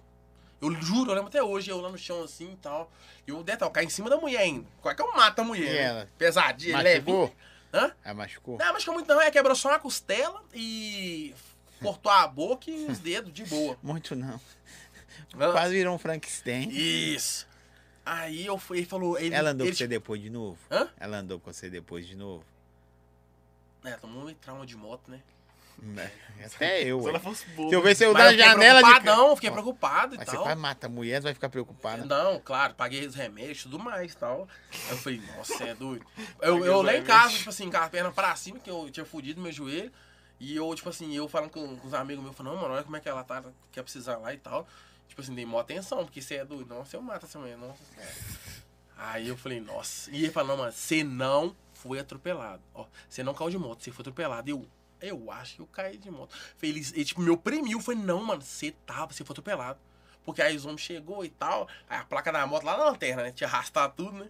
A: Eu juro, eu lembro até hoje, eu lá no chão assim e tal. E o detalhe, caí em cima da mulher ainda. Qual é que eu mato a mulher?
B: E
A: né?
B: ela?
A: Pesadinha,
B: Machucou?
A: leve. Hã?
B: Ah, machucou?
A: Não, mas muito não, é, quebrou só uma costela e cortou a boca e os dedos, de boa.
B: Muito não.
A: Hã?
B: Quase virou um Frankenstein.
A: Isso. Aí eu fui, ele falou. Ele,
B: Ela andou
A: ele, tipo,
B: com você depois de novo?
A: Hã?
B: Ela andou com você depois de novo?
A: É, tomou um trauma de moto, né?
B: Até eu.
C: Se
B: ué.
C: ela fosse boa.
B: Se eu ver se eu
A: Mas
B: da
A: eu fiquei
B: janela de. ca-
A: preocupadão, fiquei preocupado e
B: Mas você
A: tal.
B: vai matar a mulher, você vai ficar preocupado. né?
A: Não, claro, paguei os remédios e tudo mais e tal. Aí eu falei, nossa, você é doido. Eu,
C: Paguei
A: eu
C: os
A: lá em
C: remédios.
A: casa, tipo assim, com a perna pra cima, que eu tinha fudido meu joelho. E eu, tipo assim, eu falando com, com os amigos meus, falando, não, mano, olha como é que ela tá, ela quer precisar lá e tal. Tipo assim, dei mó atenção, porque você é doido. Nossa, eu mato essa mulher, nossa senhora. Aí eu falei, nossa. E ele falou, não, mano, você não foi atropelado. Ó, você não caiu de moto, você foi atropelado. Eu, eu acho que eu caí de moto. Feliz. E, tipo, meu premiu foi, não, mano, você tava, você foi atropelado. Porque aí os homens chegou e tal. Aí a placa da moto lá na lanterna, né? Tinha arrastado tudo, né?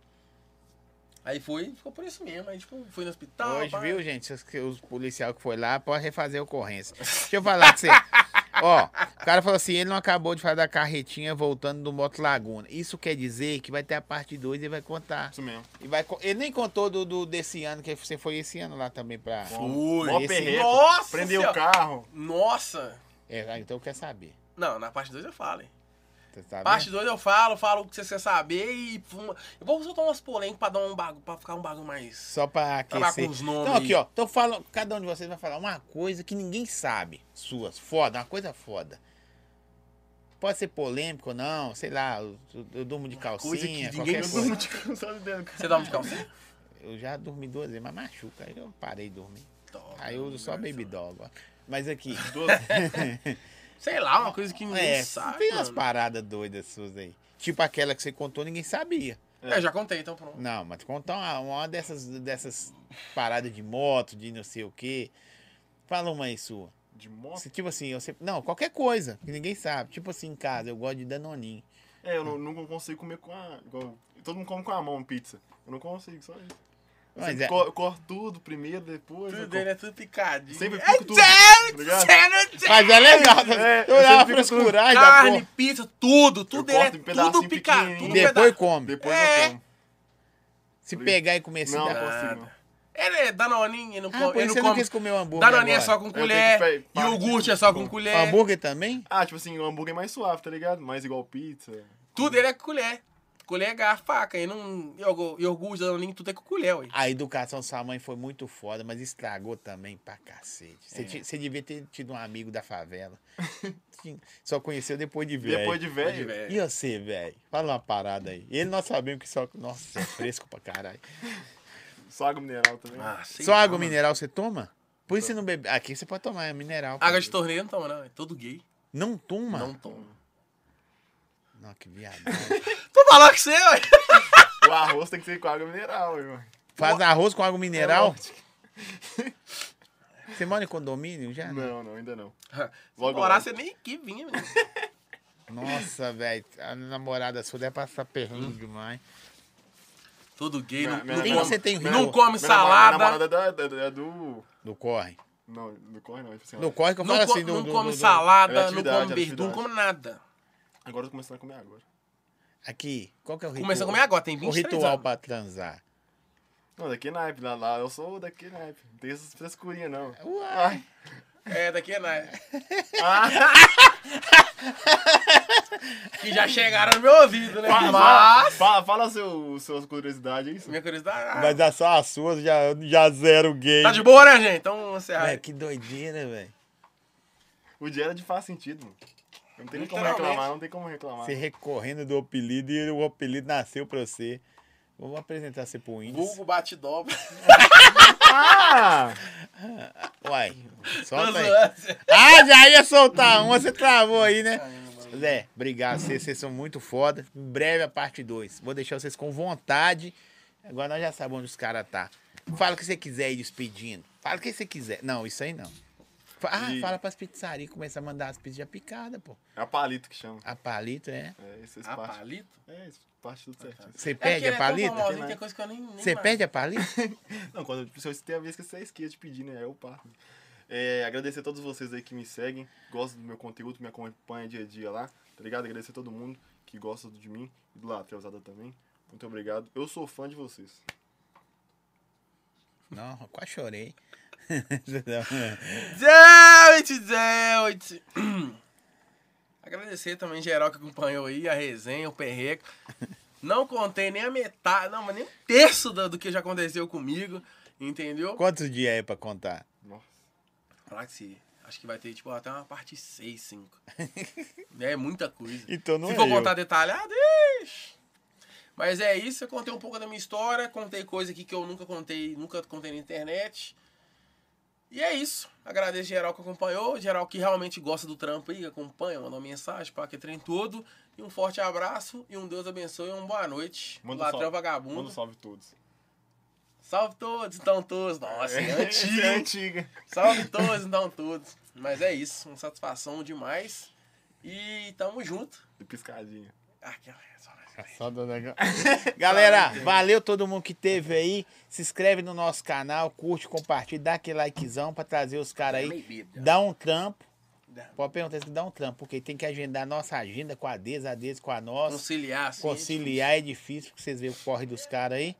A: Aí foi, ficou por isso mesmo. Aí, tipo, fui no hospital.
B: Hoje,
A: pá.
B: viu, gente? Os, os policial que foi lá pode refazer a ocorrência. Deixa eu falar com você. Ó, o cara falou assim: ele não acabou de falar da carretinha voltando do Moto Laguna. Isso quer dizer que vai ter a parte 2 e vai contar.
C: Isso mesmo.
B: E vai, co- ele nem contou do, do- desse ano, que você foi esse ano lá também pra.
A: Fui.
C: Mó
B: Esse-
C: perreco.
A: Nossa!
C: Prendeu
A: senhora.
C: o carro.
A: Nossa!
B: É, ah, então quer saber.
A: Não, na parte 2 eu falo, hein?
B: Você tá
A: Parte 2 eu falo, falo o que vocês querem saber e. fuma- Eu vou soltar umas polêmicas pra dar um bagulho, pra ficar um bagulho mais.
B: Só
A: Trabalhar
B: pra
A: Tá com
B: aquecer.
A: os nomes.
B: Então, aqui,
A: aí.
B: ó. Então, fala, cada um de vocês vai falar uma coisa que ninguém sabe. Suas. Foda, uma coisa foda. Pode ser polêmico ou não, sei lá, eu, eu durmo de calcinha,
A: coisa que ninguém
B: qualquer
C: Eu
B: coisa.
C: não tinha noção de dentro,
A: Você
C: cara.
A: dá um de calcinha?
B: Eu já dormi duas vezes, mas machuca, aí eu parei de dormir.
A: Dó,
B: Aí eu uso só baby doll agora. Mas aqui,
A: Sei lá, uma coisa que ninguém
B: é,
A: sabe.
B: tem umas
A: mano.
B: paradas doidas suas aí. Tipo aquela que você contou, ninguém sabia.
A: É, eu já contei, então pronto.
B: Não, mas conta uma, uma dessas, dessas paradas de moto, de não sei o quê. Fala uma aí sua.
C: De moto?
B: Se, tipo assim, eu sempre. Não, qualquer coisa, que ninguém sabe. Tipo assim, em casa, eu gosto de danoninho.
C: É, eu não, não consigo comer com a. Igual, todo mundo come com a mão pizza. Eu não consigo, só isso. Eu
B: Mas
C: sempre
B: é-
C: co- eu corto tudo primeiro, depois. eu
A: Tudo
C: co-
A: dele é tudo picadinho.
C: Sempre
A: é
C: pico tudo. tá ligado?
A: sério,
B: Mas é legal,
C: É,
B: eu
C: eu
B: dava
C: sempre fico com
B: frescuragem da
A: Carne,
B: porra.
A: pizza, tudo, tudo dele é
C: corto em pedacinho
A: tudo picado.
C: pequenininho.
A: Tudo
C: Depois-
B: Depois
A: pedaço.
B: come.
C: Depois
A: É.
C: eu como.
B: Se pegar e comer assim,
C: Não,
B: dá.
C: não consigo. não.
A: Ele é danoninho, ele não
B: Ah,
A: come.
B: por
A: Ele
B: isso
A: não
B: você
A: come.
B: não quis né, comer o hambúrguer.
A: Danoninho é só
B: agora.
A: com
C: tenho
A: colher,
C: que pe-
A: iogurte
C: parar
A: é só
C: de-
A: com
B: um
C: Bom,
A: colher.
B: Hambúrguer também?
C: Ah, tipo assim, o hambúrguer é mais suave, tá ligado? Mais igual pizza.
A: Tudo ele é com colher. Colher é garfo, faca. E não. iogu- Iogurte, danoninho, tudo é com colher, ué.
B: A educação da sua mãe foi muito foda, mas estragou também pra cacete.
A: É.
B: Você, ti- você devia ter tido um amigo da favela. Sim, Só conheceu depois de velho.
C: Depois de
A: Pode
C: velho.
A: ver.
B: E você, velho? Fala uma parada aí. Ele nós sabemos que só. Nossa, é fresco pra caralho.
C: Só água mineral também.
A: Ah, sei
B: Só
A: lá,
B: água
A: mano.
B: mineral você toma? Por isso você não bebe. Aqui você pode tomar, é mineral. pô.
A: Água de torneira não toma, não. É todo gay.
B: Não toma?
A: Não
B: Não,
A: toma.
B: que viado.
A: Tô falando que você, ué.
C: Ô, O arroz tem que ser com água mineral, irmão.
B: Faz arroz com água mineral? Você mora em condomínio já?
C: Não, não, ainda não.
A: Se
C: Logo,
A: morar,
C: logo.
A: você nem aqui vinha, menino.
B: Nossa, velho. A namorada sua deve passar
A: Hum.
B: perrengue demais.
A: Todo gay.
C: Minha-
A: não,
C: minha
A: não
B: Quem
A: come,
C: namorada-
B: você tem
C: minha
B: rio?
A: não come
C: Minha
A: salada.
C: namorada- Minha namorada é da- da- é do...
B: Do corre.
C: Não, do corre não. é assim, ó.
B: Do corre que eu
A: Não,
B: falo
A: co-
B: assim. do-
A: não
B: do-
A: come
B: do- do-
A: salada, não
C: Atividade,
A: come verdura, não
C: atividade.
A: come nada.
C: Agora eu tô começando a comer agora.
B: Aqui. Qual que é o ritual?
A: Começa a comer agora, tem
B: O
A: 23
B: ritual
A: anos.
B: pra transar.
C: Não, daqui é naipe. Lá, lá eu sou daqui é naipe. Não tem essas frescurinhas, não.
B: Uai.
A: É, daqui é nada. que já chegaram no meu ouvido, né?
C: Fala, fala, fala, fala seu, suas curiosidades é aí. seu.
A: Minha curiosidade.
B: Mas é só as suas, já, já zero gay.
A: Tá de boa, né, gente? Então vamos encerrar.
B: Véi, que doideira, velho.
C: O dinheiro de faz sentido, mano. Não tem nem como reclamar, não tem como reclamar.
B: Você recorrendo do apelido e o apelido nasceu pra você. Vou apresentar você pro índice.
A: Vulgo bate dobra.
C: Ah!
B: Uai,
A: Tá
B: solta aí.
A: Nossa,
B: Ah, já ia soltar uma, você travou aí, né? Zé, obrigado. Vocês, vocês são muito foda. Em breve a parte 2. Vou deixar vocês com vontade. Agora nós já sabemos onde os caras tá. Fala o que você quiser aí despedindo. Fala o que você quiser. Não, isso aí não. Fa- Ah,
C: E-
B: fala pras pizzarias. Começa a mandar as pizzas já picadas, pô.
C: É a palito que chama.
B: A palito, é.
C: É, esses
A: a
C: partes.
A: Ah, palito?
C: É, isso parte tudo certinho.
B: Você
A: É que ele
B: perde a
A: é tão né,
B: palito?
A: formalzinho,
C: Tem
A: Tem
C: mais.
A: coisa que eu nem. nem
B: Você
A: mais.
B: perde a palito?
C: Não, quando se eu tem a vez que você é esquerda de pedir, né? Eu parto. É, agradecer a todos vocês aí que me seguem, gostam do meu conteúdo, me acompanha dia a dia lá, tá ligado? Agradecer a todo mundo que gosta de mim e do Latrelzada também. Muito obrigado. Eu sou fã de vocês.
B: Não, eu quase chorei.
A: Gente, gente. Agradecer também geral que acompanhou aí a resenha, o perreco. Não contei nem a metade, não, mas nem um terço do, do que já aconteceu comigo, entendeu?
B: Quantos dias é pra contar?
C: Nossa.
A: Falar que se- Acho que vai ter, tipo, até uma parte 6, 5. é muita coisa.
B: Então não
A: Se
B: é
A: for
B: eu.
A: contar detalhado, ixi. Mas é isso, eu contei um pouco da minha história, contei coisa aqui que eu nunca contei, nunca contei na internet. E é isso. Agradeço geral que acompanhou, geral que realmente gosta do trampo aí, acompanha, mandou mensagem, para que é trem todo. E um forte abraço e um Deus abençoe e uma boa noite.
C: Manda um
A: Latrão
C: salve. Manda um
A: vagabundo.
C: salve a todos.
A: Salve todos, então todos. Nossa, é antigo.
C: Essa é antiga.
A: Salve todos, então todos. Mas é isso, uma satisfação demais. E tamo junto.
C: E piscadinha.
A: Ah, que é só mais um.
B: Galera, valeu todo mundo que teve aí. Se inscreve no nosso canal, curte, compartilha, dá aquele likezão pra trazer os caras aí.
A: É Meio bíblia.
B: Dá um trampo.
A: Dá.
B: Pode perguntar se dá um trampo, porque tem que agendar nossa agenda com a deles, a deles com a nossa.
A: Conciliar, assim, sim.
B: Conciliar é difícil, porque vocês veem o corre dos caras aí.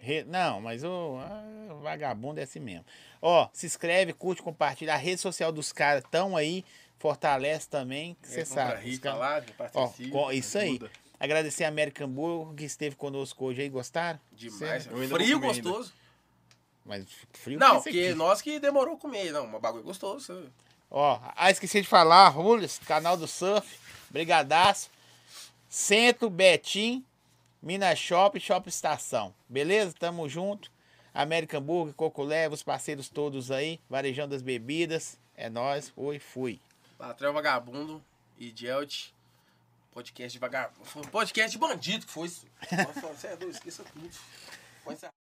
B: Re- Não, mas o ah, o vagabundo é assim mesmo. Ó, se inscreve, curte, compartilha. A rede social dos caras tão aí, fortalece também,
A: é,
B: que você sabe. os
A: Rita
B: caras-
A: lá,
B: Ó,
A: participa.
B: co- isso aí.
C: ajuda.
B: Agradecer a American Burger que esteve conosco hoje aí. Gostaram?
A: Demais.
C: Eu ainda
A: Frio,
C: vou comer ainda.
A: gostoso.
B: Mas frio que
A: Não,
B: esse
A: porque
B: aqui.
A: nós que demorou comer. Não, mas bagulho é gostoso. sabe?
B: Ó, ah, esqueci de falar. Rules, canal do Surf. Brigadaço. Centro, Betim, Minas Shop, Shop Estação. Beleza? Tamo junto. American Burger, Coculeva, os parceiros todos aí. Varejão das bebidas. É nóis. Oi, fui.
A: Latrão Vagabundo e Gelt. um Podcast de vagabundo. Podcast de bandido que foi isso. Nossa, você é doido, esqueça tudo. Pode ser.